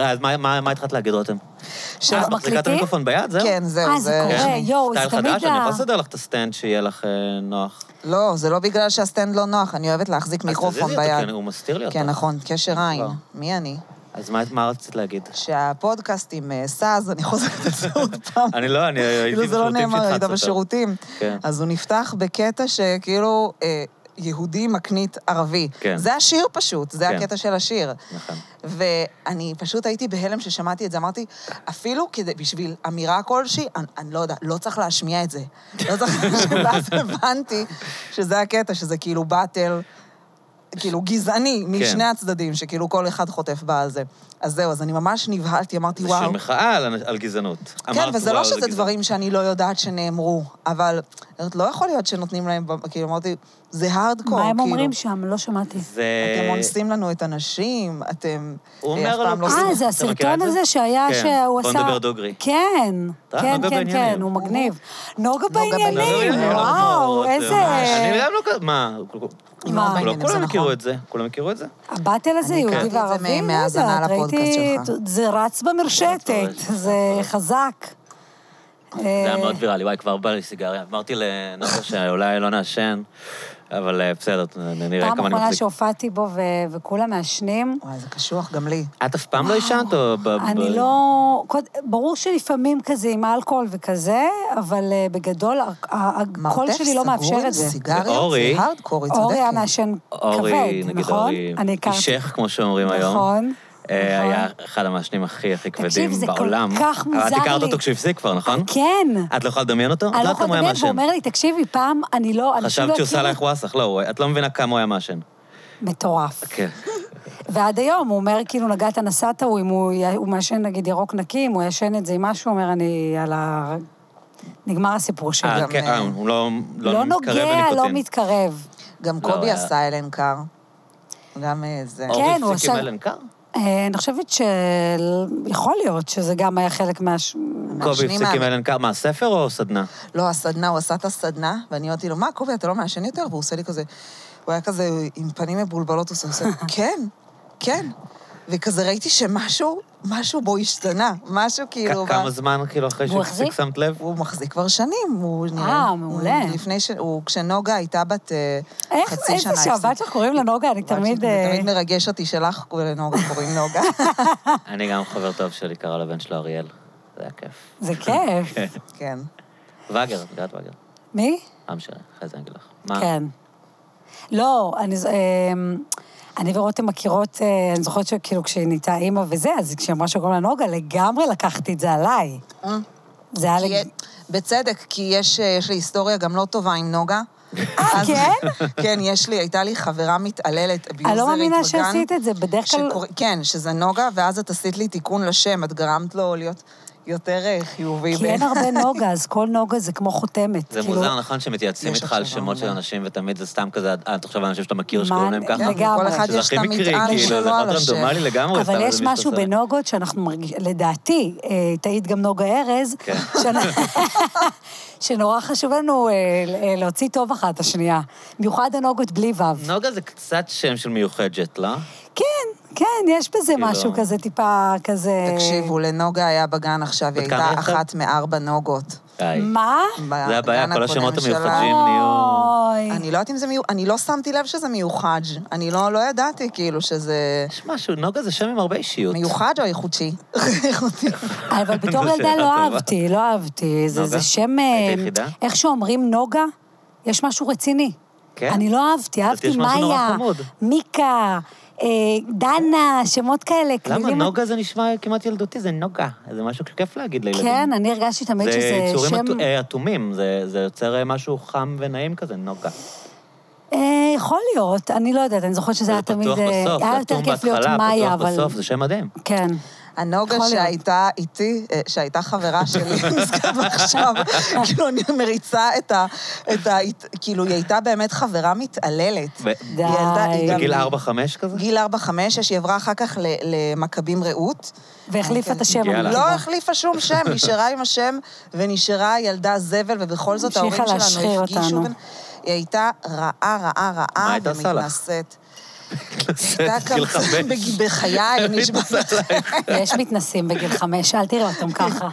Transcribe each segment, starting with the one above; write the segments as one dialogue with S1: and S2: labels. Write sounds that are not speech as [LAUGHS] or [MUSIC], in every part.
S1: אז מה- מה מה התחלת להגיד, רותם?
S2: שאנחנו
S1: אה, את מחזיקה את
S2: מקליטים?
S1: המיקרופון ביד, זהו?
S3: כן, זהו,
S2: אה, זה קורה.
S1: כן?
S2: יואו, זה
S1: סטייל
S2: תמיד
S1: חדש, אני
S2: ה-
S1: יכול לסדר לך את הסטנד שיהיה לך אה, נוח.
S3: לא, זה לא בגלל שהסטנד לא נוח, אני אוהבת להחזיק
S1: אז תזיזי
S3: מיקרופון
S1: אותו,
S3: ביד.
S1: כן, הוא מסתיר לי אותו.
S3: כן, נכון, קשר עין.
S1: כבר.
S3: מי אני?
S1: אז מה- מה רצית להגיד?
S3: שהפודקאסט עם אה, סאז, אני חוזרת על
S1: [LAUGHS]
S3: זה עוד פעם.
S1: אני לא, אני הייתי
S3: כאילו זה לא
S1: בשירותים
S3: נאמר, היית
S1: שהתחלת אותו.
S3: בשירותים.
S1: כן.
S3: אז הוא נפתח בקטע שכאילו אה, יהודי מקנית ערבי.
S1: כן.
S3: זה השיר פשוט, זה
S1: כן.
S3: הקטע של השיר.
S1: נכון.
S3: ואני פשוט הייתי בהלם ששמעתי את זה, אמרתי, אפילו כדי, בשביל אמירה כלשהי, אני, אני לא יודע, לא צריך להשמיע את זה. לא צריך, [LAUGHS]
S1: [LAUGHS]
S3: ואז הבנתי שזה הקטע, שזה כאילו באטל, כאילו גזעני,
S1: כן.
S3: משני הצדדים, שכאילו כל אחד חוטף בה על זה. אז זהו, אז אני ממש נבהלתי, אמרתי,
S1: זה
S3: וואו.
S1: שיר מחאה על- על גזענות.
S3: כן,
S1: אמרת,
S3: וזה
S1: "וואו,
S3: לא
S1: זה
S3: שזה
S1: גזענות".
S3: דברים שאני לא יודעת שנאמרו, אבל זאת לא יכול להיות שנותנים להם, במה, כאילו, אמרתי, זה הארדקור,
S2: מה
S3: כאילו.
S2: הם אומרים שם? לא שמעתי.
S1: זה...
S3: אתם אונסים לנו את הנשים, אתם...
S1: אה, הוא
S3: אה,
S1: אומר
S3: אף פעם
S1: לו,
S3: לא
S1: עושים-
S2: אה,
S3: עושים
S2: זה
S1: אתה מכירה את
S2: הסרטון
S1: זה?
S2: הזה שהיה,
S1: כן,
S2: שהוא
S1: בוא
S2: עשה...
S1: נדבר דוגרי.
S2: כן,
S1: אה,
S2: כן,
S1: נוגה
S2: כן,
S1: בעניינים.
S2: כן, הוא מגניב. נוגה
S3: בעניינים,
S2: בעניינים,
S3: נוגה
S2: וואו,
S1: אה,
S2: איזה...
S1: אני גם לא כזה... מה?
S3: עם
S2: מה?
S3: הרבה
S1: כולם-
S3: עניינים, זה
S1: כולם הכירו
S3: נכון.
S1: את זה. כולם הכירו את זה?
S2: הבאטל הזה,
S3: אני
S2: יהודי
S3: הכרתי את זה
S2: וערבי,
S3: מ-
S2: לא
S3: מהאזנה
S2: יודעת,
S3: לפודקאסט
S2: ראיתי...
S3: שלך.
S2: זה רץ במרשתת,
S1: ברשת,
S2: זה חזק.
S1: כן, זה היה
S2: אה,
S1: מאוד ויראלי, וואי, כבר בא לי סיגריה. אמרתי לנוגה שאולי לא נעשן, אבל אה, בסדר, נראה
S2: פעם
S1: כמה אני
S2: אחרונה
S1: מחזיק.
S2: שהופעתי בו ו- וכולם מעשנים,
S3: וואי, זה קשוח גם לי.
S1: את אף פעם לא עישנת? או ב- ב-
S2: אני לא... קוד- ברור שלפעמים כזה עם אלכוהול וכזה, אבל אה, בגדול, ה- ה- הקול
S3: מרתף
S2: שלי לא מאפשר
S3: סגור עם
S2: את זה.
S3: סיגריות,
S1: ואורי-
S3: זה הארדקור, היא
S2: אורי היה
S3: צודקת.
S2: מעשן
S1: אורי,
S2: כבד,
S1: נגיד
S2: נכון?
S1: אורי,
S2: אני הכרתי.
S1: אישך, כמו שאומרים היום.
S2: נכון,
S1: אה,
S2: נכון.
S1: היה אחד המעשנים הכי הכי כבדים
S2: זה כל
S1: בעולם.
S2: כך
S1: אבל את
S2: מוזר
S1: הכרת
S2: לי.
S1: אותו כשהוא הפסיק כבר, נכון?
S2: כן.
S1: את לא יכולה לדמיין אותו? את
S2: אני לא
S1: יודעת
S2: יכולה
S1: כמה הוא היה
S2: לדמיין, והוא
S1: מעשן.
S2: אומר לי, תקשיבי, פעם אני לא... אנשים לא
S1: חשבת שהוא עושה
S2: הכירו-
S1: עלייך וואסך, לא, הוא- את לא מבינה כמה הוא היה מעשן.
S2: מטורף.
S1: כן.
S2: ועד היום, הוא אומר, כאילו, נגעת, נסעת, הוא, אם הוא, י- הוא מעשן, נגיד, ירוק נקי, אם הוא ישן את זה עם משהו, הוא אומר, אני על ה... נגמר הסיפור שלי.
S1: אה,
S3: גם,
S1: כן, אה,
S3: אה,
S1: הוא לא
S2: לא
S1: לא מתקרב
S2: נוגע, לא
S1: לניקוטין.
S2: מתקרב.
S3: גם
S1: לא,
S3: קובי
S1: היה-
S3: עשה אלן קאר. גם אה, זה.
S1: אורי
S2: כן, הוא
S1: הפסיק עם
S2: עשה-
S1: אלן קאר?
S2: אה, אני חושבת שיכול להיות שזה גם היה חלק מה...
S1: קובי
S3: מעשנים
S1: הפסיק עם
S3: מה-
S1: אלן קאר, מה, ספר או סדנה?
S3: לא, הסדנה, הוא עשה את הסדנה, ואני אמרתי לו, מה, קובי, אתה לא מעשן יותר? והוא עושה לי כזה, הוא היה כזה עם פנים מבולבלות, הוא עושה,
S2: [LAUGHS]
S3: כן, כן. וכזה ראיתי שמשהו, משהו בו השתנה, משהו כאילו...
S1: כ-
S3: ב-
S1: כמה זמן, כאילו, אחרי שהוא
S2: והוא
S1: הפסיק,
S2: החזיק?
S1: שמת
S2: [LAUGHS]
S1: לב?
S3: הוא מחזיק כבר שנים, הוא
S2: אה,
S3: הוא-
S2: מעולה.
S3: לפני ש... הוא, כשנוגה הייתה בת אה,
S2: איך,
S3: חצי שנה.
S2: איזה שהבת שלך קוראים לה נוגה, אני
S3: בת
S2: תמיד...
S3: שלי, זה
S2: אה,
S3: תמיד מרגש אותי שלך ולנוגה קוראים
S2: [LAUGHS]
S3: נוגה.
S1: אני גם חבר טוב שלי, קרא לבן שלו אריאל. זה היה כיף.
S2: זה כיף.
S3: כן.
S1: ואגר, את יודעת ואגר.
S2: מי?
S1: עם שלי, אחרי זה אני אגיד לך. מה?
S2: כן. לא, אני, ז- אמ, אני ורותם מכירות, אה, אני זוכרת שכאילו כשהיא נהייתה אימא וזה, אז כשהיא אמרה שקוראים לה נוגה, לגמרי לקחתי את זה עליי. זה היה
S3: כי
S2: לי...
S3: יש- בצדק, כי יש, אה, יש לי היסטוריה גם לא טובה עם נוגה.
S2: אה,
S3: אז-
S2: כן?
S3: [LAUGHS] כן, יש לי, הייתה לי חברה מתעללת, אביוזרית בגן.
S2: אני לא מאמינה שעשית את זה, בדרך כלל...
S3: שקור... כן, שזה נוגה, ואז את עשית לי תיקון לשם, את גרמת לו להיות יותר אה, חיובי.
S2: כי אין הרבה נוגה, אז כל נוגה זה כמו חותמת.
S1: זה
S2: כאילו,
S1: מוזר, נכון, שמתייעצים
S3: יש
S1: איתך על
S3: עכשיו
S1: שמות של
S3: המון.
S1: אנשים, ותמיד זה סתם כזה, אה, אתה חושב על אנשים שאתה מכיר
S2: מה,
S1: שקוראים להם
S2: אני-
S1: ככה?
S2: לגמרי.
S3: לכל כן, אחד
S1: שזה
S3: יש
S1: הכי
S3: את
S1: מקרי,
S3: המטען
S1: כאילו, זה
S3: שלו על
S1: מאוד
S3: השם.
S1: רנדומלי לגמרי, סתם,
S2: אבל
S1: זה
S2: יש
S1: מישהו
S2: משהו
S1: שעושה.
S2: בנוגות שאנחנו מרגישים, לדעתי, אה, תעיד גם נוגה ארז, [LAUGHS]
S1: כן.
S2: שאנ- שנורא חשוב לנו אה, אה, להוציא טוב אחת השנייה. במיוחד הנוגות בלי וו.
S1: נוגה זה קצת שם של מיוחדת, לא?
S2: כן, כן, יש בזה
S1: כאילו-
S2: משהו כזה טיפה, כזה...
S3: תקשיבו, לנוגה היה בגן עכשיו, היא
S1: בת כמה
S3: הייתה
S1: היא עכשיו?
S3: אחת מארבע נוגות.
S1: די.
S2: מה?
S1: זה הבעיה,
S3: בגן
S1: כל השמות
S3: הקודם שלה.
S1: המיוחדים. נהיו-
S2: אוי.
S3: אני לא יודעת אם זה מיוחד, אני לא שמתי לב שזה מיוחד. אני לא לא ידעתי כאילו שזה
S1: יש משהו, נוגה זה שם עם הרבה אישיות.
S3: מיוחד או איכותי. [LAUGHS] איכותי.
S2: [LAUGHS] אבל בתור
S1: זו
S2: ילדה
S1: שאלה
S2: לא
S1: טובה.
S2: אהבתי, לא אהבתי. זה
S1: נוגה?
S2: זה שם... אה,
S1: היית יחידה?
S2: איך שאומרים נוגה, יש משהו רציני.
S1: כן?
S2: אני לא אהבתי,
S1: אז יש
S2: אהבתי
S1: משהו נורא
S2: מאיה,
S1: חמוד.
S2: מיקה, אה, דנה, שמות כאלה.
S1: למה
S2: כלילים-
S1: נוגה זה נשמע כמעט ילדותי? זה נוגה. זה משהו שכיף להגיד לילדים.
S2: כן, אני הרגשתי תמיד
S1: זה
S2: שזה
S1: יצורים
S2: שם...
S1: אטו- אה, אטומים, זה זה יוצר אה, משהו חם ונעים כזה, נוגה.
S2: אה, יכול להיות, אני לא יודעת, אני זוכרת שזה היה
S1: זה
S2: תמיד...
S1: פתוח
S2: אה,
S1: בסוף,
S2: היה
S1: זה
S2: יותר
S1: אטום
S2: כיף להיות
S1: בהתחלה,
S2: מאיה,
S1: פתוח
S2: אבל...
S1: בסוף, זה שם מדהים.
S2: כן.
S3: הנוגה
S2: יכול להיות.
S3: שהייתה איתי, אה, שהייתה חברה
S2: [LAUGHS]
S3: שלי, נזכרת עכשיו, כאילו אני מריצה את ה... את ה- הת- כאילו, היא הייתה באמת חברה מתעללת.
S1: ו-
S2: די.
S3: היא ילדה- היא גם-
S1: בגיל 4-5 כזה?
S3: גיל 4-5, שהיא עברה אחר כך ל- למכבים רעות.
S2: והחליפה את השם.
S1: יאללה.
S2: המגניבה.
S3: לא החליפה שום שם, נשארה עם השם ונשארה ילדה זבל, ובכל זאת ההורים
S2: המשיכה
S3: שלנו
S2: להשחיר
S3: הפגישו
S2: אותנו.
S3: בין... היא הייתה רעה, רעה, רעה,
S1: מה הייתה עושה לך? [LAUGHS]
S3: ומתנשאת. אתה
S1: גיל
S3: קמצן
S1: חמש.
S3: בג- בחיי,
S1: [LAUGHS]
S3: נשבעת.
S2: יש מתנסים בגיל חמש, אל תראה אותם
S1: [LAUGHS]
S2: ככה.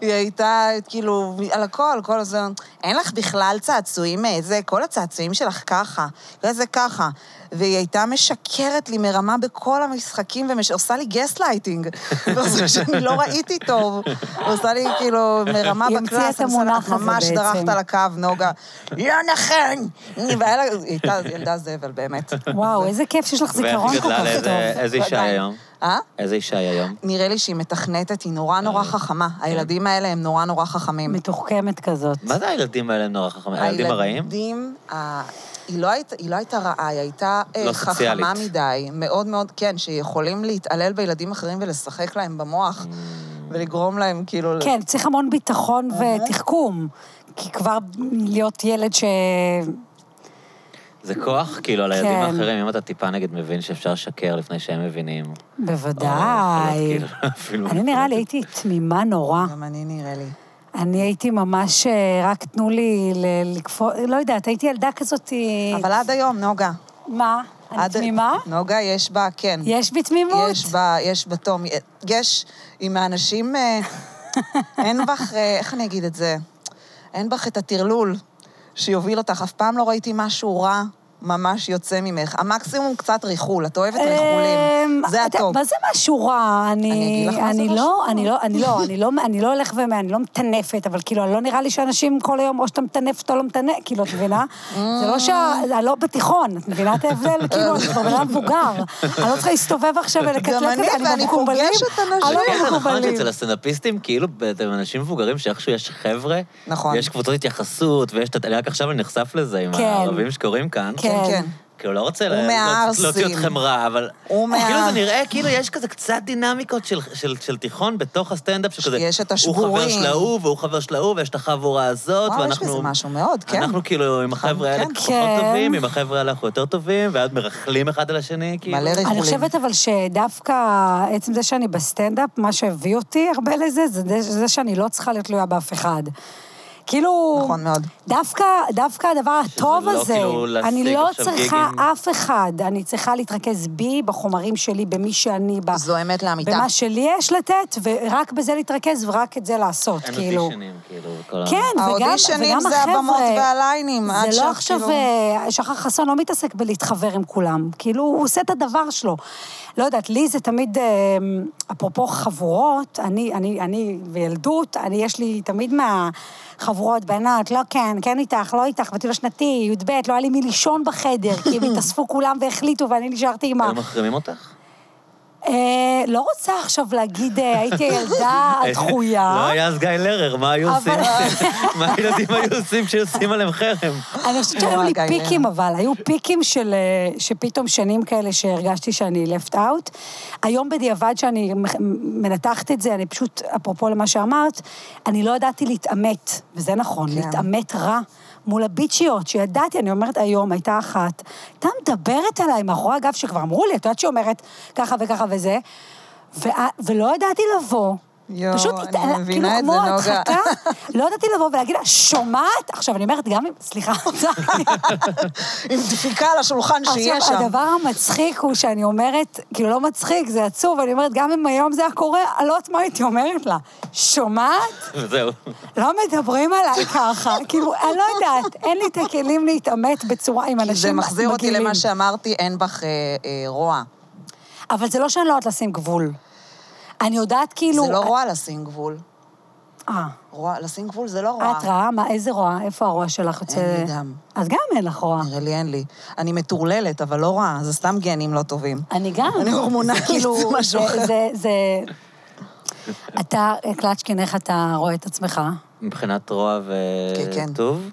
S3: היא הייתה, כאילו, על הכל, כל הזמן. אין לך בכלל צעצועים, אה, זה, כל הצעצועים שלך ככה, וזה ככה. והיא הייתה משקרת לי מרמה בכל המשחקים, ועושה לי גס לייטינג. [LAUGHS] ועושה שאני לא ראיתי טוב. עושה לי, כאילו, מרמה
S2: היא המציאה
S3: בקלאס.
S2: את המונח
S3: "את
S2: הזה
S3: ממש
S2: בעצם."
S3: דרכת על הקו, נוגה. לא נכון! והיה לה, היא הייתה ילדה זבל, באמת.
S2: וואו, איזה כיף שיש לך
S1: ואיך
S2: זיכרון
S1: היא
S2: כל
S1: גדלה
S2: כך
S1: לאיזה
S2: טוב.
S1: איזה אישה
S3: ועדיין.
S1: היום?
S3: אה?
S1: איזה אישה היא היום?
S3: נראה לי שהיא מתכנתת, היא נורא
S2: אה.
S3: נורא חכמה. הילדים האלה הם נורא נורא חכמים.
S2: מתוחכמת כזאת.
S1: מה זה הילדים האלה הם נורא חכמים? הילדים הרעים?
S3: הילדים, ה- היא לא הייתה- היא לא הייתה רעה, היא הייתה אה,
S1: לא סוציאלית.
S3: חכמה מדי, מאוד מאוד, כן, שיכולים להתעלל בילדים אחרים ולשחק להם
S1: Mm.
S3: במוח, ולגרום להם כאילו... ל-
S2: כן, צריך המון ביטחון ותחכום. כי כבר להיות ילד ש...
S1: זה כוח, כאילו, על הילדים
S2: כן.
S1: האחרים. אם אתה טיפה נגיד מבין שאפשר לשקר לפני שהם מבינים.
S2: אה,
S1: או יכול
S2: בוודאי.
S1: להיות, כאילו, אפילו-
S2: אני נראה לי הייתי תמימה נורא.
S3: גם אני נראה לי.
S2: אני הייתי ממש, אה, רק תנו לי ל- לקפוא, לא יודעת, הייתי ילדה כזאת... אה,
S3: אבל עד היום, נוגה.
S2: מה? אני
S3: עד-
S2: תמימה?
S3: נוגה, יש בה, כן.
S2: יש בי תמימות.
S3: יש בה, יש בה תום. יש, היא מהאנשים...
S2: [LAUGHS]
S3: אה, אין בך, אה, איך אני אגיד את זה? אין בך את הטרלול שיוביל אותך. אף פעם לא ראיתי משהו רע ממש יוצא ממך. המקסימום קצת ריחול, את אוהבת ריחולים.
S2: אמ,
S3: זה
S2: אתה-
S3: הטוב.
S2: מה זה משהו רע?
S3: אני
S2: אני...
S3: אגיד לך מה זה
S2: אני
S3: משהו
S2: לא,
S3: רע.
S2: אני לא, אני לא, אני לא, אני לא הולך ו... אני לא מטנפת, אבל כאילו, לא נראה לי שאנשים כל היום, או שאתה מטנף או לא מטנף, כאילו, את מבינה? זה לא שה... אני לא בתיכון, את מבינה
S3: [LAUGHS]
S2: את ההבדל? כאילו, אני כבר בן אדם מבוגר. אני לא צריכה להסתובב עכשיו ולקטלק
S3: גם אני, ואני
S2: במקובלים.
S3: פוגשת אנשים.
S2: אני לא
S1: כן, זה נכון
S2: במקובלים.
S1: שאצל הסטנדאפיסטים, כאילו, אתם אנשים מבוגרים שאיכשהו יש חבר'ה,
S3: נכון.
S1: יש קבוצות התייחסות, ויש את... אני רק עכשיו אני נחשף לזה עם
S2: כן.
S1: הערבים שקורים כאן.
S2: כן.
S3: כן, כן.
S1: כאילו, לא רוצה לה-
S3: ומהערסים.
S1: להוציא אתכם רע, אבל...
S3: ומהער-
S1: כאילו, זה נראה כאילו יש כזה קצת דינמיקות של- של של תיכון בתוך הסטנדאפ, שכזה...
S3: שיש את
S1: הוא חבר
S3: השבורים.
S1: של ההוא, והוא חבר של ההוא, ויש את החבורה הזאת,
S3: וואו, יש
S1: ואנחנו...
S3: בזה משהו מאוד, כן.
S1: אנחנו כאילו עם החבר'ה האלה
S3: כן.
S1: פחות
S2: כן.
S1: טובים, עם החבר'ה האלה אנחנו יותר טובים, ואז מרכלים אחד על השני, כאילו.
S3: מלא ריחולים.
S2: אני חושבת אבל שדווקא עצם זה שאני בסטנדאפ, מה שהביא אותי הרבה לזה, זה זה- זה שאני לא צריכה להיות תלויה באף אחד. כאילו...
S3: נכון מאוד.
S2: דווקא, דווקא הדבר הטוב
S1: לא
S2: הזה,
S1: כאילו להשיג
S2: אני לא
S1: עכשיו
S2: צריכה
S1: גיגים.
S2: אף אחד, אני צריכה להתרכז בי, בחומרים שלי, במי שאני, ב-
S3: זו אמת לאמיתה.
S2: במה שלי יש לתת, ורק בזה להתרכז ורק את זה לעשות,
S1: אין
S2: כאילו.
S1: אודישנים, כאילו, וכל ה-
S2: כן, וגם,
S3: האודישנים
S2: וגם
S3: זה
S2: החבר'ה.
S3: הבמות והליינים, עד
S2: זה
S3: שאת
S2: לא עכשיו,
S3: כאילו-
S2: אה, שחר חסון לא מתעסק בלהתחבר עם כולם. כאילו, הוא עושה את הדבר שלו. לא יודעת, לי זה תמיד, אה, אפרופו חבורות, אני, אני, אני בילדות, אני, יש לי תמיד מהחבורות, בנות, לא כן, כן איתך, לא איתך, בטיול השנתי, י"ב, לא היה לי מי לישון בחדר, כי הם התאספו כולם והחליטו, ואני נשארתי עם ה...
S1: היו מחרימים אותך?
S2: אה, לא רוצה עכשיו להגיד, אה,
S1: [LAUGHS]
S2: הייתי ילדה דחויה.
S1: לא היה אז גיא לרר, מה היו
S2: אבל-
S1: עושים? [LAUGHS] מה הילדים היו עושים שעושים עליהם חרם? [LAUGHS]
S2: אני חושבת שהיו
S3: וואי,
S2: לי
S3: גיא,
S2: פיקים, אבל היו פיקים של... אה, שפתאום שנים כאלה שהרגשתי שאני left out. היום בדיעבד שאני מח- מנתחת את זה, אני פשוט, אפרופו למה שאמרת, אני לא ידעתי להתעמת, וזה נכון,
S3: כן.
S2: להתעמת רע. מול הביצ'יות, שידעתי, אני אומרת היום, הייתה אחת, אתה מדברת עליי מאחורי הגב, שכבר אמרו לי, את יודעת שהיא אומרת ככה וככה וזה, ו- ולא ידעתי לבוא.
S3: יואו,
S2: פשוט,
S3: אני
S2: התעלה-
S3: מבינה את זה,
S2: כאילו כמו
S3: נוגה.
S2: הדחקה,
S3: [LAUGHS]
S2: לא ידעתי לבוא ולהגיד לה, שומעת? עכשיו, אני אומרת, גם אם... סליחה, [LAUGHS]
S3: עם דפיקה על השולחן שיש
S2: עכשיו,
S3: שם.
S2: הדבר המצחיק הוא שאני אומרת, כאילו, לא מצחיק, זה עצוב, אני אומרת, גם אם היום זה היה קורה, אני לא יודעת מה הייתי אומרת לה. שומעת?
S1: וזהו.
S2: לא מדברים עליי ככה. [LAUGHS] כאילו, אני לא יודעת, אין לי את הכלים להתעמת בצורה עם אנשים
S3: כי
S2: מגעילים.
S3: זה מחזיר אותי למה שאמרתי, אין בך אה, אה, רוע.
S2: אבל זה לא שאני לא יודעת לשים גבול. אני יודעת כאילו...
S3: זה לא רוע לשים גבול.
S2: אה,
S3: רוע, לשים גבול זה לא רוע.
S2: את רעה? מה, איזה רוע? איפה הרוע שלך יוצא?
S3: אין לי גם.
S2: אז גם אין לך רוע.
S3: נראה לי אין לי. אני מטורללת, אבל לא רע, זה סתם גנים לא טובים.
S2: אני גם.
S3: אני הורמונלית,
S2: זה כאילו,
S3: זה משהו
S2: זה-
S3: אחר.
S2: זה, זה... אתה, קלצ'קין, איך אתה רואה את עצמך?
S1: מבחינת רוע
S3: כן, כן.
S1: וטוב?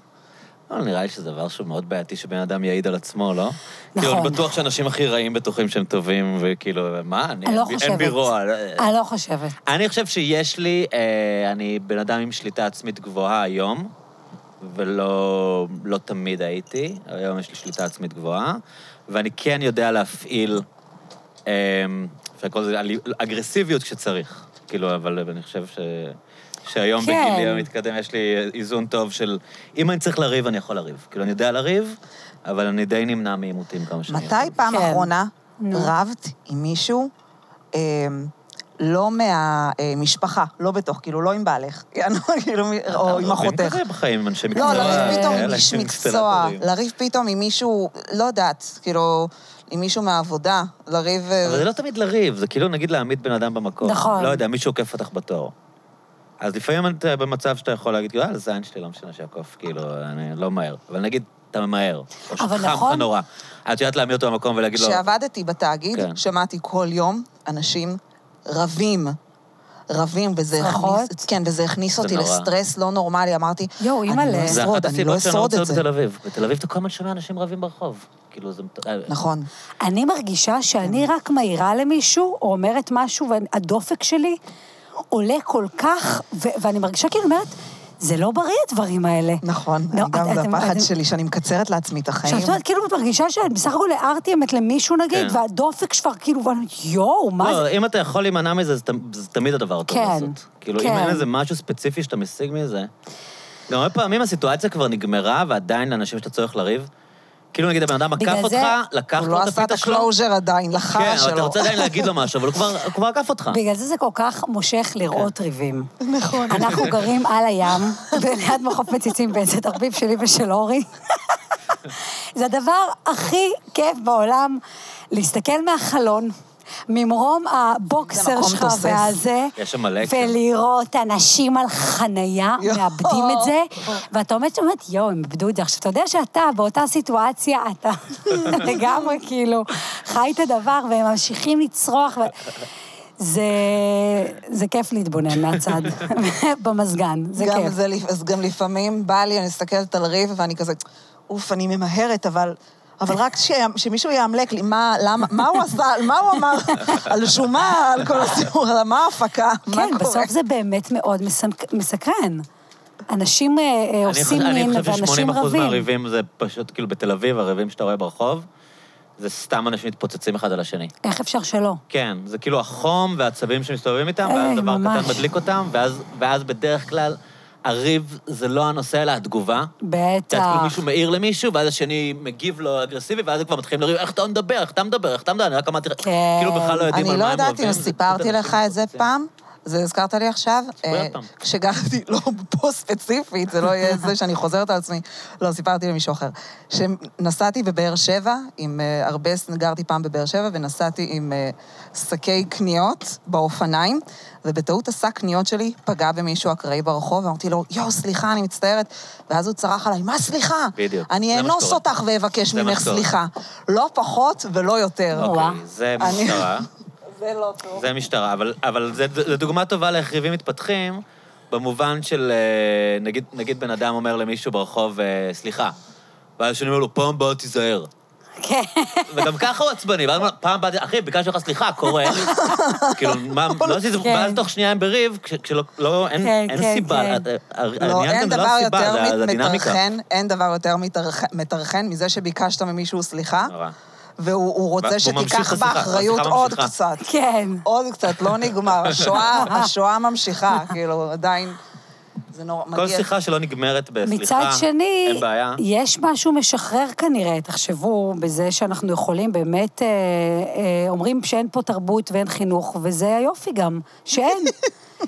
S1: לא, נראה לי שזה דבר שהוא מאוד בעייתי שבן אדם יעיד על עצמו, לא? כאילו, אני
S2: נכון.
S1: בטוח שאנשים הכי רעים בטוחים שהם טובים, וכאילו, מה, אני
S2: אני לא
S1: אין בי-
S2: חושבת.
S1: אין בי רוע. לא-
S2: אני לא חושבת.
S1: אני חושב שיש לי, אה, אני בן אדם עם שליטה עצמית גבוהה היום, ולא לא תמיד הייתי, היום יש לי שליטה עצמית גבוהה, ואני אמ, כן יודע להפעיל, אה, אפשר לקרוא לזה אלי- אגרסיביות כשצריך. כאילו, אבל אני חושב ש... שהיום
S2: כן.
S1: בגילי המתקדם יש לי איזון טוב של... אם אני צריך לריב, אני יכול לריב. כאילו, אני יודע לריב, אבל אני די נמנע מעימותים כמה שאני
S3: מתי
S1: יכול.
S3: פעם
S2: כן.
S3: אחרונה
S2: נו.
S3: רבת עם מישהו אה, לא מהמשפחה, לא בתוך, כאילו, לא עם בעלך, [LAUGHS] יענו, כאילו, מ- או עם
S1: רבים
S3: אחותך?
S1: לא, כזה בחיים עם אנשי מקצוע.
S3: לא, לריב פתאום עם
S1: אלה
S3: איש
S1: שהם
S3: מקצוע,
S1: אינסטלטורים.
S3: לריב פתאום עם מישהו, לא יודעת, כאילו, עם מישהו מהעבודה, לריב... אה,
S1: אבל זה לא תמיד לריב, זה כאילו נגיד להעמיד בן אדם במקום.
S2: נכון.
S1: לא יודע, מישהו עוקף אותך בתור. אז לפעמים אתה במצב שאתה יכול להגיד, יאללה, זין שלי, לא משנה שעקוף, כאילו, אני לא ממהר. אבל נגיד, אתה ממהר, או
S2: אבל
S1: שחם לך
S2: נכון.
S1: נורא. את יודעת להעמיד אותו במקום ולהגיד לו...
S3: כשעבדתי בתאגיד,
S1: לא. כן.
S3: שמעתי כל יום אנשים רבים. רבים, וזה
S2: צרחות?
S3: הכניס, כן, וזה הכניס
S1: זה
S3: אותי
S1: נורא.
S3: לסטרס לא נורמלי. אמרתי,
S2: יואו,
S3: אני
S2: אימא'לה.
S3: לא
S1: זה
S3: אשרוד,
S1: אחת
S3: אני לא
S1: הסיבות שאני לא
S3: אשרוד
S1: רוצה להיות
S3: את זה.
S1: בתל אביב. בתל אביב אתה כל הזמן שומע אנשים רבים ברחוב. כאילו, זה... מט-
S3: נכון.
S2: אני מרגישה שאני
S3: כן.
S2: רק מעירה למישהו, או אומרת משהו, והדופק שלי עולה כל כך, ו- ואני מרגישה כאילו, אומרת, זה לא בריא הדברים האלה.
S3: נכון,
S2: לא,
S3: אני גם
S2: את-
S3: זה
S2: אתם-
S3: הפחד
S2: אתם-
S3: שלי, שאני מקצרת לעצמי את החיים.
S2: עכשיו, את יודעת, כאילו את מרגישה שאת בסך הכול הערתי אמת למישהו נגיד,
S1: כן.
S2: והדופק שכבר כאילו, ואני, יואו, מה זה?
S1: לא, אם אתה יכול להימנע מזה, זה ת- זה תמיד הדבר הטוב
S2: כן,
S1: לעשות. כאילו, אם
S2: כן.
S1: אין איזה משהו ספציפי שאתה משיג מזה... גם הרבה פעמים הסיטואציה כבר נגמרה, ועדיין לאנשים שאתה צורך לריב, כאילו נגיד הבן אדם עקף
S2: בגלל
S1: אותך,
S2: זה
S1: לקח
S3: הוא
S1: לו
S3: לא
S1: את
S3: עשה את
S1: הפיתה שלו,
S3: הקלוז'ר עדיין, לחרא
S1: כן,
S3: שלו.
S1: אבל אתה רוצה עדיין להגיד לו משהו, אבל הוא כבר- הוא כבר עקף אותך.
S2: בגלל זה זה כל כך מושך לראות ריבים. נכון. אנחנו גרים על הים, ליד מחוף מציצים ב', זה תרביב שלי ושל אורי. זה הדבר הכי כיף בעולם, להסתכל מהחלון. ממרום
S3: זה
S2: הבוקסר
S3: מקום
S2: שלך
S3: תוסס.
S2: והזה,
S1: יש שם מלא, כן.
S2: ולראות אנשים על חנייה,
S3: יואו.
S2: מאבדים את זה, ואתה עומד שם ואומרת, יואו, הם איבדו את זה. עכשיו, אתה יודע שאתה באותה סיטואציה, אתה [LAUGHS] לגמרי כאילו חי את הדבר, והם ממשיכים לצרוח. ו... זה, זה כיף להתבונן מהצד, [LAUGHS] במזגן, זה
S3: גם
S2: כיף.
S3: זה, לפ- אז גם לפעמים בא לי, אני מסתכלת על ריב, ואני כזה, אוף, אני ממהרת, אבל... אבל רק ש... שמישהו יאמלק לי, מה, למה, מה הוא עשה, מה הוא אמר, על שומה, על כל הסיפור, על מה ההפקה, מה קורה?
S2: כן, בסוף זה באמת מאוד מסנק- מסקרן. אנשים אה, אה,
S1: אני
S2: עושים
S1: חושב-
S2: מין
S1: אני חושב
S2: ואנשים
S1: ש-80%
S2: רבים.
S1: מהריבים זה פשוט, כאילו, בתל אביב, הריבים שאתה רואה ברחוב, זה סתם אנשים מתפוצצים אחד על השני.
S2: איך אפשר שלא?
S1: כן, זה כאילו החום והעצבים שמסתובבים איתם,
S2: איי,
S1: ואז דבר
S2: ממש.
S1: קטן מדליק אותם, ואז, ואז בדרך כלל הריב זה לא הנושא, אלא התגובה. את יודעת, כאילו
S2: בטח.
S1: מישהו מעיר למישהו, ואז השני מגיב לו אגרסיבי, ואז הם כבר מתחילים לריב, איך אתה מדבר, איך אתה מדבר, איך אתה מדבר, אני רק אמרתי,
S2: כן.
S1: כאילו בכלל לא יודעים
S3: אני
S1: על
S3: לא
S1: מה הם אוהבים.
S3: יודעת אם
S1: זה פשוט
S3: סיפרתי
S1: אנשים
S3: לך את זה
S1: מתפוצצים.
S3: פעם, זה הזכרת לי עכשיו,
S1: ספרי
S3: אה,
S1: עוד פעם.
S3: כשגרתי, לא פה ספציפית, זה לא יהיה זה שאני חוזרת על עצמי, לא, סיפרתי למישהו אחר. שנסעתי בבאר שבע עם אה, הרבה, גרתי פעם בבאר שבע, ונסעתי עם אה, שקי קניות באופניים, ובטעות השק קניות שלי פגע במישהו אקראי ברחוב, ואמרתי לו, יואו, סליחה, אני מצטערת, ואז הוא צרח עליי, מה סליחה?
S1: בדיוק, זה
S3: אני
S1: מה
S3: אאנוס
S1: שקורה.
S3: אותך ואבקש
S1: זה מה
S3: ממך
S1: שקורה.
S3: סליחה. לא פחות ולא יותר.
S2: וואו.
S1: אוקיי, זה
S3: אני-
S1: משטרה.
S3: זה לא טוב.
S1: זה משטרה, אבל, אבל זה- זו דוגמה טובה לאיך ריבים מתפתחים, במובן של, אה, נגיד, נגיד בן אדם אומר למישהו ברחוב, אה, סליחה, ואז השני אומר לו, פעם באה תיזהר.
S2: כן.
S1: וגם [LAUGHS] ככה הוא עצבני, ואז הוא אומר, פעם באתי, אחי, ביקשתי לך סליחה, קורה, אין לי... כאילו, מה, לא עשיתי,
S2: כן.
S1: ואז תוך שנייה הם בריב, כש- כשלא, לא, אין
S2: כן,
S1: אין
S2: כן,
S1: סיבה,
S2: כן.
S3: לא,
S1: העניין
S3: אין
S1: גם זה לא
S3: דבר
S1: הסיבה, זה ה-
S3: יותר
S1: זה הדינמיקה.
S3: מטרחן, אין דבר יותר מטרח- מטרחן מזה שביקשת ממישהו סליחה,
S1: נורא.
S3: והוא הוא
S1: והוא
S3: רוצה
S1: ממשיך את
S3: שתיקח
S1: השיחה,
S3: באחריות
S1: והשיחה
S3: עוד
S1: ממשיכה.
S3: קצת.
S2: כן.
S3: עוד קצת, לא נגמר. השואה, השואה ממשיכה, כאילו, עדיין... זה נורא...
S1: כל
S3: מגיע-
S1: שיחה שלא נגמרת בסליחה,
S2: מצד שני,
S1: אין בעיה.
S2: יש משהו משחרר כנראה, תחשבו, בזה שאנחנו יכולים באמת, אה, אה, אומרים שאין פה תרבות ואין חינוך, וזה היופי גם,
S1: [LAUGHS]
S2: שאין.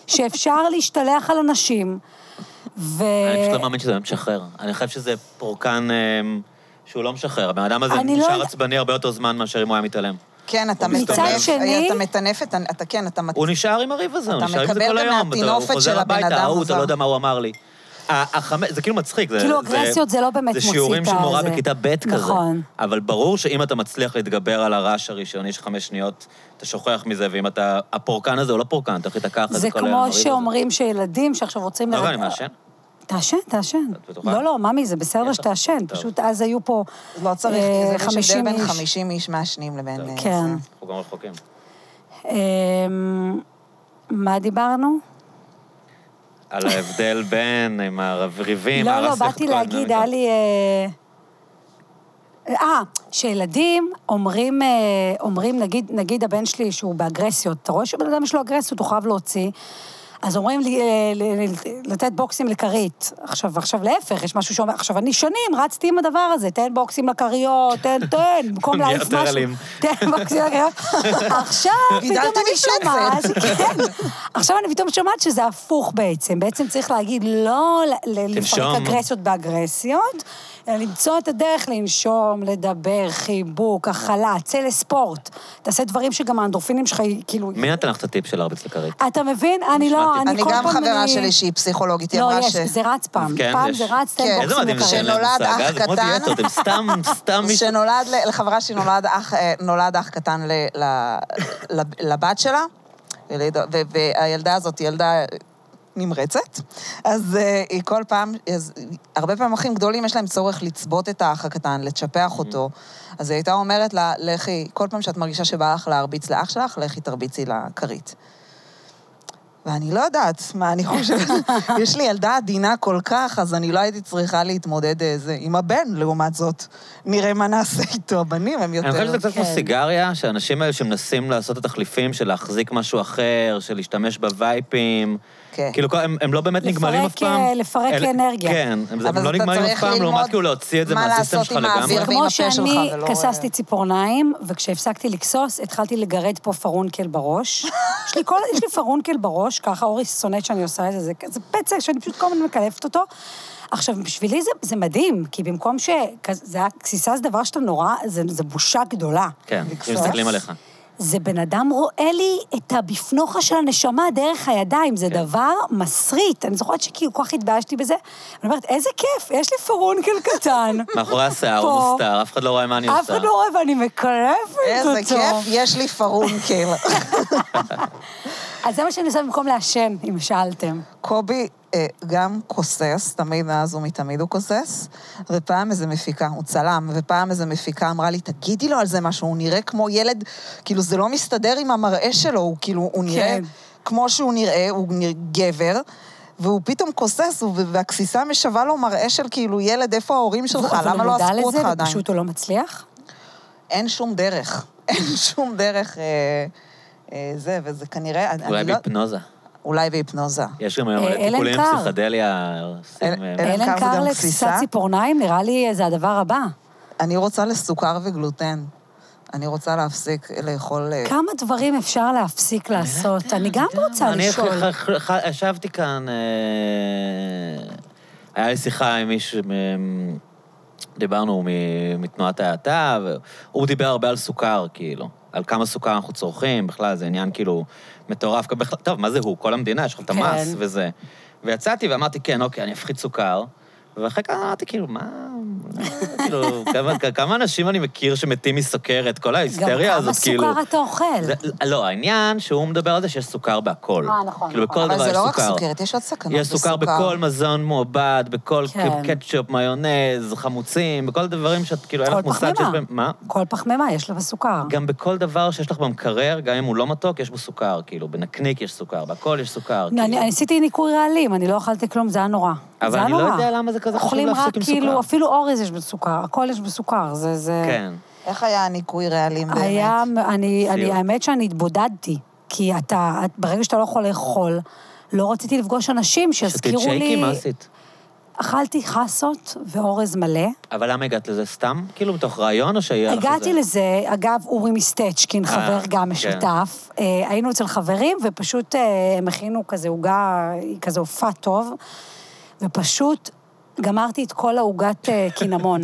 S2: שאפשר להשתלח על אנשים, ו...
S1: אני פשוט לא מאמין שזה באמת משחרר. אני חושב שזה פורקן אה, שהוא לא משחרר. הבן אדם הזה
S2: אני לא
S1: נשאר
S2: יודע-
S1: עצבני הרבה יותר זמן מאשר אם הוא היה מתעלם.
S3: כן, אתה
S1: מצד
S3: מטנף,
S2: שני-
S3: אתה מטנף, אתה- אתה כן, אתה... מת-
S1: הוא נשאר עם הריב הזה, הוא
S3: אתה
S1: נשאר עם זה
S3: מקבל
S1: כל
S3: גם
S1: היום. אתה- הוא
S3: מהטינופת של
S1: חוזר
S3: הבן
S1: הביתה,
S3: אדם
S1: ההוא, אתה
S3: הזה.
S1: לא יודע מה הוא אמר לי. ה- החמ- זה כאילו מצחיק. זה-
S2: כאילו,
S1: זה-
S2: אגרסיות זה לא באמת
S1: זה
S2: מוציא
S1: שיעורים
S2: את
S1: של מורה
S2: הזה.
S1: בכיתה ב' כזה.
S2: נכון.
S1: אבל ברור שאם אתה מצליח להתגבר על הרעש הראשוני של חמש שניות, אתה שוכח מזה, ואם אתה... הפורקן הזה הוא לא פורקן, אתה יכול להתקע אחרי
S2: זה
S1: כל היום.
S2: כמו שאומרים שילדים שעכשיו רוצים...
S1: לא,
S2: לרק-
S1: אני מעשן.
S2: תעשן, תעשן.
S1: את בטוחה?
S2: לא, לא, ממי, זה
S1: יש
S2: בסדר
S1: לך?
S2: שתעשן.
S1: טוב.
S2: פשוט אז היו פה
S3: לא צריך,
S2: אה,
S3: זה יש
S2: 50
S3: הבדל בין
S2: איש.
S3: 50 איש מעשנים לבין... אה,
S2: כן.
S3: זה.
S1: אנחנו גם רחוקים.
S2: אמ, מה דיברנו?
S1: על
S2: [LAUGHS]
S1: ההבדל בין, עם הריבים,
S2: לא, לא,
S1: הרסך,
S2: באתי
S1: כל
S2: להגיד,
S1: הדינמיקה.
S2: היה לי... אה, אה, שילדים אומרים, אה, אומרים נגיד, נגיד הבן שלי שהוא באגרסיות, אתה רואה שבן אדם יש לו אגרסיות, הוא חייב להוציא. אז אומרים לי, אה, ל- ל- לתת בוקסים לכרית. עכשיו, עכשיו להפך, יש משהו שאומר, עכשיו, אני שנים רצתי עם הדבר הזה, תן בוקסים לכריות, תן, תן,
S1: [LAUGHS]
S2: במקום
S1: נהיה
S2: להעיף
S1: יותר
S2: משהו.
S1: אלים.
S2: תן בוקסים
S1: [LAUGHS]
S2: לכריות. עכשיו פתאום
S3: גידלתי
S2: אני
S3: מפלצת.
S2: שומעת, כן. עכשיו אני פתאום שומעת שזה הפוך בעצם. בעצם צריך להגיד לא ל- ל-
S1: תנשום.
S2: לפרק אגרסיות באגרסיות, אלא למצוא את הדרך לנשום, לדבר, חיבוק, הכלה, צא לספורט. תעשה דברים שגם האנדרופינים שלך, היא- כאילו...
S1: מי נתן לך את הטיפ של הרביץ לכרית?
S2: אתה מבין? אני
S1: נשמע
S2: לא,
S1: טיפ.
S2: אני
S3: אני
S2: כל פעם...
S3: גם חברה שלי שהיא פסיכולוגית, היא
S2: לא,
S3: אמרה
S2: יש,
S3: ש...
S2: זה רץ פעם.
S1: כן,
S2: פעם
S1: יש.
S2: זה רץ, תן
S3: כן.
S1: איזה
S2: בוקסים
S1: מדהים שאין
S2: לקריירה.
S1: להם
S3: שנולד
S1: מושג,
S3: אח
S1: אה? זה כמו
S3: קטן.
S1: דיאטות, הם סתם, סתם מישהו...
S3: שנולד, ל- לחברה שלי נולד אח, אה, נולד אח קטן ל, ל, ל, לבת שלה, ולעידו- ו- והילדה הזאת היא ילדה נמרצת, אז אה, היא כל פעם, אז הרבה פעמים אחים גדולים יש להם צורך לצבות את האח הקטן, לצ'פח אותו, אז היא הייתה אומרת לה, לכי, כל פעם שאת מרגישה שבא לך להרביץ לאח שלך, לכי תרביצי לכרית. ואני לא יודעת מה אני חושבת. יש לי ילדה עדינה כל כך, אז אני לא הייתי צריכה להתמודד אה, זה, עם הבן, לעומת זאת. נראה מה נעשה איתו, הבנים הם יותר...
S1: אני חושב שזה קצת כמו
S2: כן.
S1: סיגריה, שהאנשים האלה שמנסים לעשות את התחליפים של להחזיק משהו אחר, של להשתמש בווייפים,
S3: כן.
S1: כאילו, הם, הם לא באמת
S2: לפרק,
S1: נגמרים אף פעם.
S2: אה, לפרק
S1: אלה-
S2: אנרגיה.
S1: כן, הם, הם
S3: אבל
S1: לא
S3: אתה
S1: נגמרים
S3: צריך
S1: אף פעם,
S3: ללמוד
S1: לעומת כאילו להוציא את זה
S3: מה
S1: מהסיסטם
S3: לעשות
S1: שלך
S3: עם
S1: לגמרי.
S3: האוויר.
S2: זה
S3: ועם
S2: כמו
S3: הפה שלך, לא
S2: שאני
S3: ולא-
S2: כססתי ציפורניים, וכשהפסקתי לכסוס, התחלתי לגרד פה פרונקל בראש. יש לי כל- יש לי פרונקל בראש, ככה אורי שונאת שאני עושה את זה, זה, זה פצע שאני פשוט כל הזמן מקלפת אותו. עכשיו, בשבילי זה, זה מדהים, כי במקום ש... כזה- זה היה- גסיסה זה דבר שאתה נורא, זה, זה בושה גדולה.
S1: כן,
S3: לקפוץ.
S1: אם מסתכלים עליך.
S2: זה בן אדם רואה לי את הבפנוחה של הנשמה דרך הידיים, זה
S3: כן.
S2: דבר מסריט. אני זוכרת שכאילו כל כך התביישתי בזה. אני אומרת, איזה כיף, יש לי פרונקל
S3: [LAUGHS]
S2: קטן.
S1: מאחורי השיער הוא
S2: פה.
S1: מוסתר, אף אחד לא רואה מה אני עושה.
S2: אף אחד לא רואה ואני מקלפת אותו.
S3: איזה כיף, יש לי כאילו. פרונקל.
S2: אז זה מה שאני עושה במקום לעשן, אם שאלתם.
S3: קובי אה, גם כוסס, תמיד מאז ומתמיד הוא כוסס, ופעם איזה מפיקה, הוא צלם, ופעם איזה מפיקה אמרה לי, תגידי לו על זה משהו, הוא נראה כמו ילד, כאילו זה לא מסתדר עם המראה שלו, הוא כאילו, הוא נראה
S2: כן.
S3: כמו שהוא נראה, הוא נראה גבר. והוא פתאום כוסס, הוא- והגסיסה משווה לו מראה של כאילו, ילד, איפה ההורים שלך?
S2: אבל
S3: למה
S2: הוא
S3: לא
S2: מודע
S3: אספו
S2: לזה,
S3: אותך עדיין?
S2: ופשוט הוא לא מצליח.
S3: אין שום דרך. [LAUGHS] אין שום דרך אה, אה, זה, וזה כנראה... אני-
S1: אולי
S3: אני לא-
S1: בהיפנוזה.
S3: אולי בהיפנוזה.
S1: יש גם היום
S2: אה, אלן
S1: טיפולים
S2: קאר.
S1: פסיכדליה, עושים...
S3: אל-
S1: אה,
S3: אלן
S2: אלן
S3: קר זה גם
S2: קרלק,
S3: גסיסה?
S2: קצת ציפורניים, נראה לי אה, זה הדבר הבא.
S3: אני רוצה לסוכר וגלוטן. אני רוצה להפסיק לאכול... אה,
S2: כמה דברים אפשר להפסיק לעשות? אני גם רוצה
S1: אני
S2: לשאול.
S1: ח- ח- ח- ישבתי כאן, אה, היה לי שיחה עם מישהו, מ- דיברנו מ- מתנועת ההאטה, והוא דיבר הרבה על סוכר, כאילו, על כמה סוכר אנחנו צורכים, בכלל, זה עניין כאילו מטורף. בכלל- טוב, מה זה הוא? כל המדינה, יש לך את
S2: כן.
S1: המס וזה. ויצאתי ואמרתי, כן, אוקיי, אני אפחית סוכר. ואחרי כמה אמרתי, כאילו, מה... כאילו, כמה- כמה אנשים אני מכיר שמתים מסוכרת, כל
S2: גם
S1: ההיסטריה
S2: כמה
S1: הזאת, כאילו...
S2: סוכר אתה אוכל.
S1: זה, לא, העניין שהוא מדבר על זה שיש סוכר בהכל.
S2: אה, נכון,
S1: כאילו,
S2: נכון.
S1: בכל
S3: אבל
S1: דבר
S3: זה
S1: יש
S3: לא רק
S1: סוכר.
S3: סוכרת, יש עוד סכנות
S1: יש סוכר בכל מזון מעובד, בכל
S2: כן.
S1: קטשופ, מיונז, חמוצים, בכל הדברים שאת, כאילו, אין
S2: כל
S1: לך מושג שיש
S2: פחמימה.
S1: בהם... מה?
S2: כל פחמימה, יש לה בסוכר.
S1: גם בכל דבר שיש לך במקרר, גם אם הוא לא מתוק, יש בו סוכר, כאילו, בנקניק יש סוכר, בהכל יש סוכר.
S2: אני-
S1: כאילו.
S2: אני עשיתי ניקוי רעלים, אני לא אכלתי כלום, זה היה נורא.
S1: אבל
S2: זה היה
S1: אני לא
S2: נורא.
S1: יודע למה זה כזה חשוב להפסיק עם
S2: אוכלים רק כאילו,
S1: סוכר.
S2: אפילו אורז יש בסוכר, הכל יש בסוכר, זה... זה...
S1: כן.
S3: איך היה הניקוי רעלים באמת?
S2: היה, אני, אני,
S1: סיוט.
S2: האמת שאני התבודדתי, כי אתה, את- ברגע שאתה לא יכול לאכול, לא רציתי לפגוש אנשים
S1: שתית
S2: שיזכירו לי...
S1: שייקים, מה עשית?
S2: אכלתי חסות ואורז מלא.
S1: אבל למה הגעת לזה סתם? כאילו, מתוך רעיון, או שהיה לך את זה?
S2: הגעתי לזה, אגב, אורי מסטצ'קין, חבר
S1: כן.
S2: גם משותף. אה, היינו אצל חברים, ופשוט אה, הם הכינו כזה עוגה, היא כזה עופה טוב, ופשוט גמרתי את כל העוגת אה,
S1: [LAUGHS]
S2: קינמון.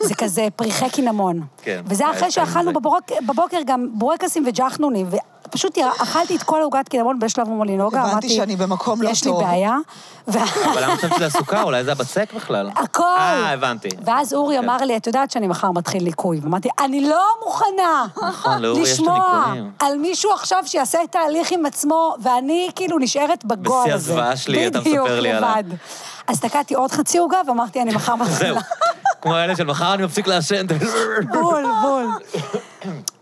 S2: זה כזה פריחי קינמון.
S1: כן,
S2: וזה אחרי
S1: היה
S2: שאכלנו
S1: זה.
S2: בבורק, בבוקר גם בורקסים וג'חנונים, ופשוט אכלתי את כל העוגת קינמון בשלב המולינוגה,
S3: הבנתי
S2: אמרתי...
S3: שאני במקום לא
S2: יש
S3: טוב." [LAUGHS]
S2: לי בעיה. ו-
S1: אבל למה חשבת שזה הסוכר? אולי זה הבצק בכלל.
S2: הכל.
S1: אה, הבנתי.
S2: ואז אורי
S1: כן.
S2: אמר לי, את יודעת שאני מחר מתחיל ליקוי. ואמרתי, אני לא מוכנה
S1: נכון, לאורי יש את
S2: לשמוע
S1: הניקויים.
S2: על מישהו עכשיו שיעשה את ההליך עם עצמו, ואני כאילו נשארת בגועל
S1: בשיא
S2: הזה.
S1: הזוועה שלי, אתה מספר לי עליו.
S2: בדיוק, לבד. אז תקעתי עוד חצי עוגה ואמרתי, אני
S1: [LAUGHS]
S2: מחר מתחילה.
S1: זהו, כמו אלה של מחר אני מפסיק לעשן.
S2: בול, בול.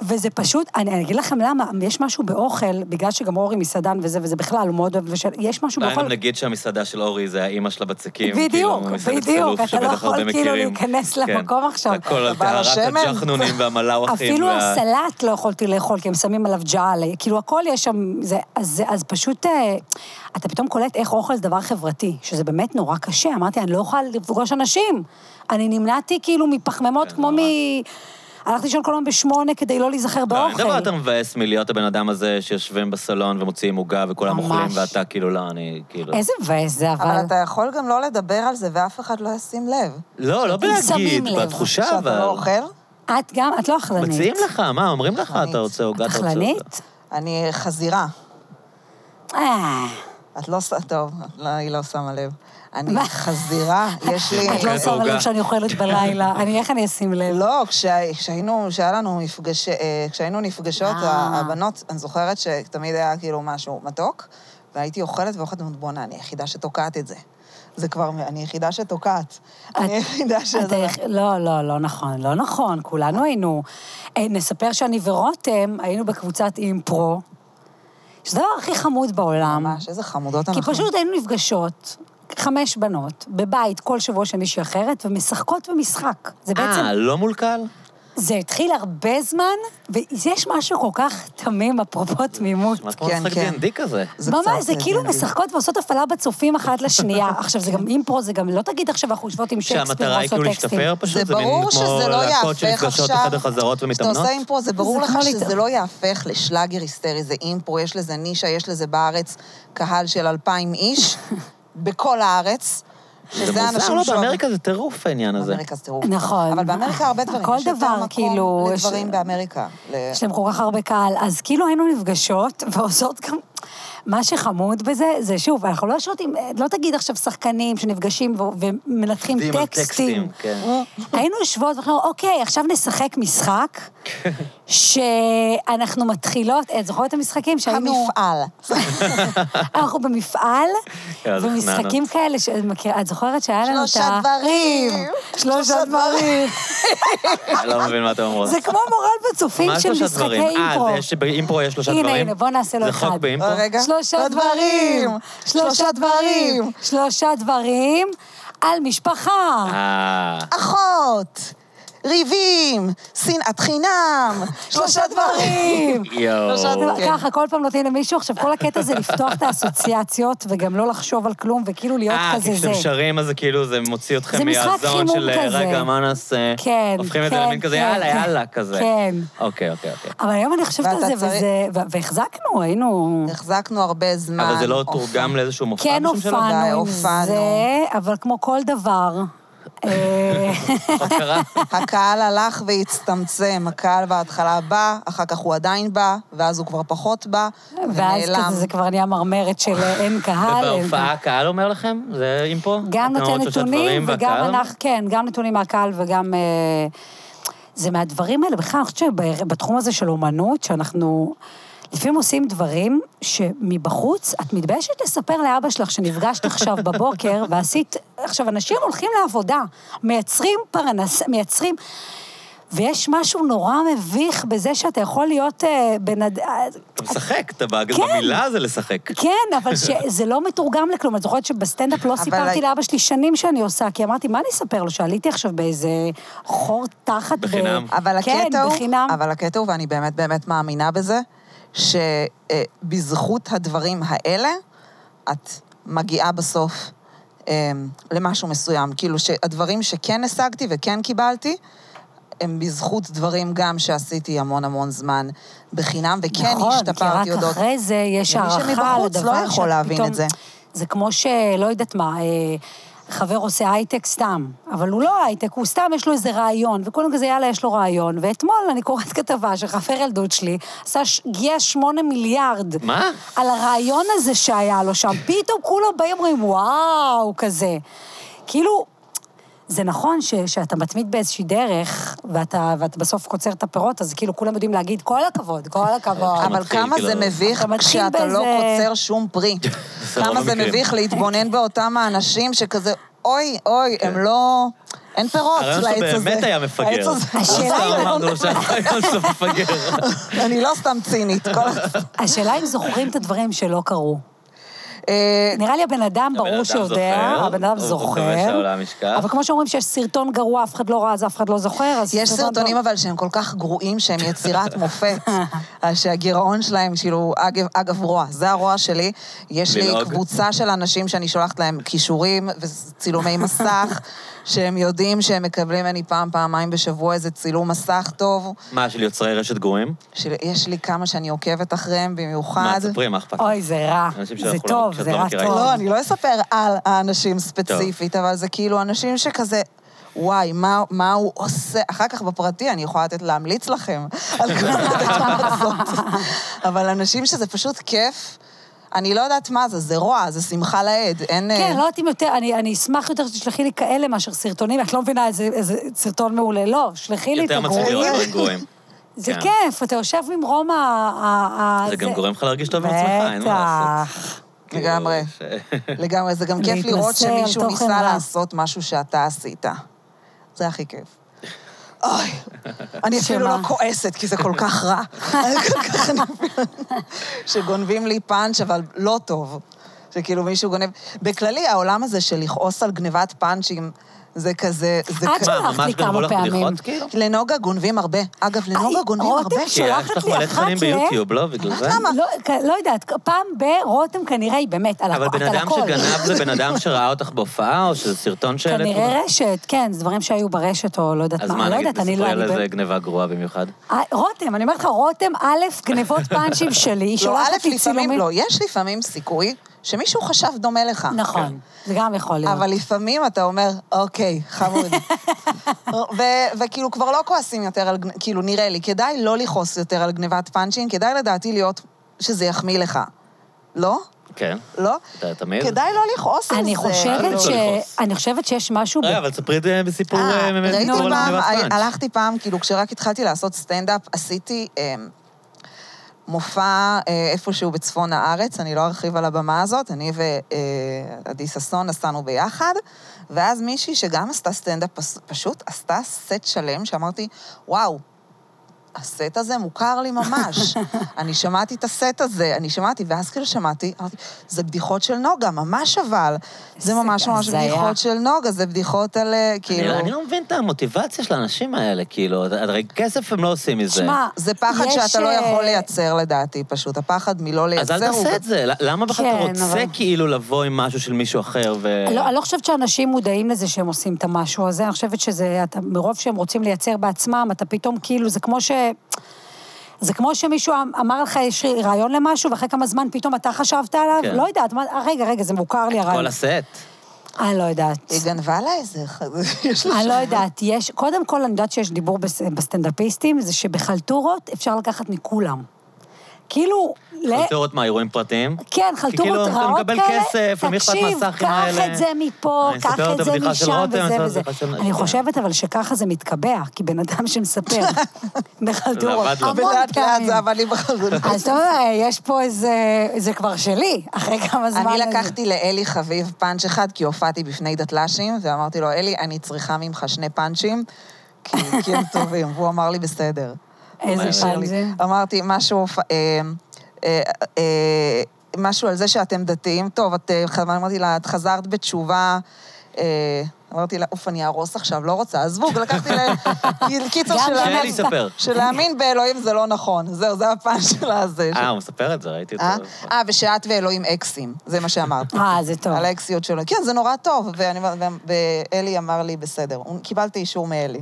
S2: וזה פשוט, אני, אני אגיד לכם למה, יש משהו באוכל, בגלל שגם אורי מסעדן וזה, וזה בכלל, הוא מאוד אוהב לבשל, יש משהו
S1: אולי גם
S2: באוכל...
S1: נגיד שהמסעדה של אורי זה האימא של הבצקים.
S2: בדיוק,
S1: כאילו, מסעדת
S2: בדיוק,
S1: סלוף
S2: אתה לא
S1: שבטח הרבה
S2: יכול כאילו
S1: מכירים.
S2: להיכנס
S1: כן.
S2: למקום עכשיו.
S1: הכל על
S3: אבל
S1: טהרת
S3: השמן-
S1: הג'חנונים והמלאווחים.
S2: אפילו
S1: וה-
S2: הסלט לא יכולתי לאכול, כי הם שמים עליו ג'עלה. כאילו, הכל יש שם... זה, אז, זה- אז פשוט... אה, אתה פתאום קולט איך אוכל זה דבר חברתי, שזה באמת נורא קשה. אמרתי, אני לא יכולה לפגוש אנשים. אני נמנעתי כאילו מפחמימות
S1: כן,
S2: כמו מ...
S1: נורא.
S2: הלכתי לישון כל היום בשמונה כדי לא להיזכר
S1: לא, אין
S2: באוכל.
S1: דבר יותר מבאס מלהיות הבן אדם הזה שיושבים בסלון ומוציאים עוגה וכולם
S2: ממש.
S1: אוכלים, ואתה כאילו, לא, אני כאילו...
S2: איזה מבאס זה, אבל...
S3: אבל אתה יכול גם לא לדבר על זה, ואף אחד לא ישים לב.
S1: לא, לא
S2: אם שמים
S1: בלהגיד,
S2: לב
S1: בתחושה,
S3: שאתה
S1: אבל...
S3: לא אוכל?
S2: את גם, את לא אכלנית.
S1: מציעים לך, מה, אומרים לך,
S3: אכלנית.
S1: אתה רוצה עוגה,
S2: את
S1: אתה רוצה עוגה.
S2: אכלנית?
S3: אני חזירה.
S2: אה,
S3: את לא... ש- טוב, לא, היא לא שמה לב. אני חזירה, יש לי...
S2: את לא
S1: [LAUGHS] אוקיי,
S2: שמה לב
S1: עוגה.
S2: שאני אוכלת בלילה. אני, איך אני אשים לב?
S3: לא, כשה- כשהיינו, כשהיה לנו מפגש... אה, כשהיינו נפגשות,
S2: אה.
S3: ה- הבנות, אני זוכרת שתמיד היה כאילו משהו מתוק, והייתי אוכלת ואוכלת, ואומרת, בואנה, אני היחידה שתוקעת את זה. זה כבר, אני היחידה שתוקעת. אני היחידה ש...
S2: אתה יכ- לא, לא, לא נכון, לא נכון, כולנו היינו. אה, נספר שאני ורותם היינו בקבוצת אימפרו, שזה הדבר הכי חמוד בעולם.
S3: ממש, לא נכון. איזה חמודות אנחנו.
S2: כי פשוט היינו נפגשות, חמש בנות, בבית כל שבוע של מישהי אחרת, ומשחקות במשחק. זה בעצם,
S1: אה, לא מול קהל?
S2: זה התחיל הרבה זמן, ויש משהו כל כך תמים, אפרופו תמימות.
S1: מה, כמו
S3: כן,
S1: משחק
S3: כן.
S1: D&D כזה.
S3: קצת,
S2: ממש, זה
S3: אה,
S2: כאילו
S3: D&D.
S2: משחקות ועושות הפעלה בצופים אחת לשנייה. עכשיו, זה גם אימפרו, זה גם לא תגיד עכשיו אנחנו יושבות עם שייקספיר
S1: שהמטרה
S2: ועושות טקסטים.
S1: היא כאילו להשתפר
S3: זה
S1: פשוט, זה מין
S3: ברור
S1: כמו
S3: שזה לא יהפך עכשיו...
S1: להקות שנפגשות לחדר חזרות
S3: כשאתה
S1: ומתאמנות.
S3: עושה אימפרו, זה ברור
S2: זה
S3: לך
S2: כמו
S3: שזה
S2: ליטר.
S3: לא יהפך לשלאגר היסטרי, זה אימפרו, יש לזה נישה, יש לזה בארץ קהל של אלפיים
S2: [LAUGHS]
S3: איש, בכל הארץ.
S1: זה
S3: שזה
S1: מוזר,
S3: אנשים
S1: לא,
S3: שאוהבים-
S1: באמריקה זה טירוף העניין הזה.
S3: באמריקה זה טירוף.
S2: נכון.
S3: אבל באמריקה הרבה דברים.
S2: כל
S3: יש יותר
S2: דבר,
S3: מקום
S2: כאילו, יש-
S3: לדברים באמריקה. ל-
S2: יש להם כל כך הרבה קהל. אז כאילו היינו נפגשות [LAUGHS] ועושות גם... מה שחמוד בזה, זה שוב, אנחנו לא יושבות עם... לא תגיד עכשיו שחקנים שנפגשים ו- ומנתחים
S1: עובדים על
S2: טקסטים.
S1: כן.
S2: היינו יושבות ואנחנו, אוקיי, עכשיו נשחק משחק, שאנחנו מתחילות, את זוכרת את המשחקים שהיינו...
S3: המפעל.
S2: אנחנו במפעל,
S1: [LAUGHS] יאללה, זכננו.
S2: ומשחקים כאלה, ש- את מכירה- את זוכרת שהיה לנו את ה...
S3: שלושה דברים.
S2: שלושה דברים.
S1: אני לא מבין מה אתם אומרות.
S2: אה, זה כמו מורל בצופים
S1: מה
S2: של
S1: שלושה
S2: משחקי
S1: דברים?
S2: אימפרו.
S1: אה, זה שבאימפרו יש שלושה
S2: הנה,
S1: דברים?
S2: הנה, בוא נעשה לו
S1: זה
S2: אחד.
S1: חוק באימפרו?
S3: אה, רגע.
S2: שלושה דברים, שלושה דברים, שלושה דברים על משפחה.
S1: אה,
S3: אחות, ריבים, שנאת
S2: [LAUGHS]
S3: חינם, שלושה דברים. שלושה
S1: יואו.
S3: דברים. כן.
S2: אוקיי. ככה, כל פעם נותנים למישהו. עכשיו, כל הקטע זה לפתוח את האסוציאציות וגם לא לחשוב על כלום וכאילו להיות
S1: אה, כי
S2: כזה זה.
S1: כשאתם שרים, אז זה כאילו, זה מוציא
S2: זה
S1: אתכם
S2: משחק
S1: מהזון
S2: חימום
S1: של אה,
S2: כזה.
S1: רגע, מנס,
S2: כן,
S1: הופכים את זה
S2: כן,
S1: למין כזה,
S2: כן,
S1: יאללה,
S2: כן.
S1: יאללה, כזה.
S2: כן.
S1: אוקיי, אוקיי, אוקיי.
S2: אבל היום אני חושבת על
S3: ואתה
S2: זה,
S3: צריך-
S2: וזה, ו- והחזקנו, היינו...
S3: החזקנו הרבה זמן.
S1: אבל זה לא
S3: הופעה.
S1: תורגם לאיזשהו מופע
S2: כן
S1: בשם שלו?
S3: די,
S2: הופענו עם
S3: הופענו.
S2: זה, אבל כמו כל דבר,
S3: [LAUGHS]
S2: אה,
S1: עוד קרה?
S3: [LAUGHS] הקהל הלך והצטמצם, הקהל בהתחלה בא, אחר כך הוא עדיין בא, ואז הוא כבר פחות בא,
S2: ואז
S3: ונעלם.
S2: כזה זה כבר נהיה מרמרת של אה, אין קהל, אין קהל.
S1: ובהופעה הקהל אומר לכם? זה אימפו?
S2: גם
S1: אתם
S2: נותן
S1: אומרות שלושה
S2: נתונים,
S1: דברים,
S2: וגם
S1: והקהל?
S2: אנחנו, כן, גם נתונים מהקהל וגם... אה, זה מהדברים האלה, בכלל, אני חושבת שבתחום הזה של אומנות, שאנחנו לפעמים עושים דברים שמבחוץ, את מתביישת לספר לאבא שלך שנפגשת עכשיו בבוקר ועשית... עכשיו, אנשים הולכים לעבודה, מייצרים פרנסה, מייצרים... ויש משהו נורא מביך בזה שאתה יכול להיות אה, בן אדם...
S1: אתה משחק, אתה בג-
S2: כן.
S1: במילה זה לשחק.
S2: כן, אבל שזה לא מתורגם לכלום. את זוכרת שבסטנדאפ לא סיפרתי
S3: הי-
S2: לאבא שלי שנים שאני עושה, כי אמרתי, מה אני אספר לו? שעליתי עכשיו באיזה חור תחת... ב-
S1: בחינם.
S3: אבל
S2: כן,
S3: הקטע הוא,
S2: בחינם.
S3: אבל הקטע הוא, ואני באמת באמת מאמינה בזה, שבזכות הדברים האלה, את מגיעה בסוף אה, למשהו מסוים. כאילו שהדברים שכן השגתי וכן קיבלתי, הם בזכות דברים גם שעשיתי המון המון זמן בחינם, וכן
S2: נכון,
S3: כן, השתפרתי
S2: כי רק
S3: הודות.
S2: אחרי זה יש
S3: למי
S2: הערכה לדבר
S3: שמבחוץ לא יכול
S2: שאת
S3: להבין
S2: פתאום-
S3: את זה.
S2: זה כמו שלא יודעת מה, אה, חבר עושה הייטק סתם, אבל הוא לא הייטק, הוא סתם, יש לו איזה רעיון, וכולם כזה, יאללה, יש לו רעיון. ואתמול אני קוראת כתבה שחבר ילדות שלי עשה, ש- הגיע שמונה מיליארד.
S1: מה?
S2: על הרעיון הזה שהיה לו שם. פתאום כולם באים ואומרים, וואו, כזה. כאילו, זה נכון ש, שאתה מתמיד באיזושהי דרך, ואתה, ואתה בסוף קוצר את הפירות, אז כאילו כולם יודעים להגיד, כל הכבוד, כל הכבוד.
S1: אתה
S3: אבל
S1: מתחיל,
S3: כמה
S1: כאילו,
S3: זה מביך
S2: אתה מתחיל
S3: כשאתה לא
S2: באיזה-
S3: קוצר שום
S1: [LAUGHS]
S3: פרי.
S1: רוב
S3: כמה זה
S1: המקרים.
S3: מביך להתבונן באותם האנשים שכזה, אוי, אוי, הם לא... אין פירות לעץ הזה.
S1: כן. הרעיון שלו באמת היה מפגר. [LAUGHS]
S3: העץ הזה-
S2: השאלה
S1: לא
S2: אם-
S1: סתם אמרנו לו שהרעיון שלו מפגר.
S3: אני לא סתם צינית.
S1: [LAUGHS]
S3: כל... ה-
S2: השאלה אם זוכרים את הדברים שלא קרו.
S3: אה,
S2: נראה לי הבן אדם
S1: הבן אדם
S2: ברור שיודע,
S1: זוכר,
S2: הבן
S1: הוא
S2: אדם
S1: מקווה
S2: זוכר.
S1: שהעולם ישכח.
S2: אבל כמו שאומרים שיש סרטון גרוע, אף אחד לא ראה, אז אף אחד לא זוכר, אז...
S3: יש
S2: סרטון
S3: סרטונים
S2: גרוע.
S3: אבל שהם כל כך גרועים שהם יצירת מופת, אה, שהגירעון שלהם, כאילו, אגב, אגב רוע, זה הרוע שלי. יש לי
S1: ללעוג.
S3: קבוצה של אנשים שאני שולחת להם כישורים וצילומי מסך, שהם יודעים שהם מקבלים ממני פעם, פעמיים בשבוע איזה צילום מסך טוב.
S1: מה, של יוצרי רשת
S2: [LAUGHS]
S1: גרועים?
S3: של- יש לי כמה שאני עוקבת אחריהם
S1: מה,
S3: במיוחד.
S1: תספרי, מה אכפת?
S2: אוי, זה רע.
S1: אנשים
S2: זה
S1: שאנחנו לא-
S2: טוב,
S1: שאת
S2: זה
S1: לא
S2: רע
S1: מכירה.
S2: טוב.
S3: לא, אני לא אספר על האנשים ספציפית, אבל זה כאילו אנשים שכזה... וואי, מה, מה הוא עושה? אחר כך בפרטי אני יכולה לתת להמליץ לכם [LAUGHS] על כל הדבר
S2: [LAUGHS]
S3: הזאת. אבל אנשים שזה פשוט כיף, אני לא יודעת מה זה, זה רוע, זה שמחה לאיד, אין... אה,
S2: כן, לא יודעת אם יותר, אני, אני אשמח יותר שתשלחי לי כאלה מאשר סרטונים, את לא מבינה איזה, איזה סרטון מעולה. לא, שלחי לי את
S1: יותר מצחיק
S2: הגרועים.
S1: לראות דברים
S2: [LAUGHS]
S1: גרועים.
S2: זה
S1: כן.
S2: כיף, אתה יושב ממרום ה... ה- ה-
S1: זה גם גורם לך להרגיש טוב עם עצמך, אין מה לעשות.
S2: בטח.
S1: כאילו,
S3: לגמרי.
S1: ש-
S3: לגמרי, זה גם כיף לראות
S2: להתנסה על
S3: שמישהו
S2: תוכן
S3: ניסה
S2: רע.
S3: לעשות משהו שאתה עשית. זה הכי כיף. אוי, אני אפילו
S2: שמה?
S3: לא כועסת, כי זה כל כך רע. אני כל כך
S2: [LAUGHS]
S3: נבהלת. שגונבים לי פאנץ', אבל לא טוב. שכאילו מישהו גונב... בכללי, העולם הזה של לכעוס על גנבת פאנצ'ים, זה כזה... זה
S2: את
S3: כזה-
S1: מה,
S2: שלחת לי
S1: ממש גנבו
S2: כמה
S1: לך
S2: פעמים.
S1: בדיחות כאילו?
S3: לנוגה גונבים הרבה. אגב, לנוגה
S2: איי,
S3: גונבים
S2: רותם
S3: הרבה.
S1: כי
S2: שולחת
S1: יש לך
S2: לי
S1: מלא
S2: אחת
S1: תכנים
S2: ל-
S1: ביוטיוב, לא? בגלל זה?
S2: לא, כ- לא יודעת, פעם ברתם כנראה היא באמת, על הכ-
S1: אבל
S2: את
S1: בן
S2: על
S1: אדם
S2: הכל.
S1: שגנב זה בן אדם שראה אותך בהופעה, או שזה סרטון שהעלית?
S2: כנראה רשת, כן, זה דברים שהיו ברשת או לא יודעת
S1: אז
S2: מה,
S1: מה,
S2: לא
S1: נגיד,
S2: יודעת, אני לא...
S1: תספרי על
S2: אני ב-
S1: איזה גניבה גרועה במיוחד.
S2: אה, רותם, אני אומרת לך, רותם א', גנבות
S1: [LAUGHS]
S2: פאנצ'ים שלי, היא
S3: לא,
S2: שולחת
S3: א',
S2: לי
S3: לפעמים
S2: צילומים.
S3: לא. יש לפעמים סיכוי שמישהו חשב דומה לך.
S1: כן.
S2: נכון, זה גם יכול להיות.
S3: אבל לפעמים אתה אומר, אוקיי, חמוד.
S2: [LAUGHS]
S3: ו- וכאילו כבר לא כועסים יותר על, גנ- כאילו, נראה לי, כדאי לא לכעוס יותר על גנבת פאנצ'ים, כדאי לדעתי להיות שזה יחמיא לך. לא?
S1: כן.
S3: לא?
S1: אתה תמיד?
S3: כדאי לא לכעוס על זה.
S2: אני חושבת
S3: לא.
S2: ש...
S1: לכעוס.
S2: אני חושבת שיש משהו... ב-
S1: רגע, אה, אבל ספרי את זה בסיפור
S3: אה,
S1: אה, באמת,
S3: ראיתי
S1: סיפור על
S3: פעם,
S1: גניבת
S3: הי-
S2: אה,
S1: פאנץ'.
S3: הלכתי פעם, כאילו, כשרק התחלתי לעשות סטנדאפ, עשיתי אמ, מופע אה, איפשהו בצפון הארץ, אני לא ארחיב על הבמה הזאת, אני ועדי ששון נסענו ביחד, ואז מישהי שגם עשתה סטנדאפ, פס- פשוט עשתה סט שלם, שאמרתי, וואו, הסט הזה מוכר לי
S1: [LAUGHS]
S3: ממש. אני שמעתי את הסט הזה, אני שמעתי, ואז כאילו שמעתי, אמרתי, זה בדיחות של נוגה, ממש אבל. זה
S2: איזה
S3: ממש ממש
S2: הזיה.
S3: בדיחות של נוגה, זה בדיחות על אה,
S1: אני,
S3: כאילו...
S1: אני לא מבין את המוטיבציה של האנשים האלה, כאילו, אתה- הרי כסף הם לא עושים מזה.
S2: שמע,
S3: זה פחד
S2: יש,
S3: שאתה לא
S2: אה,
S3: יכול לייצר לדעתי, פשוט. הפחד מלא
S1: אז
S3: לייצר
S1: אל תעשה את זה, ל- למה בכלל אתה
S2: כן,
S1: רוצה
S2: אבל-
S1: כאילו לבוא עם משהו של מישהו אחר ו...
S2: לא, אני לא חושבת שאנשים מודעים לזה שהם עושים את המשהו הזה, אני חושבת שזה, אתה, מרוב שהם רוצים לייצר בעצמם, אתה פתאום כאילו, זה כמו ש... זה כמו שמישהו אמ, אמר לך, יש רעיון למשהו, ואחרי כמה זמן פתאום אתה חשבת עליו,
S1: כן.
S2: לא יודעת, מה, אה, רגע, רגע, זה מוכר לי הרעיון.
S1: כל הסט.
S2: אני לא יודעת.
S3: היא גנבה לה איזה... ח- [LAUGHS] יש לה
S2: אני
S3: שם-
S2: לא יודעת, יש, קודם כל אני יודעת שיש דיבור בס, בסטנדאפיסטים, זה שבחלטורות אפשר לקחת מכולם. כאילו, ל...
S1: חלטורות מה, אירועים פרטיים?
S2: כן, חלטורות
S1: כאילו,
S2: רעות
S1: אתה
S2: כאלה.
S1: מקבל כסף, למי אכפת מהסאחים
S2: תקשיב,
S1: האלה?
S2: קח את זה מפה,
S1: אני
S2: קח
S1: אספר את
S2: את זה
S1: הבדיחה של
S2: משם,
S1: רותם, אני
S2: וזה
S1: אספר את
S2: וזה.
S1: הבדיחה של-
S2: אני חושבת אבל שככה זה מתקבע, כי בן אדם שמספר
S1: [LAUGHS]
S2: בחלטורות,
S1: זה עבד לו.
S2: המון
S3: ולאט לאט
S2: פעמים.
S3: זה אבל לי בחזרה.
S2: אז אתה אומר, יש פה איזה... זה כבר שלי, אחרי כמה זמן.
S3: אני לקחתי לאלי חביב פאנץ' אחד, כי הופעתי בפני דתל"שים, ואמרתי לו, אלי, אני צריכה ממך שני פאנצ'ים, כי כי הם טובים. והוא אמר לי, בסדר.
S2: איזה
S1: מה,
S2: פעם
S3: לי.
S2: זה?
S3: אמרתי, משהו... אה, אה, אה, משהו על זה שאתם דתיים, טוב, את... אה, אמרתי לה, את חזרת בתשובה, אה, אמרתי לה, אוף, אני אהרוס עכשיו, לא רוצה, עזבו, לקחתי לה...
S2: [LAUGHS]
S3: קיצר
S2: גם
S1: שאלי
S3: של
S2: גנבת.
S3: להאמין-
S1: יספר.
S3: של להאמין באלוהים זה לא נכון. זהו, זה הפן שלה הזה.
S1: אה, הוא מספר את זה, ראיתי אותו.
S3: אה?
S2: אוקיי,
S3: אה, ושאת ואלוהים אקסים, זה מה
S2: [LAUGHS]
S3: שאמרת.
S2: אה, זה טוב.
S3: על האקסיות שלו. כן, זה נורא טוב. ואני- ו- ואלי אמר לי, בסדר. הוא- קיבלתי אישור
S2: [LAUGHS]
S3: מאלי.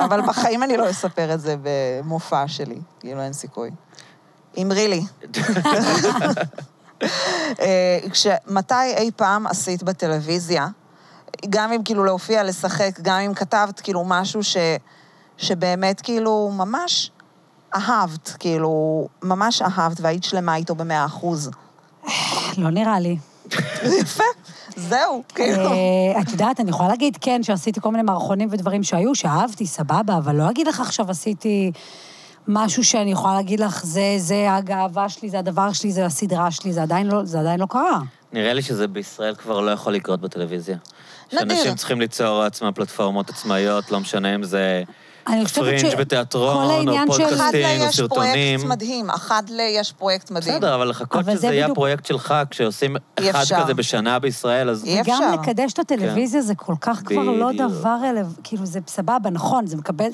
S3: אבל בחיים אני לא אספר את זה במופע שלי. כאילו, אין סיכוי. אמרי
S2: [LAUGHS]
S3: לי. אה, כש- מתי אי פעם עשית בטלוויזיה, גם אם כאילו להופיע, לשחק, גם אם כתבת כאילו משהו ש, שבאמת כאילו ממש אהבת, כאילו ממש אהבת והיית שלמה איתו במאה אחוז. [LAUGHS]
S2: לא נראה לי.
S3: יפה, זהו, כאילו.
S2: אה, את יודעת, אני יכולה להגיד, כן, שעשיתי כל מיני מערכונים ודברים שהיו, שאהבתי, סבבה, אבל לא אגיד לך עכשיו עשיתי משהו שאני יכולה להגיד לך, זה, זה הגאווה שלי, זה הדבר שלי, זה הסדרה שלי, זה עדיין לא, זה עדיין לא קרה.
S1: נראה לי שזה בישראל כבר לא יכול לקרות בטלוויזיה.
S2: לא
S3: נדיר.
S1: שאנשים צריכים ליצור לעצמם פלטפורמות עצמאיות, לא משנה אם זה
S2: אני חושבת ש-
S1: פרינג'
S2: כל
S1: בתיאטרון, או
S2: העניין לא של-
S3: אחד ל
S1: פודקאסטים, או
S3: יש
S1: סרטונים.
S3: פרויקט מדהים, אחד ל יש פרויקט מדהים.
S1: בסדר, אבל לחכות
S2: אבל
S1: שזה
S2: זה
S1: יהיה
S2: בדיוק-
S1: פרויקט שלך, כשעושים
S3: אי
S1: אחד
S3: אפשר.
S1: כזה בשנה בישראל, אז...
S3: אי אפשר.
S2: גם לקדש את הטלוויזיה זה כל כך כבר לא
S1: בדיוק.
S2: דבר רלוונטי, כאילו זה סבבה, נכון, זה מקבל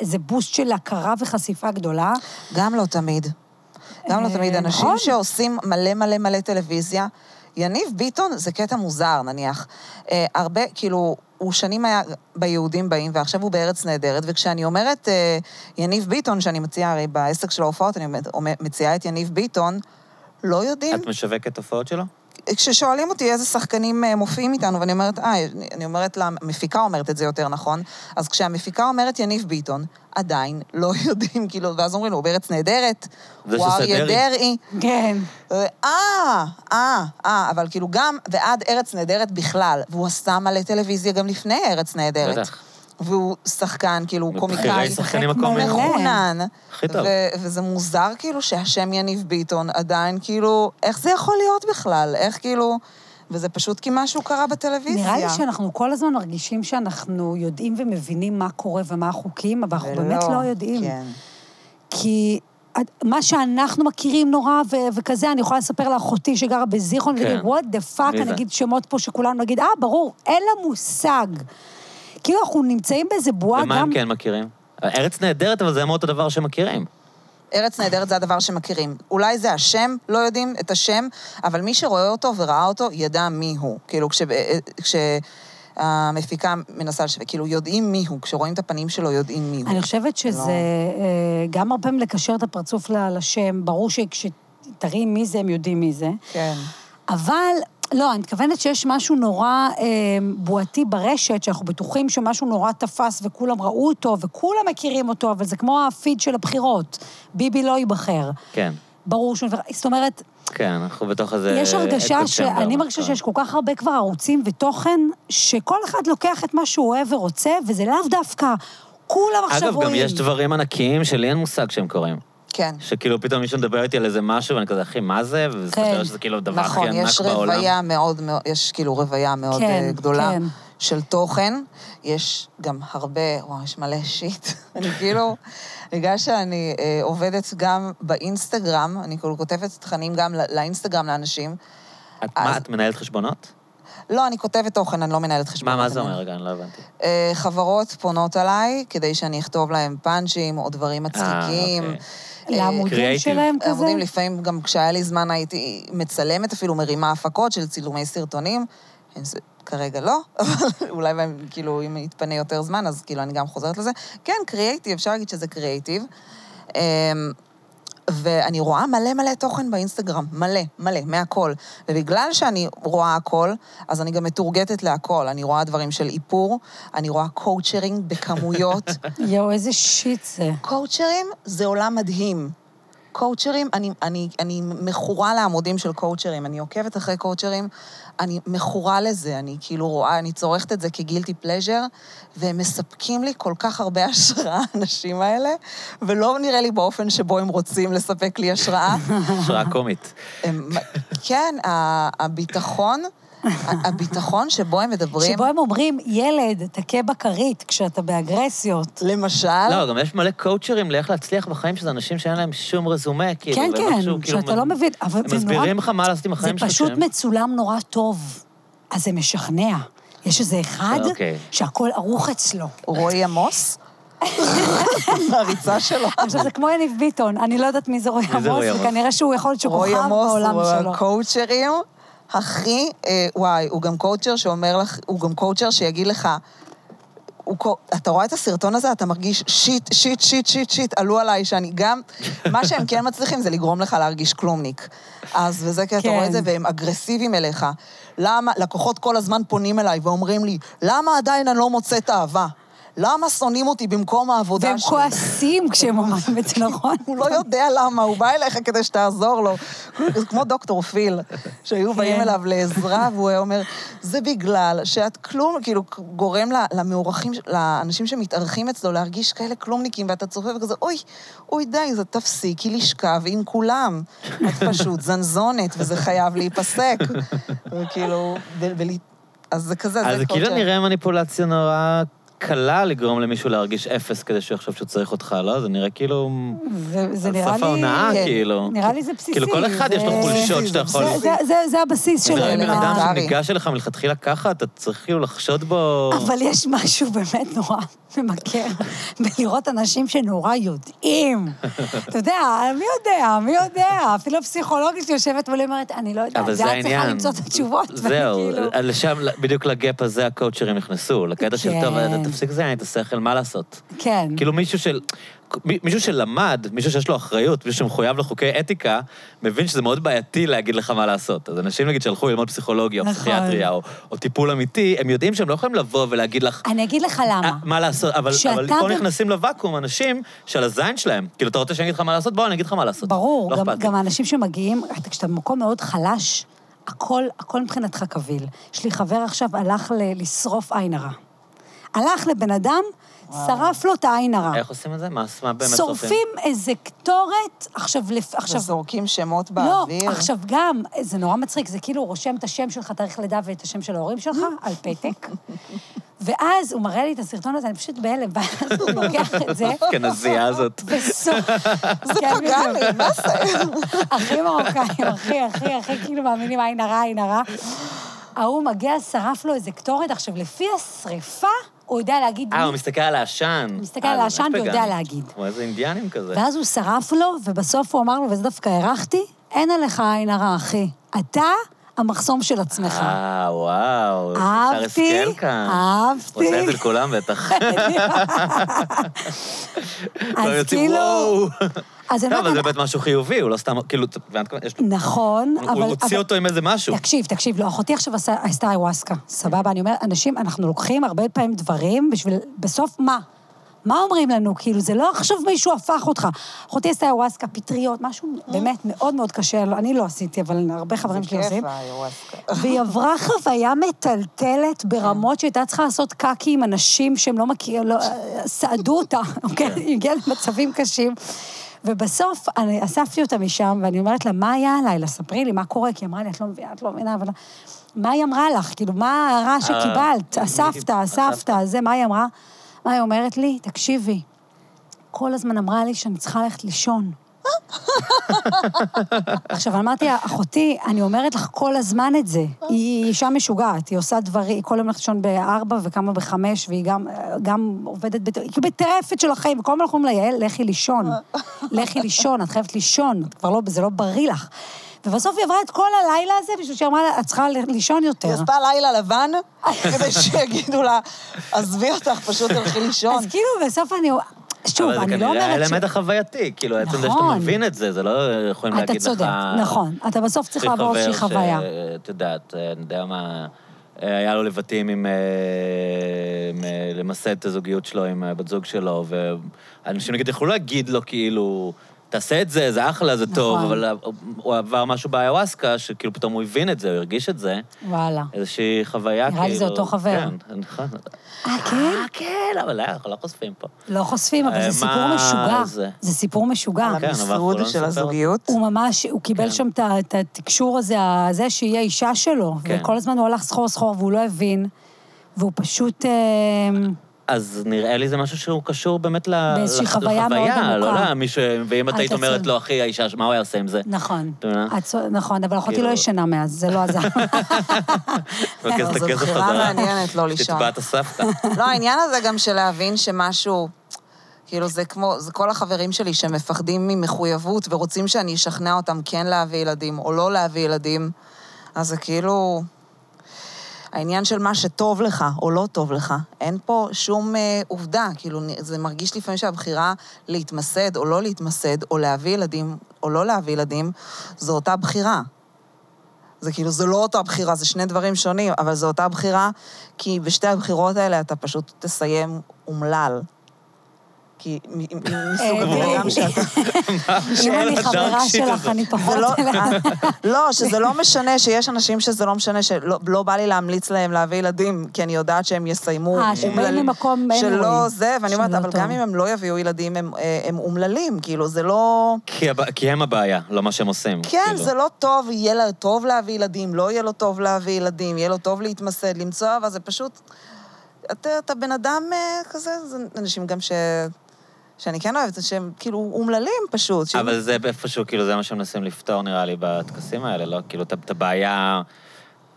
S2: איזה בוסט של הכרה וחשיפה גדולה.
S3: גם לא תמיד. גם לא
S2: אה,
S3: תמיד. אנשים
S2: נכון.
S3: שעושים מלא מלא מלא טלוויזיה, יניב ביטון זה קטע מוזר, נניח. אה, הרבה, כאילו, הוא שנים היה ביהודים באים, ועכשיו הוא בארץ נהדרת, וכשאני אומרת אה, יניב ביטון, שאני מציעה, הרי בעסק של ההופעות אני אומרת- מציעה את יניב ביטון, לא יודעים.
S1: את משווקת הופעות שלו?
S3: כששואלים אותי איזה שחקנים אה, מופיעים איתנו, ואני אומרת, אה, אני אומרת לה, המפיקה אומרת את זה יותר נכון, אז כשהמפיקה אומרת יניב ביטון, עדיין לא [LAUGHS] יודעים, כאילו, ואז אומרים לו, הוא בארץ נהדרת,
S1: זה
S3: הוא
S1: של
S3: אריה
S1: דרעי.
S3: דרעי.
S2: כן.
S3: אה, אה, אה, אבל כאילו גם, ועד ארץ נהדרת בכלל, והוא עשה מלא טלוויזיה גם לפני ארץ נהדרת.
S1: בטח.
S3: והוא שחקן, כאילו, הוא
S1: מבכירי
S3: קומיקאי.
S1: שחקנים
S2: משחק
S1: הקומיים.
S2: מלא.
S3: מחונן.
S1: הכי טוב.
S3: ו- וזה מוזר כאילו שהשם יניב ביטון עדיין, כאילו, איך זה יכול להיות בכלל? איך כאילו... וזה פשוט כי משהו קרה בטלוויזיה.
S2: נראה לי שאנחנו כל הזמן מרגישים שאנחנו יודעים ומבינים מה קורה ומה החוקים, אבל אנחנו
S3: ולא,
S2: באמת לא יודעים.
S3: כן.
S2: כי את- מה שאנחנו מכירים נורא ו- וכזה, אני יכולה לספר לאחותי שגרה בזיכרון,
S1: כן.
S2: ולהגיד, what the fuck,
S1: מי זה?"
S2: אני אגיד שמות פה שכולנו נגיד, אה, ברור, אין לה מושג. כאילו, אנחנו נמצאים באיזה בועה
S1: ומה
S2: גם...
S1: הם כן מכירים? ארץ נהדרת, אבל זה אמור את הדבר שמכירים.
S3: ארץ נהדרת זה הדבר שמכירים. אולי זה השם, לא יודעים את השם, אבל מי שרואה אותו וראה אותו, ידע מי הוא. כאילו, כש... כשהמפיקה מנסה לשווק, כאילו, יודעים מי הוא, כשרואים את הפנים שלו, יודעים מי הוא.
S2: אני חושבת שזה אה, גם הרבה פעמים לקשר את הפרצוף ל- לשם, ברור שכשתראי מי זה, הם יודעים מי זה.
S3: כן.
S2: אבל, לא, אני מתכוונת שיש משהו נורא אה, בועתי ברשת, שאנחנו בטוחים שמשהו נורא תפס וכולם ראו אותו וכולם מכירים אותו, אבל זה כמו הפיד של הבחירות, ביבי לא ייבחר.
S1: כן,
S2: ברור שהוא... זאת אומרת,
S1: כן, אנחנו בתוך איזה...
S2: יש הרגשה
S1: echo
S2: ש...
S1: chamber, מה
S2: אני מרגישה
S1: שנקרא.
S2: שיש כל כך הרבה כבר ערוצים ותוכן, שכל אחד לוקח את מה שהוא אוהב ורוצה, וזה לאו דווקא... כולם עכשיו
S1: אגב,
S2: רואים.
S1: גם יש דברים ענקיים שלי אין מושג שהם קורים.
S3: כן.
S1: שכאילו פתאום מישהו מדבר איתי על איזה משהו, ואני כזה, אחי, מה זה? וזה
S2: כן.
S1: מסתבר שזה כאילו הדבר הכי
S3: נכון,
S1: ענק
S3: יש
S1: בעולם.
S3: רוויה מאוד מאוד, יש כאילו רוויה מאוד
S2: כן,
S3: כן, גדולה
S2: כן.
S3: כן. של תוכן. יש גם הרבה, וואו, יש מלא שיט. [LAUGHS] אני כאילו, בגלל שאני אה, עובדת גם באינסטגרם, אני כאילו כותבת תכנים גם לא- לאינסטגרם לאנשים.
S1: את- מה,
S3: אז-
S1: את מנהלת חשבונות?
S3: לא, אני כותבת תוכן, אני לא מנהלת חשבון.
S1: מה, מה זה אומר? רגע, אני לא הבנתי.
S3: אה, חברות פונות אליי כדי שאני אכתוב להם פאנצ'ים או דברים מצחיקים.
S1: אוקיי.
S3: אה,
S2: לעמודים
S1: creative.
S2: שלהם כזה.
S3: עמודים, לפעמים גם כשהיה לי זמן הייתי מצלמת, אפילו מרימה הפקות של צילומי סרטונים. אין זה- כרגע לא, [LAUGHS] אבל אולי בהם, כאילו, אם יתפנה יותר זמן, אז כאילו אני גם חוזרת לזה. כן, קריאיטיב, אפשר להגיד שזה קריאיטיב. אמ, ואני רואה מלא מלא תוכן באינסטגרם, מלא, מלא, מהכל. ובגלל שאני רואה הכל, אז אני גם מתורגטת להכל. אני רואה דברים של איפור, אני רואה קואוצ'רינג בכמויות.
S2: יואו, איזה שיט זה.
S3: קואוצ'רים זה עולם מדהים. קואוצ'רים, אני, אני, אני מכורה לעמודים של קואוצ'רים, אני עוקבת אחרי קואוצ'רים, אני מכורה לזה, אני כאילו רואה, אני צורכת את זה כגילטי פלז'ר, והם מספקים לי כל כך הרבה [LAUGHS] השראה, האנשים האלה, ולא נראה לי באופן שבו הם רוצים לספק לי
S2: [LAUGHS]
S3: השראה.
S1: השראה אוקיי. קומית.
S3: הם, כן, ה- הביטחון, ה- הביטחון שבו הם מדברים,
S2: שבו הם אומרים, ילד, תכה בכרית כשאתה באגרסיות.
S3: למשל,
S1: לא, גם יש מלא קואוצ'רים לאיך להצליח בחיים, שזה אנשים שאין להם שום רזומה, כאילו.
S2: כן,
S1: והם
S2: כן,
S1: איכשהו, כאילו,
S2: שאתה לא
S1: מ-
S2: מבין, אבל
S1: הם
S2: זה נורא-
S1: מסבירים לך מה לעשות עם
S2: זה
S1: החיים שלך.
S2: פשוט
S1: שהם-
S2: מצולם נורא טוב, אז זה משכנע. יש איזה אחד
S1: אוקיי.
S2: שהכל ערוך אצלו.
S3: רועי עמוס,
S2: [LAUGHS]
S3: [LAUGHS] הריצה שלו.
S2: עכשיו, זה כמו יניב ביטון, אני לא יודעת מי זה רועי
S1: זה רועי
S2: עמוס,
S1: עמוס?
S2: וכנראה שהוא יכול להיות שכוכב
S3: רועי עמוס
S2: בעולם
S3: הוא
S2: שלו.
S3: הקואוצ'רים הכי, אה, וואי, הוא גם קואוצ'ר שאומר לך, הוא גם קואוצ'ר שיגיד לך, הוא, קו- אתה רואה את הסרטון הזה, אתה מרגיש שיט, שיט, שיט, שיט, שיט, עלו עליי שאני גם, מה שהם כן מצליחים זה לגרום לך להרגיש כלומניק. אז וזה כי אתה
S2: כן.
S3: רואה את זה, והם אגרסיביים אליך. למה, לקוחות כל הזמן פונים אליי ואומרים לי, למה עדיין אני לא מוצאת אהבה? למה שונאים אותי במקום העבודה
S2: והם
S3: שלי?
S2: כועסים כשהם
S3: [LAUGHS]
S2: אומרים את זה, נכון?
S3: הוא לא יודע למה, הוא בא אליך כדי שתעזור לו. זה כמו דוקטור פיל, שהיו באים אליו לעזרה, והוא היה אומר, זה בגלל שאת כלום, כאילו, גורם ל- למאורחים, לאנשים שמתארחים אצלו להרגיש כאלה כלומניקים, ואתה צופה וכזה, אוי, אוי, די, זה תפסיקי לשכב עם כולם. את פשוט זנזונת, וזה חייב להיפסק. וכאילו, ב- ב- אז זה כזה,
S1: אז זה
S3: כל ש-
S2: אוקיי.
S1: כאילו נראה מניפולציה נורא קלה לגרום למישהו להרגיש אפס כדי שהוא יחשוב שהוא צריך אותך, לא? זה נראה כאילו...
S2: זה זה
S1: על
S2: נראה
S1: סף
S2: לי...
S1: ההונאה,
S3: כן.
S1: כאילו.
S2: נראה לי זה בסיסי.
S1: כאילו, כל אחד
S2: זה-
S1: יש לו חולשות שאתה יכול...
S2: זה- זה- זה- זה הבסיס
S1: זה
S2: שלהם. אה,
S1: נראה לי בן
S2: ה-
S1: אדם
S3: אלמנטרי.
S1: שניגש אליך מלכתחילה ככה, אתה צריך כאילו לחשוד בו...
S2: אבל יש משהו באמת נורא ממכר בלראות אנשים שנורא יודעים. אתה יודע, מי יודע, מי יודע? אפילו הפסיכולוגית שיושבת מולי אומרת, אני לא יודעת,
S1: אבל זה
S2: את צריכה
S1: העניין.
S2: למצוא את התשובות. ואני
S1: זהו,
S2: כאילו-
S1: על- לשם, בדיוק לגאפ הזה הקואוצ'רים נכנסו, לקטע של
S2: כן.
S1: טוב, אתה תפסיק לזיין את השכל, מה לעשות?
S2: כן.
S1: כאילו מישהו של... מ- מישהו שלמד, מישהו שיש לו אחריות, מישהו שמחויב לחוקי אתיקה, מבין שזה מאוד בעייתי להגיד לך מה לעשות. אז אנשים, נגיד, שהלכו ללמוד פסיכולוגיה, או
S2: נכון.
S1: פסיכיאטריה, או, או טיפול אמיתי, הם יודעים שהם לא יכולים לבוא ולהגיד לך...
S2: אני אגיד לך
S1: "אה,
S2: למה.
S1: מה לעשות, אבל,
S2: כשאתה
S1: אבל פה
S2: ב-
S1: נכנסים לוואקום אנשים שעל הזין שלהם. כאילו, אתה רוצה שאני אגיד לך מה לעשות? בוא, אני אגיד לך מה לעשות.
S2: ברור,
S1: לא
S2: גם,
S1: אכפת לי.
S2: גם האנשים שמגיעים, אתה- כשאתה במקום מאוד חלש, הכל, הכל מבחינתך קביל. יש לי חבר עכשיו, הלך ל- לשרוף עין הרע. הלך לבן אדם, שרף לו את העין הרע.
S1: איך עושים את זה? מה, מה באמת
S2: שורפים איזה קטורת, עכשיו, לפ- עכשיו...
S3: שזורקים שמות
S2: לא,
S3: באוויר.
S2: עכשיו גם, זה נורא מצחיק, זה כאילו הוא רושם את השם שלך, תאריך לידה ואת השם של ההורים
S3: [LAUGHS]
S2: שלך על פתק, ואז הוא מראה לי את הסרטון הזה, אני פשוט בהלם, ואז הוא [LAUGHS] לוקח את זה,
S1: האשכנזייה כן, הזאת.
S3: [LAUGHS]
S2: זה
S3: פגע לא, לי, מה זה?
S2: כאילו, הכי מרוקאים, הכי, הכי, הכי כאילו מאמינים, עין הרע, עין הרע. ההוא מגיע, שרף לו איזה קטורת. עכשיו, לפי השריפה, הוא יודע להגיד...
S1: אה,
S2: מי-
S1: הוא מסתכל על העשן.
S2: מסתכל
S1: אה,
S2: על
S1: זה
S2: העשן
S1: ממש
S2: ויודע
S1: פגני.
S2: להגיד.
S1: כמו איזה אינדיאנים כזה.
S2: ואז הוא שרף לו, ובסוף הוא אמר לו, וזה דווקא הערכתי, אין עליך עין הרע, אחי. אתה המחסום של עצמך.
S1: אה, וואו, יש
S2: אהבתי,
S1: שר הסכל כאן.
S2: אהבתי.
S1: הוא עושה את זה לכולם בטח.
S2: אז
S1: לא יוצאים,
S2: כאילו...
S1: "וואו".
S2: אז אני
S1: לא, אבל זה
S2: אומרת,
S1: באמת משהו חיובי, הוא לא סתם, כאילו, את מבינה, יש לו-
S2: [LAUGHS] נכון, אבל...
S1: הוא הוציא
S2: אבל-
S1: אותו עם איזה משהו.
S2: תקשיב, תקשיב, לא, אחותי עכשיו עשה- עשתה איוואסקה, סבבה? אני אומרת, אנשים, אנחנו לוקחים הרבה פעמים דברים בשביל, בסוף מה? מה אומרים לנו? כאילו, זה לא עכשיו מישהו הפך אותך. אחותי עשתה איוואסקה, פטריות, משהו באמת מאוד מאוד קשה, לא- אני לא עשיתי, אבל הרבה חברים שלי
S3: זה כיף,
S2: עושים.
S3: האיוואסקה.
S2: והיא עברה חוויה מטלטלת ברמות שהייתה צריכה לעשות קקי עם אנשים שהם לא מכירים, לא, סעדו אותה, אוקיי? היא הגיעה למצבים קשים. ובסוף אני אספתי אותה משם, ואני אומרת לה, מה היה הלילה? ספרי לי, מה קורה? כי היא אמרה לי, את לא מבינה, את לא מבינה, אבל... מה היא אמרה לך? כאילו, מה הרע שקיבלת?
S1: אה,
S2: הסבתא, הסבתא, זה, מה היא אמרה? מה היא אומרת לי? תקשיבי, כל הזמן אמרה לי שאני צריכה ללכת לישון. עכשיו, אמרתי לה, אחותי, אני אומרת לך כל הזמן את זה. היא אישה משוגעת, היא עושה דברים, היא כל יום הולכת לישון בארבע וקמה בחמש, והיא גם, גם עובדת, בת... היא בטרפת של החיים, וכל הזמן אנחנו אומרים לה, יעל, לכי לישון. לכי לישון, את חייבת לישון, את כבר לא, זה לא בריא לך. ובסוף היא עברה את כל הלילה הזה, בשביל שהיא אמרה לה, את צריכה ל- לישון יותר.
S3: היא עשתה לילה [LAUGHS] לבן, כדי שיגידו לה, עזבי אותך, פשוט תלכי לישון.
S2: אז כאילו, בסוף אני... שוב,
S1: אבל זה
S2: אני לא
S1: כנראה
S2: אומרת ש...
S1: האלמנט החווייתי, כאילו, עצם זה שאתה
S2: נכון.
S1: מבין את זה, זה לא יכולים להגיד
S2: אתה
S1: לך...
S2: צודק, נכון. אתה בסוף צריך לעבור איזושהי חוויה.
S1: את יודעת, אה, אני יודע מה, היה לו לבטים עם... אה, עם, אה, למסד את הזוגיות שלו עם הבת זוג שלו, ואנשים נגיד יכלו להגיד לו כאילו... תעשה את זה, זה אחלה, זה טוב,
S2: נכון.
S1: אבל אה, הוא עבר משהו באיוואסקה, שכאילו פתאום הוא הבין את זה, הוא הרגיש את זה.
S2: וואלה.
S1: איזושהי חוויה כאילו...
S2: נראה לי זה אותו חבר.
S1: כן, נכון.
S2: אה, כן?
S1: אה, כן, אבל לא, אנחנו לא חושפים פה.
S2: לא חושפים, אבל
S1: אה,
S2: זה סיפור
S1: מה
S2: משוגע.
S1: זה?
S2: זה סיפור משוגע.
S1: כן, אבל אנחנו לא
S3: המסרוד
S1: נספר
S3: של
S1: אותו.
S3: הזוגיות.
S2: הוא ממש, הוא קיבל
S1: כן.
S2: שם את ה- את התקשור הזה, ה- זה שהיא האישה שלו.
S1: כן.
S2: וכל הזמן הוא הלך סחור סחור והוא לא הבין, והוא פשוט... אה,
S1: אז נראה לי זה משהו שהוא קשור באמת ל...
S2: באיזושהי
S1: לח-
S2: חוויה מאוד
S1: לחוויה, לא
S2: עמוקה.
S1: למישהו... ואם את
S2: אל
S1: היית
S2: תצא.
S1: אומרת לו, אחי, האישה, מה הוא היה עושה עם זה?
S2: נכון.
S1: אתה מבינה?
S2: את צו- נכון, אבל אחותי
S1: כאילו-
S2: לא ישנה מאז, זה לא עזר.
S1: מבקש את הכסף
S3: זו בחירה
S1: חזרה.
S3: מעניינת לא לישון.
S1: שתתבע את הסבתא.
S3: לא, העניין הזה גם של להבין שמשהו... כאילו, זה כמו, זה כל החברים שלי שמפחדים ממחויבות ורוצים שאני אשכנע אותם כן להביא ילדים או לא להביא ילדים, אז זה כאילו... העניין של מה שטוב לך או לא טוב לך, אין פה שום אה, עובדה. כאילו, נ- זה מרגיש לפעמים שהבחירה להתמסד או לא להתמסד, או להביא ילדים או לא להביא ילדים, זו אותה בחירה. זה כאילו, זו לא אותה בחירה, זה שני דברים שונים, אבל זו אותה בחירה, כי בשתי הבחירות האלה אתה פשוט תסיים אומלל. כי מ- מ- מסוג
S2: אה,
S3: הבן אדם
S2: תראי,
S3: שאתה...
S2: אם
S1: [LAUGHS]
S2: אני
S1: הדארק
S2: חברה
S1: שיט
S2: שלך,
S1: הזה?
S2: אני
S3: זה
S2: פחות...
S3: לא, לא, שזה לא משנה, שיש אנשים שזה לא משנה, שלא לא בא לי להמליץ להם להביא ילדים, כי אני יודעת שהם יסיימו...
S2: אה, שבאים
S3: אומלל-
S2: ממקום
S3: שלא
S2: anyway,
S3: זה, ואני אומרת,
S2: שלא
S3: אבל
S2: טוב."
S3: גם אם הם לא יביאו ילדים, הם, אה, הם אומללים, כאילו, זה לא...
S1: כי הב- כי הם הבעיה, לא מה שהם עושים.
S3: כן,
S1: כאילו.
S3: זה לא טוב, יהיה לו טוב להביא ילדים, לא יהיה לו טוב להביא ילדים, יהיה לו טוב להתמסד, למצוא, אבל זה פשוט... אתה, אתה בן אדם אה, כזה, זה אנשים גם ש... שאני כן אוהבת, שהם כאילו אומללים פשוט. שהם-
S1: אבל זה איפשהו, כאילו, זה מה שהם מנסים לפתור, נראה לי, בטקסים האלה, לא? כאילו, את את הבעיה ה-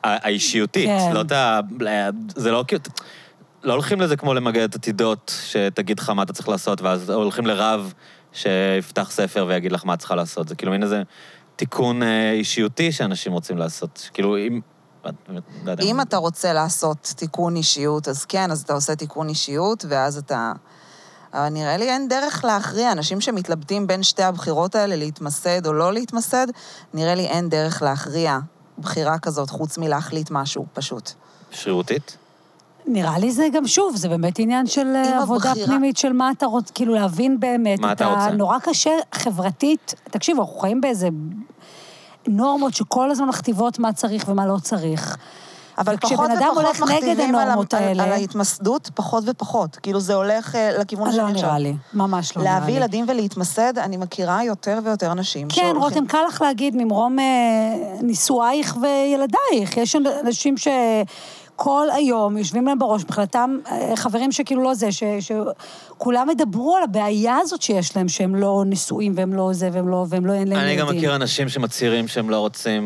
S1: האישיותית,
S2: כן.
S1: לא את ה... זה לא כאילו... לא הולכים לזה כמו למגד את עתידות, שתגיד לך מה אתה צריך לעשות, ואז הולכים לרב שיפתח ספר ויגיד לך מה את צריכה לעשות. זה כאילו מין איזה תיקון אה, אישיותי שאנשים רוצים לעשות. כאילו, אם... לא יודע.
S3: אם אתה רוצה לעשות תיקון אישיות, אז כן, אז אתה עושה תיקון אישיות, ואז אתה... אבל נראה לי אין דרך להכריע. אנשים שמתלבטים בין שתי הבחירות האלה, להתמסד או לא להתמסד, נראה לי אין דרך להכריע בחירה כזאת, חוץ מלהחליט משהו פשוט.
S1: שרירותית?
S2: נראה לי זה גם, שוב, זה באמת עניין של אה,
S3: אם
S2: עבודה
S3: הבחירה-
S2: פנימית, של מה אתה רוצה, כאילו להבין באמת.
S1: מה אתה רוצה?
S2: נורא קשה חברתית. תקשיבו, אנחנו חיים באיזה נורמות שכל הזמן מכתיבות מה צריך ומה לא צריך.
S3: אבל
S2: וכשבן
S3: פחות
S2: אדם
S3: ופחות
S2: הולך נגד
S3: מכתיבים על,
S2: הנורמות
S3: ה- על,
S2: האלה-
S3: על ההתמסדות, פחות ופחות. כאילו, זה הולך אה, לכיוון השני
S2: לא
S3: עכשיו.
S2: נראה לי, ממש לא נראה לי.
S3: להביא ילדים ולהתמסד, אני מכירה יותר ויותר נשים
S2: כן, רותם, קל לך להגיד ממרום אה, נישואייך וילדייך. יש אנשים שכל היום יושבים להם בראש, מבחינתם אה, חברים שכאילו לא זה, ש- שכולם ידברו על הבעיה הזאת שיש להם, שהם לא נשואים והם לא זה והם לא, והם לא, אין להם
S1: אני
S2: ילדים.
S1: גם מכיר אנשים שמצהירים שהם לא רוצים,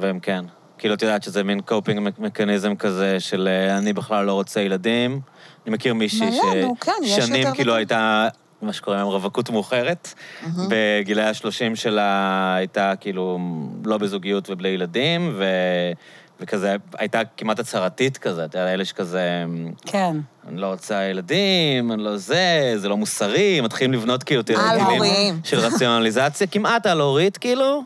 S1: והם כן. כאילו, את יודעת שזה מין קופינג מקניזם כזה של אה, אני בכלל לא רוצה ילדים. אני מכיר מישהי
S3: מלא, נו, כן, יש יותר
S1: ששנים כאילו
S3: מדי.
S1: הייתה, מה שקוראים היום רווקות מאוחרת. בגילי ה-30 שלה הייתה כאילו לא בזוגיות ובלי ילדים, ו... וכזה, הייתה כמעט הצהרתית כזה, אתה יודע, אלה שכזה...
S2: כן.
S1: אני לא רוצה ילדים, אני לא זה, זה לא מוסרי, מתחילים לבנות כאילו
S3: על-הוריים.
S1: של רציונליזציה, כמעט על-הורית כאילו.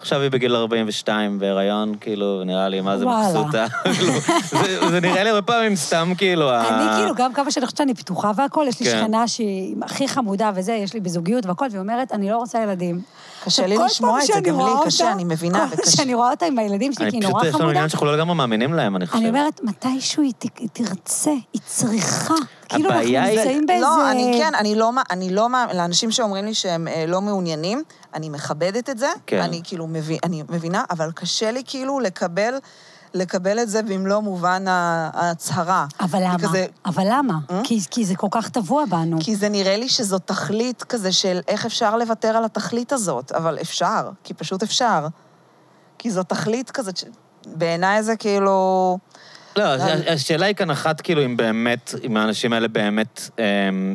S1: עכשיו היא בגיל 42 בהיריון, כאילו, ונראה לי, מה זה
S2: וואלה.
S1: מבסוטה. כאילו, זה- זה נראה לי הרבה פעמים סתם כאילו... ה-
S2: אני כאילו, גם כמה שאני חושבת שאני פתוחה והכול, יש לי
S1: כן.
S2: שכנה שהיא הכי חמודה וזה, יש לי בזוגיות והכול, והיא אומרת, אני לא רוצה ילדים.
S3: קשה לי
S2: עכשיו, כל
S3: לשמוע
S2: פעם
S3: את זה,
S2: שאני
S3: גם לי
S2: רואה
S3: קשה,
S2: אותה-
S3: אני מבינה,
S2: כל פעם
S3: וקשה.
S2: שאני רואה אותה עם הילדים שלי, כי
S1: אני
S2: היא
S1: פשוט,
S2: נורא
S1: יש לנו
S2: חמודה.
S1: עניין שאנחנו לא לגמרי מאמינים להם, אני חושב.
S2: כאילו אני אומרת, מתישהו היא ת- היא תרצה, היא צריכה. כאילו אנחנו
S1: הבעיה היא-
S2: נמצאים באיזה...
S3: לא, אני כן, אני לא, מא- אני לא, מא- לאנשים שאומרים לי שהם אה, לא מעוניינים, אני מכבדת את זה,
S1: כן.
S3: אני כאילו מבין, אני מבינה, אבל קשה לי כאילו לקבל, לקבל את זה במלוא מובן ה- ההצהרה.
S2: אבל
S3: כי
S2: למה?
S3: כזה, אה?
S2: אבל למה? כי- כי זה כל כך טבוע בנו.
S3: כי זה נראה לי שזו תכלית כזה של איך אפשר לוותר על התכלית הזאת, אבל אפשר, כי פשוט אפשר. כי זו תכלית כזאת, ש- בעיניי זה כאילו...
S1: לא, הש- השאלה היא כאן אחת, כאילו, אם באמת, אם האנשים האלה באמת, אמ,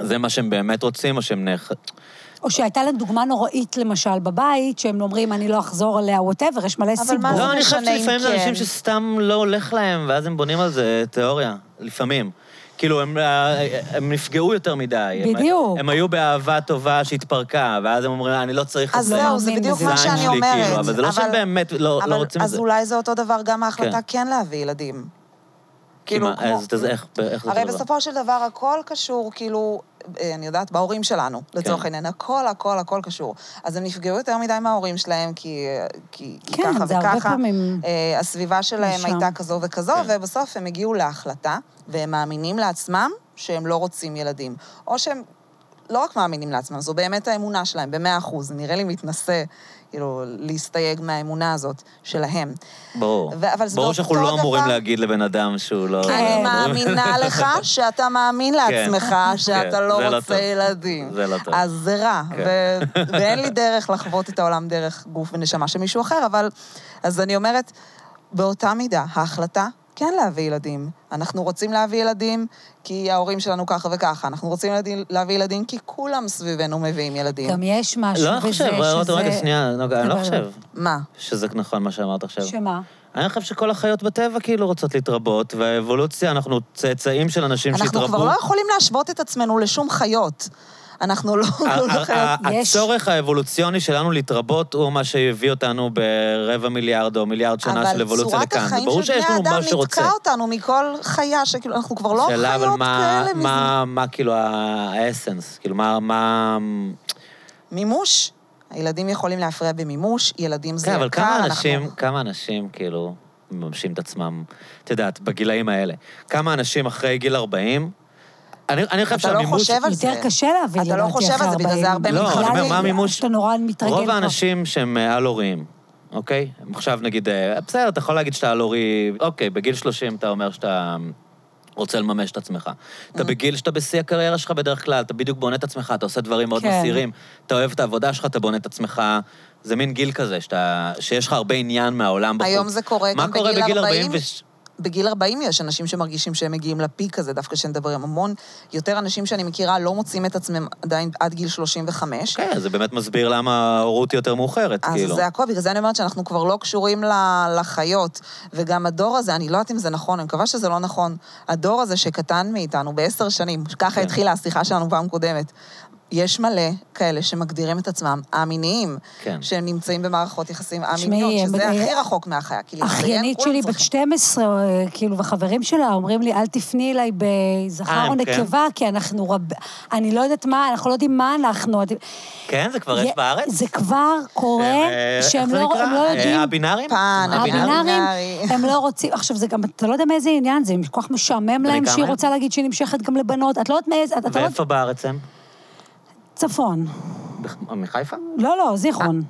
S1: זה מה שהם באמת רוצים, או שהם נאח...
S2: או שהייתה להם דוגמה נוראית, למשל, בבית, שהם אומרים, אני לא אחזור אליה, ווטאבר, יש מלא
S3: אבל
S2: סיבות.
S3: מה זה-
S1: לא, אני חושבת
S3: משנה אם
S1: שלפעמים זה
S3: כן.
S1: אנשים שסתם לא הולך להם, ואז הם בונים על זה תיאוריה, לפעמים. כאילו, הם, הם נפגעו יותר מדי. הם-
S2: בדיוק.
S1: הם היו באהבה טובה שהתפרקה, ואז הם אומרים, אני לא צריך
S3: אז
S1: את זה.
S3: זהו, זה
S2: מאמין
S3: בדיוק
S2: בזה.
S3: מה
S1: זין
S3: שאני
S1: שלי,
S3: אומרת.
S1: כאילו, אבל זה לא שהם באמת לא,
S3: אבל-
S1: לא רוצים את
S3: אז
S1: זה.
S3: אולי זה אותו דבר גם ההחלטה
S1: כן.
S3: כן להביא ילדים.
S1: כי
S3: כאילו,
S1: מה,
S3: כמו-
S1: אז אתה- איך, איך זה
S3: הרי
S1: אותו דבר?
S3: בסופו של דבר הכל קשור, כאילו, אה, אני יודעת, בהורים שלנו,
S1: כן.
S3: לצורך העניין, הכל, הכל, הכל קשור. אז הם נפגעו יותר מדי מההורים שלהם, כי אה, כי- כי
S2: כן,
S3: ככה
S2: זה הרבה
S3: וככה.
S2: פעמים.
S3: אה, הסביבה שלהם
S2: משם.
S3: הייתה כזו וכזו,
S1: כן.
S3: ובסוף הם הגיעו להחלטה, והם מאמינים לעצמם שהם לא רוצים ילדים. או שהם לא רק מאמינים לעצמם, זו באמת האמונה שלהם, במאה אחוז. נראה לי מתנשא, כאילו, להסתייג מהאמונה הזאת שלהם.
S1: ברור.
S3: ו- אבל זה
S1: ברור
S3: באותו
S1: שאנחנו לא אמורים
S3: דבר-
S1: להגיד לבן אדם שהוא לא...
S3: אני
S2: כן.
S3: מאמינה לך שאתה מאמין לעצמך שאתה
S1: כן, זה
S3: לא
S1: לא
S3: רוצה
S1: טוב.
S3: ילדים.
S1: זה לא טוב.
S3: אז זה רע,
S1: כן.
S3: ו- ואין לי דרך לחוות את העולם דרך גוף ונשמה של מישהו אחר, אבל... אז אני אומרת, באותה מידה, ההחלטה כן להביא ילדים. אנחנו רוצים להביא ילדים כי ההורים שלנו ככה וככה, אנחנו רוצים ילדים- להביא ילדים כי כולם סביבנו מביאים ילדים.
S2: גם יש משהו
S1: לא,
S2: בזה
S1: אני חושב, רותם, רגע, שנייה, נוגה, אני לא
S2: אבל-
S1: חושב
S3: מה?
S1: שזה נכון מה שאמרת עכשיו.
S2: שמה?
S1: אני חושב שכל החיות בטבע כאילו רוצות להתרבות, והאבולוציה, אנחנו צאצאים של אנשים
S3: אנחנו לא
S1: שהתרבו.
S3: כבר לא יכולים להשוות את עצמנו לשום חיות. אנחנו לא... לא
S1: ה- ה-
S3: חייב-
S1: ה-
S2: יש.
S1: הצורך האבולוציוני שלנו להתרבות הוא מה שהביא אותנו ברבע מיליארד או מיליארד שנה של אבולוציה לכאן.
S3: אבל
S1: ברור
S3: צורת
S1: שיש
S3: החיים של
S1: לנו
S3: בני
S1: מה
S3: אדם
S1: שרוצה.
S3: ניתקה אותנו מכל חיה, שכאילו, אנחנו כבר לא
S1: שאלה, אבל
S3: חיות
S1: מה-
S3: כאלה מזמן.
S1: מה- מה כאילו ה- האסנס? כאילו, מה- מה...
S3: מימוש, הילדים יכולים להפריע במימוש, ילדים זה
S1: כן,
S3: יקר,
S1: אבל כמה
S3: אנחנו-
S1: אנשים, כמה אנשים כאילו מממשים את עצמם, את יודעת, בגילאים האלה? כמה אנשים אחרי גיל 40? אני אני חושב
S3: אתה לא
S1: שהמימוש...
S3: חושב על זה.
S2: יותר קשה להבין,
S3: אתה לא
S2: לדעתי,
S3: חושב
S2: אחרי
S3: על זה, בגלל זה
S2: 40.
S3: הרבה
S1: לא, אני
S3: מתחלקים.
S1: אומר, מה המימוש?
S2: אתה נורא מתרגל
S1: רוב
S2: כבר.
S1: האנשים שהם אה, על-הוריים, אוקיי? הם עכשיו נגיד, אה, בסדר, אתה יכול להגיד שאתה על-הורי, אוקיי, בגיל 30 אתה אומר שאתה אה, רוצה לממש את עצמך.
S2: Mm.
S1: אתה בגיל שאתה בשיא הקריירה שלך בדרך כלל, אתה בדיוק בונה את עצמך, אתה עושה דברים מאוד
S2: כן.
S1: מסעירים, אתה אוהב את העבודה שלך, אתה בונה את עצמך. זה מין גיל כזה, שאתה, שיש לך הרבה עניין מהעולם בחוץ.
S3: היום זה קורה גם בגיל 40.
S1: ו...
S3: בגיל 40 יש אנשים שמרגישים שהם מגיעים לפיק הזה, דווקא שנדבר עם המון. יותר אנשים שאני מכירה לא מוצאים את עצמם עדיין עד גיל 35.
S1: כן, זה באמת מסביר למה ההורות היא יותר מאוחרת,
S3: אז
S1: כאילו.
S3: זה הכל, בגלל זה אני אומרת שאנחנו כבר לא קשורים ל- לחיות. וגם הדור הזה, אני לא יודעת אם זה נכון, אני מקווה שזה לא נכון. הדור הזה שקטן מאיתנו בעשר שנים, ככה
S1: כן.
S3: התחילה השיחה שלנו פעם קודמת. יש מלא כאלה שמגדירים את עצמם א-מיניים,
S1: כן.
S3: שהם נמצאים במערכות יחסים
S2: תשמעי,
S3: א-מיניות, שזה
S2: אה,
S3: הכי רחוק מהחיה. כאילו, כי להתדיין,
S2: אחיינית
S3: כולם
S2: שלי בת
S3: צריכים.
S2: 12, אה, כאילו, וחברים שלה אומרים לי, אל תפני אליי
S1: אה,
S2: בזכר או
S1: הם כן?
S2: נקבה, כי אנחנו רב... אני לא יודעת מה, אנחנו לא יודעים מה אנחנו. את-
S1: כן, זה כבר יש
S2: יה-
S1: בארץ?
S2: זה כבר קורה
S1: אה,
S2: שהם
S1: איך זה
S2: לא
S1: נקרא?
S2: הם לא
S1: אה,
S2: יודעים.
S1: הבינאריים?
S3: פן, הבינארי.
S2: הבינארים, הם לא רוצים, עכשיו זה גם, אתה לא יודע מאיזה עניין זה, אם כל כך משעמם
S1: בני
S2: להם
S1: כמה
S2: שהיא
S1: הם?
S2: רוצה להגיד שהיא נמשכת גם לבנות, את לא יודעת מאיזה, אתה לא יודעת,
S1: ואיפה בארץ הם?
S2: צפון.
S1: בח- מחיפה?
S2: לא, לא, זיכרון.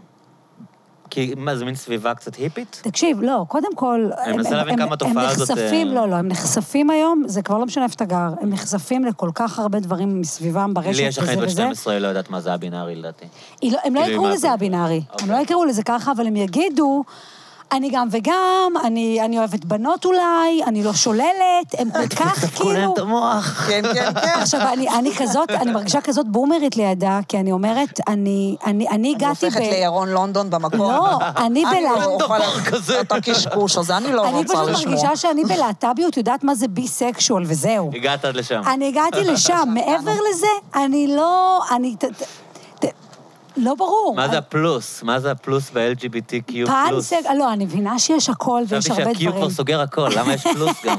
S1: כי מה, זה מין סביבה קצת היפית?
S2: תקשיב, לא, קודם כל...
S1: אני מנסה
S2: הם-
S1: להבין
S2: הם-
S1: כמה התופעה
S2: הם
S1: הזאת,
S2: נחשפים,
S1: אה,
S2: לא, לא, הם נחשפים היום, זה כבר לא משנה איפה אתה גר, הם נחשפים לכל כך הרבה דברים מסביבם ברשת
S1: לי יש
S2: וזה
S1: אחרת בת
S2: וזה.
S1: 12, היא לא יודעת מה זה הבינארי לדעתי.
S2: היא לא- הם לא
S1: כאילו,
S2: יקראו
S1: מה
S2: לזה
S1: אתה-
S2: הבינארי, הם לא
S1: אוקיי.
S2: יקראו לזה ככה, אבל הם יגידו... אני גם וגם, אני, אני אוהבת בנות אולי, אני לא שוללת,
S1: [LAUGHS]
S2: הם כל כך כאילו...
S1: המוח.
S3: כן, כן,
S2: [LAUGHS]
S3: כן.
S2: עכשיו, אני, אני כזאת, אני מרגישה כזאת בומרית לידה, כי אני אומרת, אני, אני, אני
S3: אני
S2: הגעתי
S3: הופכת לירון לונדון במקום.
S2: לא, אני בלהט.
S3: לא
S1: דבר
S3: אוכל-
S1: כזה.
S3: אתה קשקוש, אז אני לא רוצה
S2: אני
S3: לשמוע.
S2: פשוט מרגישה שאני בלהט"ביות יודעת מה זה ביסקשואל, וזהו.
S1: הגעת עד לשם.
S2: אני הגעתי
S1: [LAUGHS]
S2: לשם, מעבר לזה, אני לא... אני... ת- ת- ת- לא ברור.
S1: מה זה הפלוס? מה זה הפלוס ב-LGBTQ פלוס?
S2: פאנסק, לא, אני מבינה שיש הכל ויש
S1: חשבתי
S2: הרבה
S1: שה-Q
S2: דברים.
S1: כבר סוגר הכל, למה יש פלוס
S2: [LAUGHS]
S1: גם?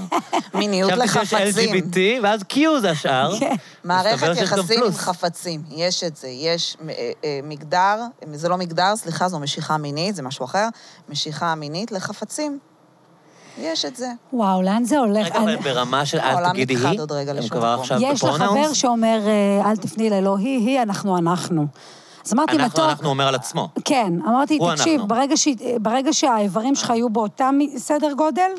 S3: מיניות
S1: חשבתי שיש
S3: לחפצים.
S1: LGBT, ואז Q זה השאר.
S2: כן.
S3: מערכת
S1: מסתבר שיש גם
S3: יחסים עם
S1: פלוס.
S3: חפצים, יש את זה. יש אה, אה, מגדר, זה לא מגדר, סליחה, זו משיכה מינית, זה משהו אחר. משיכה מינית לחפצים. יש את זה.
S2: וואו, לאן זה הולך?
S1: רגע,
S2: אני-
S1: אבל ברמה של אל
S3: העולם
S1: תגידי
S3: נכחד
S1: היא,
S3: עוד רגע
S1: הם
S3: לשום
S1: כבר
S3: מקום.
S1: עכשיו
S2: יש לה חבר
S1: בפרונאונס?
S2: שאומר, אה, אל תפני אליי, לא היא, היא, אנחנו, אנחנו. אז אמרתי, מתוק...
S1: אנחנו, אנחנו אומר על עצמו.
S2: כן, אמרתי,
S1: הוא
S2: תקשיב,
S1: אנחנו."
S2: ברגע, ש... ברגע שהאיברים שלך יהיו באותם סדר גודל,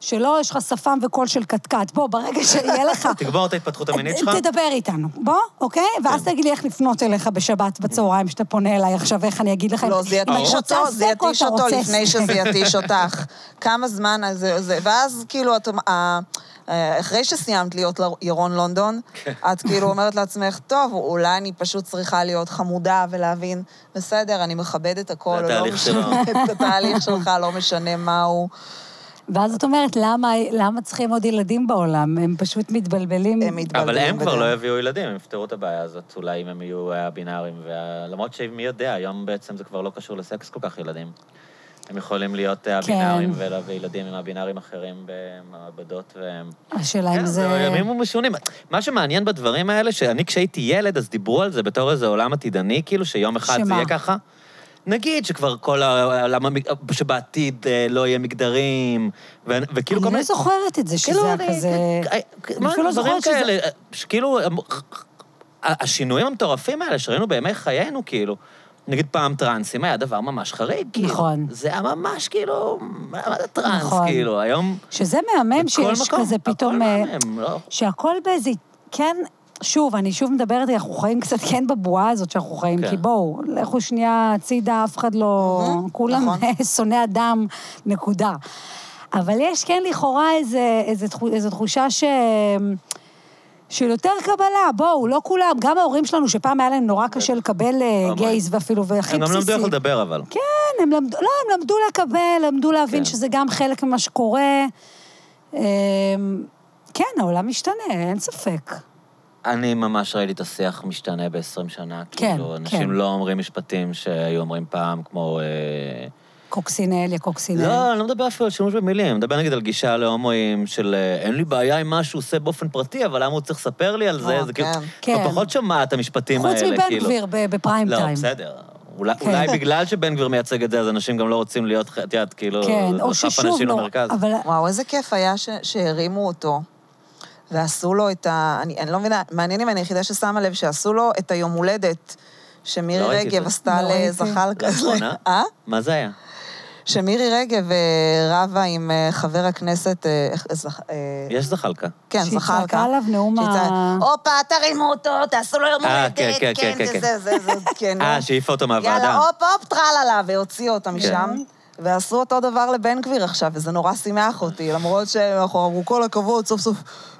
S2: שלא יש לך שפם וקול של קטקט, בוא, ברגע שיהיה
S1: [LAUGHS]
S2: לך...
S1: תגמור את ההתפתחות המינית שלך. כן.
S2: תדבר איתנו, בוא, אוקיי? ואז תגיד לי איך לפנות אליך בשבת בצהריים, שאתה פונה אליי עכשיו, איך אני אגיד לך...
S3: לא,
S2: אם-
S3: זה
S2: אם את
S3: יתיש
S2: רוצה
S3: אותו,
S2: סטייק
S3: זה
S2: או אתה
S3: יתיש אותו
S2: רוצה
S3: לפני
S2: סטייק? [LAUGHS]
S3: שזה יתיש אותך. כמה זמן, אז זה, זה, ואז כאילו, את, אה, אה, אחרי שסיימת להיות ל- ירון לונדון,
S1: כן.
S3: את כאילו אומרת לעצמך, טוב, אולי אני פשוט צריכה להיות חמודה ולהבין, בסדר, אני מכבדת הכל,
S1: זה
S3: לא
S1: התהליך
S3: משנה
S1: שלו."
S3: את התהליך שלך, לא משנה מהו.
S2: ואז את אומרת, למה, למה צריכים עוד ילדים בעולם? הם פשוט מתבלבלים.
S3: הם מתבלבלים.
S1: אבל הם כבר
S3: בדרך.
S1: לא יביאו ילדים, הם יפתרו את הבעיה הזאת, אולי אם הם יהיו הבינאריים. וה- למרות שמי יודע, היום בעצם זה כבר לא קשור לסקס כל כך ילדים. הם יכולים להיות
S2: כן.
S1: הבינאריים ולהביא ילדים עם הבינאריים אחרים במעבדות והם...
S2: השאלה אם
S1: כן, זה
S2: זה...
S1: ימים ומשונים. מה שמעניין בדברים האלה, שאני כשהייתי ילד, אז דיברו על זה בתור איזה עולם עתידני, כאילו שיום אחד זה
S2: שמה?
S1: יהיה ככה. נגיד שכבר כל העולם, המג- שבעתיד אה, לא יהיה מגדרים, ו- וכאילו כל
S2: אני
S1: מיני...
S2: לא זוכרת את זה, שזה
S1: כאילו,
S2: היה
S1: אני-
S2: כזה...
S1: מה,
S2: אפילו לא
S1: דברים
S2: זוכרת שזה-
S1: כאלה, שכאילו, הם- השינויים המטורפים האלה שראינו בימי חיינו, כאילו, נגיד פעם טרנסים היה דבר ממש חריג, כאילו.
S2: נכון.
S1: זה היה ממש כאילו, מה זה טרנס,
S2: נכון.
S1: כאילו, היום...
S2: שזה מהמם
S1: בכל
S2: שיש
S1: מקום,
S2: כזה
S1: הכל
S2: פתאום... אה,
S1: מהמם, לא?
S2: שהכל באיזה... כן, שוב, אני שוב מדברת, אנחנו חיים קצת כן בבועה הזאת שאנחנו חיים,
S1: כן.
S2: כי בואו, לכו שנייה הצידה, אף אחד לא...
S3: מהמם,
S2: כולם
S3: נכון.
S2: [LAUGHS] שונאי אדם, נקודה. אבל יש כן לכאורה איזה, איזה, תחו- איזו תחושה ש... של יותר קבלה, בואו, לא כולם, גם ההורים שלנו, שפעם היה להם נורא קשה לקבל אה,
S1: פעמיים.
S2: גייז ואפילו, והכי
S1: הם גם לא
S2: בסיסי.
S1: למדו איך לדבר, אבל.
S2: כן, הם למדו, לא, הם למדו לקבל, למדו להבין
S1: כן.
S2: כן. שזה גם חלק ממה שקורה. אמ, כן, העולם משתנה, אין ספק.
S1: אני ממש ראיתי את השיח משתנה ב-20 שנה.
S2: כן,
S1: כאילו,
S2: כן.
S1: אנשים לא אומרים משפטים שהיו אומרים פעם, כמו... אה,
S2: קוקסינל, יא קוקסינל.
S1: לא, אני לא מדבר אפילו על שימוש במילים, אני מדבר נגיד על גישה להומואים של אה, אין לי בעיה עם מה שהוא עושה באופן פרטי, אבל למה הוא צריך לספר לי על זה?
S3: אה,
S1: זה כאילו,
S3: כן.
S2: כן.
S1: אתה פחות שומע את המשפטים האלה,
S2: חוץ
S1: כאילו.
S2: מבן גביר ב- בפריים
S1: לא,
S2: טיים.
S1: בסדר. אולי,
S2: כן.
S1: אולי בגלל שבן גביר מייצג את זה, אז אנשים גם לא רוצים להיות, ח- את יודעת, כאילו,
S2: כן, או
S1: דחף
S2: ששוב
S1: אנשים
S2: לא,
S1: למרכז.
S2: אבל
S3: וואו, איזה כיף היה ש- שהרימו אותו. ועשו לו את ה... אני, אני לא מבינה, מעניין אם אני היחידה ששמה לב שעשו לו את היום הולדת שמירי
S1: לא ראיתי את
S3: רגב
S1: זה.
S3: עשתה
S2: לא ראיתי.
S3: לזחאלקה.
S1: לאחרונה?
S3: אה?
S1: מה זה היה?
S3: שמירי רגב אה, רבה עם אה, חבר הכנסת... אה, איך- זח- אה,
S1: יש זחאלקה.
S3: כן,
S2: שהיא
S3: זחאלקה.
S2: צעקה עליו נאום
S3: שהיא צעקה,
S2: ה-
S3: הופה, תרימו אותו, תעשו לו יום
S1: אה,
S3: הולדת.
S1: כן, כן, כן,
S3: זה,
S1: כן,
S3: זה, זה,
S1: [LAUGHS]
S3: זה, כן.
S1: אה,
S3: נו.
S1: שהעיפה אותו
S3: יאללה,
S1: מהוועדה. כן.
S3: הופ, הופ, טרללה, והוציאו אותה משם. ועשו אותו דבר לבן גביר עכשיו, וזה נורא שימח אותי, למרות שאנחנו אמרו, כל הכבוד, סוף סוף,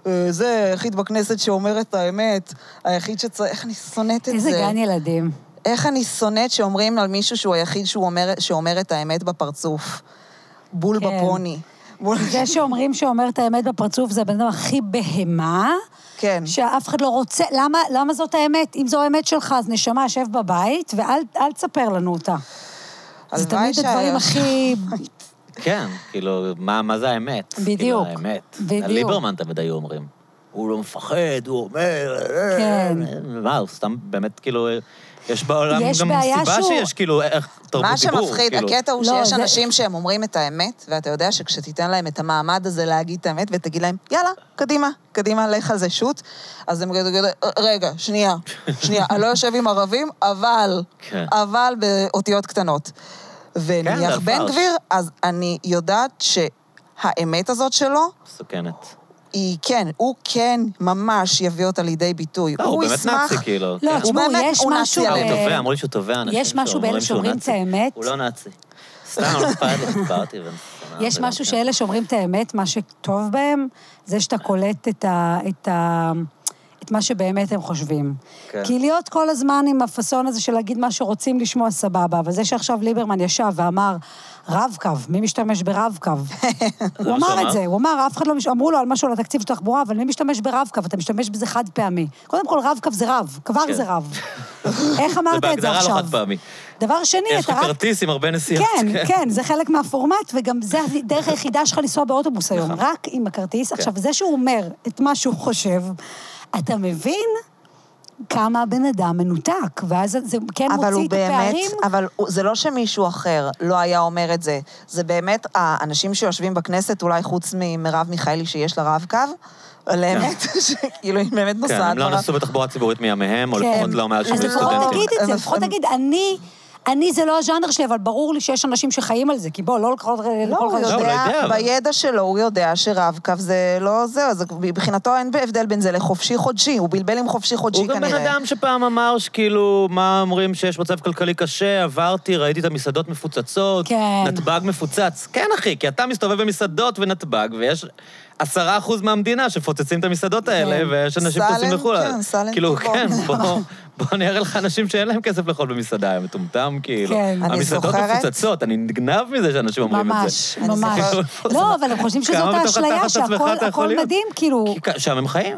S3: אה, זה היחיד בכנסת שאומר את האמת, היחיד שצריך, איך אני שונאת את
S2: איזה
S3: זה.
S2: גן ילדים.
S3: איך אני שונאת שאומרים על מישהו שהוא היחיד שהוא אומר, שאומר את האמת בפרצוף. בול
S2: כן.
S3: בפוני. בול...
S2: זה שאומרים שאומר את האמת בפרצוף, זה הבן אדם הכי בהמה,
S3: [LAUGHS] כן.
S2: שאף אחד לא רוצה, למה, למה זאת האמת? אם זו האמת שלך, אז נשמה, שב בבית, ואל אל תספר לנו אותה. זה
S3: הלוואי
S2: תמיד הדברים
S3: שהיה-
S2: הכי...
S1: כן, כאילו, מה, מה זה האמת?
S2: בדיוק.
S1: כאילו, האמת.
S2: בדיוק.
S1: על ליברמן תמיד היו אומרים. הוא לא מפחד, הוא אומר...
S2: כן.
S1: מה, הוא סתם באמת, כאילו, יש בעולם
S2: יש
S1: גם
S2: בעיה
S1: סיבה
S2: שהוא-
S1: שיש, כאילו, איך, תרבות
S3: מה
S1: דיבור.
S3: שמפחיד,
S1: כאילו.
S3: הקטע הוא
S2: לא,
S3: שיש
S2: זה-
S3: אנשים שהם אומרים את האמת, ואתה יודע שכשתיתן להם את המעמד הזה להגיד את האמת, ותגיד להם, יאללה, קדימה, קדימה, לך על זה שוט, אז הם יגידו, יגידו, רגע, שנייה, שנייה, אני לא יושב עם ערבים, אבל,
S1: כן.
S3: אבל באותיות קטנות. ונניח
S1: זה
S3: בן
S1: הפרש.
S3: גביר, אז אני יודעת שהאמת הזאת שלו,
S1: מסוכנת.
S3: היא כן, הוא כן ממש יביא אותה לידי ביטוי.
S1: לא, הוא באמת
S3: ישמח-
S1: נאצי, כאילו.
S2: לא,
S1: כן.
S2: תשמעו,
S3: הוא באמת-
S2: יש
S3: הוא נאצי
S2: משהו...
S1: אה, הוא
S3: אבל-
S1: תובע, אמרו לי שהוא תובע אנשים
S2: יש משהו
S1: שאומרים
S2: באלה
S1: שהוא
S2: שאומרים את
S1: נאצי.
S2: האמת?
S1: הוא לא נאצי. סתם, לא התפעלתי, התפעלתי. ואני-
S2: יש
S1: זה-
S2: משהו
S1: כן.
S2: שאלה שאומרים את האמת, מה שטוב בהם, זה שאתה קולט את, ה, את, ה, את מה שבאמת הם חושבים. כן.
S1: כן.
S2: כי להיות כל הזמן עם הפאסון הזה של להגיד מה שרוצים לשמוע, סבבה, אבל זה שעכשיו ליברמן ישב ואמר, רב-קו, מי משתמש ברב-קו?
S1: [LAUGHS] זה
S2: הוא
S1: מה שהוא
S2: אמר את
S1: אמר?
S2: זה, הוא אמר, אף אחד לא... מש- אמרו לו על משהו על התקציב של תחבורה, אבל מי משתמש ברב-קו? אתה משתמש בזה חד פעמי. קודם כל, רב-קו זה רב, כבר
S1: כן.
S2: זה רב.
S1: [LAUGHS]
S2: איך אמרת את זה
S1: בהגדרה לא
S2: עכשיו?
S1: חד-פעמי.
S2: דבר שני,
S1: יש
S2: אתה
S1: לך
S2: רק
S1: כרטיס עם הרבה נסיעות.
S2: כן, כן, זה חלק מהפורמט, וגם זה הדרך היחידה שלך לנסוע באוטובוס היום,
S1: נכון.
S2: רק עם הכרטיס. עכשיו, זה שהוא אומר את מה שהוא חושב, אתה מבין כמה הבן אדם מנותק, ואז זה כן
S3: אבל
S2: מוציא
S3: הוא
S2: את
S3: באמת,
S2: הפערים.
S3: אבל הוא- זה לא שמישהו אחר לא היה אומר את זה. זה באמת, האנשים שיושבים בכנסת, אולי חוץ ממרב מיכאלי שיש לה רב-קו, אבל האמת, [LAUGHS] שכאילו היא באמת
S1: כן,
S3: נוסעת
S1: הם לא
S3: ברב-
S1: נסעו בתחבורה ציבורית מימיהם, או
S2: כן.
S1: לפחות לא מאז שהם
S2: אז
S1: היו
S2: לפחות
S1: סטודנטים.
S2: תגיד את זה,
S3: הם-
S2: לפחות
S3: הם-
S2: תגיד, אני... אני זה לא הז'אנר שלי, אבל ברור לי שיש אנשים שחיים על זה, כי בוא, לא לכל
S3: לא, הוא
S2: לכל אחד יש
S1: לא, הוא לא
S3: יודע,
S1: יודע, אבל-
S3: בידע שלו הוא יודע שרב-קו זה לא זה, אז מבחינתו אין הבדל בין זה לחופשי חודשי, הוא בלבל עם חופשי חודשי
S1: הוא גם
S3: כנראה.
S1: בן אדם שפעם אמר שכאילו, מה אומרים שיש מצב כלכלי קשה, עברתי, ראיתי את המסעדות מפוצצות,
S2: כן.
S1: נתב"ג מפוצץ. כן, אחי, כי אתה מסתובב במסעדות ונתב"ג, ויש עשרה אחוז מהמדינה שמפוצצים את המסעדות האלה,
S2: כן.
S1: ויש אנשים טסים
S3: סלם,
S1: לחו"ל.
S3: כן, סלם
S1: כאילו,
S3: טבעון.
S2: [LAUGHS]
S1: כן, בוא... בוא אני אראה לך אנשים שאין להם כסף לאכול במסעדה, הם מטומטם, כאילו.
S2: כן. אני
S1: המסעדות
S3: זוכרת-
S1: מפוצצות, אני נגנב מזה שאנשים אומרים את זה.
S2: ממש,
S3: אני
S2: ממש.
S1: זוכרת.
S2: לא, אבל הם חושבים
S1: כמה
S2: שזאת
S1: בתוך
S2: האשליה,
S1: התחת עצמך
S2: שהכל
S1: אתה יכול
S2: הכל
S1: להיות?
S2: מדהים, כאילו,
S1: כי כ- שם הם חיים.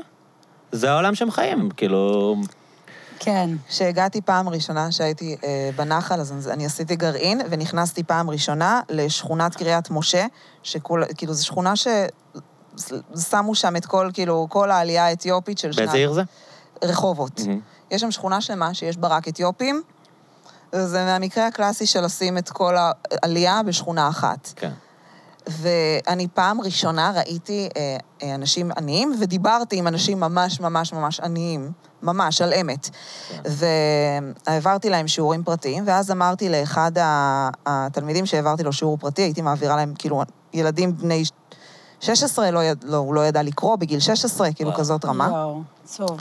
S1: זה העולם שהם חיים, כאילו...
S2: כן.
S3: כשהגעתי פעם ראשונה, שהייתי אה, בנחל, אז אני- אני עשיתי גרעין, ונכנסתי פעם ראשונה לשכונת קריית משה, שכול, כאילו, זו שכונה ששמו שם את כל, כאילו, כל העלייה האתיופית של
S1: באיזה עיר זה?
S3: רחובות.
S1: מהמם.
S3: יש שם שכונה שלמה שיש בה רק אתיופים, וזה מהמקרה הקלאסי של לשים את כל העלייה בשכונה אחת.
S1: כן.
S3: ואני פעם ראשונה ראיתי אה, אה, אנשים עניים, ודיברתי עם אנשים ממש ממש ממש עניים, ממש, על אמת. והעברתי להם שיעורים פרטיים, ואז אמרתי לאחד ה- התלמידים שהעברתי לו שיעור פרטי, הייתי מעבירה להם, כאילו, ילדים בני 16, לא, יד- לא, הוא לא ידע לקרוא בגיל 16, כאילו
S1: וואו.
S3: כזאת רמה.
S2: וואו, עצוב.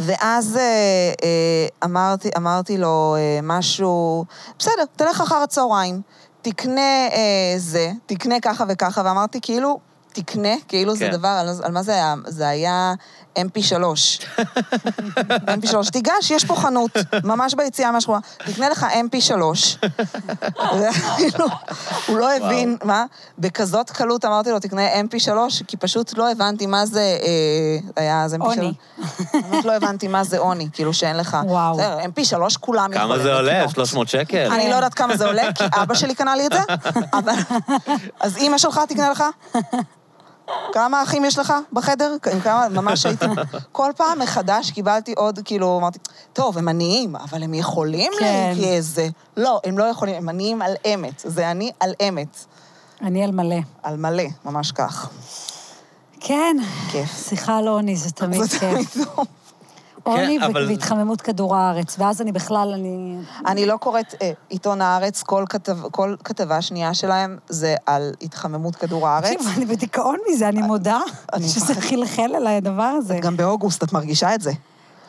S3: ואז אה, אה, אמרתי, אמרתי לו אה, משהו, בסדר, תלך אחר הצהריים, תקנה אה, זה, תקנה ככה וככה, ואמרתי, כאילו, תקנה, כאילו זה
S1: כן.
S3: דבר, על- על מה זה היה? זה היה MP3. [LAUGHS] MP3, תיגש, יש פה חנות, ממש ביציאה מהשכונה, תקנה לך MP3. [LAUGHS] כאילו, הוא לא הבין, מה? בכזאת קלות אמרתי לו, תקנה MP3, כי פשוט לא הבנתי מה זה, אה, היה אז MP3.
S2: עוני.
S3: באמת לא הבנתי מה זה עוני, כאילו שאין לך...
S2: וואו.
S3: בסדר, MP3 כולם
S1: כמה
S3: יכולים
S1: זה עולה?
S3: לקנות.
S1: 300 שקל?
S3: אני לא יודעת כמה זה עולה, כי אבא שלי קנה לי את זה, אבל... אז אימא שלך תקנה לך? כמה אחים יש לך בחדר? עם כמה, ממש הייתי... כל פעם מחדש קיבלתי עוד, כאילו, אמרתי, טוב, הם עניים, אבל הם יכולים
S2: כן.
S3: להגיע איזה... לא, הם לא יכולים, הם עניים על אמת. זה אני על אמת,
S2: אני על מלא.
S3: על מלא, ממש כך.
S2: כן.
S3: כיף.
S2: שיחה על עוני, זה תמיד
S3: זה
S2: כיף. עוני
S1: כן, אבל-
S2: ו- והתחממות כדור הארץ, ואז אני בכלל, אני...
S3: אני לא קוראת אה, עיתון הארץ, כל, כתב, כל כתבה שנייה שלהם זה על התחממות כדור הארץ.
S2: תקשיב, אני בדיכאון מזה, אני מודה
S3: אני
S2: שזה
S3: מוכרחה-
S2: חלחל אליי הדבר הזה.
S3: גם באוגוסט את מרגישה את זה.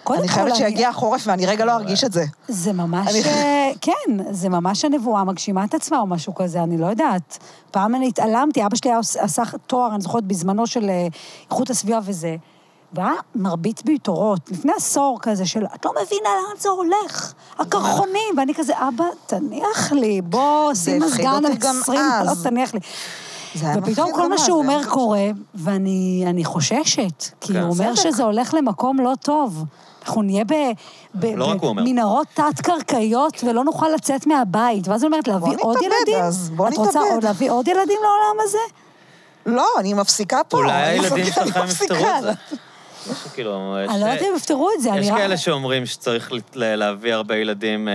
S2: קודם
S3: אני
S2: כל,
S3: חייבת
S2: אני-
S3: שיגיע החורף ואני רגע לא ארגיש את זה.
S2: זה ממש,
S3: אני-
S2: אה, כן, זה ממש הנבואה מגשימה את עצמה או משהו כזה, אני לא יודעת. פעם אני התעלמתי, אבא שלי היה עוש- עשה תואר, אני זוכרת, בזמנו של אה, איכות הסביבה וזה, והיה מרביץ בי תורות, לפני עשור כזה, של את לא מבינה לאן זה הולך, הקרחונים, ואני כזה, אבא, תניח לי, בוא, שים
S3: הפחיד
S2: מזגן
S3: אותי
S2: על
S3: גם
S2: 20
S3: אז.
S2: מעלות, תניח לי.
S3: זה היה
S2: ופתאום
S3: מפחיד
S2: כל
S3: גם
S2: מה
S3: אז,
S2: שהוא
S3: זה היה
S2: אומר
S3: מפחיד.
S2: קורה, ואני אני חוששת, כי
S1: כן.
S2: הוא אומר
S3: צדק.
S2: שזה הולך למקום לא טוב. אנחנו נהיה ב... ב-
S1: לא רק הוא אומר.
S2: במנהרות תת-קרקעיות, ולא נוכל לצאת מהבית. ואז היא אומרת, להביא עוד
S3: נתאבד
S2: ילדים?
S3: אז, בוא
S2: את רוצה
S3: נתאבד.
S2: עוד להביא עוד ילדים לעולם הזה?
S3: לא, אני מפסיקה פה.
S1: אולי
S3: אני
S1: הילדים
S3: מפסיקה,
S1: שלכם
S3: אני
S1: יפתרו
S3: מפסיקה.
S1: את זה. משהו כאילו, יש...
S2: אני לא יודעת אם יפתרו את זה, אני
S1: יש
S2: רק-
S1: כאלה שאומרים שצריך לת- ל- להביא הרבה ילדים, אה,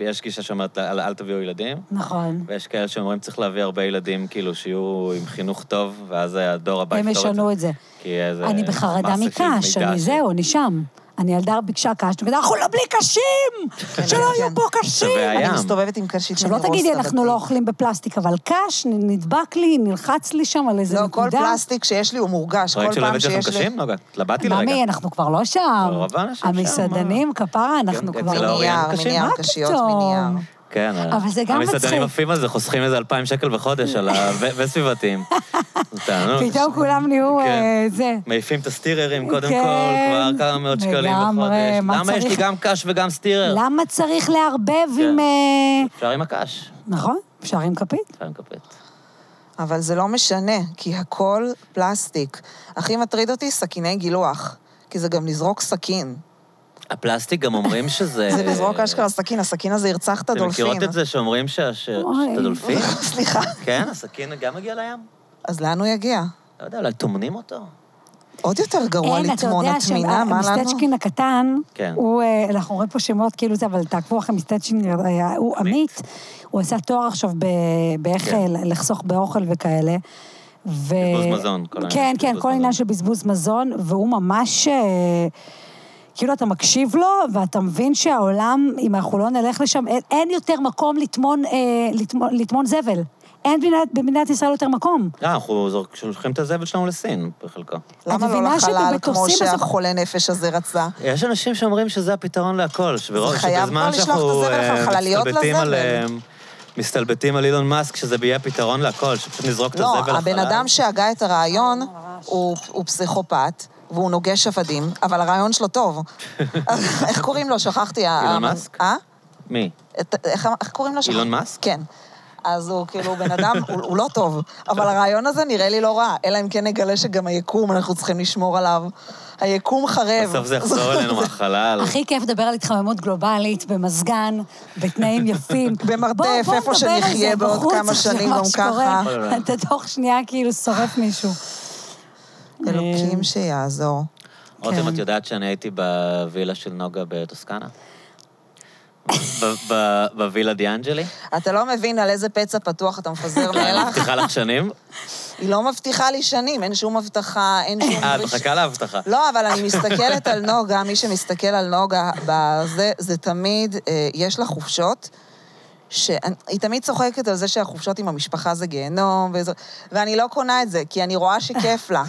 S1: יש גישה שאומרת, "אל- אל תביאו ילדים.
S2: נכון.
S1: ויש כאלה שאומרים, צריך להביא הרבה ילדים, כאילו, שיהיו עם חינוך טוב, ואז הדור הבא
S2: הם
S1: יפתור את זה.
S2: ישנו את זה.
S1: כי איזה...
S2: אני בחרדה
S1: מסה של
S2: מקש,
S1: מידע
S2: אני
S1: ש-
S2: זהו, אני שם. אני ילדה ביקשה קש, וכזה, אנחנו לא בלי קשים! שלא
S3: כן.
S2: יהיו פה קשים!
S1: שווה
S3: אני
S1: הים.
S3: מסתובבת עם קשית
S2: עכשיו, לא
S3: נדרוס
S2: תגידי,
S3: את
S2: אנחנו
S3: הבתים.
S2: לא אוכלים בפלסטיק, אבל קש נ- נדבק לי, נלחץ לי שם על איזה
S3: לא,
S2: נקודה.
S3: כל פלסטיק שיש לי הוא מורגש. כל
S1: ראית שלא
S3: פעם
S1: הבאתי
S3: שיש
S1: לכם
S3: לי...
S1: קשים? נוגה, התלבטתי לרגע.
S2: ממי, אנחנו כבר לא שם.
S1: רוב האנשים שם,
S2: המסעדנים, כפרה, אנחנו
S1: כן,
S2: כבר
S1: אצל
S2: לא...
S1: ההורים.
S3: מנייר,
S1: קשים.
S3: מנייר,
S2: מה
S3: קשיות
S2: פתאום?
S3: מנייר.
S1: כן,
S2: אבל זה גם מצחיק.
S1: המסעדנים עפים על זה, חוסכים איזה 2,000 שקל בחודש, על
S2: [LAUGHS]
S1: ה... ו- וסביבתיים. זה תענוג.
S2: פתאום כולם נהיו
S1: לא כן.
S2: אה, זה.
S1: מעיפים את הסטיררים, קודם
S2: כן,
S1: כל, כבר כמה מאות שקלים
S2: לגמרי,
S1: בחודש.
S2: מה
S1: למה יש לי
S2: צריך-
S1: גם קש וגם סטירר?
S2: למה צריך לערבב
S1: כן.
S2: עם... אה,
S1: אפשר עם הקש,
S2: נכון? אפשר עם כפית?
S1: אפשר עם כפית.
S3: אבל זה לא משנה, כי הכל פלסטיק. הכי מטריד אותי סכיני גילוח, כי זה גם לזרוק סכין.
S1: הפלסטיק גם אומרים
S2: [LAUGHS]
S1: שזה...
S3: זה לזרוק אשכרה סכין, הסכין הזה ירצח את
S1: אתם
S3: הדולפין. אה,
S1: מכירות את זה שאומרים שה- ש-
S2: אוי.
S1: שאת
S2: [LAUGHS]
S1: הדולפין?
S3: סליחה.
S1: כן, הסכין גם מגיע לים?
S3: אז לאן הוא יגיע?
S1: לא יודע, אולי טומנים אותו?
S3: עוד יותר גרוע
S2: אין, אתה
S3: לטמון
S2: יודע אה,
S3: הטמינה, מה לנו?
S2: שהמסטצ'קין הקטן,
S1: כן.
S2: הוא, אה, אנחנו רואים פה שמות כאילו זה, אבל תעקבו אחרי מסטצ'קין, אה, הוא עמית, הוא עשה תואר עכשיו ב- באיך
S1: כן.
S2: אה, לחסוך באוכל וכאלה. ו...
S1: בזבוז מזון, כל העניין של
S2: כן, כן,
S1: בזבוז
S2: כל העניין
S1: מזון.
S2: של בזבוז מזון, והוא ממש... אה, כאילו, אתה מקשיב לו, ואתה מבין שהעולם, אם אנחנו לא נלך לשם, אין, אין יותר מקום לטמון, אה, לטמון, לטמון זבל. אין במדינת, במדינת ישראל יותר מקום.
S1: אה, אנחנו זורק- שולחים את הזבל שלנו לסין, בחלקו.
S3: למה
S2: את
S3: לא
S2: מבינה
S3: לחלל, כמו
S2: שבמטוסים בסוף-
S3: שהחולה נפש הזה רצה?
S1: יש אנשים שאומרים שזה הפתרון להכל, שברוב,
S3: זה חייב
S1: שבזמן
S3: כבר לשלוח את
S1: שאנחנו
S3: הזבל
S1: אה,
S3: לחלליות
S1: מסתלבטים על...
S3: לזבל.
S1: אה, מסתלבטים על אילון מאסק, שזה יהיה הפתרון להכל, שפשוט נזרוק את הזבל
S3: לא,
S1: לחלל.
S3: הבן אדם שהגה את הרעיון
S2: אה,
S3: הוא הוא פסיכופת. והוא נוגש עבדים, אבל הרעיון שלו
S1: [LAUGHS]
S3: טוב. איך קוראים לו? שכחתי. ה-
S1: אילון
S3: ה-
S1: מאסק?
S3: אה?
S1: מי?
S3: את- איך איך קוראים לו? שכח-
S1: אילון מאסק?
S3: כן. אז הוא כאילו בן אדם, הוא- הוא לא טוב, אבל הרעיון הזה נראה לי לא רע, אלא אם כן נגלה שגם היקום, אנחנו צריכים לשמור עליו. היקום חרב.
S1: בסוף זה
S3: [LAUGHS]
S1: יחזור אלינו מהחלל.
S2: הכי כיף לדבר על התחממות גלובלית, במזגן, בתנאים יפים.
S3: [LAUGHS] במרתף,
S2: בוא- בוא
S3: איפה
S2: נדבר על
S3: שנחיה
S2: זה
S3: בעוד
S2: בחוץ,
S3: כמה שנים
S2: זה
S3: גם
S2: מה
S3: ככה.
S2: שקורה.
S1: אוי, אוי.
S2: אתה תוך שנייה כאילו שורף מישהו.
S3: אלוקים שיעזור.
S1: רותם,
S2: כן.
S1: את יודעת שאני הייתי בווילה של נוגה בטוסקנה? ב- ב- בווילה דיאנג'לי?
S3: אתה לא מבין על איזה פצע פתוח אתה מפזר
S1: אני
S3: מלח.
S1: מבטיחה לך שנים?
S3: היא לא מבטיחה לי שנים, אין שום הבטחה, אין שום...
S1: אה, את מחכה להבטחה.
S3: [LAUGHS] לא, אבל אני מסתכלת על נוגה, מי שמסתכל על נוגה בזה, זה תמיד, אה, יש לה חופשות. שהיא תמיד צוחקת
S2: [LAUGHS]
S3: על זה שהחופשות עם המשפחה זה גיהנום, וזה- ואני לא קונה את זה, כי אני רואה שכיף לה.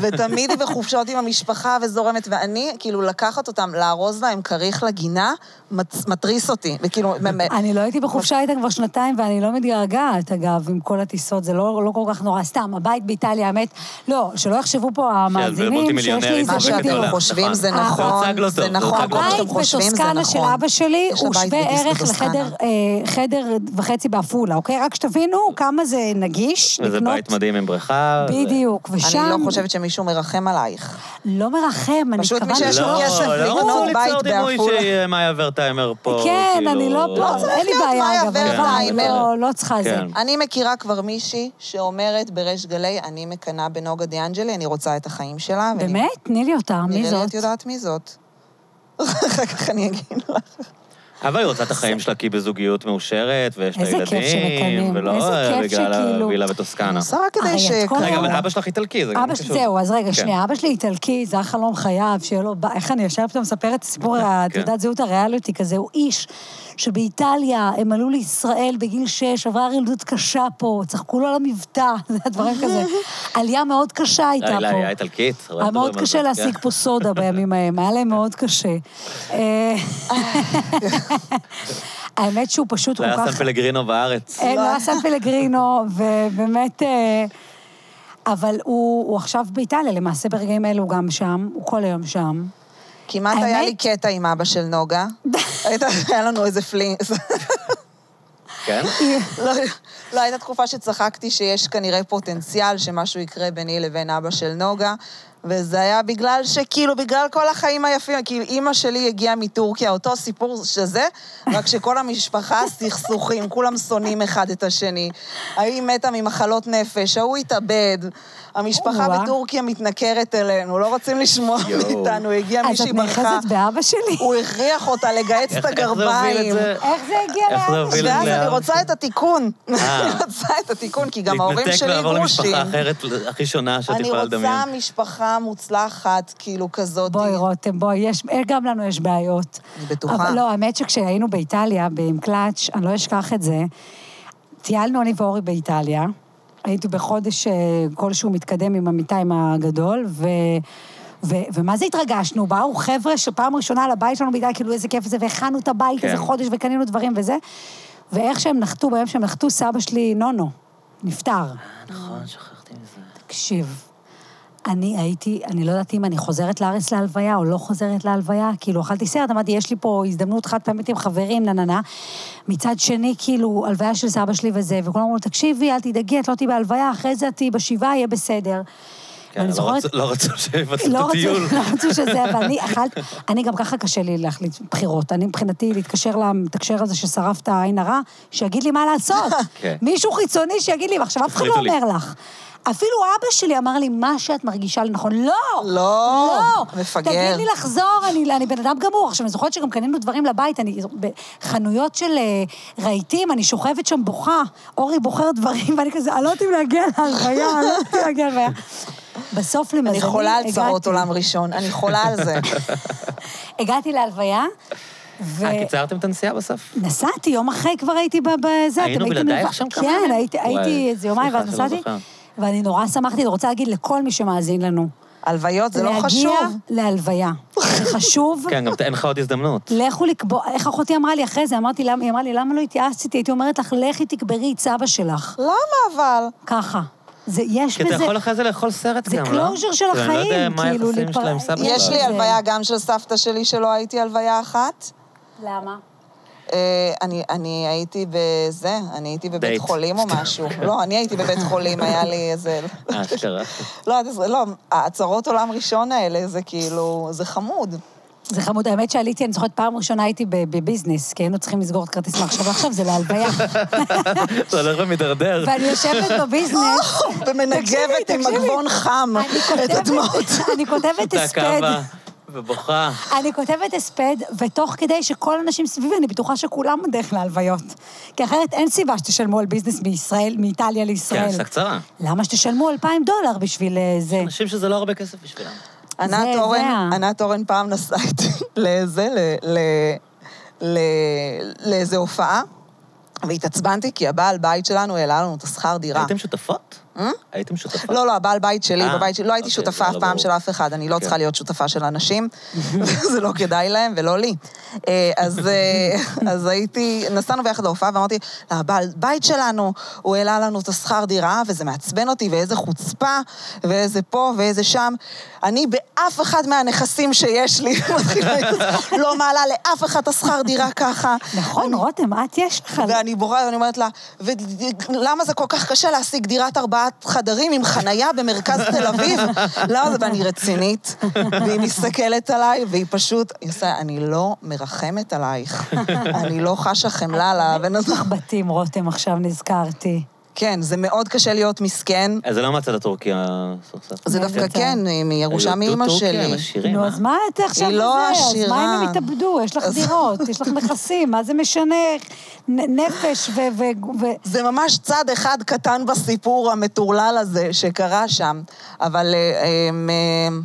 S3: ותמיד היא בחופשות עם המשפחה וזורמת, ואני, כאילו, לקחת אותם, לארוז להם כריך לגינה, מצ- מתריס אותי, וכאילו, באמת.
S2: אני לא הייתי בחופשה איתה כבר שנתיים, ואני לא מתגעגעת, אגב, עם כל הטיסות, זה לא, לא כל כך נורא. סתם, הבית באיטליה, האמת, לא, שלא יחשבו פה המאזינים שיש לי
S1: מולטימיליונרית
S2: איזה
S3: מה
S1: זורקת
S3: שאתם
S2: בדיוק.
S1: עליו,
S3: חושבים זה
S1: נכון.
S3: נכון,
S1: זה הוצג לא
S3: זה
S1: טוב,
S3: נכון.
S1: הוצג לא טוב.
S3: הבית-
S2: הבית
S3: שאתם חושבים, זה
S2: בטוסקנה של
S3: נכון.
S2: אבא שלי
S3: יש
S2: הוא
S3: הבית
S2: שווה
S3: בדיס-
S2: ערך
S3: בטוסקנה.
S2: לחדר אה, חדר וחצי בעפולה, אוקיי? רק שתבינו כמה זה נגיש
S1: וזה
S2: לקנות.
S1: בית מדהים עם בריכה. ו-
S2: בדיוק,
S3: אני
S2: ושם
S3: לא חושבת שמישהו מרחם עלייך.
S2: לא מרחם, אני
S3: פשוט מי
S2: התכוונתי-
S3: שיש לו
S1: לא,
S3: כסף
S1: לא
S3: לקנות
S1: רוצה ליצור
S3: בית
S1: דימוי
S3: בעפולה.
S1: שיהיה מאיה ורטהיימר פה,
S2: כן,
S1: כאילו-
S2: אני לא פה,
S3: צריך
S2: אין לי
S3: להיות מאיה
S2: בעיה, אגב, הלוואי,
S3: ורטהיימר.
S2: לא, לא צריכה זה.
S1: כן.
S3: אני מכירה כבר מישהי שאומרת בריש גלי, אני מקנאה בנוגה דיאנג'לי, אני רוצה את החיים שלה. ואני-
S2: באמת? תני לי אותה, מי
S3: נראה לי את
S2: זאת?
S3: יודעת מי זאת. אחר כך אני אגיד לך.
S1: אבל היא רוצה את החיים שלה כי היא בזוגיות מאושרת, ויש לה
S2: איזה כיף
S1: ילדים,
S2: שמקיימים,
S1: ולא אה,
S2: איזה כיף
S1: בגלל
S2: שכאילו-
S1: הווילה בטוסקאנה.
S3: עושה רק
S2: הרי
S3: כדי
S2: את
S3: ש...
S2: כל
S1: רגע,
S2: לא.
S1: אבל אבא שלך איטלקי, זה גם
S2: אבא
S1: קשור.
S2: שלי, זהו, אז רגע,
S1: כן.
S2: שנייה, אבא שלי איטלקי, זה החלום חייו, שיהיה לו, ב- איך אני ישר פתאום מספרת את סיפור התעודת זהות הריאליטי כזה, הוא איש שבאיטליה הם עלו לישראל בגיל שש, עברה ילדות קשה פה, צחקו לו על המבטא, [LAUGHS] זה דברים כזה. עלייה מאוד קשה הייתה
S1: העלילה
S2: פה.
S1: היה אה, איטלקית, הרבה
S2: היה
S1: מדברים
S2: מאוד
S1: על
S2: קשה
S1: זה,
S2: להשיג
S1: כן.
S2: פה סודה בימים ההם, היה להם מאוד קשה.
S1: [LAUGHS]
S2: אה, האמת שהוא פשוט
S1: זה
S2: כל
S1: לא היה
S2: כך...
S1: סן פלגרינו בארץ.
S2: אה, לא היה סן פלגרינו, ובאמת... אה, אבל הוא, הוא עכשיו באיטליה, למעשה ברגעים אלו הוא גם שם, הוא כל היום שם.
S3: כמעט היה
S2: האמת-
S3: לי קטע עם אבא של
S2: [LAUGHS]
S3: נוגה. היית- היה לנו איזה פלינס.
S1: כן?
S3: לא, לא, הייתה תקופה שצחקתי שיש כנראה פוטנציאל שמשהו יקרה ביני לבין אבא של נוגה, וזה היה בגלל שכאילו, בגלל כל החיים היפים, כאילו, אימא שלי הגיעה מטורקיה, אותו סיפור שזה, רק שכל המשפחה סכסוכים, כולם שונאים אחד את השני. ההיא מתה ממחלות נפש, ההוא התאבד. המשפחה
S2: או-אה.
S3: בטורקיה מתנכרת אלינו, לא רוצים לשמוע
S1: יואו.
S3: מאיתנו, הגיעה
S2: אז את
S3: מישהי ברחה.
S2: נאחזת באבא שלי?
S3: הוא הכריח אותה לגהץ את
S1: איך- איך זה הוביל את
S3: הגרביים.
S1: זה?
S2: איך זה הגיע
S1: איך זה
S2: לאבא
S1: הוביל
S2: שלי?
S1: את
S3: ואז
S1: לאב.
S3: אני רוצה את התיקון.
S1: אה.
S3: [LAUGHS] אני רוצה את התיקון, כי גם ההורים
S1: להתנתק
S3: שלי
S1: ולעבור
S3: גרושים.
S1: למשפחה אחרת הכי שונה שאת
S3: אני
S1: יכולה
S3: רוצה
S1: לדמיין.
S3: משפחה מוצלחת, כאילו כזאת.
S2: בואי, רותם, בואי, יש, אה, גם לנו יש בעיות.
S3: אני בטוחה.
S2: אבל לא, האמת שכשהיינו באיטליה, עם קלאץ', אני לא אשכח את זה, טיילנו אני ואורי באיטליה, הייתי בחודש אה, כלשהו מתקדם עם עמיתיים הגדול, ו... ו- ומה זה התרגשנו? באו חבר'ה שפעם ראשונה על הבית שלנו באיטליה, כאילו איזה כיף זה, והכנו את הבית
S1: כן.
S2: איזה חודש וקנינו דברים וזה. ואיך שהם נחתו, ביום שהם נחתו, סבא שלי, נונו, נפטר.
S1: נכון, שכחתי מזה.
S2: תקשיב, אני הייתי, אני לא יודעת אם אני חוזרת לארץ להלוויה או לא חוזרת להלוויה, כאילו, אכלתי סרט, אמרתי, יש לי פה הזדמנות חד פעמית עם חברים, נה נה נה. מצד שני, כאילו, הלוויה של סבא שלי וזה, וכולם אמרו, תקשיבי, אל תדאגי, את לא תהיי בהלוויה, אחרי זה את תהיי בשבעה, יהיה בסדר.
S1: כן,
S2: ואני
S1: לא
S2: זוכרת-
S1: רצו- לא רצו שיבטלו
S2: לא
S1: את הטיול.
S2: רצו, לא רצו שזה, אבל אני אכלת, אני גם ככה קשה לי להחליט בחירות. אני מבחינתי, להתקשר למתקשר הזה ששרף את העין הרע, שיגיד לי מה לעשות.
S1: [LAUGHS] כן.
S2: מישהו חיצוני שיגיד לי, ועכשיו אף אחד לא
S1: תחליטו לי.
S2: אומר לך. אפילו אבא שלי אמר לי, מה שאת מרגישה לנכון. לא!
S3: לא,
S2: לא!
S3: מפגר.
S2: תגיד לי לחזור, אני, אני בן אדם גמור. עכשיו, אני זוכרת שגם קנינו דברים לבית, אני בחנויות של אה, רהיטים, אני שוכבת שם בוכה. אורי בוחר דברים, ואני כזה, אני לא יודעת אם להגיע להלוויה, אני לא יודעת אם להגיע להלוויה. בסוף למזלי
S3: אני
S2: הגעתי.
S3: חולה על צרות עולם ראשון, אני חולה על
S1: [LAUGHS]
S3: זה.
S2: הגעתי להלוויה, ו...
S1: אה, קיצרתם את הנסיעה בסוף?
S2: נסעתי, יום אחרי כבר הייתי ב- בזה,
S1: היינו
S2: אתם הייתם
S1: בלעדייך
S2: לבד-
S1: שם כמה
S2: כן,
S1: ימים?
S2: הייתי,
S1: וואי,
S2: הייתי איזה יומיים, ואז
S1: סליחה שלא
S2: נסעתי,
S1: זוכר.
S2: ואני נורא שמחתי, אני רוצה להגיד לכל מי שמאזין לנו,
S3: הלוויות זה לא
S2: להגיע
S3: חשוב.
S2: להלוויה. זה חשוב.
S1: [LAUGHS] כן, גם ת- אין לך עוד הזדמנות.
S2: לכו לקבוע, איך אחותי אמרה לי אחרי זה, אמרתי, למה, היא אמרה לי, למה לא התייעצתי? איתי?" הייתי אומרת לך, לכי תקברי את סבא שלך.
S3: למה אבל?
S2: ככה. זה, יש
S1: כי אתה
S2: בזה...
S1: יכול אחרי זה לאכול סרט
S2: זה
S1: גם, לא?
S2: closure של
S1: כאילו, אני לא יודע
S2: החיים,
S1: מה
S2: כאילו,
S1: היחסים
S2: להיפרד-
S1: שלה עם סבא
S2: לא,
S3: יש
S1: שלה.
S3: לי
S2: זה-
S3: הלוויה גם של סבתא שלי שלא הייתי הלוויה אחת.
S2: למה?
S3: אה, אני, אני הייתי בזה, אני הייתי בבית
S1: דייט.
S3: חולים או משהו. לא, אני הייתי בבית חולים, היה לי איזה...
S1: [LAUGHS] אה, אשכרה.
S3: לא, את- לא, הצהרות עולם ראשון האלה, זה כאילו, זה חמוד.
S2: זה חמוד, האמת שעליתי, אני זוכרת, פעם ראשונה הייתי ב- בביזנס, כי היינו צריכים לסגור את כרטיס מעכשיו ועכשיו, זה
S1: [LAUGHS]
S2: להלוויה.
S1: זה הולך ומידרדר.
S2: ואני יושבת בביזנס,
S3: ומנגבת
S2: תקשיבי,
S3: עם
S2: תקשיבי.
S3: מגבון חם
S2: אני
S3: את הדמעות.
S2: כותבת, אני כותבת
S1: אתה
S2: הספד,
S1: קמה ובוכה.
S2: אני כותבת הספד, ותוך כדי שכל האנשים סביבי, אני בטוחה שכולם בדרך להלוויות. כי אחרת אין סיבה שתשלמו על ביזנס מישראל, מאיטליה
S1: כן,
S2: לישראל.
S1: עשה קצרה.
S2: למה שתשלמו 2,000 דולר בשביל אה, זה?
S1: אנשים שזה לא הרבה כסף בשבילם.
S3: ענת
S2: זה
S3: אורן,
S2: ה-
S3: ענת אורן פעם נסעה איתי לאיזה, ל- ל- ל- לאיזה הופעה, והתעצבנתי כי הבעל בית שלנו העלה לנו את השכר דירה.
S1: הייתם שותפות?
S2: אה?
S1: הייתם שותפה?
S3: לא, לא, הבעל בית שלי,
S1: אה,
S3: בבית שלי, לא הייתי
S1: אוקיי,
S3: שותפה
S1: לא,
S3: אף
S1: לא
S3: פעם
S1: ברור.
S3: של אף אחד, אני לא
S1: כן.
S3: צריכה להיות שותפה של אנשים, [LAUGHS] זה לא כדאי להם ולא לי. אה, אז, אה, [LAUGHS] אז הייתי, נסענו ביחד להופעה ואמרתי, הבעל בית שלנו, הוא העלה לנו את השכר דירה, וזה מעצבן אותי, ואיזה חוצפה, ואיזה פה, ואיזה שם. אני באף אחד מהנכסים שיש לי, [LAUGHS] מתחילה להתעצבן, לא מעלה לאף אחד את השכר דירה ככה.
S2: נכון, רותם, את יש לך...
S3: ואני בורחת, ואני אומרת לה, ולמה זה כל כך קשה להשיג דירת ארבעת חדרים עם חנייה במרכז תל אביב? למה זה? ואני רצינית, והיא מסתכלת עליי, והיא פשוט, היא עושה, אני לא מרחמת עלייך, אני לא חשה חמלה על הבן
S2: יש
S3: הזה.
S2: לך בתים, רותם, עכשיו נזכרתי.
S3: כן, זה מאוד קשה להיות מסכן.
S1: אז זה לא מהצד הטורקי הסוף סוף.
S3: זה דווקא
S2: בטח.
S3: כן, מירושה מאימא
S1: הם
S3: שלי.
S1: עשירים,
S2: נו,
S1: אה?
S2: אז מה את עכשיו
S3: היא לא
S2: בזה? אז
S3: עשירה.
S2: מה אם הם התאבדו? יש לך
S3: אז-
S2: דירות, יש לך נכסים, מה זה משנה? נ- נפש ו... ו- ו-
S3: זה ממש צד אחד קטן בסיפור המטורלל הזה שקרה שם, אבל אה, אה, אה,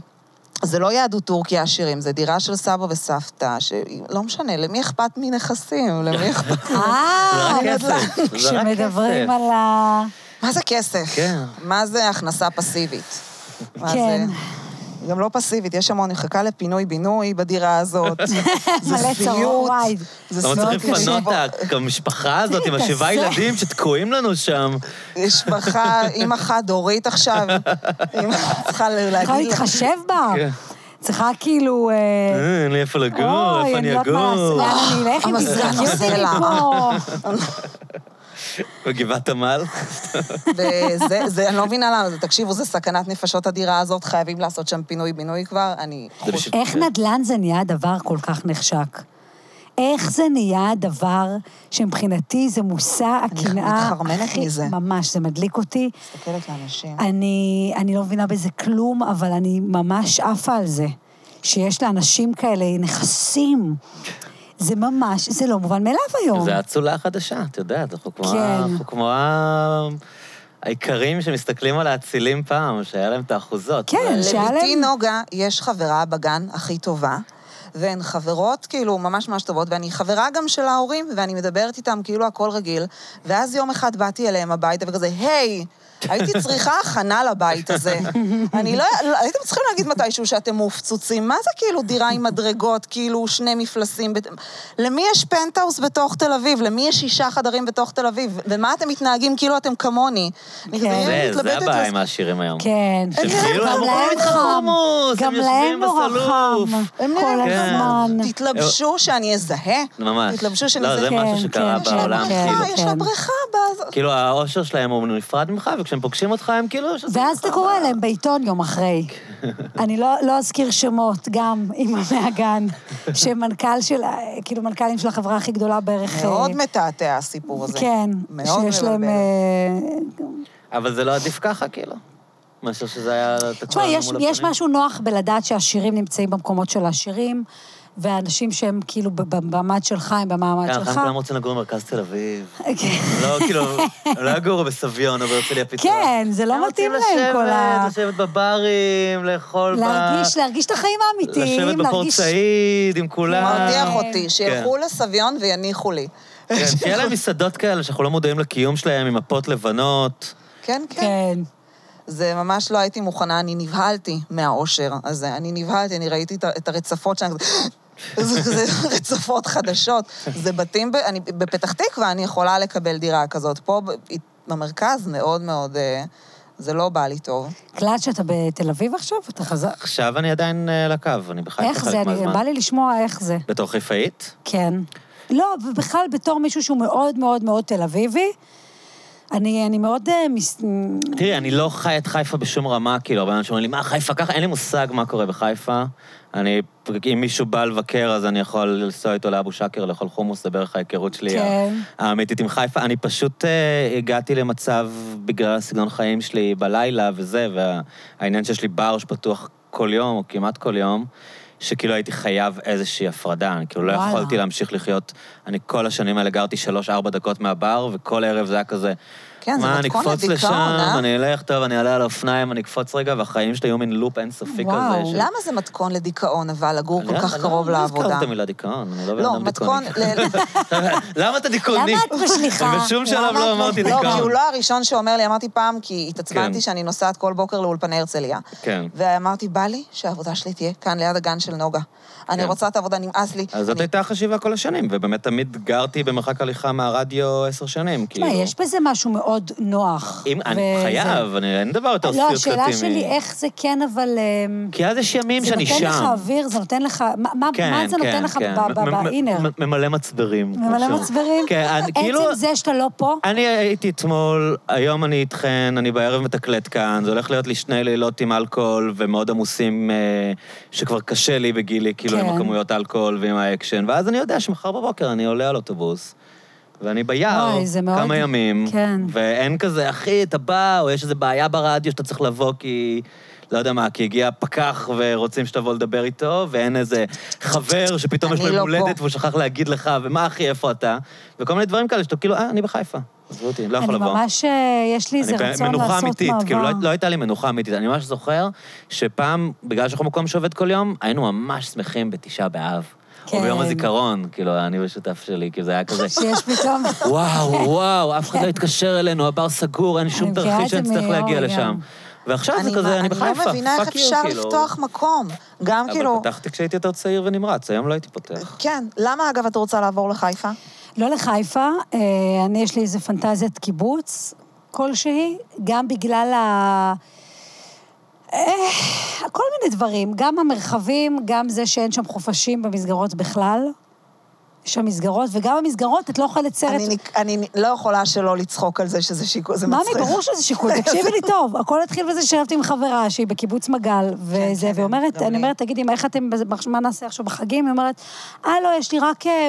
S3: זה לא יהדות טורקיה עשירים, זה דירה של סבא וסבתא, שלא משנה, למי אכפת מנכסים? למי
S1: כן.
S3: אכפת?
S2: אה,
S1: רק כסף, זה רק
S2: כשמדברים
S1: כסף.
S2: על ה...
S3: מה זה כסף?
S1: כן.
S3: מה זה הכנסה פסיבית? מה
S2: כן.
S3: זה? גם לא פסיבית, יש המון, היא חכה לפינוי-בינוי בדירה הזאת. זה
S2: [LAUGHS] מלא צרות,
S3: סיוט.
S2: וואי.
S3: זה
S1: למה
S3: סיוט
S1: צריך
S2: קשה.
S1: לא לפנות את
S2: [LAUGHS]
S1: המשפחה הזאת עם
S2: זה
S1: השבעה
S2: כזה.
S1: ילדים שתקועים לנו שם?
S3: משפחה, אימא
S1: [LAUGHS]
S3: חד-הורית עכשיו, אימא צריכה להגיד...
S2: צריכה
S3: לה-
S2: להתחשב בה.
S1: כן.
S2: צריכה כאילו... אה,
S1: אה, אין לי איפה לגור,
S2: אוי,
S1: איפה אני
S2: אני לא יודעת מה לעשות,
S1: אגור?
S2: לאן אני אלך אם
S3: המזגן
S2: תזרקי אותי
S3: עושה
S2: מפה.
S1: בגבעת עמל?
S3: וזה, זה, אני לא מבינה למה זה. תקשיבו, זה סכנת נפשות הדירה הזאת, חייבים לעשות שם פינוי-בינוי כבר. אני...
S1: זה בשביל-
S3: כן.
S2: איך נדל"ן זה נהיה דבר כל כך נחשק? איך זה נהיה דבר שמבחינתי זה מושא הקנאה...
S3: מתחרמנת
S2: הכי-
S3: מזה.
S2: ממש, זה מדליק אותי.
S3: מסתכלת לאנשים.
S2: אני, אני לא מבינה בזה כלום, אבל אני ממש עפה על זה. שיש לאנשים כאלה נכסים. זה ממש, זה לא מובן מאליו היום.
S1: זה הצולה החדשה, את יודעת, אנחנו כמו
S2: כן.
S1: ה- אנחנו כמו ה- האיכרים שמסתכלים על האצילים פעם, שהיה להם את האחוזות.
S2: כן,
S1: אבל-
S2: שאלה-
S3: לבתי נוגה יש חברה בגן הכי טובה. והן חברות, כאילו, ממש ממש טובות, ואני חברה גם של ההורים, ואני מדברת איתם כאילו הכל רגיל, ואז יום אחד באתי אליהם הביתה וכזה, היי, הייתי צריכה הכנה לבית
S2: [LAUGHS]
S3: הזה. אני לא, לא- הייתם צריכים להגיד מתישהו שאתם מופצוצים, מה זה כאילו דירה עם מדרגות, כאילו שני מפלסים? בת- למי יש פנטהאוס בתוך תל אביב? למי יש שישה חדרים בתוך תל אביב? ומה אתם מתנהגים כאילו אתם כמוני? אני כזה,
S2: כן.
S1: זה, זה
S3: מתלבטת,
S1: הבעיה
S3: אז-
S1: עם העשירים היום.
S2: כן.
S1: שהם כאילו,
S2: גם
S1: הם
S2: להם
S1: אוכלים איתך
S2: חם,
S1: חומוס,
S2: גם
S1: הם
S2: להם
S1: יושבים
S2: נורא
S1: בסלוף.
S2: חם.
S3: הם
S2: כל
S3: נראים
S2: הזמן.
S3: תתלבשו שאני אזהה.
S1: ממש.
S3: תתלבשו שאני
S1: לא, זה
S3: אזהה.
S2: כן,
S1: משהו שקרה
S2: כן, כן,
S1: בעולם,
S2: כן.
S1: כאילו.
S3: אה, יש לה בריכה באז...
S1: כאילו, האושר שלהם הוא נפרד ממך, וכשהם פוגשים אותך הם כאילו... שזה-
S2: ואז אתה קורא להם בעיתון יום אחרי.
S1: כן.
S2: אני לא, לא אזכיר שמות, גם
S1: [LAUGHS]
S2: אימא מהגן, שמנכ"ל של, כאילו מנכ"לים של החברה הכי גדולה בערך...
S3: מאוד
S2: אה,
S3: מתעתע הסיפור הזה.
S2: כן,
S3: מאוד
S2: שיש להם...
S3: מבלבל.
S2: אה,
S1: אבל זה לא עדיף ככה, כאילו. מאשר שזה היה...
S2: תשמע,
S1: לנו
S2: יש,
S1: לא, מול
S2: יש
S1: הפנים.
S2: משהו נוח בלדעת שהעשירים נמצאים במקומות של העשירים, והאנשים שהם כאילו ב- במעמד שלך הם במעמד
S1: כן,
S2: שלך.
S1: כולם רוצים לגור במרכז תל אביב.
S2: כן.
S1: לא, כאילו,
S2: [LAUGHS]
S1: הם לא יגורו בסביון או בהרצליה פיצוח.
S2: כן, זה
S1: הם
S2: לא
S1: רוצים
S2: מתאים להם כל ה...
S1: לשבת, לשבת בברים, לאכול ב...
S2: להרגיש, להרגיש את החיים האמיתיים,
S1: לשבת בפורט
S2: להרגיש...
S1: סעיד עם כולם.
S3: מרתיח
S2: אה,
S3: אותי, שילכו לסביון ויניחו לי.
S1: כן, שיהיה להם מסעדות כאלה שאנחנו לא מודעים לקיום שלהם, עם מפות לבנות.
S3: כן, כן.
S2: כן.
S3: זה ממש לא הייתי מוכנה, אני נבהלתי מהאושר הזה. אני נבהלתי, אני ראיתי את ה- את הרצפות שם. זה [LAUGHS] זה רצפות חדשות. זה בתים, ב- אני בפתח תקווה, אני יכולה לקבל דירה כזאת. פה ב- במרכז מאוד מאוד, אה, זה לא בא לי טוב.
S2: קלט שאתה בתל אביב עכשיו? אתה חזר...
S1: עכשיו אני עדיין אה, על הקו, אני בחיפה
S2: איך זה?
S1: חלק
S2: אני-
S1: מהזמן.
S2: בא לי לשמוע איך זה.
S1: בתור חיפאית?
S2: כן. לא, ובכלל בתור מישהו שהוא מאוד מאוד מאוד תל אביבי, אני, אני מאוד... אה, מס...
S1: תראי, אני לא חי את חיפה בשום רמה, כאילו, הרבה אנשים אומרים לי, מה, חיפה ככה? אין לי מושג מה קורה בחיפה. אני, אם מישהו בא לבקר, אז אני יכול לנסוע איתו לאבו שאקר לאכול חומוס, זה בערך ההיכרות שלי
S2: כן.
S1: האמיתית עם חיפה. אני פשוט אה, הגעתי למצב, בגלל הסגנון חיים שלי בלילה וזה, והעניין שיש לי בר שפתוח כל יום, או כמעט כל יום, שכאילו הייתי חייב איזושהי הפרדה. אני כאילו לא
S2: וואלה.
S1: יכולתי להמשיך לחיות. אני כל השנים האלה גרתי שלוש-ארבע דקות מהבר, וכל ערב זה היה כזה...
S3: כן, זה
S1: מה, אני
S3: מתכון
S1: אקפוץ לשם,
S3: לדיכאון, אה?
S1: אני אלך טוב, אני אעלה על האופניים, אני אקפוץ רגע, והחיים שלי יהיו מין לופ אינסופי כזה.
S2: וואו.
S1: של-
S3: למה זה מתכון לדיכאון, אבל, לגור
S1: אני
S3: כל
S1: לא-
S3: כך
S1: אני לא-
S3: קרוב
S1: לא
S3: לעבודה?
S1: הזכרת את המילה דיכאון, אני לא בן
S3: לא,
S1: אדם
S3: מתכון...
S1: דיכאוני. [LAUGHS]
S3: ל-
S1: למה אתה דיכאוני?
S4: למה את משליכה?
S1: אני בשום שלב
S4: למה
S1: לא
S4: את
S1: אמרתי
S4: משליכה?
S3: לא, כי הוא
S1: דיכאון.
S3: לא הראשון שאומר לי, אמרתי פעם, כי התעצבנתי
S1: כן.
S3: שאני נוסעת כל בוקר לאולפני הרצליה.
S1: כן.
S3: ואמרתי, בא לי שהעבודה שלי תהיה כאן ליד הגן של נוגה. אני
S1: כן.
S3: רוצה את העבודה, נמאס לי.
S1: אז זאת
S3: אני-
S1: הייתה החשיבה כל השנים, ובאמת תמיד גרתי במרחק הליכה מהרדיו עשר שנים, כאילו.
S2: תשמע, יש בזה משהו מאוד נוח.
S1: אם, אני
S2: וזה-
S1: חייב, אני, אין דבר יותר
S2: לא,
S1: סיוט קלטי.
S2: השאלה
S1: מ-
S2: שלי איך זה כן, אבל... אמ,
S1: כי אז יש ימים שאני שם.
S2: זה נותן לך אוויר, זה נותן לך... מה- מה
S1: כן,
S2: מה זה
S1: כן,
S2: נותן לך
S1: כן.
S2: ב- ב-
S1: מ- מ-
S2: באינר?
S1: מ- ממלא מצברים.
S2: ממלא
S1: כמו שם.
S2: מצברים?
S1: כן, אני- כאילו...
S2: עצם זה שאתה לא פה,
S1: אני הייתי אתמול, היום אני איתכן, אני בערב מתקלט כאן, זה הולך להיות לי שני לילות עם אלכוהול ומאוד עמוסים, אה, שכבר קשה לי בגילי, כאילו,
S2: כן.
S1: עם הכמויות האלכוהול ועם האקשן, ואז אני יודע שמחר בבוקר אני עולה על אוטובוס, ואני ביער
S2: וואי, זה מאוד-
S1: כמה ימים,
S2: כן.
S1: ואין כזה, אחי, אתה בא, או יש איזו בעיה ברדיו שאתה צריך לבוא כי... לא יודע מה, כי הגיע פקח ורוצים שתבוא לדבר איתו, ואין איזה חבר שפתאום יש לו
S3: אני
S1: יום
S3: לא פה.
S1: הולדת והוא שכח להגיד לך, ומה אחי, איפה אתה? וכל מיני דברים כאלה שאתה כאילו, אה, אני בחיפה. עזבו אותי, לא יכול
S2: אני
S1: לבוא.
S2: ממש... אה, יש לי איזה
S1: אני
S2: רצון לעשות מעבר.
S1: מנוחה אמיתית, כאילו, לא, לא הייתה לי מנוחה אמיתית. אני ממש זוכר שפעם, בגלל שאנחנו מקום שעובד כל יום, היינו ממש שמחים בתשעה באב.
S2: כן.
S1: או ביום הזיכרון, כאילו, אני ושותף שלי, כאילו, זה היה
S2: [LAUGHS]
S1: כזה.
S2: שיש פתאום...
S1: וואו, וואו, אף אחד לא התקשר אלינו, הבר סגור, אין שום
S2: אני מכירה
S1: תרחיש
S2: את זה
S1: שנצטרך להגיע
S2: מאור
S1: לשם.
S2: גם.
S1: ועכשיו זה
S3: אני מה-
S1: כזה, אני בחיפה,
S3: אני לא מבינה איך
S1: fuck you,
S3: אפשר
S1: כאילו.
S3: לפתוח מקום. גם כאילו...
S1: אבל פתחתי כשהייתי יותר צעיר ונמרץ, היום לא הייתי פותח.
S3: כן. למה, אגב, את רוצה לעבור לחיפה?
S2: לא לחיפה, אה, אני יש לי איזה פנטזיית קיבוץ כלשהי, גם בגלל ה... אה, כל מיני דברים, גם המרחבים, גם זה שאין שם חופשים במסגרות בכלל. יש שם מסגרות, וגם המסגרות, את לא אוכלת סרט.
S3: אני ניק- אני נ- לא יכולה שלא לצחוק על זה שזה שיקול, זה מצחיק.
S2: ממי, ברור שזה
S3: [LAUGHS]
S2: שיקול, תקשיבי לי טוב. הכל התחיל בזה שישבתי עם חברה שהיא בקיבוץ מגל, וזה,
S3: כן,
S2: והיא אומרת,
S3: גם
S2: אני
S3: לי.
S2: אומרת, תגידי, מה, איך אתם, בזה- מה נעשה עכשיו בחגים? היא אומרת, אה, לא, יש לי רק אה,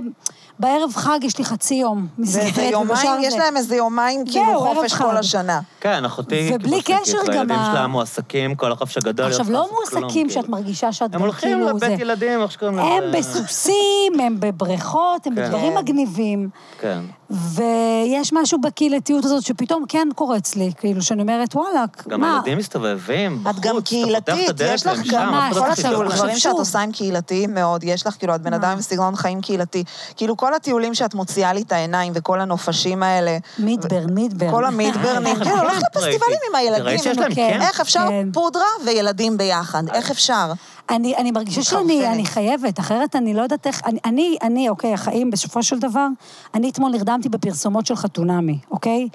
S2: בערב חג, יש לי חצי יום. מסגרת, [LAUGHS]
S3: זה יומיים,
S2: ובשאר
S3: יש
S2: זה."
S3: להם איזה יומיים
S2: זהו,
S3: כאילו
S2: ערב
S3: חופש
S2: חג.
S3: כל השנה.
S1: כן, אחותי
S2: ובלי
S1: קיבוצניקית,
S2: קשר גם
S1: והילדים
S2: ה-
S1: שלה מועסקים, כל החופש הגדול. היא
S2: עכשיו,
S1: יכולה
S2: לא
S1: לעשות כלום,
S2: מועסקים
S1: כאילו.
S2: שאת מרגישה שאת
S1: הם
S2: גם
S1: הולכים
S2: כאילו זה.
S1: לבית ילדים, איך שקוראים לזה.
S2: הם בסוסים, הם בבריכות, הם
S1: כן.
S2: בדברים מגניבים.
S1: כן.
S2: ויש משהו בקהילתיות הזאת שפתאום כן קורץ לי, כאילו, שאני אומרת, וואלכ,
S1: גם
S2: מה?
S1: הילדים מסתובבים בחוץ,
S3: את גם קהילתית, יש לך
S2: גם
S3: גם
S2: ממש,
S1: לא
S3: כל
S2: צריך לדאוג
S3: הטיול,
S2: להם.
S3: דברים שאת
S2: שוב.
S3: עושה עם קהילתיים מאוד, יש לך, כאילו, את בן אדם עם סגנון חיים קהילתי. כאילו, כל הטיולים שאת מוציאה לי את העיניים וכל הנופשים האלה,
S2: מידבר, מידבר.
S3: כל
S1: [LAUGHS]
S3: המידברנים, כן, הולכת לפסטיבלים עם
S1: ראית שיש
S3: הילדים.
S1: להם
S2: כן.
S1: כן?
S3: איך אפשר
S2: כן.
S3: פודרה וילדים ביחד? איך אפשר?
S2: אני, אני מרגישה שאני
S3: מחרפנת.
S2: אני חייבת, אחרת אני לא יודעת איך... אני, אני, אני, אוקיי, החיים בסופו של דבר, אני אתמול נרדמתי בפרסומות של חתונמי, אוקיי?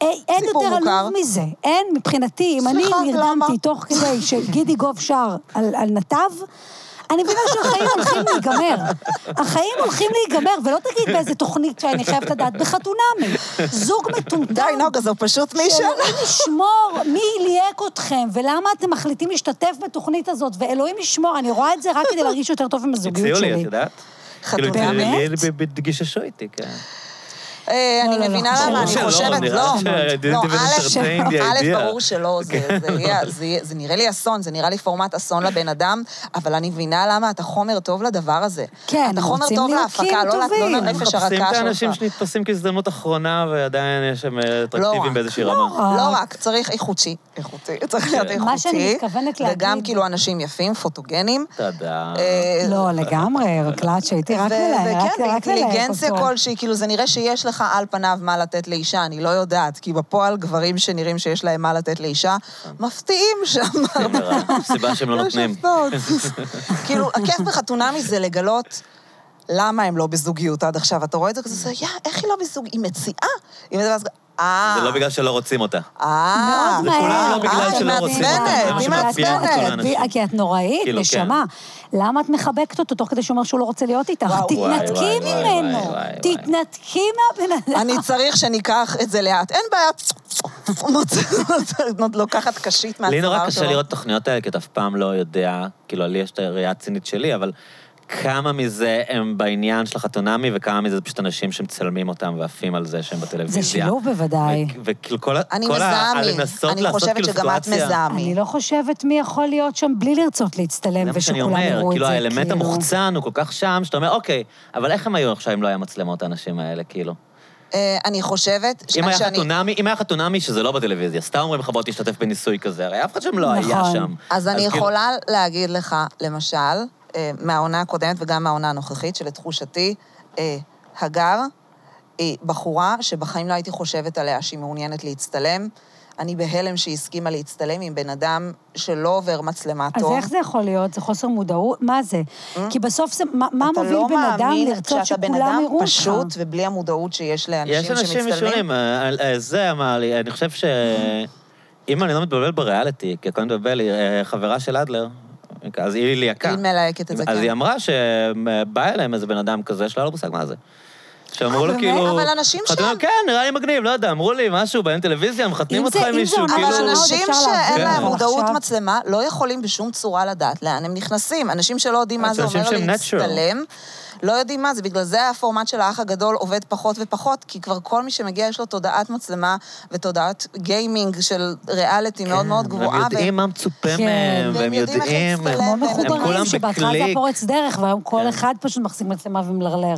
S2: אי, אין
S3: סיפור
S2: יותר
S3: מוכר.
S2: עלוב מזה, אין, מבחינתי, אם אני
S3: סליחה, למה?
S2: נרדמתי תוך כדי שגידי גוב שר על, על נתב, אני מבינה שהחיים הולכים להיגמר. החיים הולכים להיגמר, ולא תגיד באיזה תוכנית שאני חייבת לדעת, בחתונמי. זוג מטומטם.
S3: די, נוגה, זו פשוט מישהו.
S2: שאלוהים ישמור מי ליהק אתכם, ולמה אתם מחליטים להשתתף בתוכנית הזאת, ואלוהים ישמור, אני רואה את זה רק כדי להרגיש יותר טוב עם הזוגיות
S1: הציעו לי,
S2: שלי.
S1: את יודעת?
S3: חתונה.
S1: כאילו,
S2: באמת?
S1: לי- ב- ב- גיששו איתי, כן.
S3: אה,
S2: לא,
S3: אני
S2: לא,
S3: מבינה
S2: לא,
S3: למה, אני
S2: ברור שלא,
S3: חושבת,
S1: נראה
S3: לא.
S1: לי שהדינטי
S3: לא,
S1: וזה
S3: א',
S1: certain the
S3: [LAUGHS] א',
S1: idea.
S3: ברור שלא, זה-
S1: [LAUGHS]
S3: זה יהיה- זה יהיה- זה נראה לי אסון, זה נראה לי פורמט אסון לבן אדם, אבל אני מבינה למה אתה חומר טוב לדבר הזה.
S2: כן,
S3: אתה חומר
S2: רוצים
S3: טוב
S2: ליהוקים
S3: להפקה, לא
S2: טובים.
S3: לא
S2: הם
S3: לנפש הרכה
S1: מחפשים
S3: שלך.
S1: את האנשים שנתפסים כהזדמנות אחרונה, ועדיין יש שם אה,
S3: לא
S1: אטרקטיביים
S3: רק.
S1: באיזושהי רמה.
S3: לא רק, צריך איכותי. איכותי, צריך להיות איכותי.
S2: אה. מה שאני מתכוונת
S3: וגם
S2: להגיד-
S3: כאילו אנשים יפים, פוטוגנים.
S1: תודה.
S3: אה,
S2: לא, לגמרי, מקלט שהייתי רק
S3: ו-
S2: מלהק,
S3: וכן,
S2: רק רק מלהק
S3: באינטליגנציה
S2: אותו.
S3: כלשהי, כאילו, זה נראה שיש לך על פניו מה לתת לאישה, אני לא יודעת, כי בפועל גברים שנראים שיש להם מה לתת לאישה, מפתיעים
S1: [LAUGHS]
S3: שם.
S2: [LAUGHS]
S1: סיבה שהם כן. לא נותנים.
S3: שופטות.
S1: [LAUGHS]
S3: כאילו, הכיף בחתונמי זה לגלות... למה הם לא בזוגיות עד עכשיו? אתה רואה את זה כזה, יא, איך היא לא בזוג? היא מציעה. היא מדברת, אה,
S1: זה לא בגלל שלא רוצים אותה.
S3: אה,
S2: מאוד
S1: זה
S2: מהר.
S1: כולם לא בגלל
S2: אה,
S1: שלא
S2: את
S1: רוצים
S2: מעצבנת,
S1: אותנו,
S2: את
S1: מה לא שמטביע את
S2: מעצבנת.
S1: כל האנשים.
S2: כי את נוראית,
S1: כאילו,
S2: נשמה. למה את מחבקת אותו תוך כדי שהוא אומר שהוא לא רוצה להיות איתך?
S3: וואו,
S1: וואי,
S2: תתנתקי
S1: וואי, וואי,
S2: ממנו.
S1: וואי, וואי.
S2: תתנתקי מהבן אדם.
S3: אני צריך שניקח את זה לאט. אין בעיה, מוצאת- לוקחת קשית מהצוואר
S1: לי
S3: שלו.
S1: נורא קשה לראות את התוכניות האלה, כי אתה אף פעם לא יודע, כאילו, לי יש את הראייה הצינית שלי, אבל כמה מזה הם בעניין של החתונמי, וכמה מזה זה פשוט אנשים שמצלמים אותם ועפים על זה שהם בטלוויזיה.
S2: זה שילוב בוודאי.
S1: וכאילו כל ה...
S3: אני
S1: כל ה-
S3: מזהה מי.
S1: לנסות
S3: אני
S1: לעשות
S3: חושבת
S1: כאילו
S3: שגם את
S1: סיטואציה.
S3: מזהה
S2: אני
S3: מי.
S2: לא חושבת מי יכול להיות שם בלי לרצות להצטלם
S1: זה מה שאני
S2: ושכולם יראו
S1: אומר,
S2: את זה.
S1: כאילו האלמנט המוחצן הוא כל כך שם, שאתה אומר, אוקיי, אבל איך הם היו עכשיו אם לא היה מצלמות האנשים האלה, כאילו?
S3: אה, אני חושבת ש-
S1: אם היה
S3: שאני...
S1: חתונמי, אם היה חתונמי שזה לא בטלוויזיה, סתם אומרים לך בוא תשתתף בניסוי כזה, הרי אף אחד שם לא היה
S2: נכון.
S1: שם.
S3: אז אני
S1: כאילו-
S3: יכולה להגיד לך, למשל, אה, מהעונה הקודמת וגם מהעונה הנוכחית, שלתחושתי, אה, הגר היא בחורה שבחיים לא הייתי חושבת עליה שהיא מעוניינת להצטלם. אני בהלם שהיא הסכימה להצטלם עם בן אדם שלא עובר מצלמה
S2: אז
S3: טוב.
S2: איך זה יכול להיות? זה חוסר מודעות? מה זה?
S1: אה?
S2: כי בסוף זה, מה מה
S3: אתה
S2: מוביל
S3: לא
S2: בן אדם
S3: מאמין
S2: לרצות
S3: כשאתה בן
S2: שכולם
S3: אדם
S2: יראו אותך?
S3: פשוט, ובלי המודעות שיש לאנשים
S1: יש
S3: שמצטלמים.
S1: אנשים משונים, אה, אה, זה אמר לי, אני חושב ש... אם אני לא מתבלבל בריאליטי, כי קודם מדבר לי אה, חברה של אדלר, אז היא ליקה.
S3: היא מלהקת את זה,
S1: אז
S3: כן.
S1: היא אמרה שבא אליהם איזה בן אדם כזה, שלא היה לו מושג מה זה. שאמרו
S3: אה,
S1: לו
S3: באמת?
S1: כאילו...
S3: אבל אנשים
S1: חתונה,
S3: שם.
S1: כן, נראה לי מגניב, לא יודע, אמרו לי משהו, באים טלוויזיה, מחתנים
S2: אם
S1: אותך
S2: זה-
S1: עם
S2: אם זה
S1: מישהו,
S2: עונה
S1: כאילו...
S3: אבל
S2: ראשונה, עוד
S3: אנשים
S2: אפשר
S3: שאין
S1: לעבור.
S3: להם
S1: כן.
S3: מודעות
S2: עכשיו.
S3: מצלמה לא יכולים בשום צורה לדעת לאן הם נכנסים. אנשים שלא יודעים מה זה
S1: אנשים
S3: אומר
S1: שהם natural.
S3: להצטלם, לא יודעים מה זה. בגלל זה הפורמט של האח הגדול עובד פחות ופחות, כי כבר כל מי שמגיע יש לו תודעת מצלמה ותודעת גיימינג של ריאליטי מאוד מאוד גבוהה.
S1: כן. הם יודעים
S3: והם-
S1: מה מצופה
S2: כן.
S1: מהם,
S3: והם
S1: והם
S3: יודעים איך
S1: יודעים...
S3: להצטלם,
S2: כמו
S3: הם
S2: לא מחוברים,
S1: כולם
S2: שבהתחלה זה
S1: בקליק. כן.
S2: הפורץ דרך, והיום כל אחד פשוט מחזיק מצלמה ומלרלר.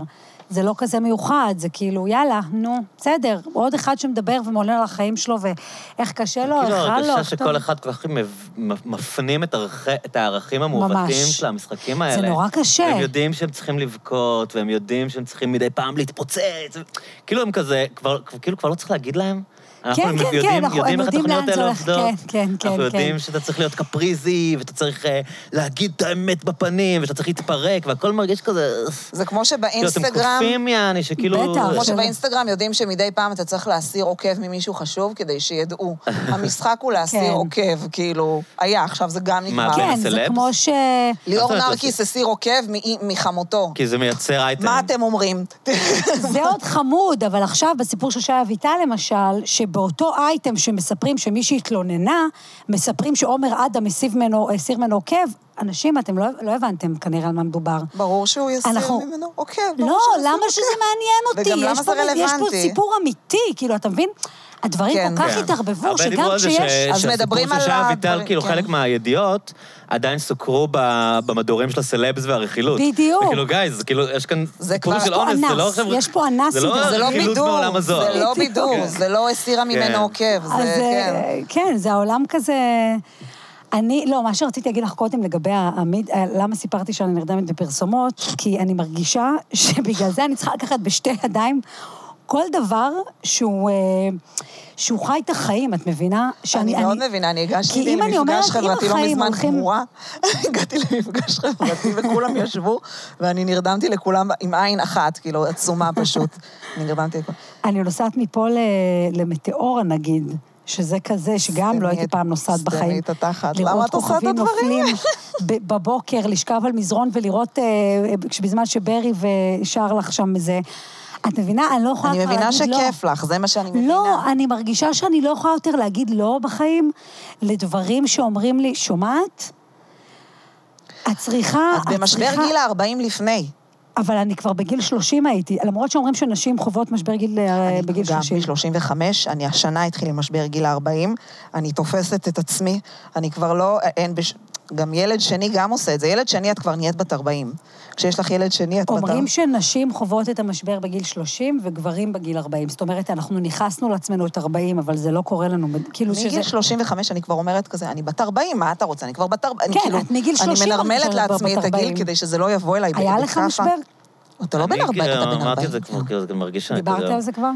S2: זה לא כזה מיוחד, זה כאילו, יאללה, נו, בסדר. עוד אחד שמדבר ומעולה על החיים שלו, ואיך קשה לו, איך
S1: כאילו
S2: רע לו.
S1: הרגשה
S2: איך טוב.
S1: שכל אחד כל כך מב- מפנים את הרח- את הערכים המעוותים
S2: ממש.
S1: של המשחקים האלה.
S2: זה נורא קשה.
S1: הם יודעים שהם צריכים לבכות, והם יודעים שהם צריכים מדי פעם להתפוצץ. כאילו הם כזה, כבר- כאילו כבר לא צריך להגיד להם. אנחנו
S2: כן, כן,
S1: יודעים-
S2: כן, אנחנו-
S1: יודעים
S2: הם
S1: איך
S2: יודעים לאן
S1: התוכניות
S2: זה
S1: האלה
S2: הולך.
S1: עובדות.
S2: כן, כן, כן,
S1: אנחנו
S2: כן.
S1: יודעים שאתה צריך להיות קפריזי, ואתה צריך אה, להגיד את האמת בפנים, ושאתה צריך להתפרק, והכל מרגיש כזה...
S3: זה כמו
S1: כאילו, אתם
S3: שבאינסטגרם...
S1: קופים, יעני, שכאילו...
S2: בטח.
S3: כמו
S2: של-
S3: שבאינסטגרם יודעים שמדי פעם אתה צריך להסיר עוקב ממישהו חשוב כדי שידעו.
S2: [LAUGHS]
S3: המשחק הוא
S2: כן.
S3: להסיר עוקב, כאילו, היה, עכשיו זה גם נגמר.
S1: בין
S2: כן, זה
S1: הסלבס?
S2: כמו ש...
S1: מה זאת
S3: ליאור
S1: אומרת
S3: נרקיס הסיר עוקב מאי- מחמותו.
S1: כי זה מייצר אייטם.
S2: כן.
S3: מה אתם אומרים? [LAUGHS]
S2: זה עוד חמוד, אבל עכשיו, בסיפור של שי אביטל, למשל, שבאותו אייטם שמספרים שמישהי התלוננה, מספרים שעומר אדם הסיר ממנו- הסיר ממנו עוקב, אנשים, אתם לא לא הבנתם כנראה על מה מדובר.
S3: ברור שהוא יסיר
S2: אנחנו-
S3: ממנו עוקב. ברור
S2: לא,
S3: שהוא יסיר
S2: למה
S3: עוקב.
S2: שזה מעניין אותי?
S3: וגם למה
S2: יש
S3: זה
S2: פה- יש פה
S3: רלוונטי?
S2: סיפור אמיתי, כאילו, אתה מבין? הדברים
S3: כן.
S2: כל כך
S1: כן.
S2: התערבבו,
S1: הרבה
S2: שגם
S1: דיברו על זה
S2: כשיש...
S1: ש-
S3: אז מדברים על
S1: שהסיפור של שעה אביטל,
S3: הדברים,
S1: כאילו
S3: כן.
S1: חלק מהידיעות, עדיין סוקרו ב- במדורים של הסלבס והרכילות.
S2: בדיוק.
S1: וכאילו, גייז, כאילו, יש כאן
S3: זה
S1: סיפור
S3: כבר-
S1: של
S3: יש פה
S1: אונס, זה
S2: אנס,
S1: לא עכשיו...
S2: יש פה אנס, אבל-
S3: זה לא
S1: רכילות מעולם
S3: בידור,
S1: הזוהר.
S3: זה לא
S2: בדיוק.
S3: בידור,
S2: כן.
S3: זה לא הסירה ממנו עוקב,
S2: אז
S3: זה כן.
S2: אה, כן, זה העולם כזה... אני, לא, מה שרציתי להגיד לך קודם לגבי העמיד, אה, למה סיפרתי שאני נרדמת בפרסומות, כי אני מרגישה [LAUGHS] שבגלל זה אני צריכה לקחת בשתי ידיים כל דבר שהוא, אה, שהוא חי את החיים, את מבינה?
S3: שאני
S2: לא
S3: מאוד מבינה, אני
S2: כי
S3: הגשתי
S2: אם אני אומרת,
S3: למפגש
S2: אם
S3: חברתי לא
S2: החיים
S3: מזמן
S2: הולכים-
S3: גמורה. [LAUGHS] הגעתי למפגש חברתי וכולם ישבו, ואני נרדמתי לכולם עם עין אחת, כאילו, עצומה
S2: [LAUGHS]
S3: פשוט. אני נרדמתי לכולם.
S2: אני נוסעת מפה ל... למטאורה, נגיד, שזה כזה, שגם לא
S3: סתמי
S2: הייתי
S3: את-
S2: פעם נוסעת
S3: סתמי
S2: בחיים.
S3: את התחת.
S2: לראות
S3: למה את עושה את
S2: כוכבים
S3: הדברים
S2: נופלים ב- בבוקר, לשכב על מזרון ולראות, אה, אה, בזמן שברי ושר לך שם זה. את מבינה? אני לא יכולה
S3: אני
S2: כבר
S3: מבינה
S2: להגיד לא.
S3: שכיף לך, זה מה שאני מבינה.
S2: לא, אני מרגישה שאני לא יכולה יותר להגיד לא בחיים לדברים שאומרים לי, שומעת? אה, את צריכה,
S3: את במשבר
S2: צריכה-
S3: גיל ה-40 לפני.
S2: אבל אני כבר בגיל 30 הייתי, למרות שאומרים שנשים חוות משבר גיל אה, בגיל
S3: גם
S2: 30.
S3: 35, אני השנה התחיל עם משבר גיל 40, אני תופסת את עצמי, אני כבר לא, אין, בש... גם ילד שני גם עושה את זה. ילד שני, את כבר נהיית בת 40. כשיש לך ילד שני, את בת...
S2: אומרים שנשים חוות את המשבר בגיל 30 וגברים בגיל 40. זאת אומרת, אנחנו נכנסנו לעצמנו את 40, אבל זה לא קורה לנו, כאילו שזה...
S3: מגיל 35, אני כבר אומרת כזה, אני בת 40, מה אתה רוצה? אני כבר בת 40.
S2: כן, את מגיל 30
S3: אני מנרמלת
S2: מרגישה שאת
S3: לעצמי
S2: בת
S3: את הגיל
S2: 40.
S3: כדי שזה לא יבוא אליי.
S2: היה
S3: ב-
S2: לך
S3: בכאפה.
S2: משבר?
S3: אתה לא בן 40, אתה בן 40.
S1: אמרתי את זה כבר, כאילו, זה גם מרגיש שאני
S2: דיברת
S1: כזה-
S2: על זה כבר?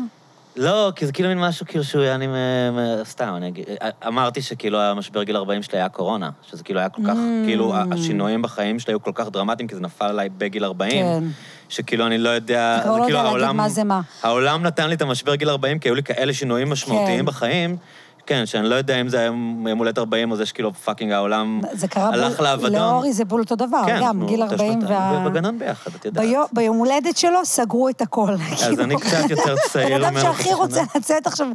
S1: לא, כי זה כאילו מין משהו כאילו שהוא היה אני... מ- מ- סתם, אני אגיד... אה, אמרתי שכאילו המשבר גיל 40 שלי היה קורונה, שזה כאילו היה כל כך...
S2: Mm.
S1: כאילו ה- השינויים בחיים שלי היו כל כך דרמטיים, כי זה נפל עליי בגיל 40.
S2: כן.
S1: שכאילו אני לא יודע...
S2: אתה כבר לא
S1: כאילו
S2: יודע להגיד
S1: העולם-
S2: מה זה מה.
S1: העולם נתן לי את המשבר גיל 40, כי היו לי כאלה שינויים משמעותיים
S2: כן.
S1: בחיים. כן, שאני לא יודע אם זה היום יום הולדת 40 או זה שכאילו פאקינג העולם
S2: זה קרה...
S1: הלך
S2: בול-
S1: לאבדון.
S2: לאורי זה בול אותו דבר,
S1: כן,
S2: גם,
S1: נו,
S2: גיל
S1: אתה
S2: 40
S1: שנתיים,
S2: וה...
S1: בגנון ביחד, את יודעת.
S2: ביום- ביום הולדת שלו סגרו את הכל.
S1: אז
S2: כאילו,
S1: אני קצת
S2: [LAUGHS]
S1: יותר צעיר
S2: בן אדם
S1: ממנו
S2: שהכי
S1: בחצי
S2: רוצה
S1: שנה.
S2: לצאת עכשיו,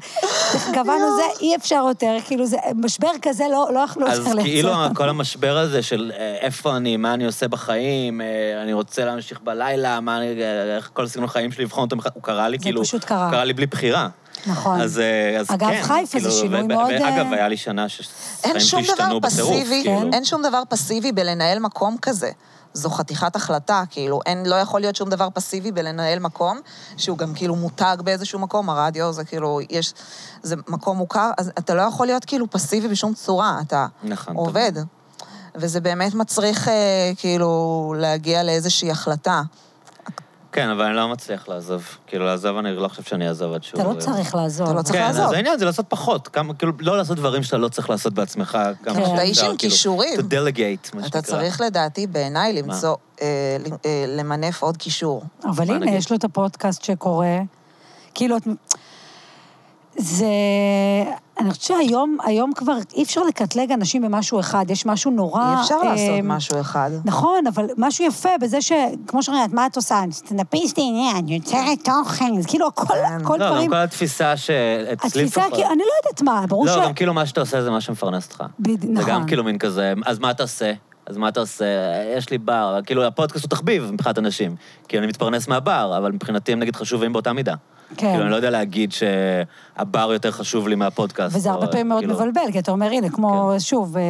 S2: קבענו זה, אי אפשר יותר, כאילו זה, משבר כזה לא לא יכלו יותר
S1: אז
S2: לייצר.
S1: כאילו כל המשבר הזה של אה, איפה אני, מה אני עושה בחיים, אה, אני רוצה להמשיך בלילה, מה אני, אה, איך כל סגנון החיים שלי לבחון אותו, מחד- הוא קרא לי
S2: זה
S1: כאילו,
S2: פשוט קרה.
S1: הוא קרא לי בלי בחירה.
S2: נכון.
S1: אז, אה, אז
S2: אגב,
S1: כן,
S2: חיפה זה
S1: כאילו,
S2: שינוי
S1: ו- ו-
S2: מאוד,
S1: ואגב,
S2: אה,
S1: היה לי שנה שהחיים
S3: אין
S1: שלי
S3: שום דבר
S1: השתנו בטירוף,
S3: פסיבי,
S1: כאילו.
S3: אין שום דבר פסיבי בלנהל מקום כזה. זו חתיכת החלטה, כאילו, אין, לא יכול להיות שום דבר פסיבי בלנהל מקום, שהוא גם כאילו מותג באיזשהו מקום, הרדיו זה כאילו, יש, זה מקום מוכר, אז אתה לא יכול להיות כאילו פסיבי בשום צורה, אתה
S1: נכון,
S3: עובד. וזה באמת מצריך אה, כאילו להגיע לאיזושהי החלטה.
S1: כן, אבל אני לא מצליח לעזוב. כאילו, לעזוב, אני לא חושב שאני אעזוב עד שהוא...
S2: אתה לא צריך לעזוב.
S3: אתה לא צריך
S1: כן,
S3: לעזוב.
S1: אז העניין זה לעשות פחות. כמה, כאילו, לא לעשות דברים שאתה לא צריך לעשות בעצמך. כמה
S2: אתה
S1: שאפשר,
S3: איש עם
S1: כאילו,
S3: כישורים.
S1: To delegate, מה שנקרא.
S3: אתה צריך לדעתי, בעיניי, למצוא, אה, ל- אה, למנף עוד קישור.
S2: אבל
S1: מה
S2: הנה,
S1: נגיד?
S2: יש לו את הפודקאסט שקורה. כאילו, את... זה... אני חושבת שהיום היום כבר אי אפשר לקטלג אנשים במשהו אחד, יש משהו נורא...
S3: אי אפשר לעשות
S2: אמ,
S3: משהו אחד.
S2: נכון, אבל משהו יפה בזה ש... כמו שאומרת, מה את עושה? אני סטנדאפיסטית, הנה, אני יוצרת תוכן, זה כאילו, הכל,
S3: כן.
S2: הכל
S1: לא,
S2: דברים...
S1: גם כל התפיסה ש... אצלי
S2: התפיסה,
S1: לפחות.
S2: כאילו, אני לא יודעת מה, ברור ש...
S1: לא, גם כאילו מה שאתה עושה זה מה שמפרנס אותך.
S2: בד-
S1: זה גם
S2: נכון.
S1: כאילו מין כזה, אז מה אתה עושה? אז מה אתה עושה? יש לי בר, כאילו הפודקאסט הוא תחביב מבחינת אנשים, כי אני מתפרנס מהבר, אבל מבחינתי הם נגיד חשובים באותה מידה.
S2: כן.
S1: כאילו, אני לא יודע להגיד שהבר יותר חשוב לי מהפודקאסט.
S2: וזה
S1: או,
S2: הרבה פעמים מאוד
S1: כאילו, כן.
S2: מבלבל, כי אתה אומר, הנה, כמו, שוב, אה,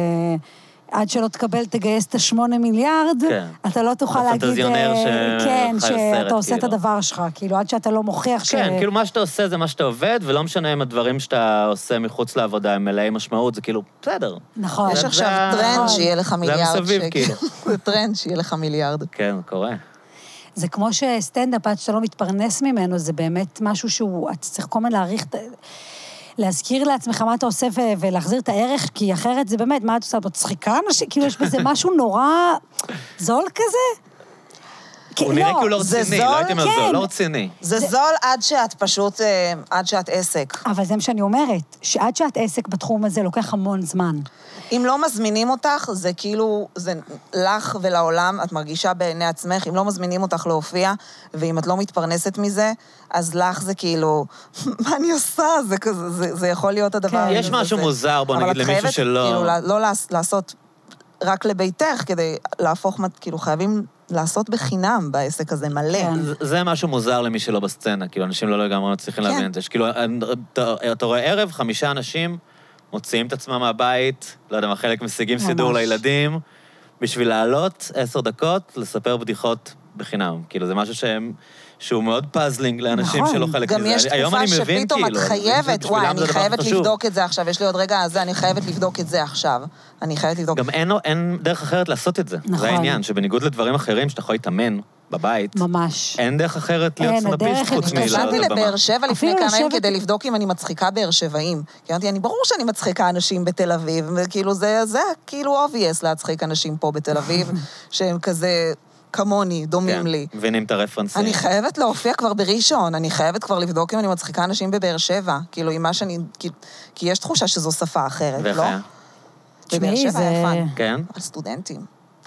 S2: עד שלא תקבל, תגייס את השמונה מיליארד,
S1: כן.
S2: אתה לא תוכל להגיד...
S1: הפנטזיונר
S2: אה,
S1: ש-
S2: כן,
S1: חי סרט,
S2: שאתה עושה את
S1: כאילו.
S2: הדבר שלך, כאילו, עד שאתה לא מוכיח ש...
S1: כן, כאילו מה שאתה עושה זה מה שאתה עובד, ולא משנה אם הדברים שאתה עושה מחוץ לעבודה הם מלאי משמעות, זה כאילו, בסדר.
S2: נכון.
S3: יש
S1: זה-
S3: עכשיו
S1: זה-
S3: טרנד שיהיה לך
S1: זה
S3: מיליארד
S1: המסביב,
S3: שקל.
S1: כאילו.
S3: [LAUGHS] זה טרנד שיהיה לך מיליארד.
S1: כן, קורה.
S2: זה כמו שסטנדאפ, עד שאתה לא מתפרנס ממנו, זה באמת משהו שהוא, אתה צריך כל הזמן להעריך, את ה- להזכיר לעצמך מה אתה עושה ו- ולהחזיר את הערך, כי אחרת זה באמת, מה את עושה? את מצחיקה אנשים? כאילו, יש
S1: [LAUGHS]
S2: בזה משהו נורא זול כזה? כי-
S1: הוא נראה
S2: לא,
S1: כאילו לא
S3: זה
S1: רציני, לא
S3: זול?
S1: הייתי אומר זול,
S2: כן.
S1: לא רציני.
S3: זה זול עד שאת פשוט, אה, עד שאת עסק.
S2: אבל זה מה שאני אומרת, שעד שאת עסק בתחום הזה לוקח המון זמן.
S3: אם לא מזמינים אותך, זה כאילו, זה לך ולעולם, את מרגישה בעיני עצמך, אם לא מזמינים אותך להופיע, ואם את לא מתפרנסת מזה, אז לך זה כאילו, [LAUGHS] מה אני עושה? זה כזה, זה, זה יכול להיות הדבר
S2: כן.
S3: הזה.
S1: יש משהו
S3: זה-
S1: מוזר, בוא נגיד, למישהו שלא-
S3: אבל את חייבת, כאילו, לא, לא לעס- לעשות רק לביתך, כדי להפוך, מת- כאילו, חייבים לעשות בחינם בעסק הזה מלא.
S2: כן.
S1: זה- זה משהו מוזר למי שלא בסצנה, כאילו, אנשים לא לגמרי מצליחים
S3: נכון. כן.
S1: להבין את זה. שכאילו, אני- אתה- אתה רואה ערב, חמישה אנשים מוציאים את עצמם מהבית, לא יודע מה, חלק משיגים
S2: ממש.
S1: סידור לילדים, בשביל לעלות עשר דקות, לספר בדיחות בחינם. כאילו, זה משהו שהם... שהוא מאוד פאזלינג לאנשים
S2: נכון.
S1: שלא חלק מזה.
S3: גם יש
S1: אני- היום
S3: תקופה
S1: אני מבין,
S3: שפתאום את
S1: כאילו, אני מבין
S3: חייבת,
S1: שבשבילם
S3: וואי,
S1: זה
S3: אני
S1: הדבר
S3: חייבת
S1: הכי חשוב."
S3: לבדוק את זה עכשיו, יש לי עוד רגע זה, אני חייבת לבדוק את זה עכשיו. אני חייבת לבדוק.
S1: גם אין, אין דרך אחרת לעשות את זה.
S2: נכון.
S1: זה העניין, שבניגוד לדברים אחרים שאתה יכול להתאמן בבית,
S2: ממש.
S1: אין דרך אחרת להיות
S2: אין,
S1: סטנדאפיסט
S2: הדרך היא
S1: חוץ
S2: להשתמש.
S1: מלעלות
S3: התקשרתי
S1: על במה.
S3: לבאר שבע לפני
S2: אפילו
S3: כמה ימים
S2: לשבת-
S3: כדי לבדוק אם אני מצחיקה באר שבעים. כי אמרתי, אני ברור שאני מצחיקה אנשים בתל אביב, וכאילו זה, זה כאילו obvious להצחיק אנשים פה בתל
S1: [LAUGHS]
S3: אביב, שהם כזה כמוני, דומים
S1: כן,
S3: לי.
S1: מבינים את הרפרנסים.
S3: אני חייבת להופיע כבר בראשון, אני חייבת כבר לבדוק אם אני מצחיקה אנשים בבאר שבע. כאילו, עם מה שאני... כי, כי יש תחושה שזו שפה אחרת,
S1: ואיך
S3: לא?
S1: היה?
S3: בבאר
S2: תשמעי,
S3: שבע היה
S2: זה-
S3: פאן.
S1: כן?
S3: על סטודנטים. [LAUGHS]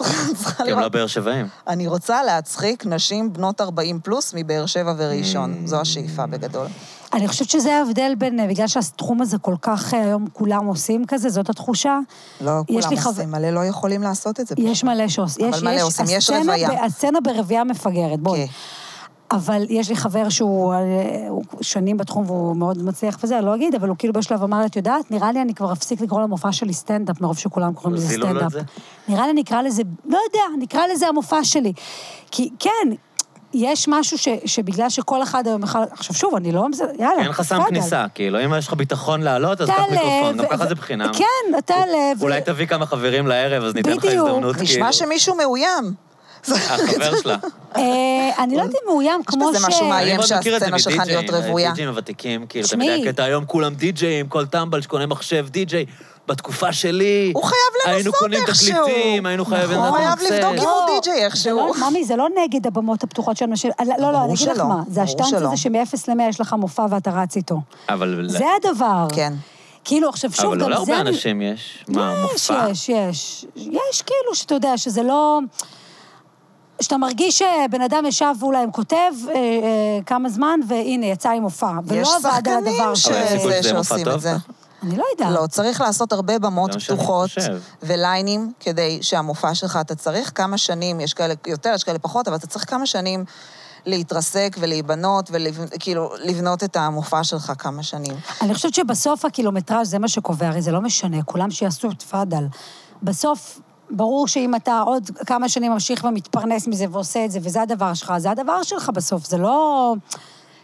S1: כי הם לא באר שבעים.
S3: אני רוצה להצחיק נשים בנות 40 פלוס מבאר שבע וראשון. זו השאיפה בגדול.
S2: אני חושבת שזה ההבדל בין, אה, בגלל שהתחום הזה כל כך אה, היום כולם עושים כזה, זאת התחושה.
S3: לא
S2: יש לי
S3: כולם
S2: חב-
S3: עושים, מלא לא יכולים לעשות את זה.
S2: יש מלא שעושים.
S3: אבל מלא עושים, יש רוויה.
S2: הסצנה ברבייה מפגרת, בואי.
S3: כן.
S2: אבל יש לי חבר שהוא אה, הוא שנים בתחום והוא מאוד מצליח וזה, לא אגיד, אבל הוא כאילו בשלב אמר לי, את יודעת, נראה לי אני כבר אפסיק לקרוא למופע שלי סטנדאפ, מרוב שכולם קוראים לזה
S1: זילו לו לא את
S2: סטנדאפ.
S1: זה?
S2: נראה לי נקרא לזה, לא יודע, נקרא לזה המופע שלי. כי כן, יש משהו ש, שבגלל שכל אחד היום בכלל, עכשיו שוב, אני לא... מזה- יאללה,
S1: אין חסם
S2: תפאדל.
S1: כניסה, כאילו, אם יש לך ביטחון לעלות, אז קח
S2: תעלה,
S1: מיקרופון, גם
S2: ו-
S1: ככה
S2: ו-
S1: זה בחינם.
S2: כן, תעלה. ו-
S1: אולי תביא כמה חברים לערב, אז ניתן לך
S2: בדיוק.
S1: הזדמנות, כאילו.
S3: נשמע שמישהו מאוים. זה-
S1: החבר
S3: [LAUGHS]
S1: שלה.
S2: אה, אני לא יודעת אם מאוים, כמו ש...
S3: בזה משהו מאיים.
S1: אני מאוד מכיר את זה
S3: שהסצנה שלך
S1: מדי-ג'אים,
S3: להיות רוויה.
S1: די-ג'אים הוותיקים, כאילו, אתה
S2: תשמעי.
S1: יודע, הקטע היום כולם די-ג'אים, כל טמבל שקונה מחשב די-ג'יי. בתקופה שלי,
S3: הוא חייב לנסות
S1: היינו קונים
S3: איכשהו.
S1: תקליטים, היינו חייבים...
S3: נכון. הוא חייב
S1: לנסות.
S3: לבדוק אם הוא
S2: לא,
S3: די-ג'יי
S2: זה
S3: איכשהו.
S2: לא- ממי, זה לא נגד הבמות הפתוחות של אנשים... לא, לא, לא,
S3: ברור
S2: אני אגיד לך
S3: שלא,
S2: מה. זה
S3: ברור
S2: השטנץ
S3: שלא.
S2: הזה שמ-0 ל-100 יש לך מופע ואתה רץ איתו.
S1: אבל
S2: זה הדבר.
S3: כן.
S2: כאילו, עכשיו שוב,
S1: אבל
S2: גם זה...
S1: לא להרבה
S2: אני-
S1: אנשים יש. מה,
S2: יש,
S1: מופע?
S2: יש, יש. יש כאילו שאתה יודע שזה לא... שאתה מרגיש שבן אדם ישב אולי עם כותב אה, אה, כמה זמן, והנה, יצא עם מופע.
S3: יש
S2: ולא עבד על
S3: שחקנים
S2: הדבר
S3: ש-
S1: אבל אין סיכוי
S3: זה
S1: שזה מופע
S3: שעושים
S1: טוב,
S3: את זה.
S1: נכון?
S2: אני לא יודעת.
S3: לא, צריך לעשות הרבה במות
S1: זה מה שאני
S3: פתוחות
S1: חושב.
S3: וליינים כדי שהמופע שלך, אתה צריך כמה שנים, יש כאלה יותר, יש כאלה פחות, אבל אתה צריך כמה שנים להתרסק ולהיבנות וכאילו לבנות את המופע שלך כמה שנים.
S2: אני חושבת שבסוף הקילומטראז' זה מה שקובע, הרי זה לא משנה, כולם שיעשו תפאדל. בסוף, ברור שאם אתה עוד כמה שנים ממשיך ומתפרנס מזה ועושה את זה, וזה הדבר שלך, זה הדבר שלך בסוף, זה לא...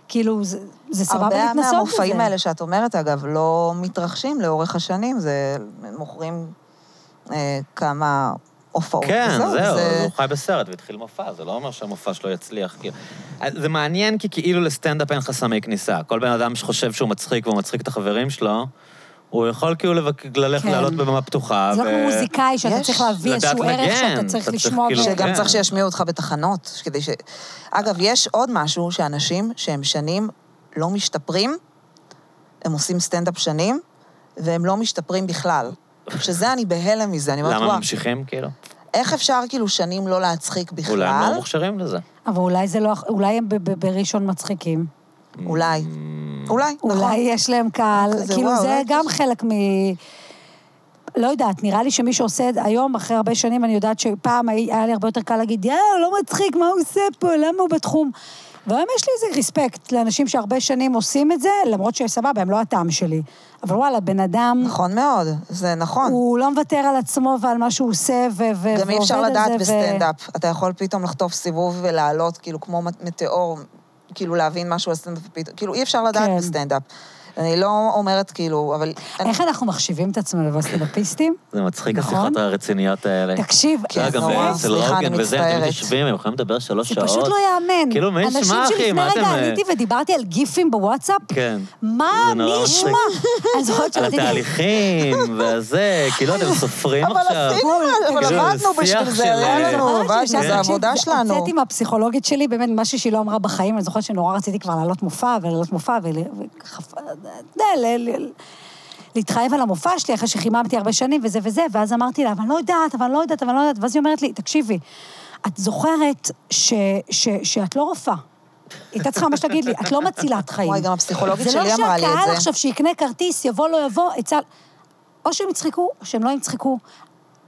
S2: כאילו, זה, זה סבבה להתנסות בזה.
S3: הרבה מהמופעים האלה שאת אומרת, אגב, לא מתרחשים לאורך השנים, זה מוכרים אה, כמה הופעות.
S1: כן,
S3: וזהו,
S1: זהו,
S3: זה-
S1: הוא חי בסרט והתחיל מופע, זה לא אומר שהמופע שלו יצליח. כאילו. אז זה מעניין כי כאילו לסטנדאפ אין חסמי כניסה. כל בן אדם שחושב שהוא מצחיק והוא מצחיק את החברים שלו, הוא יכול כאילו לבק- ללכת
S2: כן.
S1: לעלות בבמה פתוחה.
S2: זה לא
S1: ו-
S2: כמו מוזיקאי שאתה
S3: יש,
S2: צריך להביא
S1: לדעת
S2: איזשהו ערך
S1: לנגן,
S2: שאתה צריך
S1: אתה צריך
S2: לשמוע.
S1: כאילו-
S2: ב-
S3: שגם
S1: כן.
S3: צריך שישמיעו אותך בתחנות, כדי ש... אגב, יש עוד משהו שאנשים שהם שנים לא משתפרים, הם עושים סטנדאפ שנים, והם לא משתפרים בכלל. שזה אני בהלם מזה, אני אומרת,
S1: למה
S3: וואו,
S1: ממשיכים, כאילו?
S3: איך אפשר כאילו שנים לא להצחיק בכלל?
S1: אולי הם לא מוכשרים לזה.
S2: אבל אולי זה לא... אולי הם ב- ב- בראשון מצחיקים.
S3: אולי.
S1: Mm.
S3: אולי, נכון.
S2: אולי יש להם קהל,
S3: כזה,
S2: כאילו
S3: וואו,
S2: זה
S3: אולי
S2: גם
S3: יש-
S2: חלק מ... לא יודעת, נראה לי שמי שעושה את זה היום, אחרי הרבה שנים, אני יודעת שפעם הי- היה לי הרבה יותר קל להגיד, יאללה, הוא לא מצחיק, מה הוא עושה פה, למה הוא בתחום? והיום יש לי איזה רספקט לאנשים שהרבה שנים עושים את זה, למרות שסבבה, הם לא הטעם שלי. אבל וואלה, בן אדם,
S3: נכון מאוד, זה נכון.
S2: הוא לא מוותר על עצמו ועל מה שהוא עושה, ו- ו- ועובד על זה,
S3: גם אי אפשר לדעת
S2: ו-
S3: בסטנדאפ. אתה יכול פתאום לחטוף סיבוב ולעלות, כאילו, כמו מט- מטאור, כאילו, להבין משהו על סטנדאפ, פתאום- כאילו, אי אפשר לדעת
S2: כן.
S3: בסטנדאפ. אני לא אומרת, כאילו, אבל... אני-
S2: איך אנחנו מחשיבים את עצמנו לסטנדאפיסטים?
S1: זה מצחיק,
S2: נכון.
S1: השיחות הרציניות האלה.
S2: תקשיב,
S3: כן,
S1: אה, גם
S3: נורא.
S1: אצל
S3: סליחה,
S1: רוגן
S3: אני
S1: וזה, אתם
S3: מצטערת.
S1: יושבים, הם יכולים לדבר שלוש
S2: זה
S1: שעות.
S2: פשוט לא ייאמן.
S1: כאילו, מי ישמע,
S2: אנשים
S1: אחי,
S2: שלפני
S1: מה אתם...
S2: רגע
S1: אה,
S2: עליתי ודיברתי על גיפים בוואטסאפ,
S1: כן.
S2: מה,
S1: זה
S2: מי
S1: נורא
S2: ישמע? [LAUGHS] אני זוכרת
S1: על
S2: שרציתי...
S1: התהליכים,
S2: [LAUGHS]
S1: וזה, כאילו, אתם סופרים
S3: אבל
S1: עכשיו.
S3: עשינו, אבל
S1: כאילו, זה
S3: עבדנו
S1: שיח
S3: בשביל זה,
S1: של-
S3: היה לנו,
S2: זוכרת
S3: עבדנו,
S2: שישבתי,
S3: זה העבודה
S2: אה, תקשיב,
S3: שלנו.
S2: הוצאתי מהפסיכולוגית שלי, באמת, משהו שהיא לא אמרה בחיים, אני זוכרת שנורא רציתי כבר לעלות מופע, ולעלות מופע, ול- וככה, אתה יודע, ל- ל- להתחייב על המופע שלי, אחרי שחיממתי הרבה שנים וזה וזה, ואז אמרתי לה, אבל אני לא יודעת, אבל אני לא יודעת, אבל אני לא יודעת, ואז היא אומרת לי, תקשיבי, את זוכרת ש- ש- שאת לא רופאה. היא הייתה צריכה ממש להגיד לי, את לא מצילת חיים.
S3: וואי, גם הפסיכולוגית שלי אמרה לי
S2: זה לא
S3: את
S2: שהקהל
S3: זה.
S2: עכשיו שיקנה כרטיס, יבוא, לא יבוא, יצא... או שהם יצחקו, או שהם לא יצחקו.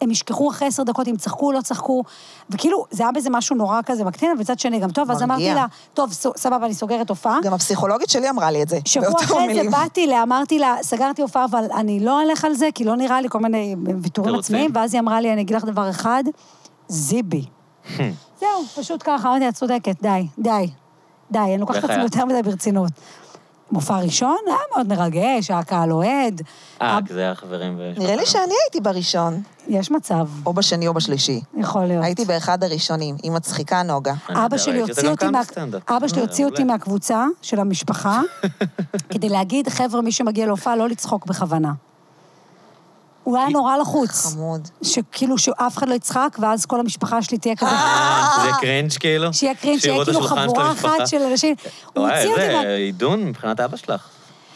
S2: הם ישכחו אחרי עשר דקות אם צחקו או לא צחקו. וכאילו, זה היה בזה משהו נורא כזה מקטין, אבל מצד שני גם טוב, אז
S3: מרגיע.
S2: אמרתי לה, טוב, ס- סבבה, אני סוגרת הופעה.
S3: גם הפסיכולוגית שלי אמרה לי את זה.
S2: שבוע
S3: באותו
S2: אחרי זה
S3: מילים.
S2: באתי אליה, אמרתי לה, סגרתי הופעה, אבל אני לא אלך על זה, כי לא נראה לי כל מיני ויתורים
S1: תירוצים.
S2: עצמיים, ואז היא אמרה לי, אני אגיד לך דבר אחד, זיבי. זהו, פשוט ככה, אמרתי לה, את צודקת, די, די, די, אני לוקחת את
S1: ואיך
S2: עצמי
S1: היה?
S2: יותר מדי ברצינות. מופע ראשון היה מאוד מרגש, היה קהל אוהד,
S1: אה, כי זה היה חברים ו...
S3: נראה לי שאני הייתי בראשון,
S2: יש מצב,
S3: או בשני או בשלישי.
S2: יכול להיות.
S3: הייתי באחד הראשונים, היא מצחיקה נוגה.
S1: אני
S2: אבא
S1: יודע,
S2: שלי
S1: ראיתי
S2: הוציא
S1: אותה
S2: אותי,
S1: גם
S2: מה...
S1: בסטנדאפ.
S2: אבא שלי
S1: אה,
S2: הוציא אותי
S1: מעולה.
S2: מהקבוצה
S1: [LAUGHS]
S2: של המשפחה, כדי להגיד, חבר'ה, מי שמגיע להופעה, לא לצחוק בכוונה. הוא היה נורא לחוץ.
S3: חמוד.
S2: שכאילו שאף אחד לא יצחק, ואז כל המשפחה שלי תהיה כזה...
S1: אה, זה קרינג' כאילו?
S2: שיהיה קרינג', שיהיה
S1: שיראו את
S2: כאילו
S1: השולחן של
S2: חבורה
S1: המשפחה. לא,
S2: אחת של אנשים. הוא
S1: וואי,
S2: הוציא אותי מה...
S1: איזה אה, עידון מבחינת אבא שלך.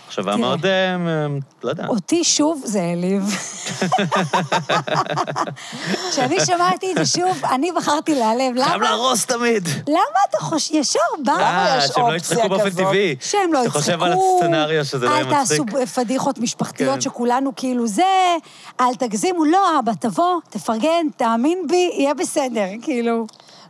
S1: מחשבה
S2: תראה.
S1: מאוד, אה, מ- לא יודע.
S2: אותי שוב זה
S1: [LAUGHS]
S2: העליב. כשאני שמעתי את זה שוב, אני בחרתי להיעלב.
S1: חייב
S2: למה?
S1: להרוס תמיד.
S2: למה אתה חושב... ישר בא...
S1: אה,
S3: יש
S1: שהם לא
S3: אופציה
S1: יצחקו באופן
S3: כזאת?
S1: טבעי.
S2: שהם לא
S1: אתה
S2: יצחקו.
S1: חושב על הסצנריו שזה לא יהיה מצחיק.
S2: אל תעשו פדיחות משפחתיות
S1: כן.
S2: שכולנו כאילו זה, אל תגזימו, לא, אבא, תבוא, תפרגן, תאמין בי, יהיה בסדר, כאילו.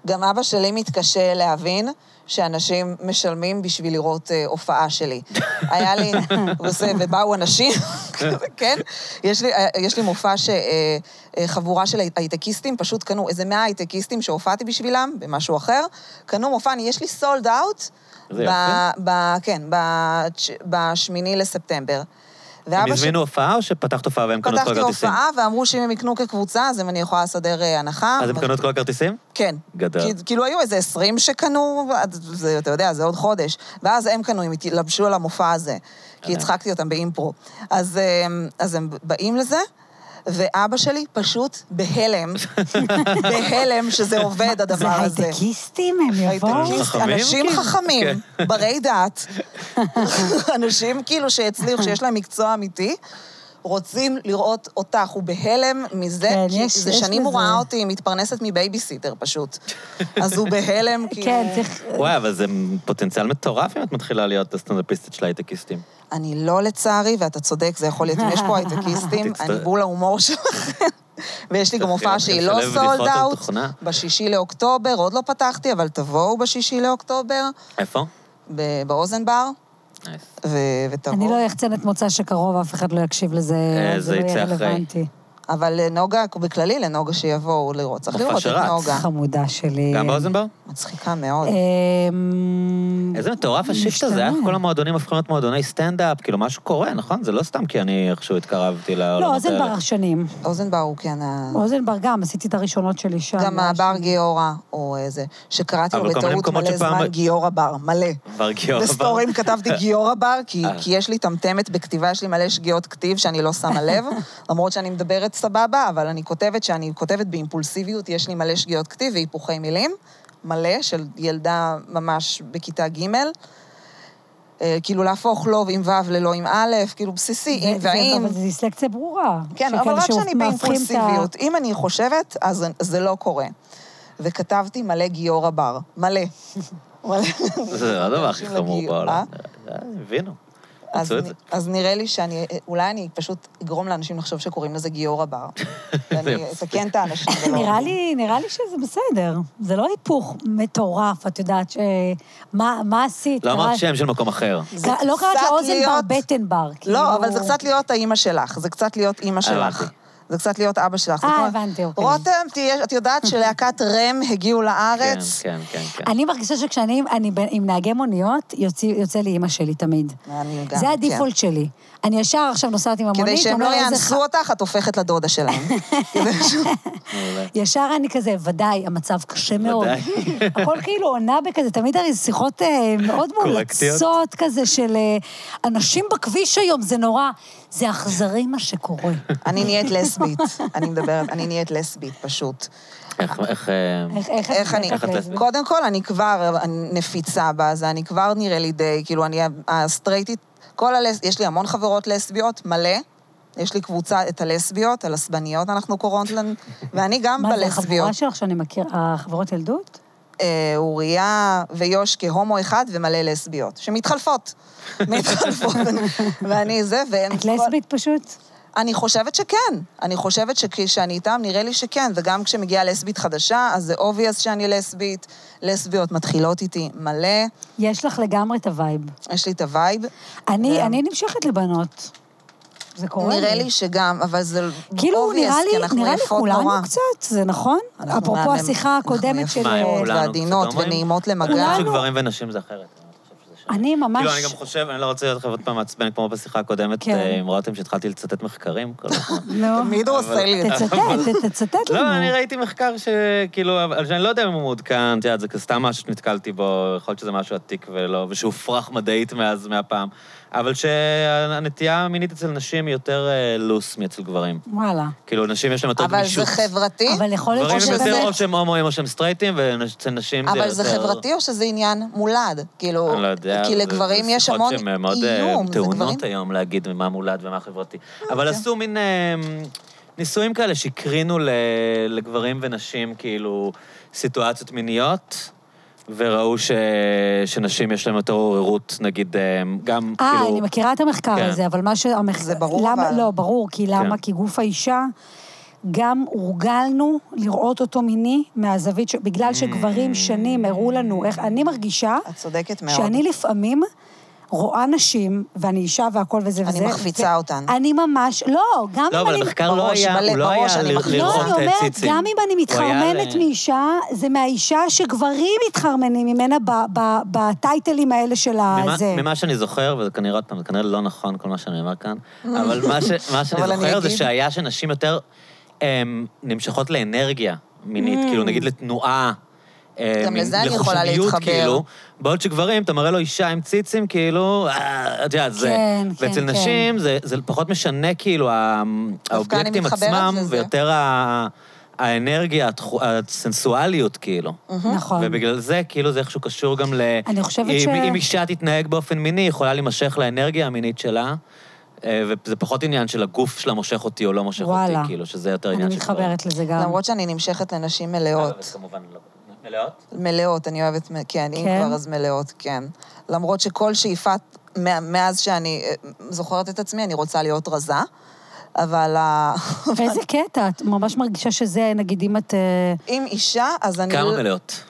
S3: גם אבא שלי מתקשה להבין שאנשים משלמים בשביל לראות אה, הופעה שלי.
S1: [LAUGHS]
S3: היה לי, הוא עושה, ובאו אנשים, [LAUGHS] כזה, כן? יש לי, אה, יש לי מופע שחבורה של הייטקיסטים פשוט קנו, איזה 100 הייטקיסטים שהופעתי בשבילם במשהו אחר, קנו מופע, אני- יש לי סולד אאוט,
S1: זה יפה.
S3: כן, בצ'- בשמיני לספטמבר.
S1: הם
S3: ואבא שלי-
S1: הזמינו הופעה או שפתחת הופעה והם קנו את כל
S3: פתחתי
S1: הכרטיסים?
S3: הופעה ואמרו שאם הם יקנו כקבוצה, אז אם אני יכולה לסדר אה, הנחה.
S1: אז הם קנו את כל הכרטיסים?
S3: כן.
S1: גדל.
S3: כי- כאילו היו איזה 20 שקנו, ואז זה, אתה יודע, זה עוד חודש. ואז הם קנו, הם התלבשו על המופע הזה. כי הצחקתי אותם באימפרו. אז, אמ, אז הם באים לזה, ואבא שלי פשוט בהלם. בהלם שזה עובד,
S2: זה
S3: הדבר הזה.
S2: הייטקיסטים, הם יבואו?
S3: הייטקיסט,
S1: חכמים,
S3: אנשים
S1: כאילו?
S3: חכמים, [LAUGHS] ברי דעת, אנשים כאילו שהצליחו, שיש להם מקצוע אמיתי, רוצים לראות אותך, הוא בהלם מזה,
S2: כן,
S3: כי
S2: יש-
S3: זה
S2: יש
S3: שנים הוא
S2: בזה.
S3: ראה אותי מתפרנסת מבייביסיטר פשוט. אז הוא
S2: [LAUGHS]
S3: בהלם, כאילו...
S2: כן, צריך...
S1: וואי, אבל זה פוטנציאל מטורף אם את מתחילה להיות הסטנדאפיסטית של הייטקיסטים.
S3: אני לא לצערי, ואתה צודק, זה יכול להיות, אם יש
S2: [LAUGHS]
S3: פה הייטקיסטים,
S1: תצטרך-
S3: אני בול ההומור שלכם. [LAUGHS] ויש לי גם הופעה
S1: תתחיל
S3: שהיא לא
S1: לשלב בדיחות
S3: סולד
S1: על
S3: אאוט,
S1: תוכנה.
S3: בשישי לאוקטובר, עוד לא פתחתי, אבל תבואו בשישי לאוקטובר,
S1: איפה?
S3: ב- באוזן בר,
S1: נייס.
S3: ו- ותבואו.
S2: אני לא אחצן את מוצא שקרוב, אף אחד לא יקשיב לזה,
S1: אה,
S2: זה
S1: זה
S2: לא
S1: יצא
S2: יהיה
S1: אחרי.
S2: רלוונטי.
S3: אבל לנוגה, בכללי לנוגה שיבואו לראות. צריך
S1: מופע
S3: לראות את
S1: שרץ.
S3: נוגה.
S2: חמודה שלי.
S1: גם באוזנבר?
S3: כן. מצחיקה מאוד.
S2: אמ,
S1: איזה מטורף השיפט הזה,
S2: משתנה.
S1: איך כל המועדונים הופכים להיות מועדוני סטנדאפ, כאילו משהו קורה, נכון? זה לא סתם כי אני איכשהו התקרבתי
S2: לא,
S1: לעולמות האלה.
S2: אוזנבר שנים.
S3: אוזנבר הוא כן ה...
S2: אוזנבר גם, עשיתי את הראשונות שלי שם.
S3: גם הבר גיורא, או איזה, שקראתי לו
S1: אבל כל מיני
S3: בטעות
S1: מקומות
S3: מלא
S1: שפעם-
S3: זמן גיורא בר, מלא.
S1: ברגיעו. [LAUGHS]
S3: בסטורים כתבתי גיורא בר, כי
S1: כן, אה.
S3: כי יש לי טמטמת בכתיבה, יש לי מלא שגיאות כתיב שאני לא שמה לב, למרות שאני מדברת סבבה, אבל אני כותבת שאני כותבת באימפולסיביות, יש לי מלא שגיאות כתיב והיפוכי מילים, מלא, של ילדה ממש בכיתה ג', אה, כאילו להפוך לוב עם ו' ללא עם א', כאילו בסיסי,
S2: זה-
S3: עם
S2: זה-
S3: ועם.
S2: אבל זו דיסלקציה ברורה.
S3: כן, אבל
S2: שכאלה
S3: רק שאני
S2: שהופכים- מהפכים את ה-
S3: באימפולסיביות. אם אני חושבת, אז זה לא קורה. וכתבתי מלא גיורא בר, מלא. [LAUGHS] מלא.
S1: זה לא הדבר הכי
S3: אנשים
S1: חמור
S3: לגיור,
S1: בעולם.
S3: אה?
S1: אה, הבינו.
S3: אז,
S1: מצאו את
S3: נ-
S1: זה.
S3: אז נראה לי שאני, אולי אני פשוט אגרום לאנשים לחשוב שקוראים לזה
S1: [LAUGHS]
S3: גיורא בר. ואני אתקן את האנשים. לא ולא-
S2: כן, נראה לי, נראה לי שזה בסדר. זה לא היפוך מטורף, את יודעת ש... מה, מה עשית?
S1: לא אמרת
S2: קראת-
S1: שם של מקום אחר.
S2: אה, זה לא קראת
S3: קצת
S2: לאוזנבר
S3: להיות-
S2: בטנבר.
S3: לא,
S2: כאילו-
S3: אבל זה קצת להיות האימא שלך, זה קצת להיות אימא שלך.
S1: הבנתי.
S3: זה קצת להיות אבא שלך. זה
S2: אה,
S3: כמו-
S2: הבנתי, אוקיי.
S3: רותם, תהיה- את יודעת שלהקת רם הגיעו
S1: כן,
S3: לארץ?
S1: כן, כן, כן.
S2: אני מרגישה שכשאני אני ב- עם נהגי מוניות, יוצא, יוצא לי אימא שלי תמיד.
S3: אני גם,
S2: זה
S3: כן.
S2: הדיפולט שלי. אני ישר עכשיו נוסעת עם המונית,
S3: כדי שהם
S2: אומר
S3: לא
S2: איזה ח-
S3: יאנסו אותך, את הופכת לדודה
S2: [LAUGHS]
S3: שלהם. כדי ש-
S1: מעולה.
S2: ישר אני כזה, ודאי, המצב קשה מאוד.
S1: ודאי.
S2: הכל כאילו עונה בכזה, תמיד הרי שיחות אה, מאוד
S1: קורקטיות.
S2: מאולצות כזה של אה, אנשים בכביש היום, זה נורא. זה אכזרי מה שקורה.
S3: אני נהיית לסבית, אני מדברת, אני נהיית לסבית פשוט.
S1: איך, איך... אה,
S2: איך,
S3: איך אני...
S1: איך את לסבית?
S3: קודם כל, אני כבר נפיצה בזה, אני כבר נראה לי די, כאילו, אני הסטרייטית, כל הלס... יש לי המון חברות לסביות, מלא. יש לי קבוצה, את הלסביות, הלסבניות אנחנו קוראות להן, ואני גם
S2: מה זה,
S3: בלסביות.
S2: החבורה שלך שאני מכיר, החברות ילדות?
S3: אה, אוריה ויוש כהומו אחד ומלא לסביות,
S2: [LAUGHS]
S3: שמתחלפות. מתחלפות. ואני זה, והן...
S2: את לסבית פשוט?
S3: אני חושבת שכן. אני חושבת שכשאני איתם, נראה לי שכן. וגם כשמגיעה לסבית חדשה, אז זה obvious שאני לסבית. לסביות מתחילות איתי מלא,
S2: יש לך לגמרי את הווייב.
S3: יש לי את הווייב.
S2: אני,
S3: גם.
S2: אני נמשכת לבנות. זה קורה
S3: נראה לי שגם, אבל זה
S2: כאילו,
S3: obvious,
S2: נראה
S3: כי
S2: לי,
S3: אנחנו
S2: נראה לי
S3: יפות
S2: כולנו
S3: נורא.
S2: קצת, זה נכון?
S3: אנחנו
S2: אפרופו
S3: מהמם-
S2: השיחה
S3: אנחנו
S2: הקודמת של...
S3: יפות
S1: מה,
S3: מאוד
S1: כולנו,
S3: ועדינות
S1: קצת הומואים?
S3: ונעימות למגע.
S1: אני חושב
S2: כולנו.
S1: שגברים ונשים זה אחרת. אני חושב שזה שונה.
S2: אני ממש...
S1: כאילו, אני גם חושב, אני לא רוצה להיות לך עוד פעם מעצבן, כמו בשיחה הקודמת
S2: כן.
S1: אה, עם רותם, שהתחלתי לצטט מחקרים כל הזמן.
S2: נו.
S3: תמיד הוא עושה לי את זה.
S2: לא, תצטט, ת- תצטט לנו.
S1: לא, אני ראיתי מחקר שכאילו, אבל שאני לא יודע אם הוא מעודכן, את יודעת, זה סתם משהו שנתקלתי בו, יכול להיות שזה משהו עתיק ולא, ושהופרך מדעית מאז, מהפעם, אבל שהנטייה המינית אצל נשים היא יותר אה, לוס מאצל גברים.
S2: וואלה.
S1: כאילו, נשים יש להם יותר
S3: אבל זה
S1: גמישות.
S3: חברתי?
S2: אבל יכול
S1: גברים
S2: להיות
S1: הם יותר
S2: שזה...
S1: או שהם הומואים או שהם סטרייטים, ואצל נשים זה יותר...
S3: אבל זה חברתי או שזה עניין מולד? כאילו,
S1: אני לא יודע.
S3: כי
S1: זה-
S3: לגברים יש המון
S1: זה שיחות שהן מאוד אה,
S3: איום. זה גברים-
S1: טעונות היום להגיד מה מולד ומה חברתי. אבל
S2: אוקיי.
S1: עשו מין אה, ניסויים כאלה שהקרינו ל- לגברים ונשים, כאילו, סיטואציות מיניות. וראו ש... שנשים יש להן יותר עוררות, נגיד, אה, גם
S2: אה,
S1: כאילו...
S2: אני מכירה את המחקר
S1: כן.
S2: הזה, אבל מה שהמחקר...
S3: זה ברור,
S2: למה,
S3: אבל.
S2: לא, ברור, כי
S1: כן.
S2: למה? כי גוף האישה, גם הורגלנו לראות אותו מיני מהזווית, ש... בגלל שגברים שנים הראו לנו איך... אני מרגישה
S3: את צודקת מאוד.
S2: שאני לפעמים רואה נשים, ואני אישה והכל וזה
S3: אני
S2: וזה.
S3: מחפיצה
S2: ו-
S3: אותן.
S2: אני ממש... לא, גם
S1: לא,
S2: אם
S1: אבל
S2: אני...
S1: המחקר לא
S3: בראש,
S1: היה,
S3: מלא,
S1: הוא לא
S3: בראש,
S1: היה
S3: אני
S1: ל-
S3: מחליטה.
S1: לראות
S2: לא,
S1: את
S2: אני אומרת,
S1: הציצים.
S2: גם אם אני
S1: הוא היה ל-
S2: מתחרמנת מאישה, זה מהאישה שגברים מתחרמנים ממנה ב- ב- בטייטלים האלה של
S1: ממה-
S2: הזה.
S1: ממה שאני זוכר, וזה כנראה עוד פעם, זה כנראה לא נכון כל מה שאני אומר
S3: [LAUGHS]
S1: כאן, אבל מה ש- מה שאני
S3: אבל אני
S1: זוכר זה
S3: אגיד-
S1: שהיה שנשים יותר אמ, נמשכות לאנרגיה מינית, כאילו נגיד לתנועה. אה,
S3: Mm. גם
S1: מין-
S3: לזה אני יכולה
S1: לחושניות,
S3: להתחבר.
S1: כאילו, בעוד שגברים, אתה מראה לו אישה עם ציצים, כאילו, אה, את יודעת, זה...
S2: כן, כן,
S1: ואצל
S2: כן.
S1: נשים זה, זה פחות משנה, כאילו, ה-
S3: אני
S1: האובייקטים
S3: מתחברת
S1: עצמם,
S3: לזה.
S1: ויותר ה- האנרגיה, התחו- הסנסואליות, כאילו.
S2: נכון.
S1: ובגלל זה, כאילו, זה איכשהו קשור גם ל...
S2: אני חושבת
S1: אם,
S2: ש-
S1: אם אישה תתנהג באופן מיני, היא יכולה להימשך לאנרגיה המינית שלה, אה, וזה פחות עניין של הגוף שלה מושך אותי או לא מושך
S2: וואלה.
S1: אותי, כאילו, שזה יותר
S2: אני
S1: עניין של...
S2: מתחברת לזה גם. [LAUGHS]
S3: למרות שאני נמשכת לנשים
S1: אבל זה
S3: מלאות.
S1: כמובן לא... מלאות?
S3: מלאות, אני אוהבת, מ- כן, אם
S2: כן?
S3: כבר אז מלאות, כן. למרות שכל שאיפת, מה- מאז שאני אה, זוכרת את עצמי, אני רוצה להיות רזה, אבל ה- [LAUGHS]
S2: איזה קטע, את ממש מרגישה שזה, נגיד, אם את... אה,
S3: אם אישה, אז אני... לא-
S1: כמה מלאות?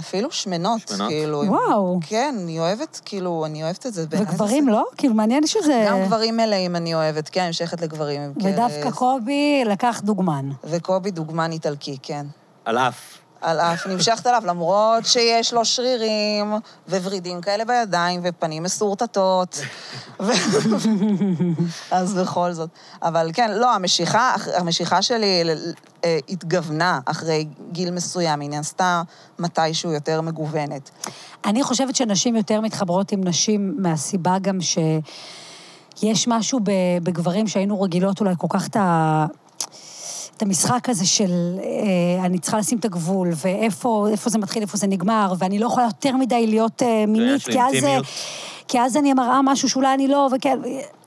S3: אפילו שמנות,
S1: שמנות?
S3: כאילו.
S2: וואו.
S3: כן, אני אוהבת, כאילו, אני אוהבת את זה. בעיניי זה
S2: וגברים
S3: סק-
S2: לא? כאילו, מעניין שזה...
S3: גם גברים מלאים אני אוהבת, כן, אני שייכת לגברים עם קרס.
S2: ודווקא קובי לקח דוגמן.
S3: וקובי דוגמן איטלקי, כן.
S1: על אף.
S3: על אף, נמשכת אליו, למרות שיש לו שרירים, וורידים כאלה בידיים, ופנים מסורטטות. [LAUGHS] ו... אז בכל זאת. אבל כן, לא, המשיכה, אח- המשיכה שלי ל- אה, התגוונה אחרי גיל מסוים, היא נעשתה מתישהו יותר מגוונת.
S2: אני חושבת שנשים יותר מתחברות עם נשים מהסיבה גם ש... יש משהו ב- בגברים שהיינו רגילות אולי כל כך את ה... את המשחק הזה של אה, אני צריכה לשים את הגבול, ואיפה איפה זה מתחיל, איפה זה נגמר, ואני לא יכולה יותר מדי להיות אה, מינית,
S1: של
S2: כי אז, אה,
S1: אינטימיות.
S2: כי אז אני מראה משהו שאולי אני לא, וכן,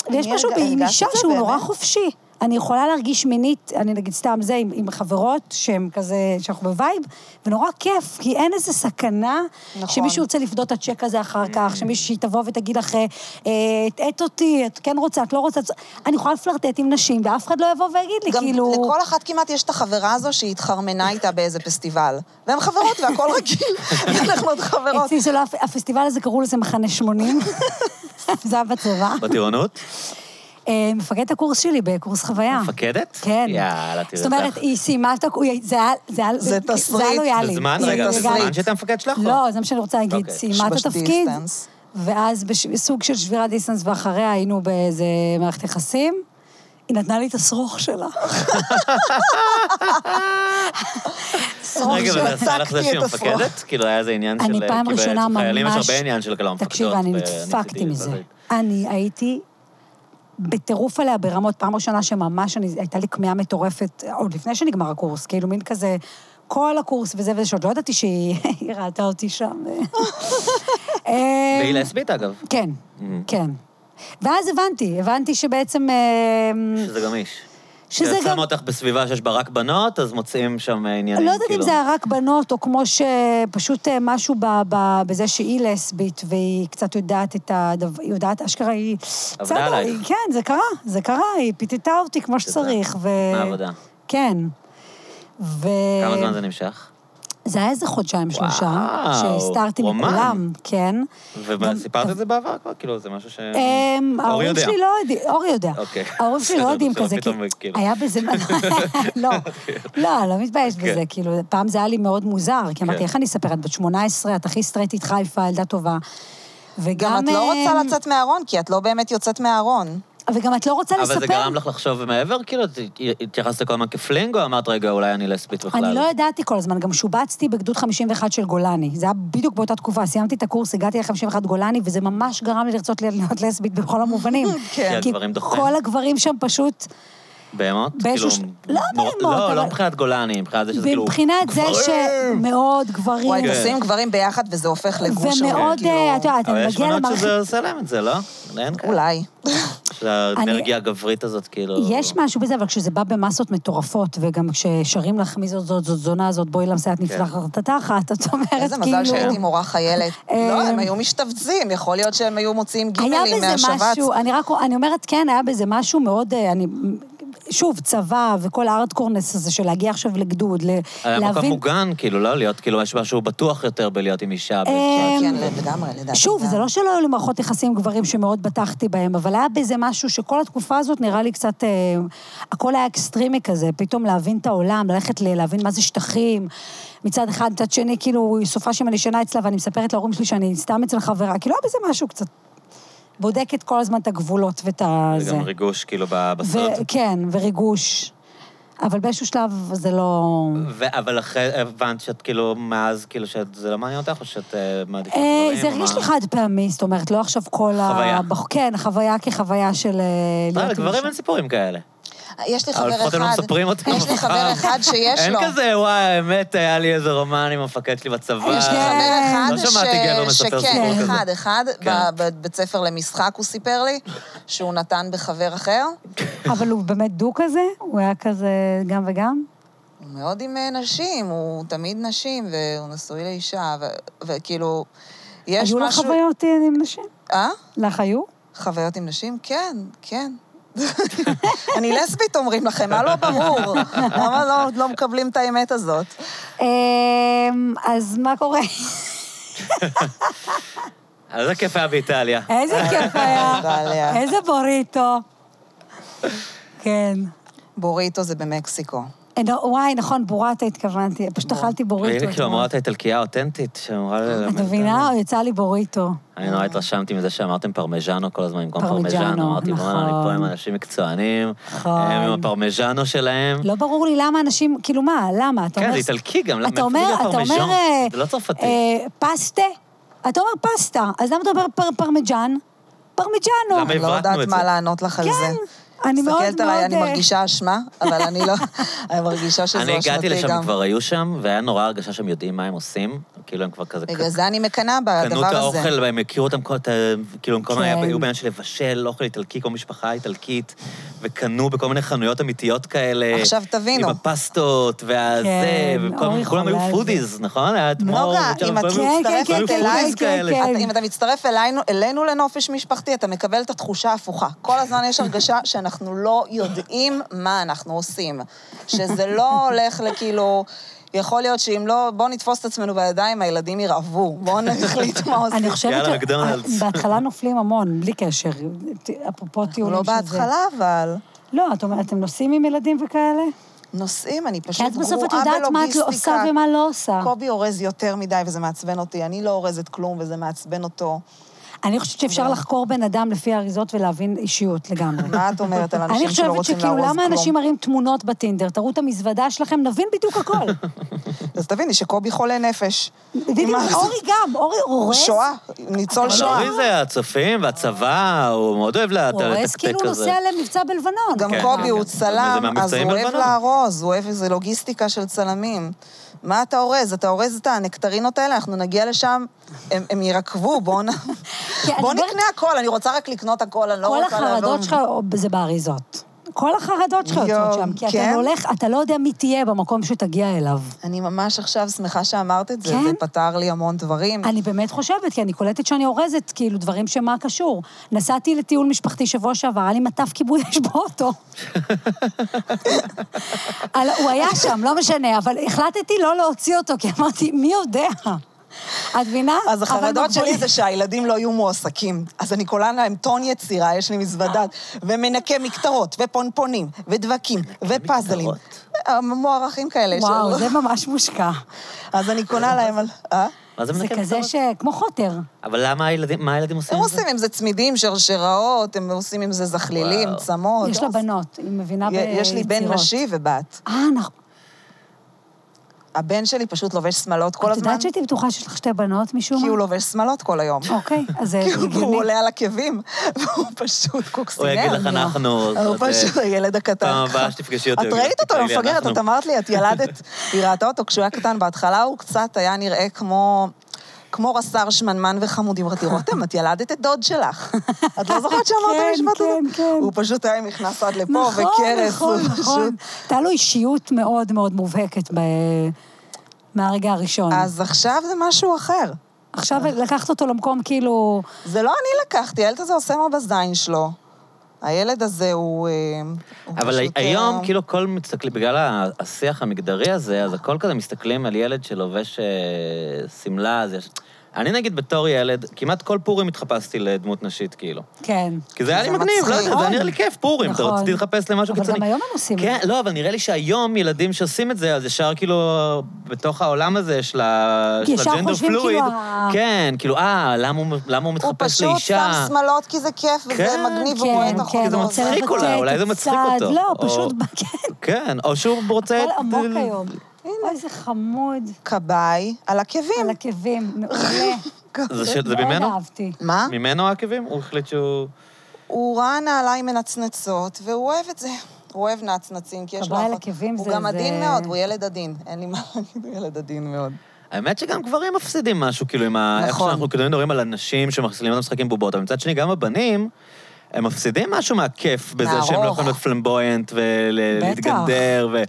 S3: אני
S2: ויש משהו
S3: הרגע-
S2: עם
S3: הרגשתי
S2: אישה
S3: את זה
S2: שהוא נורא
S3: באמת.
S2: חופשי. אני יכולה להרגיש מינית, אני נגיד סתם זה, עם, עם חברות שהן כזה, שאנחנו בווייב, ונורא כיף, כי אין איזה סכנה
S3: נכון.
S2: שמישהו רוצה לפדות את הצ'ק הזה אחר כך, שמישהו שהיא תבוא ותגיד לך, אה, אה, את אותי, את כן רוצה, את לא רוצה, את- אני יכולה לפלרטט עם נשים, ואף אחד לא יבוא ויגיד לי,
S3: גם
S2: כאילו...
S3: לכל אחת כמעט יש את החברה הזו שהיא התחרמנה איתה באיזה פסטיבל. והן חברות והכל רגיל, [LAUGHS] אנחנו עוד חברות.
S2: אצלי זה לא, הפ- הפסטיבל הזה קראו לזה מחנה 80. [LAUGHS] זה היה בצבא. [LAUGHS]
S1: בטירונות?
S2: אה, מפקד הקורס שלי בקורס חוויה.
S1: מפקדת?
S2: כן.
S1: יאללה, תראי
S2: זאת אומרת,
S1: אותך.
S2: היא סיימה את הקורס, זה היה... זה היה-
S3: זה
S2: זה היה
S3: תסריט.
S2: לויאלי.
S1: בזמן,
S2: היא
S1: רגע,
S2: לגמרי-
S1: בזמן שאתה המפקד שלך? או?
S2: לא, זה מה שאני רוצה להגיד.
S1: נכון. אוקיי.
S2: סיימה את
S3: בש-
S2: התפקיד,
S3: בדיסטנס.
S2: ואז בש- בסוג של שבירת דיסטנס, ואחריה היינו באיזה מערכת יחסים. היא נתנה לי את השרוך שלה. שרוך
S1: [LAUGHS] רגע,
S3: [LAUGHS]
S2: שלה.
S1: וזה עשה לך זה
S3: שהצגתי
S1: שהיא
S3: את השרוך.
S1: מפקדת? כאילו, היה איזה עניין של...
S2: אני
S1: אה,
S2: פעם
S1: כי
S2: ראשונה
S1: בעצם
S2: ממש...
S1: חיילים יש הרבה עניין של אה, כאלה מפקדות.
S2: תקשיב, אני
S1: ו- ניסיתי
S2: נדפקתי מזה.
S1: לעשות.
S2: אני הייתי בטירוף עליה ברמות, פעם ראשונה שממש אני, הייתה לי כמיהה מטורפת, עוד לפני שנגמר הקורס, כאילו מין כזה, כל הקורס וזה וזה, שעוד לא ידעתי שהיא [LAUGHS] היא ראתה אותי שם. אה,
S1: והיא לסבית, אגב.
S2: כן,
S1: Mm.
S2: כן. ואז הבנתי, הבנתי שבעצם... אה,
S1: שזה גמיש.
S2: שזה
S1: כשאת
S2: גם-
S1: שמה אותך בסביבה שיש בה רק בנות, אז מוצאים שם עניינים,
S2: לא יודעת אם
S1: כאילו.
S2: זה היה רק בנות, או כמו שפשוט אה, משהו ב, ב, בזה שהיא לסבית, והיא קצת יודעת את הדבר, היא יודעת, אשכרה היא...
S1: עבדה
S2: בסדר,
S1: עלייך.
S2: היא- כן, זה קרה, זה קרה, היא פיתתה אותי כמו שצריך, ו...
S1: מה העבודה?
S2: כן. ו...
S1: כמה זמן זה נמשך?
S2: זה היה איזה חודשיים, שלושה,
S1: וואו,
S2: שהסתרתי
S1: רומן.
S2: מכולם, כן. גם-
S1: וסיפרת את זה בעבר כבר? כאילו, זה משהו ש...
S2: אמ,
S1: אורי
S2: ההורים
S1: יודע.
S2: שלי לא יודעים, אורי יודע.
S1: אוקיי.
S2: ההורים שלי לא
S1: בסדר,
S2: יודעים
S1: בסדר,
S2: כזה, כי
S1: פתאום, כאילו. אוקיי.
S2: היה
S1: [LAUGHS]
S2: בזה... לא, לא, לא מתבייש
S1: כן.
S2: בזה, כאילו, פעם זה היה לי מאוד מוזר, כי אמרתי,
S1: כן.
S2: איך אני אספר, את בת 18, את הכי סטרייטית חיפה, ילדה טובה. וגם...
S3: גם את לא רוצה
S2: אמ,
S3: לצאת מהארון, כי את לא באמת יוצאת מהארון.
S2: וגם את לא רוצה לספר.
S1: אבל זה גרם לך לחשוב מעבר? כאילו, את- התייחסת כל הזמן כפלינג, או אמרת, רגע, אולי אני לסבית בכלל?
S2: אני לא ידעתי כל הזמן, גם שובצתי בגדוד 51 של גולני. זה היה בדיוק באותה תקופה, סיימתי את הקורס, הגעתי ל-51 גולני, וזה ממש גרם לי לרצות להיות לסבית בכל המובנים.
S3: [LAUGHS] כן.
S2: כי
S1: הגברים דוחים.
S2: כל הגברים שם פשוט...
S1: בהמות?
S2: באיזשהו
S1: כאילו,
S2: ש- לא
S1: מור-
S2: בהמות,
S1: לא,
S2: אבל-
S1: לא מבחינת גולני, מבחינת זה שזה כאילו...
S2: מבחינת זה
S1: גברים!
S2: שמאוד גברים.
S3: וואי,
S1: כן.
S3: תשים גברים ביחד וזה הופך לגוש.
S2: ומאוד,
S3: כאילו-
S2: אה, את יודעת,
S1: אבל
S2: אני
S1: יש
S2: מגיעה
S1: בנות
S2: למערכת...
S1: שזה עושה להם את זה, לא? אין כאלה.
S3: אולי.
S1: שהאנרגיה הגברית הזאת, כאילו...
S2: יש משהו בזה, אבל כשזה בא במסות מטורפות, וגם כששרים לך מי זאת זאת, זאת זונה הזאת, בואי
S1: כן.
S2: למסייעת נפלחת תחת, את אומרת, כאילו...
S3: איזה מזל שהייתי מורה חיילת. לא,
S2: אה,
S3: הם היו משתבצים, יכול להיות שהם היו מוציאים
S2: היה
S3: גימלים
S2: בזה
S3: מהשבץ.
S2: משהו, אני רק, אני אומרת, כן, היה בזה משהו מאוד, אה, אני, שוב, צבא וכל הארדקורנס הזה של להגיע עכשיו לגדוד, ל,
S1: היה מקום
S2: להבין...
S1: מוגן, כאילו, לא להיות, כאילו, יש משהו בטוח יותר בלהיות עם אישה.
S2: אה,
S3: כן, לגמרי, לדעתי.
S2: שוב,
S3: גם.
S2: זה לא שלא היו לי מערכות יחסים עם גברים שמאוד בטחתי בהם, אבל היה בזה משהו שכל התקופה הזאת נראה לי קצת... אה, הכל היה אקסטרימי כזה, פתאום להבין את העולם, ללכת ל- להבין מה זה שטחים, מצד אחד, מצד שני, כאילו, סופה שם אני ישנה אצלה ואני מספרת להורים שלי שאני סתם אצל חברה, כאילו היה בזה משהו קצת... בודקת כל הזמן את הגבולות ואת ה...
S1: זה גם ריגוש, כאילו, ב- בסוד.
S2: ו- כן, וריגוש. אבל באיזשהו שלב זה לא...
S1: ו- אבל אחרי, הבנת שאת כאילו, מאז, כאילו, שזה לא מעניין אותך, או שאת אה, מעדיפה...
S2: אה,
S1: גברים,
S2: זה
S1: או
S2: הרגיש
S1: מה?
S2: לי חד פעמי, זאת אומרת, לא עכשיו כל ה...
S1: חוויה.
S2: בח- כן, חוויה כחוויה של... אה,
S1: לא,
S2: להיות עם
S1: לגברים
S2: אישה.
S1: אין סיפורים כאלה.
S3: יש לי
S1: אבל
S3: חבר
S1: לפחות הם לא
S3: אחד,
S1: מספרים אותם.
S3: יש לי חבר אחד שיש לו.
S1: אין כזה, וואי, האמת, היה לי איזה רומן עם המפקד שלי בצבא.
S3: יש לי
S2: כן.
S3: חבר אחד
S1: לא שמעתי גבר
S3: ש...
S1: מספר סיפור
S3: שכן,
S1: כזה.
S3: אחד, אחד,
S1: כן.
S3: ב- בבית ספר למשחק הוא סיפר לי, שהוא נתן בחבר אחר.
S2: אבל הוא באמת דו כזה? הוא היה כזה גם וגם?
S3: הוא מאוד עם אה, נשים, הוא תמיד נשים, והוא נשוי לאישה, ו- וכאילו, יש
S2: היו לך
S3: משהו...
S2: חוויות אה, עם נשים?
S3: אה?
S2: לך היו?
S3: חוויות עם נשים? כן, כן. אני לסבית, אומרים לכם, מה לא ברור? למה לא, לא מקבלים את האמת הזאת?
S2: אמ, אז מה קורה? [LAUGHS]
S1: אז זה כיף היה באיטליה.
S2: איזה כיף
S3: איטליה.
S2: היה. איזה בוריטו. כן.
S3: בוריטו זה במקסיקו.
S2: אה, נו, וואי, נכון, בורטה התכוונתי. פשוט
S3: בורטה.
S2: אכלתי בוריטו.
S1: והיא כאילו
S2: אתמול.
S1: אמרה את האיטלקייה האותנטית, שאמרה ללמד.
S2: את מבינה? יצא לי בוריטו.
S1: אני נורא התרשמתי מזה שאמרתם פרמיז'נו כל הזמן במקום
S2: פרמיג'אנו,
S1: פרמיז'נו. אמרתי, בוא'נה, אני פה עם
S2: נכון.
S1: אנשים מקצוענים,
S2: נכון.
S1: הם עם הפרמיז'נו שלהם.
S2: לא ברור לי למה אנשים, כאילו מה, למה? אתה
S1: כן,
S2: אומר-
S1: זה איטלקי גם, למה-
S2: אתה אומר,
S1: אפילו
S2: אתה אומר...
S1: פרמיז'ן,
S2: אה,
S1: זה לא צרפתי.
S2: אה, פסטה? אתה אומר פסטה, אז למה אתה אומר פר- פרמיג'ן? פרמיג'אנו.
S1: למה
S3: אני לא
S1: הברקנו
S3: יודעת
S1: את
S3: מה
S1: זה.
S3: לענות לך על זה.
S2: כן, אני מאוד
S3: מסתכלת עליי,
S2: מאוד,
S3: אני
S2: אה,
S3: מרגישה אשמה, אבל אני לא... אני מרגישה שזו אשמתי
S1: אני
S3: גם.
S1: הגעתי לשם, כבר היו שם, והיה נורא הרגשה שהם יודעים מה הם עושים. כאילו, הם כבר כזה...
S3: בגלל זה אני מקנאה בדבר
S1: קנו את
S3: הזה.
S1: האוכל, והם הכירו אותם, כל- את ה- כאילו, הם כל הזמן
S2: כן.
S1: היה- היו בעניין של לבשל לא אוכל איטלקי, כל משפחה איטלקית, וקנו בכל מיני חנויות אמיתיות כאלה.
S3: עכשיו תבינו.
S1: עם הפסטות, והזה,
S2: כן,
S1: וכולם
S2: אורי
S1: כולם היו
S2: חולה על
S1: פודיז, נכון? היה את מור,
S3: נוגה,
S1: וצ'ארלס,
S3: אם את
S1: כולם היו-
S3: מצטרפת
S1: כולם היו
S3: אליי,
S1: פודיז
S3: כן,
S1: כאלה.
S2: כן.
S3: אתה- אם אתה מצטרף אלינו, אלינו לנופש משפחתי, אתה מקבל את התחושה ההפוכה. כל הזמן יש הרגשה שאנחנו לא יודעים מה אנחנו עושים. שזה לא הולך לכאילו... יכול להיות שאם לא, בואו נתפוס את עצמנו בידיים, הילדים ירעבו. בואו נחליט מה עושים.
S2: אני חושבת
S1: יאללה,
S2: [LAUGHS]
S1: מקדונלדס.
S2: שבהתחלה נופלים המון, בלי קשר. ת- אפרופו
S3: אנחנו
S2: טיולים
S3: לא
S2: שזה.
S3: בהתחלה, אבל...
S2: לא, את אומרת, אתם נוסעים עם ילדים וכאלה?
S3: נוסעים, אני פשוט
S2: כי
S3: גרועה
S2: את
S3: בלוגיסטיקה.
S2: בסוף את יודעת מה את לא עושה ומה לא עושה.
S3: קובי אורז יותר מדי, וזה מעצבן אותי. אני לא אורזת כלום, וזה מעצבן אותו.
S2: אני
S3: לא.
S2: חושבת שאפשר לחקור בן אדם לפי האריזות ולהבין אישיות לגמרי.
S3: מה את אומרת על [LAUGHS]
S2: אני
S3: אנשים שלא
S2: חושבת
S3: רוצים
S2: שכאילו,
S3: לארוז
S2: למה אנשים
S3: כלום?
S2: מראים תמונות בטינדר? תראו את המזוודה שלכם, נבין בדיוק הכל.
S3: אז תביני שקובי חולה נפש.
S2: בדיוק,
S3: מה זה?
S2: אורי גם, אורי
S3: הוא
S2: אורז.
S3: שואה, ניצול
S1: אבל
S3: שואה.
S1: אורי זה הצופים והצבא, הוא מאוד אוהב לה- את
S2: הוא אורז
S1: הטקטק
S2: כאילו
S1: הזה.
S2: נוסע למבצע בלבנון.
S3: גם
S1: כן,
S3: קובי
S1: כן,
S3: הוא
S1: כן. אבל זה
S3: צלם, אז
S1: מהמבצעים
S3: הוא אוהב
S1: בלבנון.
S3: לארוז, הוא אוהב איזה לוגיסטיקה של צלמים. מה אתה אורז? אתה אורז את הנקטרינות האלה, אנחנו נגיע לשם, הם הם ירקבו, בואו
S2: [LAUGHS]
S3: נ-
S2: כי כן, אני
S3: בואו
S2: אומרת-
S3: נקנה הכל, אני רוצה רק לקנות הכל, אני לא
S2: כל
S3: רוצה לעבור...
S2: החרדות שלך זה באריזות. כל החרדות שלך
S3: יואו,
S2: יוצאות שם, כי
S3: כן?
S2: אתה הולך, אתה לא יודע מי תהיה במקום שתגיע אליו.
S3: אני ממש עכשיו שמחה שאמרת את זה,
S2: כן?
S3: זה פתר לי המון דברים.
S2: אני באמת חושבת, כי אני קולטת שאני אורזת, כאילו, דברים שמה קשור. נסעתי לטיול משפחתי שבוע שעבר, היה לי מטף כיבוי אש
S3: [LAUGHS]
S2: באוטו. על- הוא היה שם, לא משנה, אבל החלטתי לא להוציא אותו, כי אמרתי, מי יודע? את מבינה?
S3: אז
S2: אבל
S3: החרדות שלי
S2: מגבולים.
S3: זה שהילדים לא יהיו מועסקים. אז אני קולה להם טון יצירה, יש לי מזוודה, ומנקה מקטרות, ופונפונים, ודבקים, ופאזלים. מוערכים כאלה. יש
S2: וואו,
S3: לנו.
S2: זה ממש מושקע.
S3: אז אני קונה להם על... אה?
S1: מה זה
S2: זה
S1: מנקה
S2: כזה
S1: בצורת?
S2: ש... כמו חוטר.
S1: אבל למה הילדים, מה הילדים עושים?
S3: הם
S1: עם זה?
S3: עושים עם זה צמידים, שרשראות, הם עושים עם זה זכלילים,
S1: וואו.
S3: צמות.
S2: יש לה בנות, היא מבינה ביצירות.
S3: יש לי בן נשי ובת.
S2: אה, נכון. הבן
S3: הבן שלי פשוט לובש שמלות כל
S2: את
S3: הזמן,
S2: יודעת שהייתי בטוחה שיש לך שתי בנות משום מה?
S3: כי הוא לובש שמלות כל היום.
S2: אוקיי, אז זה
S3: [LAUGHS] כי הוא-
S2: הגיוני.
S3: הוא כאילו, עולה על עקבים, [LAUGHS] והוא פשוט
S1: הוא
S3: קוקסינר.
S1: יגיד לך, אנחנו...
S3: הוא
S1: עוד, אה,
S3: פשוט הילד הקטן.
S1: פעם הבאה שתפגשי אותו, הוא
S3: את
S1: יגיד לך,
S3: ראית אותו,
S1: "תקראי לי,
S3: היא מפגרת,
S1: אנחנו".
S3: את אמרת לי, את
S1: [LAUGHS]
S3: ילדת, היא ראתה אותו כשהוא היה קטן, בהתחלה הוא קצת היה נראה כמו... כמו רס"ר שמנמן וחמודי, אמרתי, רותם, את ילדת את דוד
S1: [LAUGHS]
S3: שלך. את לא זוכרת שאמרת את
S2: כן,
S3: המשפט הזה?
S2: כן, כן.
S3: הוא פשוט היה עם מכנס עד לפה,
S2: נכון,
S3: וקרס,
S2: נכון,
S3: הוא פשוט...
S2: נכון. הייתה לו אישיות מאוד מאוד מובהקת ב... מהרגע הראשון.
S3: אז עכשיו זה משהו אחר.
S2: עכשיו לקחת אותו למקום כאילו...
S3: זה לא אני לקחתי, הילד הזה עושה מה בזין שלו. הילד הזה הוא... אה, הוא
S1: אבל
S3: פשוט,
S1: היום,
S3: אה,
S1: כאילו, כל מסתכלים, בגלל ה- השיח המגדרי הזה, אז הכל כזה מסתכלים על ילד שלובש אה, שמלה, אז יש... אני נגיד בתור ילד, כמעט כל פורים התחפשתי לדמות נשית, כאילו.
S2: כן.
S1: כי זה היה
S3: זה
S1: לי מגניב, לא
S3: מצחיק.
S1: יודע, זה היה נראה לי כיף, פורים, אתה
S2: נכון.
S1: רציתי לחפש למשהו
S2: אבל
S1: קיצוני.
S2: גם היום הם עושים את
S1: כן, לא, אבל נראה לי שהיום ילדים שעושים את זה, אז ישר כאילו, בתוך העולם הזה של ה-
S2: כי
S1: של
S2: ישר
S1: הג'נדר
S2: חושבים,
S1: פלואיד,
S2: כאילו, ה-
S1: כן, כאילו, אה, למה הוא- למה הוא
S3: הוא
S1: מתחפש
S3: פשוט שם
S1: לאישה?
S3: שמלות כי זה כיף, וזה
S1: כן,
S3: מגניב, הוא רואה
S2: כן,
S3: את
S2: כן,
S1: כי
S3: החומר.
S1: זה
S2: הוא
S3: הזה.
S2: רוצה
S1: מצחיק אולי,
S2: לבטא את
S1: אולי זה מצחיק
S2: הצד.
S1: אותו.
S2: לא,
S1: או-
S2: פשוט, כן.
S1: כן, או שהוא רוצה...
S2: הכל עמוק היום. אוי, זה חמוד.
S3: כבאי על עקבים.
S2: על עקבים,
S3: [LAUGHS]
S2: מעולה.
S1: זה של- זה
S2: כן, מאוד
S1: ממנו?
S2: אהבתי.
S3: מה?
S1: ממנו העקבים? הוא החליט שהוא...
S3: הוא ראה נעליים מנצנצות, והוא אוהב את זה. הוא אוהב נצנצים, כי יש לו...
S2: כבאי על
S3: אחות.
S2: עקבים
S3: הוא
S2: זה-
S3: גם
S2: זה-
S3: עדין מאוד, הוא ילד עדין. אין לי מה להגיד, הוא ילד עדין מאוד.
S1: האמת שגם גברים מפסידים משהו, כאילו, עם ה... איך
S3: נכון.
S1: שאנחנו כאילו מדברים על אנשים שמחסלים אותם משחקים בובות, אבל מצד שני, גם הבנים, הם מפסידים משהו מהכיף בזה שהם לא
S3: מהרוך.
S1: יכולים להיות פלמבויינט ולהתגנדר ו...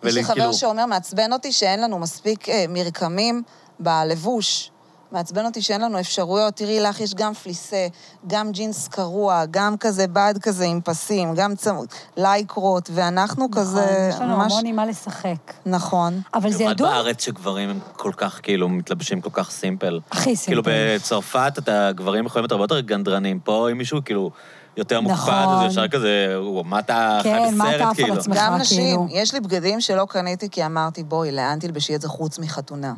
S1: כאילו,
S3: יש לי
S1: וכאילו-
S3: חבר שאומר, מעצבן אותי שאין לנו מספיק אה, מרקמים בלבוש. מעצבן אותי שאין לנו אפשרויות. תראי, לך יש גם פליסה, גם ג'ינס קרוע, גם כזה בד כזה עם פסים, גם צמוד, לייקרות, ואנחנו כזה
S2: נכון, אה, יש לנו
S3: ממש...
S2: המון עם מה לשחק.
S3: נכון.
S2: אבל זה
S1: במיוחד
S2: ידוע...
S1: בארץ שגברים הם כל כך, כאילו, מתלבשים כל כך סימפל.
S2: הכי סימפל.
S1: כאילו, בצרפת, אתה, גברים יכולים להיות הרבה יותר גנדרנים. פה, אם מישהו, כאילו, יותר מוקפד, אז
S2: נכון.
S1: ישר כזה, "וואו, מה אתה חי
S2: כן,
S1: בסרט, כאילו.
S2: מה אתה עף על עצמך?
S3: גם
S2: מחאה,
S3: נשים,
S2: כאילו.
S3: יש לי בגדים שלא קניתי כי אמרתי, בואי, לאן תלבשי את זה חוץ מחתונה?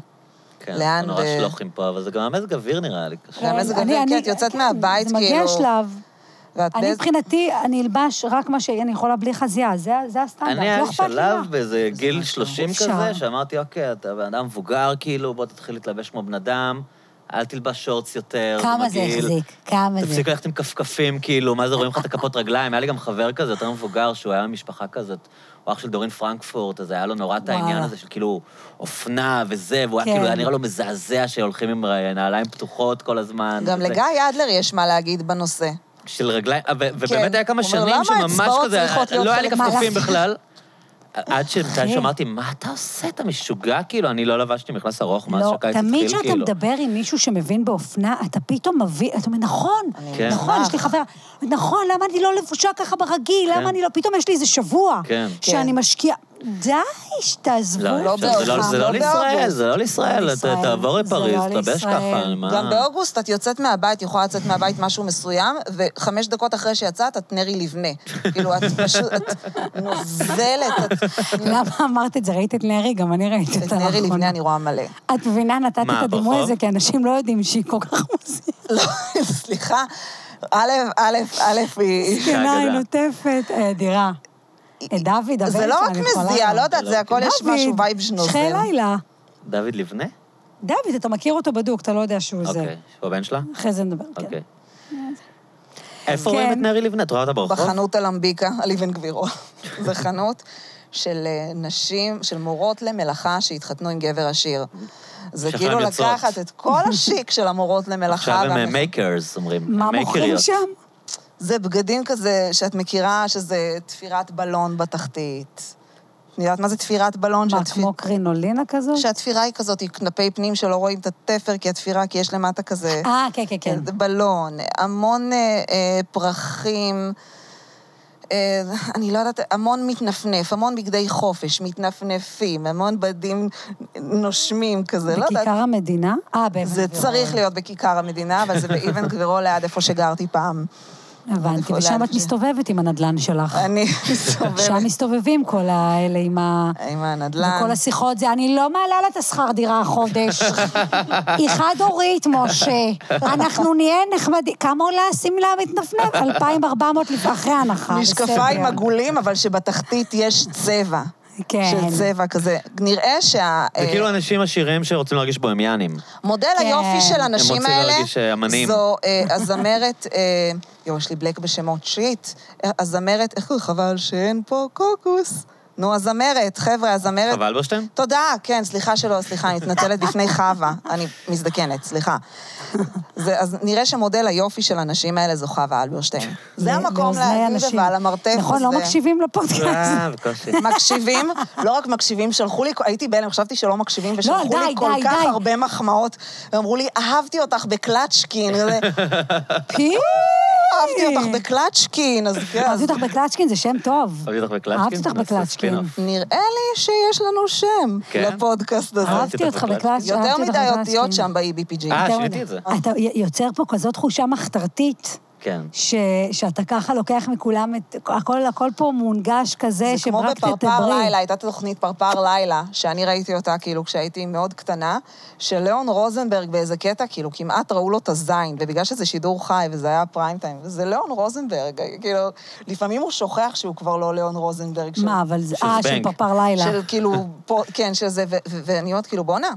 S1: כן,
S3: לאן
S1: אנחנו נורא
S3: ב-
S1: שלוחים פה, אבל זה גם המזג אוויר נראה לי קשה.
S3: גם
S2: כן,
S3: איזה
S2: אני-
S3: גבר, כן,
S2: אני-
S3: את יוצאת
S2: כן,
S3: מהבית,
S2: זה מגיע
S3: כאילו-
S2: שלב.
S3: ואת
S2: אני
S3: באיזה-
S2: מבחינתי, אני אלבש רק מה שאני יכולה בלי חזייה, זה- זה הסטנדרט,
S1: אני היה
S2: לא
S1: לי
S2: אכפת לי מה.
S1: שלב באיזה גיל
S3: משהו.
S1: 30
S2: אפשר.
S1: כזה, שאמרתי, אוקיי, אתה בן אדם מבוגר, כאילו, בוא תתחיל להתלבש כמו בן אדם, אל תלבש שורטס יותר,
S2: כמה זה
S1: מגעיל.
S2: החזיק, כמה זה.
S1: תפסיק ללכת עם כפכפים, כאילו, מה זה, רואים לך את הכפות רגליים? היה לי גם חבר כזה, יותר מבוגר, שהוא היה ממשפחה כזאת, הוא אח של דורין פרנקפורט, אז היה לו נורא את
S2: וואלה.
S1: העניין הזה של כאילו אופנה וזה, והוא היה
S2: כן.
S1: כאילו, היה נראה לו מזעזע שהולכים עם אה, נעליים פתוחות כל הזמן.
S3: גם
S1: וזה.
S3: לגיא אדלר יש מה להגיד בנושא.
S1: של רגליים, ו-
S3: כן.
S1: ובאמת היה כמה
S3: הוא אומר, "למה
S1: שנים שממש
S3: האצבעות
S1: כזה,
S3: צריכות להיות
S1: לא היה לי
S3: חלק כן. מה-
S1: כפכפים בכלל. עד שמתי
S2: אחי.
S1: שאמרתי, מה אתה עושה? אתה משוגע? כאילו, אני לא לבשתי מכנס ארוך מאז
S2: לא,
S1: שהקיץ התחיל, כאילו.
S2: תמיד כשאתה מדבר עם מישהו שמבין באופנה, אתה פתאום מביא, אתה אומר, נכון,
S1: כן.
S2: נכון, יש לי חבר, נכון, למה אני לא לבושה ככה ברגיל?
S1: כן.
S2: למה אני לא, פתאום יש לי איזה שבוע
S1: כן.
S2: שאני
S3: כן.
S2: משקיעה, די, שתעזבו.
S1: לא,
S3: לא
S1: אי אפשר, זה לא-
S3: באוגוסט,
S1: זה
S3: לא
S1: לא לישראל,
S3: באוגוסט.
S1: זה לא לישראל.
S2: לא
S1: אתה- תעבור
S2: לישראל,
S1: לפריז,
S2: זה לא
S1: תלבש
S2: לישראל.
S1: ככה, מה?
S3: גם באוגוסט את יוצאת מהבית, יכולה לצאת מהבית משהו מסוים, וחמש דקות אחרי שיצאת, את נרי
S1: [LAUGHS]
S3: לבנה. כאילו, את פשוט, את נוזלת, את
S2: [LAUGHS] למה אמרת את זה? ראית את נרי? גם אני ראיתי
S3: כן. את
S2: אותה
S3: נרי לבנה
S2: לאחרונה.
S3: אני רואה מלא. [LAUGHS]
S2: את מבינה, נתת
S1: מה,
S2: את הדימוי
S1: ברחוב?
S2: הזה, כי אנשים לא יודעים שהיא כל כך מוזיקה.
S3: לא, סליחה. א', א', א',
S2: [LAUGHS]
S3: היא...
S2: זקנה, היא
S1: אגדה.
S2: נוטפת, אה, דירה. את דוד, הבן שלה,
S3: זה לא רק
S2: אני יכולה
S3: נזיעה, לא
S2: גם.
S3: יודעת, זה הכל יש
S2: דוד, לא,
S3: משהו וייב שנוזל.
S2: שכי לילה.
S1: דוד לבנה?
S2: דוד, אתה מכיר אותו בדוק, אתה לא יודע שהוא זה.
S1: אוקיי. הוא הבן שלה?
S2: אחרי זה נדבר, כן.
S1: אוקיי. איפה רואים את
S2: כן.
S1: נרי לבנה? את רואה אותה ברחוב?
S3: בחנות אלמביקה, על אבן [LAUGHS] גבירול. זו חנות של אה, נשים, של מורות למלאכה שהתחתנו עם גבר עשיר. זה
S1: שכן,
S3: כאילו
S1: יוצרות.
S3: לקחת את כל השיק של המורות למלאכה.
S1: עכשיו אה, הם
S3: והמח-
S1: מייקרס, אומרים.
S2: מה
S1: הם
S2: מוכרים
S1: מייקריות.
S2: שם?
S3: זה בגדים כזה שאת מכירה, שזה תפירת בלון בתחתית. את יודעת מה זה תפירת בלון?
S2: מה,
S3: שהתפ-
S2: כמו קרינולינה כזאת?
S3: שהתפירה היא כזאת, היא כנפי פנים שלא רואים את התפר, כי התפירה, כי יש למטה כזה...
S2: אה, כן, כן, כן.
S3: בלון, המון אה, אה, פרחים, אה, אני לא יודעת, המון מתנפנף, המון בגדי חופש, מתנפנפים, המון בדים נושמים כזה, לא
S2: בכיכר
S3: יודעת.
S2: המדינה? אה, באבן
S3: זה
S2: גבירול.
S3: צריך להיות בכיכר המדינה, אבל זה באבן גבירול ליד איפה שגרתי פעם.
S2: הבנתי,
S3: איפה
S2: ושם
S3: לאן
S2: את
S3: ש-
S2: מסתובבת עם הנדלן שלך.
S3: אני [LAUGHS]
S2: שם
S3: מסתובבת
S2: מסתובבים כל האלה עם ה...
S3: עם הנדלן.
S2: וכל השיחות זה, אני לא מעלה לה את השכר דירה
S3: [LAUGHS]
S2: החודש. היא חד-הורית, משה. אנחנו נהיה נחמדים. כמה עולה השמלה המתנפנף?
S3: [LAUGHS]
S2: 2,400 לפ- אחרי ההנחה.
S3: משקפיים
S2: בסדר.
S3: עגולים, אבל שבתחתית יש צבע.
S2: כן.
S3: של צבע כזה. נראה שה...
S1: זה
S3: אה,
S1: כאילו אנשים עשירים שרוצים להרגיש בוהמיאנים.
S3: מודל
S2: כן.
S3: היופי של הנשים
S1: רוצים
S3: האלה,
S1: להרגיש, אה, אמנים.
S3: זו אה, הזמרת, אה, יואו, יש לי בלק בשמות, שיט, אה, הזמרת, איך קוראים? חבל שאין פה קוקוס. נו, הזמרת, חבר'ה, הזמרת.
S1: חבל בושטיין?
S3: תודה, כן, סליחה שלא, סליחה, אני מתנצלת בפני חווה, אני מזדקנת, סליחה. זה, אז נראה שמודל היופי של הנשים האלה זו חווה אלברשטיין. זה המקום
S2: לאוזני
S3: להגיד
S2: אנשים.
S3: אבל המרתף.
S2: נכון, לא
S3: זה-
S2: מקשיבים
S3: כן. [LAUGHS]
S2: לפודקאסט. [LAUGHS]
S1: אה, בקושי.
S3: מקשיבים, לא רק מקשיבים, שלחו לי, הייתי בהלם, חשבתי שלא מקשיבים, ושלחו
S2: לא, די,
S3: לי כל
S2: די,
S3: כך
S2: די.
S3: הרבה מחמאות, ואמרו לי, אהבתי אותך בקלצ'קין, וזה,
S2: פי!
S3: אהבתי אותך בקלצ'קין, אז כן. אז
S2: אהבתי אותך בקלצ'קין, זה שם טוב.
S1: אהבתי אותך בקלצ'קין?
S2: אהבתי אותך
S1: נעשה
S2: בקלצ'קין.
S1: ספינוף.
S3: נראה לי שיש לנו שם
S1: כן?
S3: לפודקאסט הזה.
S2: אהבתי אותך בקלצ'קין.
S3: יותר
S2: אהבתי אותך
S3: מדי אותיות
S2: בקלצ'קין.
S3: שם ב-EBPG.
S1: אה,
S2: יותר
S1: שיניתי
S2: מדי.
S1: את זה.
S2: אתה יוצר פה כזאת תחושה מחתרתית.
S1: כן.
S2: ש, שאתה ככה לוקח מכולם את... הכל, הכל פה מונגש כזה,
S3: זה כמו
S2: שרק
S3: בפרפר
S2: תדברי.
S3: לילה, הייתה תוכנית פרפר לילה, שאני ראיתי אותה כאילו כשהייתי מאוד קטנה, של ליאון רוזנברג באיזה קטע, כאילו כמעט ראו לו את הזין, ובגלל שזה שידור חי וזה היה פריים טיים, וזה ליאון רוזנברג, כאילו, לפעמים הוא שוכח שהוא כבר לא ליאון רוזנברג. של-
S2: מה, אבל זה...
S1: של
S2: אה, של
S1: זבנג.
S2: פרפר לילה.
S3: של כאילו, פה, כן, של זה, ו- ו- ואני אומרת כאילו, בואנה.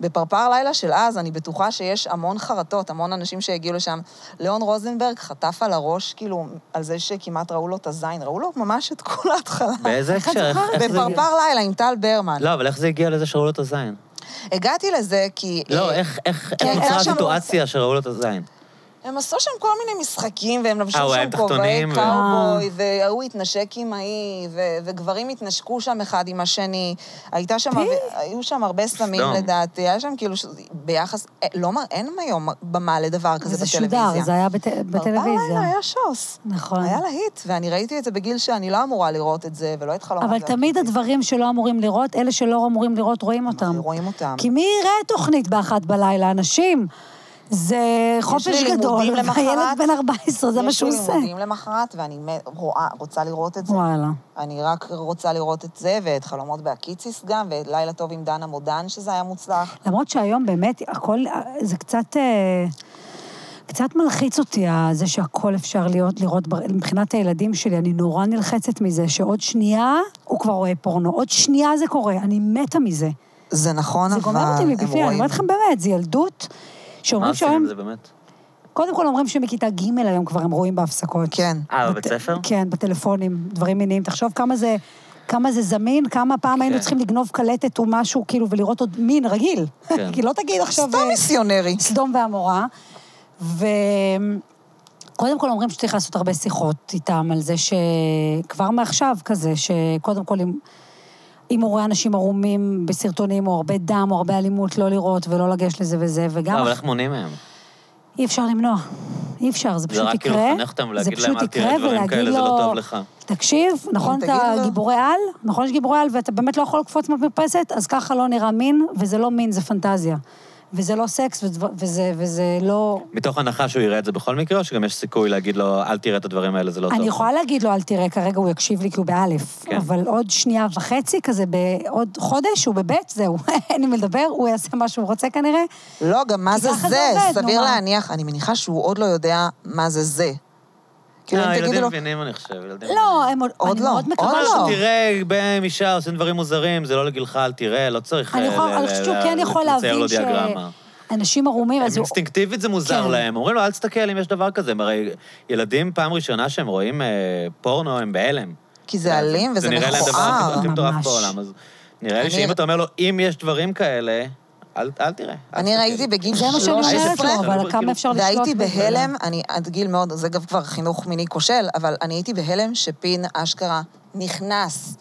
S3: בפרפר לילה של אז, אני בטוחה שיש המון חרטות, המון אנשים שהגיעו לשם. ליאון רוזנברג חטף על הראש, כאילו, על זה שכמעט ראו לו את הזין, ראו לו ממש את כל ההתחלה.
S1: באיזה
S2: אה, איך את
S1: הקשר?
S2: זוכרת?
S1: איך זה הגיע?
S3: בפרפר לילה עם טל ברמן.
S1: לא, אבל איך זה הגיע לזה שראו לו את הזין?
S3: הגעתי לזה כי...
S1: לא,
S3: אה,
S1: איך איך-
S3: כן,
S1: איך
S3: היה
S1: נוצרה
S3: שם-
S1: הסיטואציה שראו לו את הזין?
S3: הם עשו שם כל מיני משחקים, והם
S1: אה,
S3: לבשו
S1: הוא היה
S3: שם
S1: עם
S3: כובעי
S1: תחתונים ו-
S3: קאובוי, וההוא התנשק עם ההיא, ו- וגברים התנשקו שם אחד עם השני. הייתה שם, היו שם הרבה סמים
S1: סדום.
S3: לדעתי, היה שם כאילו, ש- ביחס, אה, לא, מ- אין היום במה לדבר כזה
S2: זה
S3: בטלוויזיה.
S2: שודר, זה היה בת-
S3: בלילה
S2: בטלוויזיה.
S3: היה שוס.
S2: נכון.
S3: היה להיט, ואני ראיתי את זה בגיל שאני לא אמורה לראות את זה, ולא את חלומות.
S2: אבל
S3: זה.
S2: תמיד הדברים שלא אמורים לראות, אלה שלא אמורים לראות, רואים אותם.
S3: רואים אותם.
S2: כי מי יראה תוכנית באחת בלילה? אנשים. זה חופש
S3: לי
S2: גדול,
S3: לימודים למחרת.
S2: והילד בן 14, זה מה שהוא
S3: יש
S2: עושה.
S3: לי לימודים למחרת, ואני מ- רואה, רוצה לראות את זה.
S2: וואלה.
S3: אני רק רוצה לראות את זה, ואת חלומות בהקיציס גם, ואת לילה טוב עם דנה מודן, שזה היה מוצלח.
S2: למרות שהיום באמת הכל, זה קצת... אה, קצת מלחיץ אותי ה- זה שהכל אפשר להיות, לראות, בר- מבחינת הילדים שלי, אני נורא נלחצת מזה שעוד שנייה הוא כבר רואה פורנו, עוד שנייה זה קורה, אני מתה מזה.
S3: זה נכון,
S2: זה
S3: אבל...
S2: גומר אותי
S3: הם
S2: מבפנים, אני
S3: רואים.
S2: אומרת לכם באמת, זה ילדות,
S1: מה
S2: שאומרים
S1: עושים
S2: שהיום,
S1: עם זה באמת?
S2: קודם כל אומרים שמכיתה ג' היום כבר הם רואים בהפסקות.
S3: כן.
S1: אה,
S2: בת-
S1: בבית ספר?
S2: כן, בטלפונים, דברים מיניים. תחשוב כמה זה, כמה זה זמין, כמה פעם היינו
S1: כן.
S2: צריכים לגנוב קלטת או משהו, כאילו, ולראות עוד מין רגיל.
S1: כן.
S2: [LAUGHS] כי לא תגיד עכשיו...
S3: סתם
S2: אה,
S3: מיסיונרי.
S2: סדום ועמורה. וקודם כל אומרים שצריך לעשות הרבה שיחות איתם על זה שכבר מעכשיו כזה, שקודם כל אם... אם הוא רואה אנשים ערומים בסרטונים, או הרבה דם, או הרבה אלימות, לא לראות ולא לגשת לזה וזה, וגם
S1: לא, אבל
S2: אח-
S1: איך מונעים מהם?
S2: אי אפשר למנוע. אי אפשר, זה
S1: זה
S2: פשוט
S1: רק כאילו
S2: יקרה.
S1: לחנך אותם ולהגיד
S2: זה
S1: להם,
S2: פשוט
S1: "אל תראה
S2: יקרה",
S1: דברים
S2: ולהגיד
S1: כאלה, זה לא
S2: לו,
S1: טוב לך.
S2: תקשיב, נכון
S3: אם
S2: אתה
S3: תגיד לו.
S2: גיבורי על? נכון יש גיבורי על ואתה באמת לא יכול לקפוץ מהמרפסת? אז ככה לא נראה מין, וזה לא מין, זה פנטזיה. וזה לא סקס, ודבר- וזה, וזה לא...
S1: מתוך הנחה שהוא יראה את זה בכל מקרה, או שגם יש סיכוי להגיד לו, אל תראה את הדברים האלה, זה לא טוב?
S2: אני יכולה להגיד לו, אל תראה, כרגע הוא יקשיב לי כי הוא באלף.
S1: כן.
S2: אבל עוד שנייה וחצי כזה, בעוד חודש, הוא בבית, זהו. [LAUGHS] אין עם מי לדבר, הוא יעשה מה שהוא רוצה כנראה.
S1: כן.
S3: לא, גם מה
S2: כי
S3: זה
S2: ככה זה
S3: זה?
S2: עובד, נו,
S3: סביר
S2: מה?
S3: להניח, אני מניחה שהוא עוד לא יודע מה זה זה. כאילו,
S1: לא,
S3: אם תגידי
S1: ילדים
S3: לו...
S1: מבינים, אני חושב, ילדים
S2: לא, אה, הם עוד...
S3: עוד
S2: אני
S3: לא,
S2: מאוד מקווה
S3: עוד
S2: ש-
S3: לא.
S1: תראה, בן אישה עושים דברים מוזרים, זה לא לגילך, אל תראה, לא צריך...
S2: אני
S1: אה,
S2: יכול-
S1: ל-
S2: אני
S1: ל-
S2: חושבת שהוא
S1: ל-
S2: כן יכול
S1: לצייר
S2: להבין
S1: לו
S2: ש-
S1: דיאגרמה.
S2: אנשים ערומים, אז
S1: הם
S2: הוא...
S1: אינסטינקטיבית זה מוזר
S2: כן.
S1: להם, אומרים לו, אל תסתכל אם יש דבר כזה. הם הרי ילדים, פעם ראשונה שהם רואים אה, פורנו, הם בהלם.
S3: כי זה אלים וזה
S1: זה נראה להם דבר
S3: מכוער.
S1: הכי- הכי מטורף
S2: ממש.
S1: בעולם, אז נראה לי
S3: אני-
S1: שאם אתה אומר לו, אם יש דברים כאלה, אל אל תראה. אל
S3: אני
S1: תסתכל."
S3: ראיתי בגיל
S2: זה מה שאני אומרת
S3: 13,
S2: לו, אבל
S1: כאילו-
S2: כמה אפשר לשלוט
S3: והייתי
S2: בזה?
S3: בהלם, אני עד גיל מאוד, זה גם כבר חינוך מיני כושל, אבל אני הייתי בהלם שפין אשכרה נכנס.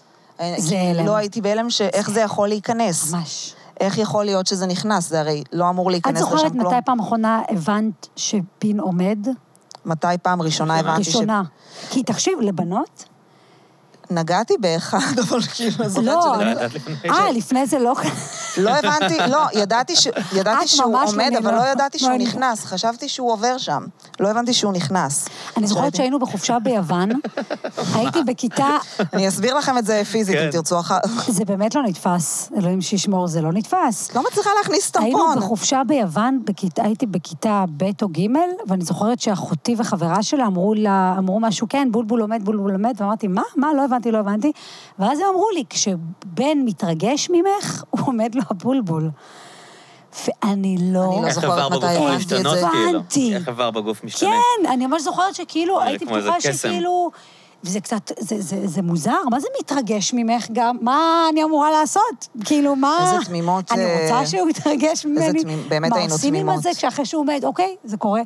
S2: זה
S3: כי
S2: הלם.
S3: לא הייתי בהלם שאיך זה יכול להיכנס.
S2: ממש.
S3: איך יכול להיות שזה נכנס? זה הרי לא אמור
S2: את
S3: להיכנס לשם כלום.
S2: זוכרת מתי פעם אחרונה הבנת שפין עומד?
S3: מתי פעם ראשונה
S1: ראשונה.
S3: הבנתי
S2: ראשונה. כי תקשיב, לבנות?
S3: שנגעתי באחד, [LAUGHS] אבל כאילו, זוכרת
S2: לא.
S3: שזה...
S1: לא ידעת לפני
S2: אה,
S1: זה.
S2: לפני
S3: [LAUGHS]
S2: זה לא...
S3: לא הבנתי, לא, ידעתי ש- ידעתי
S2: את
S3: שהוא
S2: ממש
S3: עומד,
S2: ממני,
S3: אבל
S2: לא.
S3: לא ידעתי
S2: לא,
S3: שהוא
S2: אני-
S3: נכנס, חשבתי שהוא עובר שם. לא הבנתי שהוא נכנס. לא
S2: אני זוכרת
S3: שהייתי-
S2: שהיינו בחופשה
S3: [LAUGHS]
S2: ביוון, הייתי בכיתה,
S3: אני אסביר לכם את זה פיזית, אם
S1: כן.
S3: תרצו אחר...
S2: זה באמת לא נתפס, אלוהים שישמור, זה לא נתפס.
S3: את לא מצליחה להכניס
S2: היינו
S3: טמפון.
S2: בחופשה ביוון, בכיתה, הייתי בכיתה ב' או ג', ואני זוכרת שאחותי וחברה שלה אמרו לה, אמרו משהו, כן, בולבול עומד, בולבול עומד, ואמרתי, מה? מה? לא הבנתי, לא הבנתי. ואז הם אמרו לי, כשבן מתרגש ממך, הוא עומד לו הבולבול. ואני לא...
S3: אני לא
S1: איך
S3: זוכרת
S1: עבר
S3: מתי
S1: בגוף יכול
S3: הבנתי את זה.
S1: להשתנות,
S2: הבנתי.
S1: כאילו? איך עבר בגוף משתנה?
S2: כן, אני ממש זוכרת שכאילו,
S1: נראה
S2: הייתי
S1: כמו איזה
S2: בטוחה
S1: קסם.
S2: שכאילו... וזה קצת, זה, זה, זה מוזר, מה זה מתרגש ממך גם? מה אני אמורה לעשות? כאילו, מה...
S3: איזה תמימות,
S2: אני
S3: אה,
S2: רוצה שהוא יתרגש ממני.
S3: תמימ- באמת היינו
S2: מה עושים עם
S3: תמימות.
S2: זה כשאחרי שהוא מת? אוקיי, זה קורה.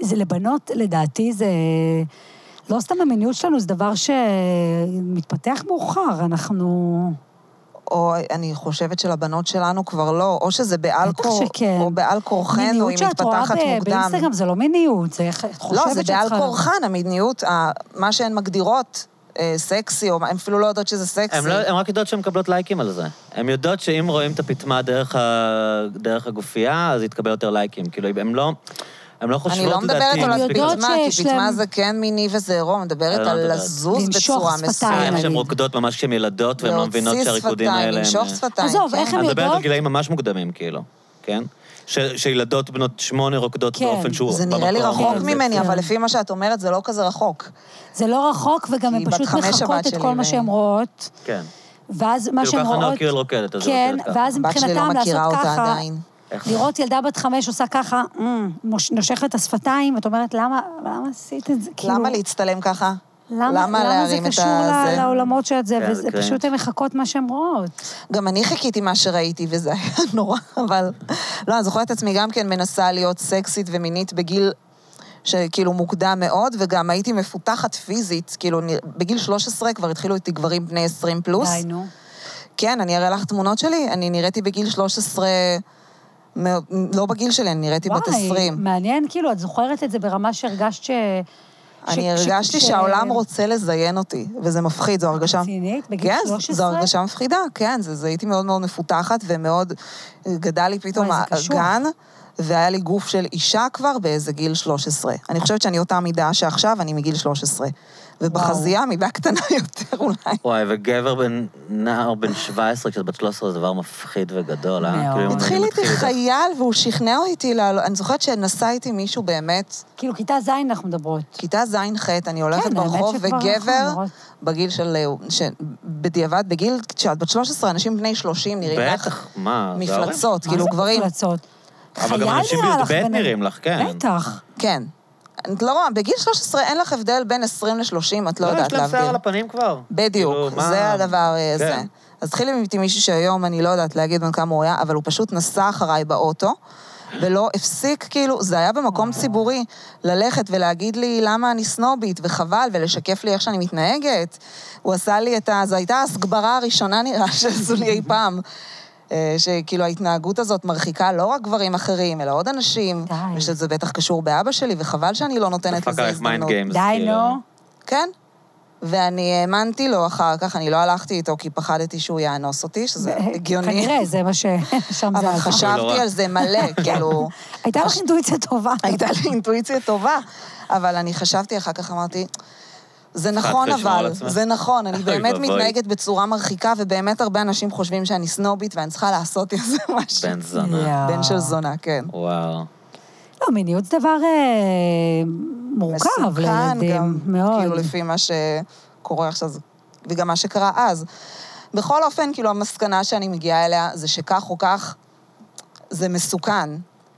S2: זה לבנות, לדעתי, זה... לא סתם המיניות שלנו, זה דבר שמתפתח מאוחר, אנחנו...
S3: או אני חושבת שלבנות שלנו כבר לא, או שזה בעל
S2: בטח
S3: כור-
S2: שכן.
S3: או בעל כורחן, או
S2: מיניות
S3: היא
S2: שאת רואה
S3: מתפתחת
S2: ב-
S3: מוקדם.
S2: באינסטגרם זה לא מיניות, זה איך את חושבת
S3: לא, זה
S2: שאת
S3: בעל
S2: צריכה-
S3: כורחן, המיניות, ה- מה שהן מגדירות אה, סקסי, או מה- הן אפילו לא יודעות שזה סקסי.
S1: הן לא- הן רק יודעות שהן מקבלות לייקים על זה. הן יודעות שאם רואים את הפטמה דרך ה- דרך הגופייה, אז יתקבל יותר לייקים. כאילו, הן לא... הן לא
S3: אני לא
S1: חושבות,
S3: מדברת
S1: לדעתי,
S3: על
S2: הן
S1: מספיק
S2: יודעות
S3: הפטמה,
S2: שיש
S3: כי פטמה
S2: להן-
S3: זה כן מיני וזה עירום, מדברת
S1: אני לא
S3: על
S1: מדברת.
S3: לזוז
S2: לנשוך
S3: בצורה
S2: שפתיים,
S3: מסוימת.
S1: אה,
S2: נגיד.
S1: שהן רוקדות ממש כשמילדות, והן לא
S3: להוציא
S1: מבינות שהריקודים
S3: שפתיים,
S1: האלה... הם- אה,
S3: לנשוך שפתיים.
S2: עזוב,
S3: כן.
S2: איך הן
S1: אני מדברת על
S2: יודעות?
S1: גילאים ממש מוקדמים, כאילו, כן? ש- שילדות בנות שמונה רוקדות
S2: כן.
S1: באופן שהוא...
S3: זה נראה לי
S1: במקום,
S3: רחוק
S1: זה-
S3: ממני,
S2: כן.
S3: אבל לפי מה שאת אומרת, זה לא כזה רחוק.
S2: זה לא רחוק, וגם הן
S3: היא בת
S2: פשוט
S3: חמש,
S2: מחקות
S3: הבת
S2: את
S3: שלי,
S2: כל מה
S3: ו-
S2: שהן רואות,
S1: כן.
S2: ואז מה
S1: כאילו,
S2: שהן
S1: ככה נועה
S2: רואות...
S1: קירל רוקדת, אז היא
S2: כן,
S1: רוקדת ככה.
S2: ואז
S3: הבת שלי לא
S2: מבחינתם לעשות
S3: מכירה אותה
S2: ככה,
S3: עדיין.
S1: איך-
S2: לראות ילדה בת חמש עושה ככה, "אמ", מוש- נושכת את השפתיים, את אומרת, למה למה עשית את זה? כאילו,
S3: למה להצטלם ככה?
S2: למה למה זה
S3: להרים את
S2: קשור ל-
S3: הזה?
S2: לעולמות שאת זה?
S1: כן,
S2: וזה
S1: כן.
S2: פשוט הן מחקות מה שהן רואות.
S3: גם אני חיכיתי מה שראיתי, וזה [LAUGHS] היה נורא, אבל... לא, אני זוכרת את עצמי גם כן מנסה להיות סקסית ומינית בגיל שכאילו מוקדם מאוד, וגם הייתי מפותחת פיזית, כאילו, נ- בגיל 13 כבר התחילו איתי גברים בני 20 פלוס.
S2: די, נו.
S3: כן, אני אראה לך תמונות שלי, אני נראיתי בגיל 13, מ- לא בגיל שלי, אני נראיתי בת 20.
S2: מעניין, כאילו, את זוכרת את זה ברמה שהרגשת ש...
S3: אני הרגשתי שהעולם רוצה לזיין אותי, וזה מפחיד, זו הרגשה...
S2: רצינית? בגיל
S3: כן,
S2: 13?
S3: זו הרגשה מפחידה, כן, זה, זה הייתי מאוד מאוד מפותחת ומאוד... אה, גדל לי פתאום
S2: וואי, זה קשוח.
S3: הגן, והיה לי גוף של אישה כבר באיזה גיל 13. אני חושבת שאני אותה מידה שעכשיו, אני מגיל 13. ובחזייה מידה קטנה [LAUGHS] יותר אולי.
S1: וואי, וגבר בן, נער בן 17, כשאת בת 13, זה דבר מפחיד וגדול, אה?
S2: מאוד.
S1: כאילו, אם אני
S3: התחיל איתי
S1: מתחיל-
S3: חייל, והוא שכנע אותי לעלות, אני זוכרת שנסע איתי מישהו באמת,
S2: כאילו, כיתה ז' אנחנו מדברות.
S3: כיתה ז'-ח', אני הולכת
S2: כן, האמת
S3: ברחוב,
S2: שכבר
S3: וגבר,
S2: נכון, נראות.
S3: בגיל של... אה, ש... בדיעבד, בגיל, כשאת בת 13, אנשים בני 30 נראים לך
S1: בטח, מה? זה אה, ההורים.
S3: מפלצות,
S2: מה
S3: כאילו
S2: זה
S3: גברים.
S2: מפלצות?
S1: אבל גם
S2: חייל
S1: אנשים
S2: נראה לך
S1: בי"ב
S2: בן-
S1: נראים לך, כן.
S2: בטח.
S3: כן. את לא רואה, בגיל 13 אין לך הבדל בין 20 ל-30, את לא
S1: לא,
S3: יודעת
S1: יש להם שיער על
S3: להבדיל.
S1: הפנים כבר. כאילו,
S3: בדיוק,
S1: מה-
S3: זה הדבר אה,
S1: כן.
S3: זה. אז התחיל איתי מישהו שהיום, אני לא יודעת להגיד בן כמה הוא היה, אבל הוא פשוט נסע אחריי באוטו, ולא הפסיק, כאילו, זה היה
S1: אה.
S3: במקום ציבורי, ללכת ולהגיד לי למה אני סנובית, וחבל, ולשקף לי איך שאני מתנהגת. הוא עשה לי את ה... זו הייתה הסגברה הראשונה, נראה, [LAUGHS] שעשו לי אי פעם. אה, שכאילו ההתנהגות הזאת מרחיקה לא רק גברים אחרים, אלא עוד אנשים,
S2: די.
S3: ושזה בטח קשור באבא שלי, וחבל שאני לא נותנת
S1: דפק
S3: לזה
S1: עלייך מיינד גיימס.
S3: הזדמנות.
S2: די,
S1: כאילו.
S2: נו.
S3: כן. ואני האמנתי לו אחר כך, אני לא הלכתי איתו כי פחדתי שהוא יאנוס אותי, [LAUGHS] שזה [LAUGHS] הגיוני.
S2: כנראה, זה
S3: [LAUGHS]
S2: מה ש... שם זה
S3: אבל
S2: עבר.
S1: לא
S3: חשבתי
S1: רע.
S3: על זה [LAUGHS] מלא, כאילו,
S2: הייתה לך אינטואיציה טובה.
S3: הייתה לי אינטואיציה טובה, אבל אני חשבתי אחר כך, אמרתי, זה נכון
S1: לשמור על
S3: אבל,
S1: עצמך.
S3: זה נכון,
S1: [LAUGHS]
S3: אני
S1: אוי
S3: באמת
S1: ואבוי.
S3: מתנהגת בצורה מרחיקה, ובאמת הרבה אנשים חושבים שאני סנובית ואני צריכה לעשות איזה משהו.
S1: בן זונה.
S2: יואו.
S3: בן של זונה, כן.
S1: וואו.
S2: לא, מיניות זה דבר אה, מורכב לילדים,
S3: גם,
S2: מאוד.
S3: כאילו, לפי מה שקורה עכשיו, זה- וגם מה שקרה אז. בכל אופן, כאילו, המסקנה שאני מגיעה אליה זה שכך או כך, זה מסוכן.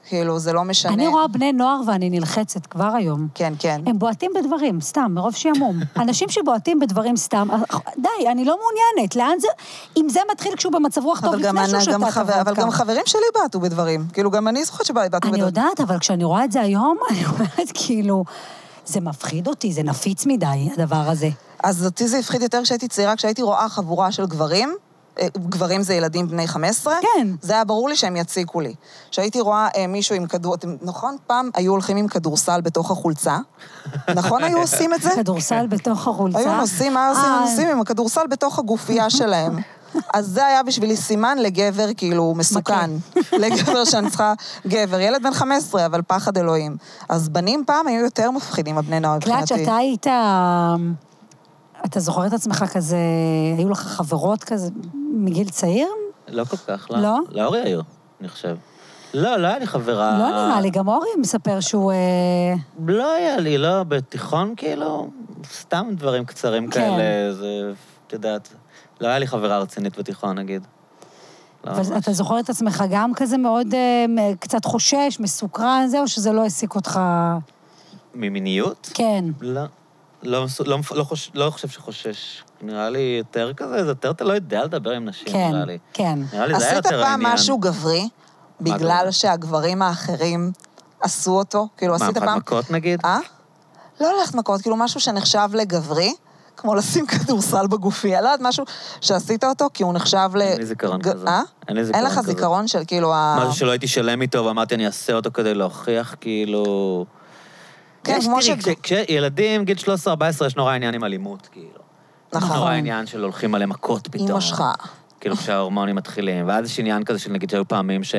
S3: כאילו, זה לא משנה.
S2: אני רואה בני נוער ואני נלחצת כבר היום.
S3: כן, כן.
S2: הם בועטים בדברים, סתם, מרוב
S3: [LAUGHS]
S2: שעמום. אנשים שבועטים בדברים סתם, די, אני לא מעוניינת, לאן זה... אם זה מתחיל כשהוא במצב רוח טוב,
S3: אבל גם,
S2: לפני שהוא
S3: אני-
S2: שתה את
S3: גם, חבר, אבל
S2: הוודקה.
S3: גם חברים שלי בעטו בדברים. כאילו, גם אני זוכרת שבעטו בדברים.
S2: אני יודעת, אבל כשאני רואה את זה היום, [LAUGHS] אני אומרת, כאילו, זה מפחיד אותי, זה נפיץ מדי, הדבר הזה.
S3: אז אותי זה הפחיד יותר כשהייתי צעירה, כשהייתי רואה חבורה של גברים, אה, גברים זה ילדים בני 15,
S2: כן.
S3: זה היה ברור לי שהם יציקו לי. כשהייתי רואה אה, מישהו עם כדור, אתם, נכון? פעם היו הולכים עם כדורסל בתוך
S2: [LAUGHS]
S3: החולצה, נכון היו עושים את זה? כן.
S2: כדורסל בתוך החולצה.
S3: היו נוסעים, מה עושים?
S2: אה,
S3: הם נוסעים עם הכדורסל בתוך הגופייה שלהם. אז זה היה בשבילי סימן לגבר כאילו מסוכן. לגבר שאני צריכה... גבר, ילד בן 15, אבל פחד אלוהים. אז בנים פעם היו יותר מפחידים, הבני נוער מבחינתי.
S2: קלאץ', שאתה היית... אמ, אתה זוכר את עצמך כזה, היו לך חברות כזה מגיל צעיר?
S1: לא כל כך,
S2: לא?
S1: לא. לאורי היו, אני חושב. לא, לא היה לי חברה...
S3: אה.
S2: לא נראה לי, גם אורי מספר שהוא... אה,
S1: לא היה לי, לא, בתיכון כאילו, סתם דברים קצרים
S2: כן.
S1: כאלה, זה, את יודעת, לא היה לי חברה רצינית בתיכון, נגיד. לא
S2: אבל
S1: ממש.
S2: אתה זוכר את עצמך גם כזה מאוד אה, מ- קצת חושש, מסוקרן, זה, או שזה לא העסיק אותך?
S1: ממיניות?
S2: כן.
S1: לא. לא, מס- לא, מפ- לא, חוש, לא חושב שחושש. נראה לי יותר כזה, זה יותר אתה לא יודע לדבר עם נשים,
S2: כן,
S1: נראה לי.
S2: כן.
S1: נראה לי זה היה
S3: עשית
S1: יותר העניין.
S3: פעם משהו גברי,
S1: מה
S3: בגלל
S1: גברי?
S3: שהגברים האחרים עשו אותו? כאילו,
S1: מה,
S3: עשית
S1: אחת
S3: פעם...
S1: מכות נגיד?
S3: אה? לא ללכת מכות, כאילו משהו שנחשב לגברי, כמו לשים כדורסל בגופייה, לא יודעת, משהו שעשית אותו, כי הוא נחשב ל...
S1: אין לי זיכרון
S3: ג-
S1: כזה.
S3: אה?
S1: אין לי
S3: אין
S1: זיכרון
S3: לך
S1: כזה.
S3: זיכרון של כאילו ה...
S1: משהו שלא הייתי שלם איתו, ואמרתי, אני אעשה אותו כדי להוכיח, כאילו...
S3: כן,
S1: יש,
S3: כמו
S1: תראי,
S3: ש-
S1: כש- כשילדים, גיל 13-14, יש נורא עניין עם אלימות, כאילו.
S3: נכון.
S1: יש נורא עניין של הולכים עליהם מכות פתאום.
S3: אמא שלך.
S1: כאילו, כשההורמונים מתחילים. ואז יש עניין כזה של, נגיד, שהיו פעמים ש...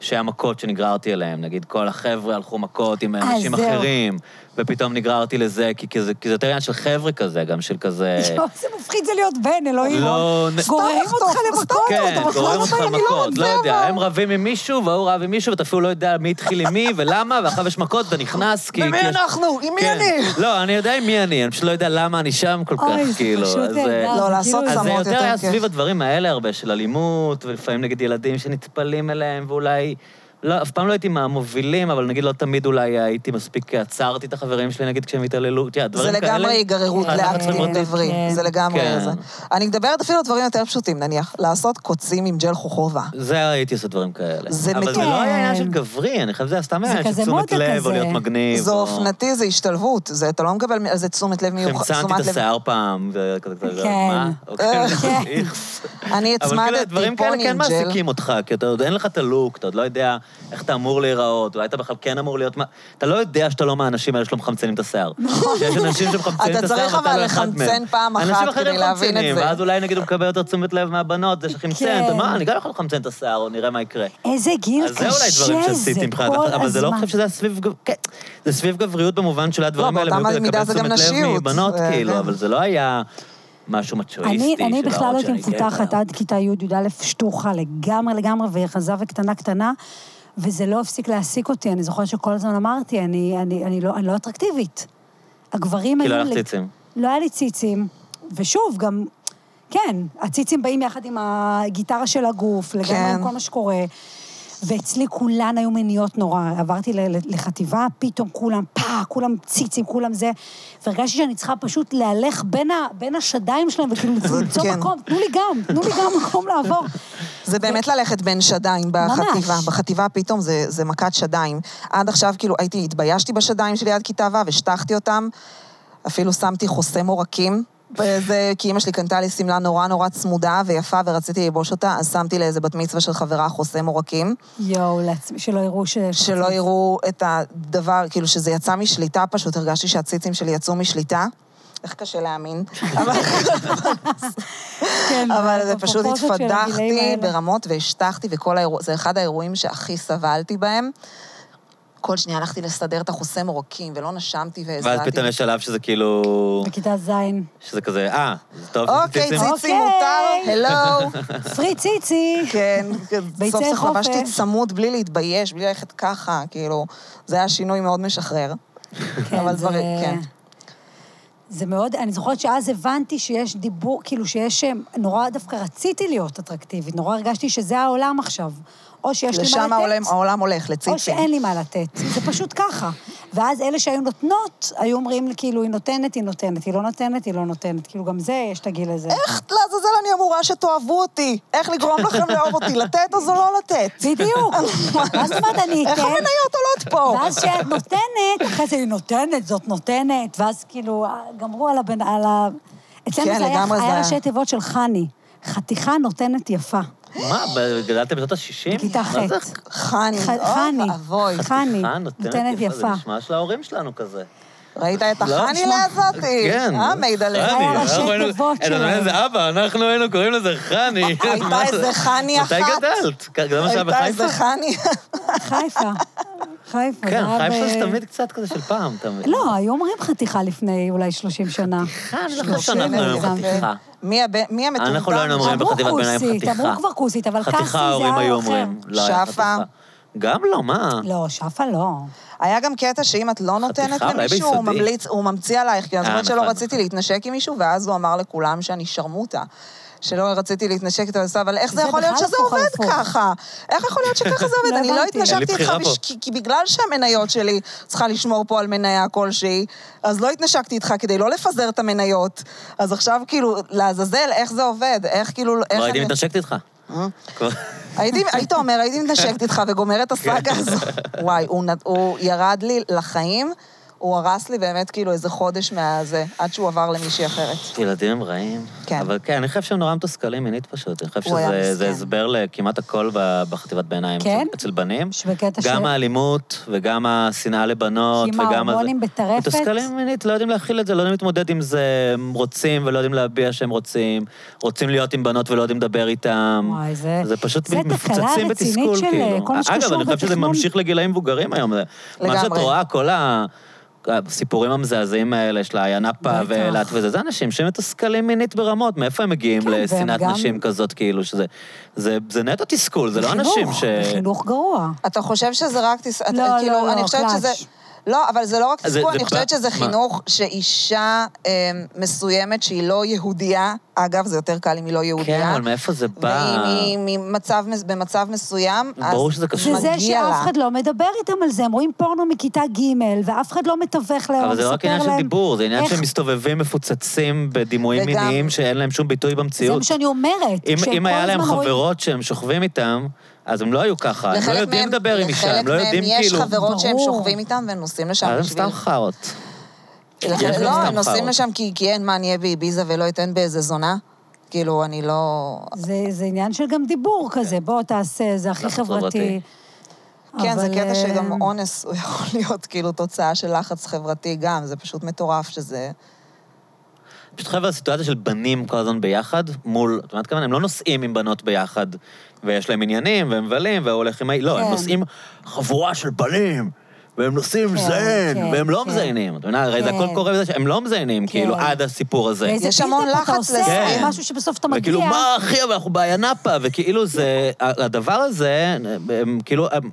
S1: שהיה מכות שנגררתי אליהם. נגיד, כל החבר'ה הלכו מכות עם
S3: אה,
S1: אנשים
S2: זהו.
S1: אחרים, ופתאום נגררתי לזה, כי, כי, זה, כי זה יותר עניין של חבר'ה כזה, גם של
S3: [LAUGHS]
S1: כזה...
S2: לא, זה מפחיד זה להיות בן, אלוהים.
S1: אה, לא, נ-
S2: גוררים
S3: סתם
S2: אותך
S3: לחטוף,
S2: למכות,
S1: כן,
S2: אתה בכלל
S1: גוררים
S2: לא
S1: אותך
S2: בא, אני לא
S1: למכות, לא
S2: רוצה,
S1: יודע,
S2: אבל-
S1: הם רבים עם מישהו, והוא רב עם מישהו, ואתה אפילו לא יודע מי התחיל עם מי ולמה, ואחר יש מכות, אתה נכנס, כי...
S3: ומי
S1: כי-
S3: אנחנו? עם מי
S1: כן.
S3: אני?
S1: לא, אני יודע עם מי אני, אני פשוט לא יודע למה אני שם כל כך,
S2: אוי, זה
S1: כאילו.
S2: פשוט
S1: אז, אה,
S2: נהדר.
S3: לא,
S2: זה
S3: לעשות
S2: כאילו-
S1: אז זה
S3: צמות
S1: יותר היה
S3: יותר כיף.
S1: סביב הדברים האלה הרבה, של אלימות, ולפעמים נגד ילדים שנטפלים אליהם, ואולי... לא, אף פעם לא הייתי מהמובילים, אבל נגיד לא תמיד אולי הייתי מספיק, עצרתי את החברים שלי, נגיד, כשהם התעללו, תראה,
S3: זה
S1: דברים כאלה.
S3: לגמרי היגררות
S1: אה, לחץ
S3: לאקטים
S1: חברתי.
S3: גברי,
S2: כן.
S3: זה לגמרי
S1: כן.
S3: זה. אני מדברת אפילו על דברים יותר פשוטים, נניח, לעשות קוצים עם ג'ל חוכובה.
S1: זה הייתי עושה דברים כאלה.
S3: זה
S1: אבל זה
S3: מכן.
S1: לא היה עניין של גברי, אני חושב שזה היה סתם
S2: זה
S1: עניין
S2: כזה
S1: של תשומת
S2: מודה
S1: לב,
S2: כזה.
S1: או להיות מגניב.
S3: זה
S1: או-
S3: אופנתי, זה השתלבות, זה- אתה לא מקבל על זה תשומת לב מיוחד.
S1: חמצנתי
S3: תשומת
S1: את
S3: לב- אה,
S1: השיער פעם, וכזה כזה,
S2: כן.
S1: מה? אוקיי,
S2: כן.
S1: איכס.
S3: אני
S1: אבל כאילו,
S3: הצמדתי
S1: דברים כאלה
S3: פוני
S1: כן
S3: עם ג'ל.
S1: מעסיקים אותך, כי אתה עוד אין לך את הלוק, אתה עוד לא יודע איך אתה אמור להיראות, אולי אתה בכלל כן אמור להיות... מה- אתה לא יודע שאתה לא מהאנשים האלה שלא מחמצנים את השיער. יש אנשים שמחמצנים את
S3: נכון. אתה
S1: השיער
S3: צריך
S1: ואתה
S3: אבל
S1: לא אחד מהם.
S3: לחמצן פעם אחת
S1: אנשים אחרים
S3: כדי להבין את
S1: מחמצנים,
S3: זה.
S1: ואז אולי נגיד הוא מקבל יותר תשומת לב מהבנות, זה שחימצן,
S2: כן.
S1: אתה מה, אני גם יכול לחמצן את השיער, או נראה מה יקרה.
S2: איזה גיל
S1: אז
S2: קשה זה,
S1: זה אולי דברים שעשיתי מבחינת...
S2: כל
S1: אבל זה לא
S2: הזמן.
S1: חושב שזה היה סביב... גב- כן, זה סביב גבריות במובן של הדברים
S3: לא,
S1: האלה,
S3: באותה
S1: והיו כדי
S3: מידה
S1: לקבל
S3: זה גם
S1: תשומת לב
S3: נשיות.
S1: מבנות,
S3: זה-
S1: כאילו,
S3: כן.
S1: אבל זה לא היה משהו
S2: אני,
S1: מצ'ואיסטי.
S2: אני
S1: של
S2: בכלל
S1: להראות
S2: לא הייתי
S1: שאני גבר.
S2: מפותחת עד כיתה י' י"א שטוחה לגמרי לגמרי, ורזה וקטנה קטנה, וזה לא הפסיק להעסיק אותי. אני זוכרת שכל הזמן אמרתי, אני, אני, אני, לא, אני לא אטרקטיבית. הגברים
S1: כי
S2: היו...
S1: לא היה לך
S2: לי-
S1: ציצים.
S2: לא היה לי ציצים. ושוב, גם... כן, הציצים באים יחד עם הגיטרה של הגוף, לגמרי
S3: כן.
S2: עם כל מה שקורה. ואצלי כולן היו מיניות נורא. עברתי ל- ל- לחטיבה, פתאום כולם פאה, כולם ציצים, כולם זה. והרגשתי שאני צריכה פשוט להלך בין, ה, בין השדיים
S3: [LAUGHS]
S2: שלהם, וכאילו למצוא
S3: כן.
S2: מקום, תנו לי גם, תנו לי גם מקום לעבור.
S3: זה באמת ללכת בין שדיים בחטיבה.
S2: ממש.
S3: בחטיבה פתאום זה, זה מכת שדיים. עד עכשיו, כאילו, הייתי, התביישתי בשדיים שלי עד כיתה ו', השטחתי אותם, אפילו שמתי חוסם עורקים. וזה, כי אימא שלי קנתה לי שמלה נורא נורא צמודה ויפה, ורציתי ללבוש אותה, אז שמתי לאיזה בת מצווה של חברה חוסם עורקים,
S2: יואו, לעצמי, שלא יראו ש...
S3: שלא יראו את הדבר, כאילו שזה יצא משליטה פשוט, הרגשתי שהציצים שלי יצאו משליטה. איך קשה
S2: [LAUGHS]
S3: להאמין, אבל
S2: כן,
S3: אבל זה פשוט
S2: בפרופורציות של הגילאים
S3: התפדחתי
S2: האלה.
S3: ברמות והשטחתי, וכל האירוע, זה אחד האירועים שהכי סבלתי בהם. כל שנייה הלכתי לסדר את החוסם עורקים, ולא נשמתי והזעתי.
S1: ואז פתאום יש שלב שזה כאילו...
S2: בכיתה ז',
S1: שזה כזה, אה, זה טוב שזה
S3: אוקיי,
S1: ציצים.
S2: ציצ-
S3: ציצי מותר, הלו.
S2: [LAUGHS] פרי ציצי.
S3: כן,
S2: אוקיי. ביצי
S3: סוף סוף
S2: חופש.
S3: לבשתי צמוד בלי להתבייש, בלי ללכת ככה, כאילו, זה היה שינוי מאוד משחרר.
S2: כן,
S3: אבל
S2: זה-
S3: דברים, כן.
S2: זה מאוד, אני זוכרת שאז הבנתי שיש דיבור, כאילו שיש, אה, נורא דווקא רציתי להיות אטרקטיבית, נורא הרגשתי שזה העולם עכשיו. או שיש לי מה
S3: לשם
S2: לתת,
S3: העולם- העולם הולך, כן.
S2: או
S3: לציצים.
S2: שאין לי מה לתת. זה פשוט ככה. ואז אלה שהיו נותנות, היו אומרים לי, כאילו, היא נותנת, היא נותנת, היא לא נותנת, היא לא נותנת. כאילו, גם זה, יש את הגיל הזה.
S3: איך לעזאזל אני אמורה שתאהבו אותי? איך לגרום לכם לאהוב אותי? לתת או זו לא לתת? [LAUGHS]
S2: בדיוק. מה זאת אומרת, אני
S3: איך
S2: אתן?
S3: המניות עולות פה?
S2: ואז שאת נותנת, אחרי זה היא נותנת, זאת נותנת, ואז כאילו, אה, גמרו על הבן... על ה... אצלנו
S3: כן,
S2: זה היה,
S3: לגמרי זה
S2: היה
S3: היה.
S2: ראשי תיבות של חני, חתיכה נותנת יפה.
S1: מה, ב- גדלתם בשנות ה-60?
S2: בכיתה ח'.
S3: חני,
S2: ח-
S3: אוי
S2: חני.
S3: ואבוי.
S2: חני,
S1: נותנת יפה. זה נשמע של ההורים שלנו כזה.
S3: ראית את
S1: לא, כן.
S3: החני
S1: תשמע,
S3: לעזתי? אה, מידלה.
S2: חני. היה ראשי
S1: אנחנו היינו-
S2: תיבות
S1: אה,
S2: שלהם.
S1: אנחנו היינו- אבא, אנחנו היינו קוראים לזה חני.
S3: הייתה איזה חני אחת.
S1: מתי גדלת? כ- זה מה שהיה
S3: הייתה
S1: בחיפה? לא,
S3: איזה חני.
S2: חיפה. חיפה.
S1: כן,
S2: זה היה
S1: חיפה
S2: ב-
S1: זה תמיד קצת כזה של פעם, אתה מבין?
S2: לא, היו אומרים חתיכה לפני אולי 30 שנה.
S1: חן, אני לא חושב
S2: שלושים,
S1: שאנחנו היינו
S2: זה-
S1: חתיכה.
S3: כן. מי הב- מי המטומטם?
S1: אנחנו לא היינו אומרים
S2: אמרו
S1: בחטיבת ביניים
S2: כוסית,
S1: חתיכה.
S2: אמרו כבר כוסית, אבל כסי זה
S1: חתיכה ההורים
S2: היה
S1: היו
S2: אחר.
S1: אומרים. לא היה
S3: שפה.
S1: חתיכה. גם לא, מה?
S2: לא, שפה לא.
S3: היה גם קטע שאם את לא נותנת
S1: חתיכה, אולי
S3: למישהו, הוא
S1: ביסודי.
S3: ממליץ, הוא ממציא עלייך, כי אני
S1: אה,
S3: זוכרת שלא
S1: נכון,
S3: רציתי
S1: נכון.
S3: להתנשק עם מישהו, ואז הוא אמר לכולם שאני שרמוטה. שלא רציתי להתנשק איתו, אז אבל איך
S2: זה
S3: זה יכול להיות
S2: בכלל
S3: שזה
S2: הפוך על
S3: עובד
S2: הפוך.
S3: ככה? איך יכול להיות שככה
S2: [LAUGHS]
S3: זה
S2: לא
S3: עובד? אני לא
S2: הבנתי.
S3: התנשקתי
S1: אין לי
S3: איתך
S1: בחירה
S3: בש-
S1: פה.
S3: כי- כי בגלל שהמניות שלי צריכה לשמור פה על מניה כלשהי, אז לא התנשקתי איתך כדי לא לפזר את המניות. אז עכשיו כאילו, לעזאזל, איך זה עובד? איך כאילו... איך
S1: כבר לא הייתי
S3: אני-
S1: מתנשקת איתך. כבר-
S3: הייתי, היית אומר, הייתי מתנשקת איתך וגומר את הסאגה
S1: כן.
S3: הזו. וואי, הוא, נ- הוא ירד לי לחיים, הוא הרס לי באמת כאילו איזה חודש מהזה, עד שהוא עבר למישהי אחרת.
S1: ילדים הם רעים.
S3: כן.
S1: אבל כן, אני חושב שהם נורא מתוסכלים מינית פשוט. אני חושב
S3: הוא היה
S1: שזה
S3: מסכן.
S1: זה הסבר לכמעט הכל ב- בחטיבת ביניים.
S2: כן?
S1: אצל- אצל בנים.
S2: שבקטע של...
S1: גם ההלימות, וגם השנאה לבנות,
S2: כי
S1: וגם...
S2: מה,
S1: הזה-
S2: הורמונים בטרפת?
S1: מתוסכלים מינית, לא יודעים להכיל את זה, לא יודעים להתמודד עם זה, הם רוצים ולא יודעים להביע שהם רוצים, רוצים להיות עם בנות ולא יודעים לדבר איתם.
S2: וואי, זה-
S1: זה פשוט
S2: זה תקלה
S1: מפוצצים
S2: רצינית
S1: בתסכול,
S2: של,
S1: כאילו.
S2: אה, כל מה
S1: אגב,
S2: שקשור
S1: אני חושב שזה
S2: בתכנון.
S1: ממשיך לגילאים מבוגרים היום. זה- מה שאת
S3: לגמרי.
S1: רואה, כל ה... הסיפורים המזעזעים האלה של הינפה
S2: בטח.
S1: ואילת וזה, זה אנשים שמתוסכלים מינית ברמות, מאיפה הם מגיעים
S2: כן, והם
S1: לשנאת
S2: גם-
S1: נשים כזאת, כאילו, שזה... זה זה נטו תסכול, זה לא
S2: חינוך,
S1: אנשים ש...
S2: זה חינוך גרוע.
S3: אתה חושב שזה רק תס... אתה-
S2: לא,
S3: כאילו,
S2: לא,
S3: אני
S2: לא,
S3: חושבת
S2: קלאץ'.
S3: שזה... לא, אבל זה לא רק
S1: זה-
S3: תסכול,
S1: זה
S3: אני
S1: פ-
S3: חושבת שזה
S1: מה?
S3: חינוך שאישה אה, מסוימת שהיא אמ, לא יהודייה, אגב, זה יותר קל אם היא לא יהודייה.
S1: כן, אבל מאיפה זה בא?
S3: ואם היא ממצב, מס- במצב מסוים, אז
S1: ברור שזה קשור.
S2: זה זה
S3: מגיע לה.
S2: שאף אחד לא מדבר איתם על זה, הם רואים פורנו מכיתה ג' ואף אחד לא מתווך להם,
S1: אבל
S2: לא
S1: זה רק
S2: מספר
S1: עניין של
S2: להם
S1: דיבור, זה עניין
S2: איך-
S1: שהם מסתובבים מפוצצים בדימויים
S3: וגם-
S1: מיניים שאין להם שום ביטוי
S2: זה
S1: במציאות.
S2: מה שאני אומרת.
S1: אם,
S2: כשהם
S1: אם
S2: כל
S1: היה להם
S2: הזמן רואים-
S1: חברות שהם שוכבים איתם, אז הם לא היו ככה, הם לא
S3: לחלק
S1: יודעים
S3: מהם-
S1: לדבר עם אישה, הם לא יודעים
S3: לחלק מהם יש
S1: כאילו...
S3: חברות שהם
S2: ברור.
S3: שוכבים איתם והם נוסעים לשם
S1: אז הם
S3: בשביל...
S1: סתם חארות. יש
S3: לחלק-
S1: גם
S3: לא,
S1: סתם
S3: הם נוסעים
S1: חארות.
S3: לשם כי כי אין מה, אני אהיה באביזה ולא אתן באיזה זונה. כאילו, אני לא...
S2: זה, זה עניין של גם דיבור כזה, בוא תעשה, זה הכי
S1: לחץ לא חברתי.
S2: חברתי.
S3: כן, זה
S2: אבל,
S3: קטע
S2: אה,
S3: שגם אונס הוא יכול [LAUGHS] להיות כאילו תוצאה של לחץ חברתי גם, זה פשוט מטורף שזה...
S1: פשוט חבר'ה, הסיטואציה של בנים כל הזמן ביחד, מול, את יודעת כמה, הם לא נוסעים עם בנות ביחד, ויש להם עניינים, והם מבלים, והוא הולך עם ה... לא, הם
S2: כן.
S1: נוסעים חבורה של בנים, והם נוסעים
S2: כן,
S1: מזיין,
S2: כן,
S1: והם לא
S2: כן.
S1: מזיינים. את מבינה, הרי זה
S2: כן.
S1: הכל קורה בזה שהם לא מזיינים, כאילו, עד הסיפור הזה.
S2: ואיזה
S3: יש המון
S2: בילדאפ אתה
S3: לחץ
S2: עושה,
S1: לזה.
S2: משהו שבסוף אתה מגיע.
S1: וכאילו, מה, אחי, אבל אנחנו באיינפה, וכאילו זה, הדבר הזה, הם כאילו, הם-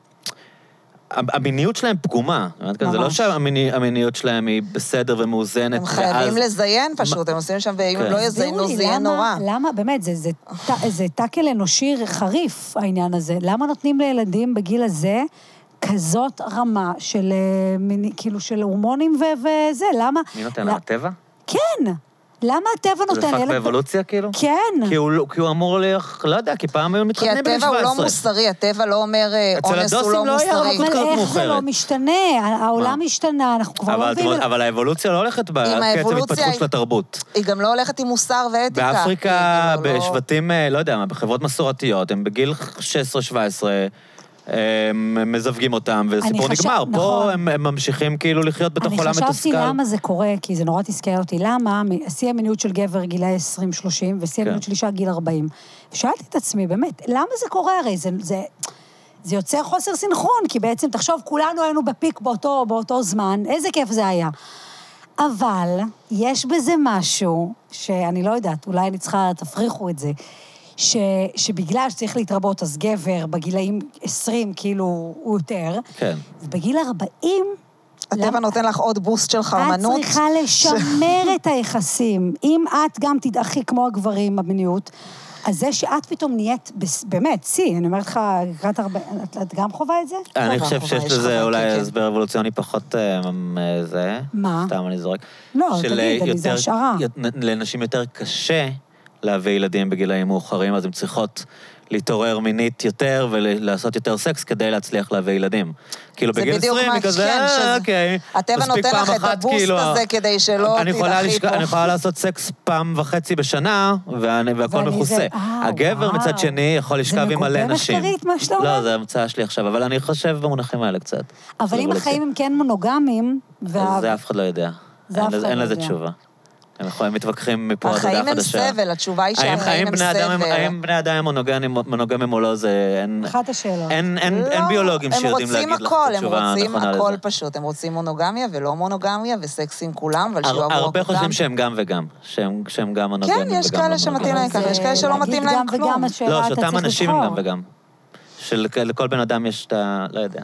S1: המיניות שלהם פגומה. את יודעת כמה, זה לא
S2: ממש.
S1: שהמיניות שלהם היא בסדר ומאוזנת,
S3: הם חייבים
S1: ואז-
S3: לזייין פשוט, הם נוסעים שם, ואם
S1: אה, כן.
S3: הם לא
S2: תסבירו
S3: יזיינו
S2: לי,
S3: זה יהיה
S2: למה-
S3: נורא.
S2: למה, באמת, זה- זה ט- זה טאקל אנושי חריף, העניין הזה. למה נותנים לילדים בגיל הזה כזאת רמה של, אה, מיני- כאילו, של הורמונים ו- וזה? למה...
S1: מי נותן
S2: לא-
S1: לה? הטבע?
S2: כן. למה הטבע
S1: זה
S2: נותן
S1: פאק
S2: ילד-
S1: באבולוציה, כאילו?
S2: כן.
S1: כי הוא, לא- כי הוא אמור ללך, לא יודע, כי פעם היו
S3: כי
S1: מתחתנים בגיל 17.
S3: הטבע הוא לא מוסרי, הטבע לא אומר אה,
S1: אצל
S3: אונס הוא
S1: הדוסים
S3: לא
S1: לא היה
S3: מוסרי.
S1: רב-
S2: אבל
S1: התפתחות
S2: איך זה לא
S1: מאוחרת.
S2: משתנה? העולם השתנה, אנחנו כבר לא
S1: אבל,
S2: מבינים...
S1: אבל, אבל האבולוציה לא הולכת בקצב
S3: האבולוציה
S1: התפתחות
S3: היא-
S1: של התרבות.
S3: היא גם לא הולכת עם מוסר ואתיקה.
S1: באפריקה,
S3: כאילו, לא-
S1: בשבטים, אה, לא יודע מה, בחברות מסורתיות, הם בגיל 16-17. אה, הם מזווגים אותם, וסיפור
S2: חשב-
S1: נגמר.
S2: נכון.
S1: פה הם, הם ממשיכים כאילו לחיות בתוך עולם מתוסכל.
S2: אני חשבתי למה זה קורה, כי זה נורא תסכל אותי. למה מ- שיא המיניות של גבר גילאי 20-30, ושיא
S1: כן.
S2: המיניות של אישה גיל 40? ושאלתי את עצמי, באמת, למה זה קורה הרי? זה, זה, זה יוצר חוסר סינכרון, כי בעצם, תחשוב, כולנו היינו בפיק באותו, באותו זמן, איזה כיף זה היה. אבל יש בזה משהו, שאני לא יודעת, אולי אני צריכה, תפריחו את זה, ש, שבגלל שצריך להתרבות, אז גבר בגילאים 20, כאילו, הוא יותר,
S1: כן.
S2: ובגיל 40...
S3: הטבע
S2: למה-
S3: נותן לך עוד בוסט של חרמנות.
S2: את צריכה לשמר
S3: [LAUGHS]
S2: את היחסים. אם את גם תדעכי כמו הגברים במיניות, אז זה שאת פתאום נהיית, בס- באמת, שיא, אני אומרת לך, לקראת הרבה, את, את גם חווה את זה?
S1: אני
S3: חובה,
S1: חושב
S3: חובה,
S1: שיש
S3: יש
S1: לזה
S3: חובה,
S1: אולי
S3: כן, כן.
S1: הסבר אבולוציוני פחות אה, מ- אה, זה.
S2: מה?
S1: סתם, אני זורק.
S2: לא,
S1: של,
S2: תגיד,
S1: אה,
S2: אני- זה
S1: יותר-
S2: השערה.
S1: יות- נ- לנשים יותר קשה להביא ילדים בגילאים מאוחרים, אז הן צריכות להתעורר מינית יותר ולעשות יותר סקס כדי להצליח להביא ילדים. כאילו,
S3: זה
S1: בגיל
S3: בדיוק
S1: 20
S3: מה-
S1: היא כזה,
S3: כן, שזה-
S1: "אה, אוקיי,
S3: הטבע
S1: מספיק
S3: נותן
S1: פעם
S3: לך את
S1: אחת,
S3: הבוסט
S1: כאילו,
S3: הזה
S1: ה-
S3: כדי שלא
S1: אני יכולה
S3: תילחי
S1: לשכ-
S3: פה."
S1: אני יכולה לעשות סקס פעם וחצי בשנה, ואני- והכל
S2: ואני זה-
S1: מכוסה.
S2: אה,
S1: הגבר
S2: וואו.
S1: מצד שני יכול
S2: זה
S1: לשכב עם
S2: מגובה
S1: מלא נשים.
S2: מחקרית, מה שאתה אומר?
S1: לא, זה המצאה שלי עכשיו, אבל אני חושב במונחים האלה קצת.
S2: אבל
S1: לא,
S2: אם החיים הם כן מונוגמים, וה...
S1: זה אף אחד לא יודע.
S2: זה
S1: אין
S2: אף
S1: לזה-
S2: אחד
S1: אין
S2: לא
S1: לזה
S2: יודע.
S1: תשובה. הם יכולים מתווכחים מפה עד הודעה
S3: החיים הם
S1: חדשה.
S3: סבל, התשובה היא
S1: האם-
S3: שהחיים
S1: האם
S3: הם
S1: בני אדם הם-
S3: סבל.
S1: האם בני אדם הם מונוגמים- מונוגמים או לא, זה... אין-
S2: אחת השאלות.
S1: אין- אין
S3: לא,
S1: אין ביולוגים
S3: הם
S1: שיודעים
S3: רוצים
S1: להגיד לך
S3: הכל,
S1: את התשובה
S3: הם רוצים
S1: הנכונה
S3: הכל
S1: לזה.
S3: פשוט, הם רוצים מונוגמיה ולא מונוגמיה וסקס עם כולם, אבל שיאהבו
S1: הר-
S3: אותם.
S1: הרבה חושבים שהם גם וגם, שהם שהם גם מונוגמים
S3: כן,
S1: וגם
S3: יש כאלה
S1: לא
S3: שמתאים
S1: מונוגמים.
S3: להם ככה, יש כאלה שלא
S2: להגיד
S3: מתאים להם
S2: גם
S3: כלום.
S2: וגם, השאלה,
S1: לא,
S2: אתה
S1: שאותם
S2: צריך
S1: אנשים הם גם
S2: לבחור.
S1: וגם. שלכל בן אדם יש את ה... לא יודע.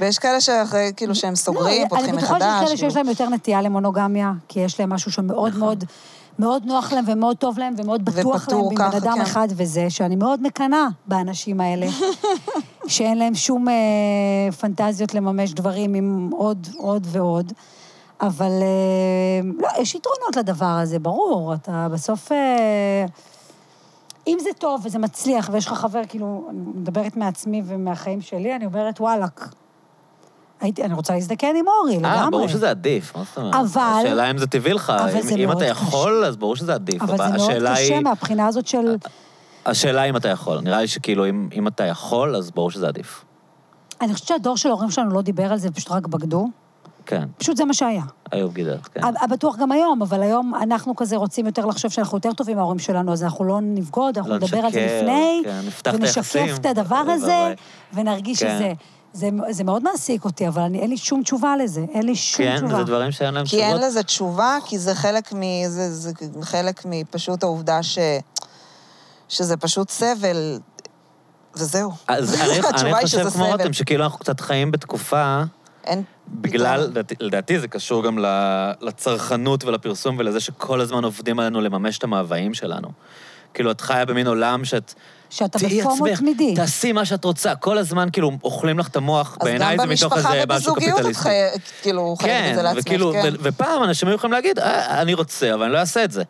S3: ויש כאלה שאחרי, כאילו, שהם סוגרים, פותחים
S2: אני בטוחה לא, שיש
S3: מחדש.
S2: כאלה שיש
S3: כאילו. נכון.
S2: להם יותר נטייה למונוגמיה, כי יש להם משהו שמאוד מאוד, מאוד נוח להם ומאוד טוב להם ומאוד בטוח להם,
S3: ופטור
S2: עם בן
S3: ככה,
S2: אדם
S3: כן.
S2: אחד וזה, שאני מאוד מקנאה
S3: [LAUGHS]
S2: באנשים האלה, שאין להם שום אה, פנטזיות לממש דברים עם עוד, עוד ועוד. אבל אה, לא, יש יתרונות לדבר הזה, ברור. אתה בסוף... אה, אם זה טוב וזה מצליח ויש לך חבר, כאילו, אני מדברת מעצמי ומהחיים שלי, אני אומרת, וואלכ. הייתי, אני רוצה להזדקן עם אורי, לגמרי.
S1: אה, ברור שזה עדיף, מה זאת אומרת?
S2: אבל-
S1: השאלה אם זה טבעי לך.
S2: אבל
S1: אם-
S2: זה
S1: אם
S2: מאוד
S1: אתה
S2: קשה.
S1: יכול, אז ברור שזה עדיף.
S2: אבל זה מאוד
S1: השאלה
S2: קשה
S1: היא- אה.
S2: מהבחינה הזאת של...
S1: השאלה אם אתה יכול. נראה לי שכאילו, אם אם אתה יכול, אז ברור שזה עדיף.
S2: אני חושבת שהדור של ההורים שלנו לא דיבר על זה, פשוט רק בגדו.
S1: כן,
S2: פשוט זה מה שהיה.
S1: היו בגידות, כן.
S2: ה- בטוח גם היום, אבל היום אנחנו כזה רוצים יותר לחשוב שאנחנו יותר טובים מההורים שלנו, אז אנחנו לא נבגוד, אנחנו
S1: לא
S2: נדבר על זה
S1: נשקר,
S2: לפני,
S1: כן, נפתח את
S2: ונשקף
S1: היחסים.
S2: את הדבר
S1: אוי
S2: הזה,
S1: ואבוי.
S2: ונרגיש
S1: כן.
S2: שזה. זה, זה מאוד מעסיק אותי, אבל אני, אין לי שום תשובה לזה, אין לי שום
S1: כן,
S2: תשובה.
S1: זה דברים שאין להם
S3: כי אין
S1: תשובות.
S3: לזה תשובה, כי זה חלק מ... זה, זה חלק מפשוט העובדה ש... שזה פשוט סבל, וזהו.
S1: אז אני-
S3: [LAUGHS] התשובה
S1: אני
S2: [LAUGHS]
S3: היא
S1: חושב כמו
S3: שזה סבל.
S1: רותם, שכאילו אנחנו קצת חיים בתקופה
S3: אין
S1: בגלל, לדעתי- לדעתי זה קשור גם ל- לצרכנות ולפרסום ולזה שכל הזמן עובדים עלינו לממש את המאוויים שלנו. כאילו, את חיה במין עולם שאת...
S2: שאתה
S1: תהיי
S2: בפורמות
S1: עצמך,
S2: תמידי.
S1: תעשי מה שאת רוצה. כל הזן, כאילו, אוכלים לך את המוח. בעיניי זה מתוך
S3: אז
S1: איזה
S3: גם
S1: משהו
S3: במשפחה ובזוגיות את
S1: קפיטליסטי.
S3: חייבת, כאילו, חייבת את זה לעצמך,
S1: וכאילו,
S3: כן.
S1: ו- ופעם אנשים היו יכולים להגיד, אה, אני רוצה, אבל אני לא אעשה את זה.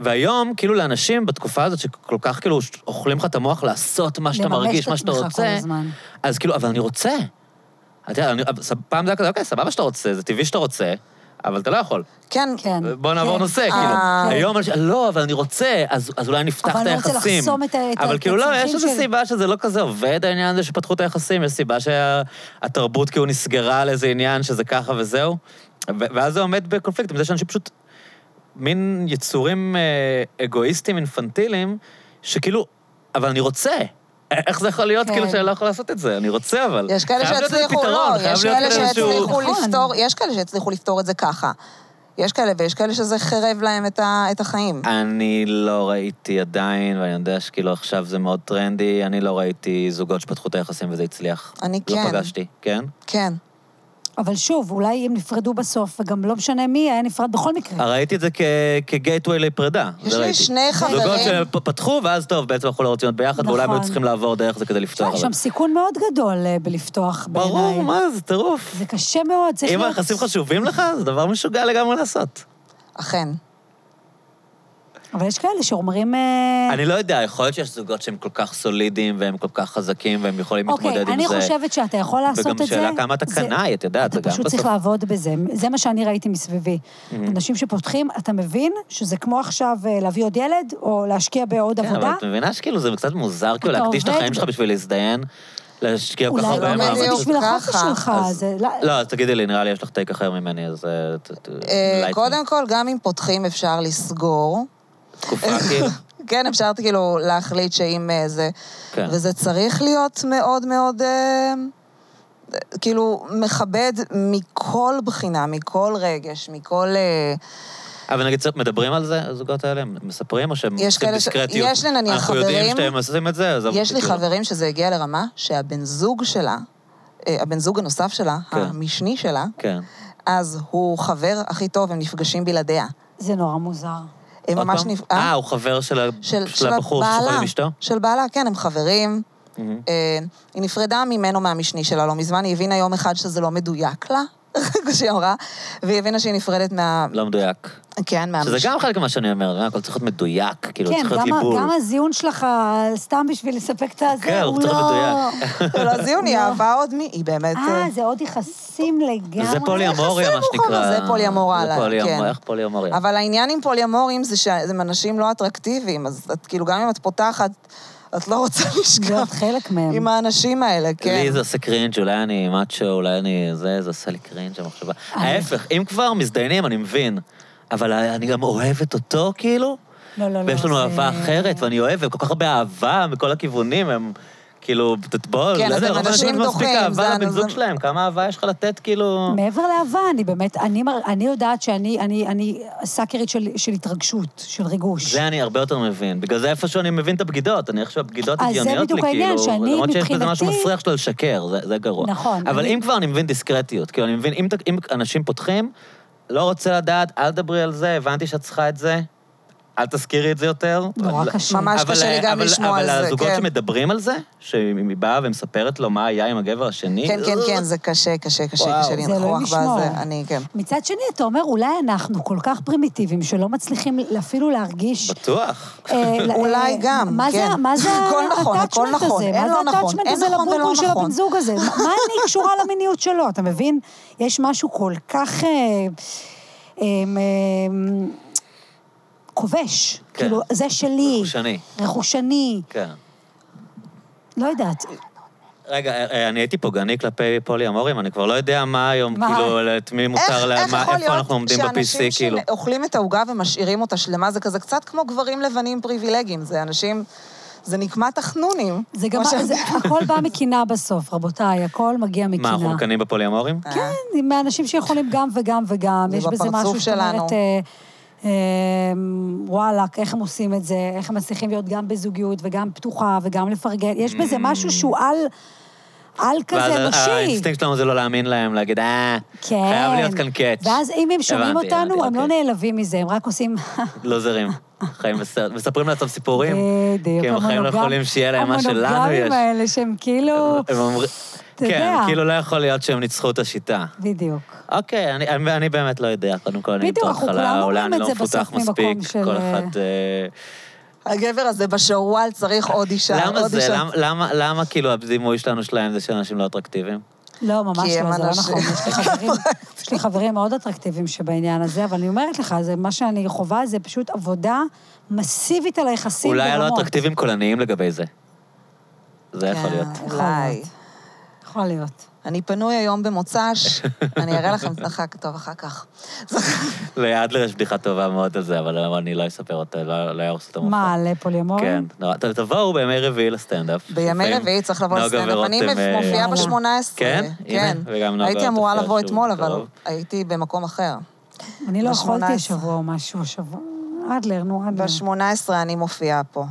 S1: והיום, כאילו, לאנשים בתקופה הזאת, שכל כך כאילו ש- אוכלים לך את המוח לעשות מה שאתה
S2: לממש את
S1: מרגיש, מה שאתה
S2: עצמך כל
S1: רוצה,
S2: הזמן.
S1: אז כאילו, אבל אני רוצה. אתה יודע, אני- אבל ס- פעם זה היה כזה, אוקיי, סבבה שאתה רוצה, זה טבעי שאתה רוצה, אבל אתה לא יכול.
S3: כן,
S2: כן.
S1: בוא נעבור
S2: כן.
S1: נושא,
S3: אה,
S1: כאילו.
S3: כן.
S1: היום אנשים, לא, אבל אני רוצה, אז אז אולי נפתח
S2: אבל
S1: את
S2: אני רוצה
S1: היחסים.
S2: לחסום את ה- את
S1: אבל
S2: ה-
S1: כאילו,
S2: את
S1: לא, יש
S2: הצרכים
S1: איזו
S2: שלי.
S1: סיבה שזה לא כזה עובד, העניין הזה שפתחו את היחסים, יש סיבה שהתרבות כאילו נסגרה על איזה עניין שזה ככה וזהו. ו- ואז זה עומד בקונפליקט עם זה שאנשים פשוט מין יצורים אה, אגואיסטים, אינפנטיליים, שכאילו, אבל אני רוצה. א- איך זה יכול להיות,
S2: כן.
S1: כאילו, שאני לא יכול לעשות את זה? אני רוצה, אבל...
S3: יש כאלה
S1: חייב להיות איזה
S3: שהצליחו,
S1: פתרון,
S3: לא,
S1: חייב
S3: יש
S1: להיות
S3: כאלה
S1: איזשהו-
S3: שהצליחו
S2: נכון.
S3: לפתור, יש כאלה שהצליחו לפתור את זה ככה. יש כאלה, ויש כאלה שזה חרב להם את ה- את החיים.
S1: אני לא ראיתי עדיין, ואני יודע שכאילו עכשיו זה מאוד טרנדי, אני לא ראיתי זוגות שפתחו את היחסים וזה הצליח.
S3: אני
S1: לא
S3: כן.
S1: פגשתי, כן?
S3: כן.
S2: אבל שוב, אולי הם נפרדו בסוף, וגם לא משנה מי, היה נפרד בכל מקרה.
S1: אה, ראיתי את זה כגייטווי לפרידה.
S3: יש
S1: זה
S3: לי
S1: ראיתי.
S3: שני חברים.
S1: זוגות שפתחו, ואז טוב, בעצם אנחנו לא רוצים להיות ביחד, ואולי הם היו
S2: נכון.
S1: צריכים לעבור דרך זה כדי
S2: תשמע,
S1: לפתוח.
S2: יש
S1: אבל-
S2: שם סיכון מאוד גדול אה, בלפתוח בעיניי.
S1: ברור, מה זה, טירוף.
S2: זה קשה מאוד, צריך
S1: אם
S2: להיות...
S1: היחסים חשובים לך, זה דבר משוגע לגמרי לעשות.
S3: אכן.
S2: אבל יש כאלה שאומרים... אה,
S1: אני לא יודע, יכול להיות שיש זוגות שהם כל כך סולידיים, והם כל כך חזקים, והם יכולים להתמודד עם
S2: אוקיי,
S1: זה.
S2: אני חושבת שאתה יכול לעשות את
S1: וגם
S2: זה.
S1: שאלה כמה אתה
S2: זה-
S1: קנאי, את יודעת, זה
S2: אתה
S1: גם
S2: פשוט
S1: בסוף Mhm.
S2: צריך לעבוד בזה. זה מה שאני ראיתי מסביבי. אנשים שפותחים, אתה מבין שזה כמו עכשיו אה, להביא עוד ילד, או להשקיע בעוד
S1: כן, אבל
S2: עבודה?
S1: את מבינה שכאילו זה קצת מוזר כאילו
S2: אתה
S1: להקדיש את
S2: עובד
S1: החיים
S2: ב-
S1: שלך בשביל להזדיין, להשקיע כל כך
S2: אולי
S1: הרבה
S3: לא
S2: באמת
S1: מאמץ.
S2: זה
S3: בדיוק
S2: בשביל החופש
S3: ככה.
S2: שלך,
S1: אז-
S2: זה... לא-
S1: לא, אז תגידי לי, נראה לי יש לך טייק אחר ממני, אז... אה, ת- ת-
S3: אה,
S1: לייט
S3: קודם כל, גם אם פותחים אפשר לסגור.
S1: מי. תקופה
S3: [LAUGHS]
S1: כאילו.
S3: כן, אפשר כאילו להחליט שאם אה, זה...
S1: כן.
S3: וזה צריך להיות מאוד מאוד... אה, אה, כאילו, מכבד מכל בחינה, מכל רגש, מכל... אה,
S1: אבל נגיד, מדברים על זה, הזוגות האלה? הם מספרים או שהם
S3: יש
S1: עושים
S3: כאלה ש-
S1: דיסקרטיות?
S3: יש לי, נניח,
S1: אנחנו יודעים
S3: חברים-
S1: שאתם עושים את זה, אז...
S3: יש לי
S1: כאילו,
S3: חברים שזה הגיע לרמה שהבן זוג שלה, אה, הבן זוג הנוסף שלה,
S1: כן.
S3: המשני שלה,
S1: כן.
S3: אז הוא חבר הכי טוב, הם נפגשים בלעדיה.
S2: זה נורא מוזר.
S3: הם
S1: עוד
S3: ממש
S1: פעם?
S3: נפ...
S1: אה, הוא חבר של ה- של הבחור ששוכב עם אשתו? Mm-hmm.
S3: של בעלה, כן, הם חברים.
S1: מהמם.
S3: אה, היא נפרדה ממנו מהמשני שלה לא מזמן, היא הבינה יום אחד שזה לא מדויק לה, [LAUGHS] כשהיא אמרה, והיא הבינה שהיא נפרדת מה...
S1: לא מדויק.
S3: כן,
S1: שזה
S3: מהמשני.
S1: גם חלק ממה שאני אומר, הכל צריך להיות מדויק, כאילו,
S2: כן,
S1: צריך להיות
S2: גם ה-
S1: ליבול.
S2: גם הזיון שלך, אה, סתם בשביל לספק את
S1: כן,
S2: הזה,
S1: הוא
S2: הוא
S1: צריך
S2: לא...
S1: מדויק.
S3: לא, זיון, היא
S2: לא.
S3: אהבה עוד מי, היא באמת... אה,
S2: אה, זה עוד יחסים לגמרי.
S1: זה פוליאמוריה, מה
S3: יחסים הוא
S1: שנקרא.
S3: חבר, זה פוליאמוריה,
S1: זה פוליאמוריה,
S3: כן.
S1: איך פוליאמוריה?
S3: אבל העניין עם פוליאמורים זה שהם אנשים לא אטרקטיביים, אז את כאילו, גם אם את פותחת, את לא רוצה [LAUGHS] לשכב
S2: להיות חלק מהם.
S3: עם האנשים האלה, כן.
S1: לי זה עושה קרינג', אולי אני מאצ'ו, אולי אני זה, זה עושה לי קרינג' המחשבה.
S3: אה.
S2: אני-
S1: ההפך, אם כבר מזדיינים, אני מבין. אבל אני גם אוהבת אותו, כאילו,
S2: לא, לא, לא.
S1: ויש לנו
S2: זה-
S1: אהבה אחרת, ואני אוהב, וכל כך הרבה אהבה מכל הכיוונים, הם כאילו, בואו,
S3: כן,
S1: לא
S3: אז
S1: יודע,
S3: הם
S1: רוב האנשים
S3: אנשים
S1: לא
S3: דוחים,
S1: מספיק אהבה
S3: זה-
S1: לבן
S3: זה-
S1: זוג שלהם, כמה אהבה יש לך לתת, כאילו...
S2: מעבר לאהבה, אני באמת, אני, מר- אני יודעת שאני אני, אני סאקרית של, של התרגשות, של ריגוש.
S1: זה אני הרבה יותר מבין. בגלל זה איפשהו אני מבין את הבגידות, אני איכשהו הבגידות
S2: אז זה
S1: הגיוניות לי,
S2: בדיוק העניין,
S1: כאילו,
S2: שאני
S1: למרות שיש בזה משהו
S2: מבחינתי-
S1: מסריח שלו לשקר, זה- זה גרוע.
S2: נכון,
S1: אבל
S2: אני-
S1: אם כבר, אני מבין דיסקרטיות. כאילו, אני מבין, אם ת- אם אנשים פותחים, לא רוצה לדעת, אל תדברי על זה, הבנתי שאת צריכה את זה, אל תזכירי את זה יותר.
S2: נורא
S1: אבל-
S2: קשה.
S3: ממש
S1: אבל-
S3: קשה לי גם
S1: אבל-
S3: לשמוע על זה,
S1: אבל הזוגות
S3: כן.
S1: שמדברים על זה, שהיא באה ומספרת לו מה היה עם הגבר השני, אה,
S3: כן, כן, כן, זה קשה, קשה, קשה,
S1: וואו.
S3: קשה לי
S2: זה לא אלוהים
S3: לנכוח
S2: ישמור.
S3: בזה. אני, כן.
S2: מצד שני, אתה אומר, אולי אנחנו כל כך פרימיטיביים, שלא מצליחים אפילו להרגיש...
S1: בטוח.
S2: אה, ל-
S3: [LAUGHS] אולי
S2: אה,
S3: גם,
S2: מה
S3: כן.
S2: זה, מה זה
S3: [LAUGHS] הכל נכון, הכל
S2: הטאצ'מנט
S3: נכון,
S2: הזה?
S3: אין לא
S2: מה זה
S3: נכון,
S2: הטאצ'מנט
S3: אין
S2: הזה
S3: נכון ולא
S2: לבולבול של
S3: נכון.
S2: הבן זוג
S3: [LAUGHS]
S2: הזה? מה מה אני קשורה למיניות שלו? אתה מבין? יש משהו כל כך... אה, אה, אה, כובש.
S1: כן.
S2: כאילו, זה שלי.
S1: רכושני.
S2: רכושני.
S1: כן.
S2: לא יודעת.
S1: רגע, אה, אה, אני הייתי פוגעני כלפי פולי אמורים, אני כבר לא יודע מה היום,
S2: מה?
S1: כאילו, את מי מותר, לה- מה- איפה אנחנו עומדים ב-PC,
S3: שאנשים
S1: כאילו.
S3: שאוכלים את העוגה ומשאירים אותה שלמה, זה כזה קצת כמו גברים לבנים פריבילגיים, זה אנשים... זה נקמת החנונים.
S2: זה גם...
S3: כמו ש-
S2: זה- הכל בא מקנאה בסוף, רבותיי, הכל מגיע מקנאה.
S1: מה, אנחנו מקנאים בפולי אמורים?
S2: כן, עם מהאנשים שיכולים גם וגם וגם.
S3: זה
S2: יש בזה
S3: בפרצוף
S2: משהו שאת
S3: שלנו.
S2: אומרת, אה, אה, וואלכ, איך הם עושים את זה, איך הם מצליחים להיות גם בזוגיות וגם פתוחה וגם לפרגן. יש בזה משהו שהוא על... על כזה
S1: ואז Mm. ה-
S2: אנושי.
S1: האינסטינקט שלנו זה לא להאמין להם, להגיד, אה,
S2: כן.
S1: חייב להיות כאן קאץ'.
S2: ואז אם הם שומעים
S1: הבנתי,
S2: אותנו,
S1: הבנתי,
S2: הם לא
S1: אוקיי.
S2: נעלבים מזה, הם רק עושים...
S1: לוזרים. חיים בסרט, מספרים לעצמם סיפורים.
S2: בדיוק,
S1: כי הם בחיים לא
S2: המונוגמ-
S1: יכולים שיהיה להם מה שלנו
S2: המונוגמים
S1: יש.
S2: האלה שהם כאילו...
S1: הם אומרים...
S2: אתה
S1: כן,
S2: יודע.
S1: כאילו לא יכול להיות שהם ניצחו את השיטה.
S2: בדיוק.
S1: אוקיי, אני, אני, אני באמת לא יודע, קודם כל, אני
S2: בדיוק,
S1: בתור
S2: אנחנו
S1: התחלה,
S2: כולנו
S1: אולי
S2: אומרים
S1: אני
S2: את
S1: לא
S2: זה
S1: מפותח
S2: בסוף ממקום
S1: מספיק,
S2: של,
S1: כל
S2: אה,
S1: אחד... אה,
S3: הגבר הזה בשרוואל צריך עוד אישה,
S1: למה
S3: עוד
S1: זה?
S3: אישה.
S1: למה, למה, למה כאילו הדימוי שלנו שלהם זה שאנשים לא אטרקטיביים?
S2: לא, ממש
S3: כי הם
S2: לא, זה לא
S3: אנשים-
S2: נכון.
S3: [LAUGHS]
S2: יש לי חברים- יש לי חברים מאוד אטרקטיביים שבעניין הזה, אבל אני אומרת לך, זה מה שאני חווה זה פשוט עבודה מסיבית על היחסים
S1: אולי לא הלא
S2: ברמות.
S1: אטרקטיביים קולניים לגבי זה. זה לא יכול להיות.
S3: כן, אולי.
S2: יכול להיות.
S3: אני פנוי
S1: [LAUGHS]
S3: היום במוצ"ש, אני אראה לכם, אחר כך, טוב, אחר כך.
S1: לאדלר יש בדיחה טובה מאוד על זה, אבל לא- אני לא אספר אותה, לא לא אהרוס אותה.
S2: מה, לא? לפוליומורים?
S1: כן, נורא. ת- תבואו בימי רביעי לסטנדאפ.
S3: בימי
S1: לפעמים
S3: רביעי צריך לבוא
S1: נוגה
S3: לסטנדאפ. אני
S1: ורותם, אה,
S3: מופיעה
S2: וואו.
S3: ב-18.
S1: כן?
S3: כן.
S1: הנה, וגם נוגה
S3: הייתי אמורה
S1: תופיע
S3: לבוא
S1: שוב
S3: אתמול, אבל
S1: בקרוב.
S3: הייתי במקום אחר.
S2: אני לא
S3: בשמונה
S2: יכולתי
S3: עשרה.
S2: השבוע או משהו, השבוע. אדלר, נו, אדלר.
S3: ב-18 אני מופיעה פה.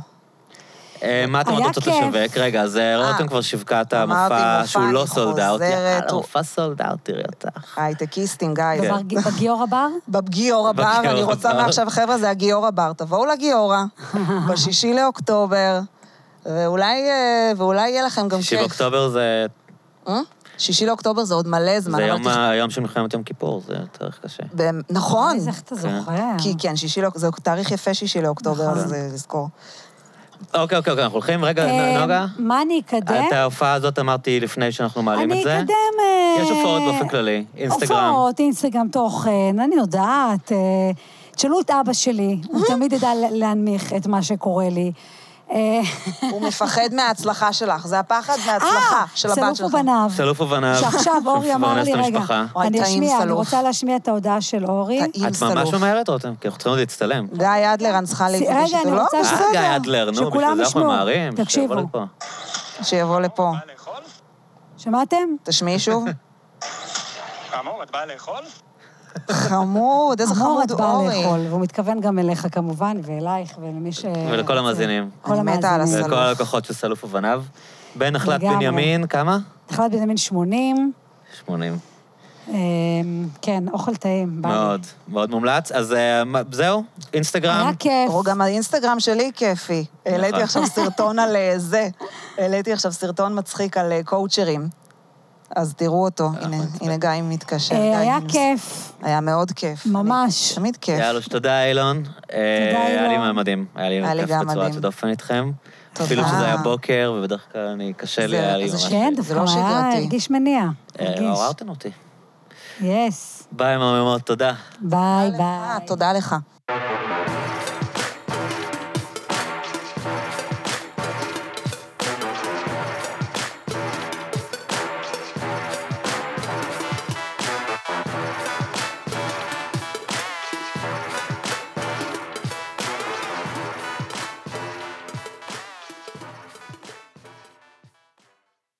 S1: אה, מה אתם עוד
S2: היה
S1: רוצות
S2: כיף.
S1: לשווק? רגע, אז אה,
S3: אה.
S1: רותם כבר שיווקה את
S3: אמרתי,
S1: המופע
S3: מופע,
S1: שהוא לא
S3: אני
S1: סולד אאוט.
S3: חוזרת,
S1: יאללה,
S3: הוא-
S1: מופע סולד אאוט, תראי אותך.
S3: הייטקיסטים, גיא.
S2: בבר- בגיורא בר?
S3: נכון. בגיורא בר,
S1: בגיורא
S3: אני רוצה
S1: בר.
S3: מעכשיו, חבר'ה, זה הגיורא בר. תבואו לגיורא, בשישי לאוקטובר, ואולי אה, ואולי יהיה לכם גם
S1: שישי
S3: כיף.
S1: באוקטובר זה
S3: אה? שישי לאוקטובר זה עוד מלא זמן.
S1: זה
S3: אבל
S1: יום
S3: תכ-
S1: ה- היום של מלחמת יום כיפור, זה יותר קשה.
S3: במ- נכון.
S2: איזה, איך אתה זוכר?
S3: כי כן, שישי לאוקטובר, זה תאריך יפה שישי לאוקטובר,
S2: אה. נכון.
S3: אז אה, לזכור.
S1: אוקיי, אוקיי, אוקיי, אנחנו הולכים. רגע,
S2: אה,
S1: נוגה?
S2: מה אני אקדם?
S1: את ההופעה הזאת אמרתי לפני שאנחנו מעלים את
S2: אני
S1: זה.
S2: אקדם... אה,
S1: יש הופעות באופן כללי, אינסטגרם.
S2: הופעות, אינסטגרם, תוכן, אני יודעת. אה, תשאלו את אבא שלי, הוא תמיד ידע ל- להנמיך את מה שקורה לי. אה,
S3: הוא מפחד מההצלחה שלך, זה הפחד מההצלחה של הבת
S2: אה, סלוף
S3: שלך.
S2: ובניו.
S1: סלוף ובניו.
S2: שעכשיו
S1: [LAUGHS]
S2: אורי אמר
S1: ואונס
S2: לי,
S1: את
S2: רגע,
S1: המשפחה.
S3: אוי,
S2: אני
S3: טעים
S2: אשמיע, אני
S3: סלוף.
S2: רוצה להשמיע את ההודעה של אורי.
S3: טעים
S1: את ממש
S3: סלוף.
S1: אומרת אותם, כי אנחנו צריכים עוד להצטלם.
S3: גיא אדלר, אני צריכה להיפגש
S2: רגע, אני
S3: לא,
S2: רוצה ש-
S3: בסדר.
S1: אה, גיא אדלר, נו,
S2: שכולם
S1: בשביל זה אנחנו
S2: ישמעו.
S1: ממהרים. שיבוא
S2: תקשיבו.
S1: לפה.
S3: שיבוא לפה.
S4: באה לאכול?
S2: שמעתם?
S3: תשמיעי שוב.
S4: כאמור, את באה לאכול?
S3: חמוד, איזה
S2: אמור,
S3: חמוד
S2: את באה
S3: אורי.
S2: לאכול, והוא מתכוון גם אליך כמובן, ואלייך, ולמי ש...
S1: ולכל המאזינים.
S2: כל
S3: אני מתה על
S2: המאזינים.
S3: הסלוף.
S1: ולכל הלקוחות של סלוף ובניו. בן נחלת
S2: לגמרי.
S1: בנימין, כמה?
S2: נחלת בנימין 80,
S1: 80.
S2: אמ, כן, אוכל טעים. בא לי.
S1: מאוד, מאוד מומלץ. אז אה, מה- זהו, אינסטגרם.
S2: היה כיף. נכון.
S3: תראו, גם האינסטגרם שלי כיפי. העליתי עכשיו סרטון על אה, זה. העליתי עכשיו סרטון מצחיק על אה, קואוצ'רים. אז תראו אותו. הנה, הנה גיא מתקשר. גיא,
S2: אה, היה
S3: אני מס-
S2: כיף,
S3: היה מאוד כיף.
S2: ממש.
S3: כן, אני- תמיד כיף.
S1: יאללה, תודה, אילון. אה, היה לי
S2: אילון.
S1: מאוד מדהים. היה
S3: היה
S1: לי
S3: לי
S1: כיף
S3: גם
S1: בצורה
S3: מדהים.
S1: יוצאת דופן איתכם.
S3: תודה.
S1: אפילו שזה היה בוקר, ובדרך כלל אני, קשה לי,
S3: זה-
S1: היה לי
S3: זה
S1: ממש...
S2: כן,
S3: זה
S2: דווקא
S3: לא
S2: היה,
S3: שגרתי.
S2: הרגיש מניע.
S1: אה,
S2: הרגיש.
S1: עוררתם אותי.
S2: יס.
S1: ביי, מהממות, תודה.
S2: ביי,
S3: אה,
S2: ביי.
S3: תודה לך.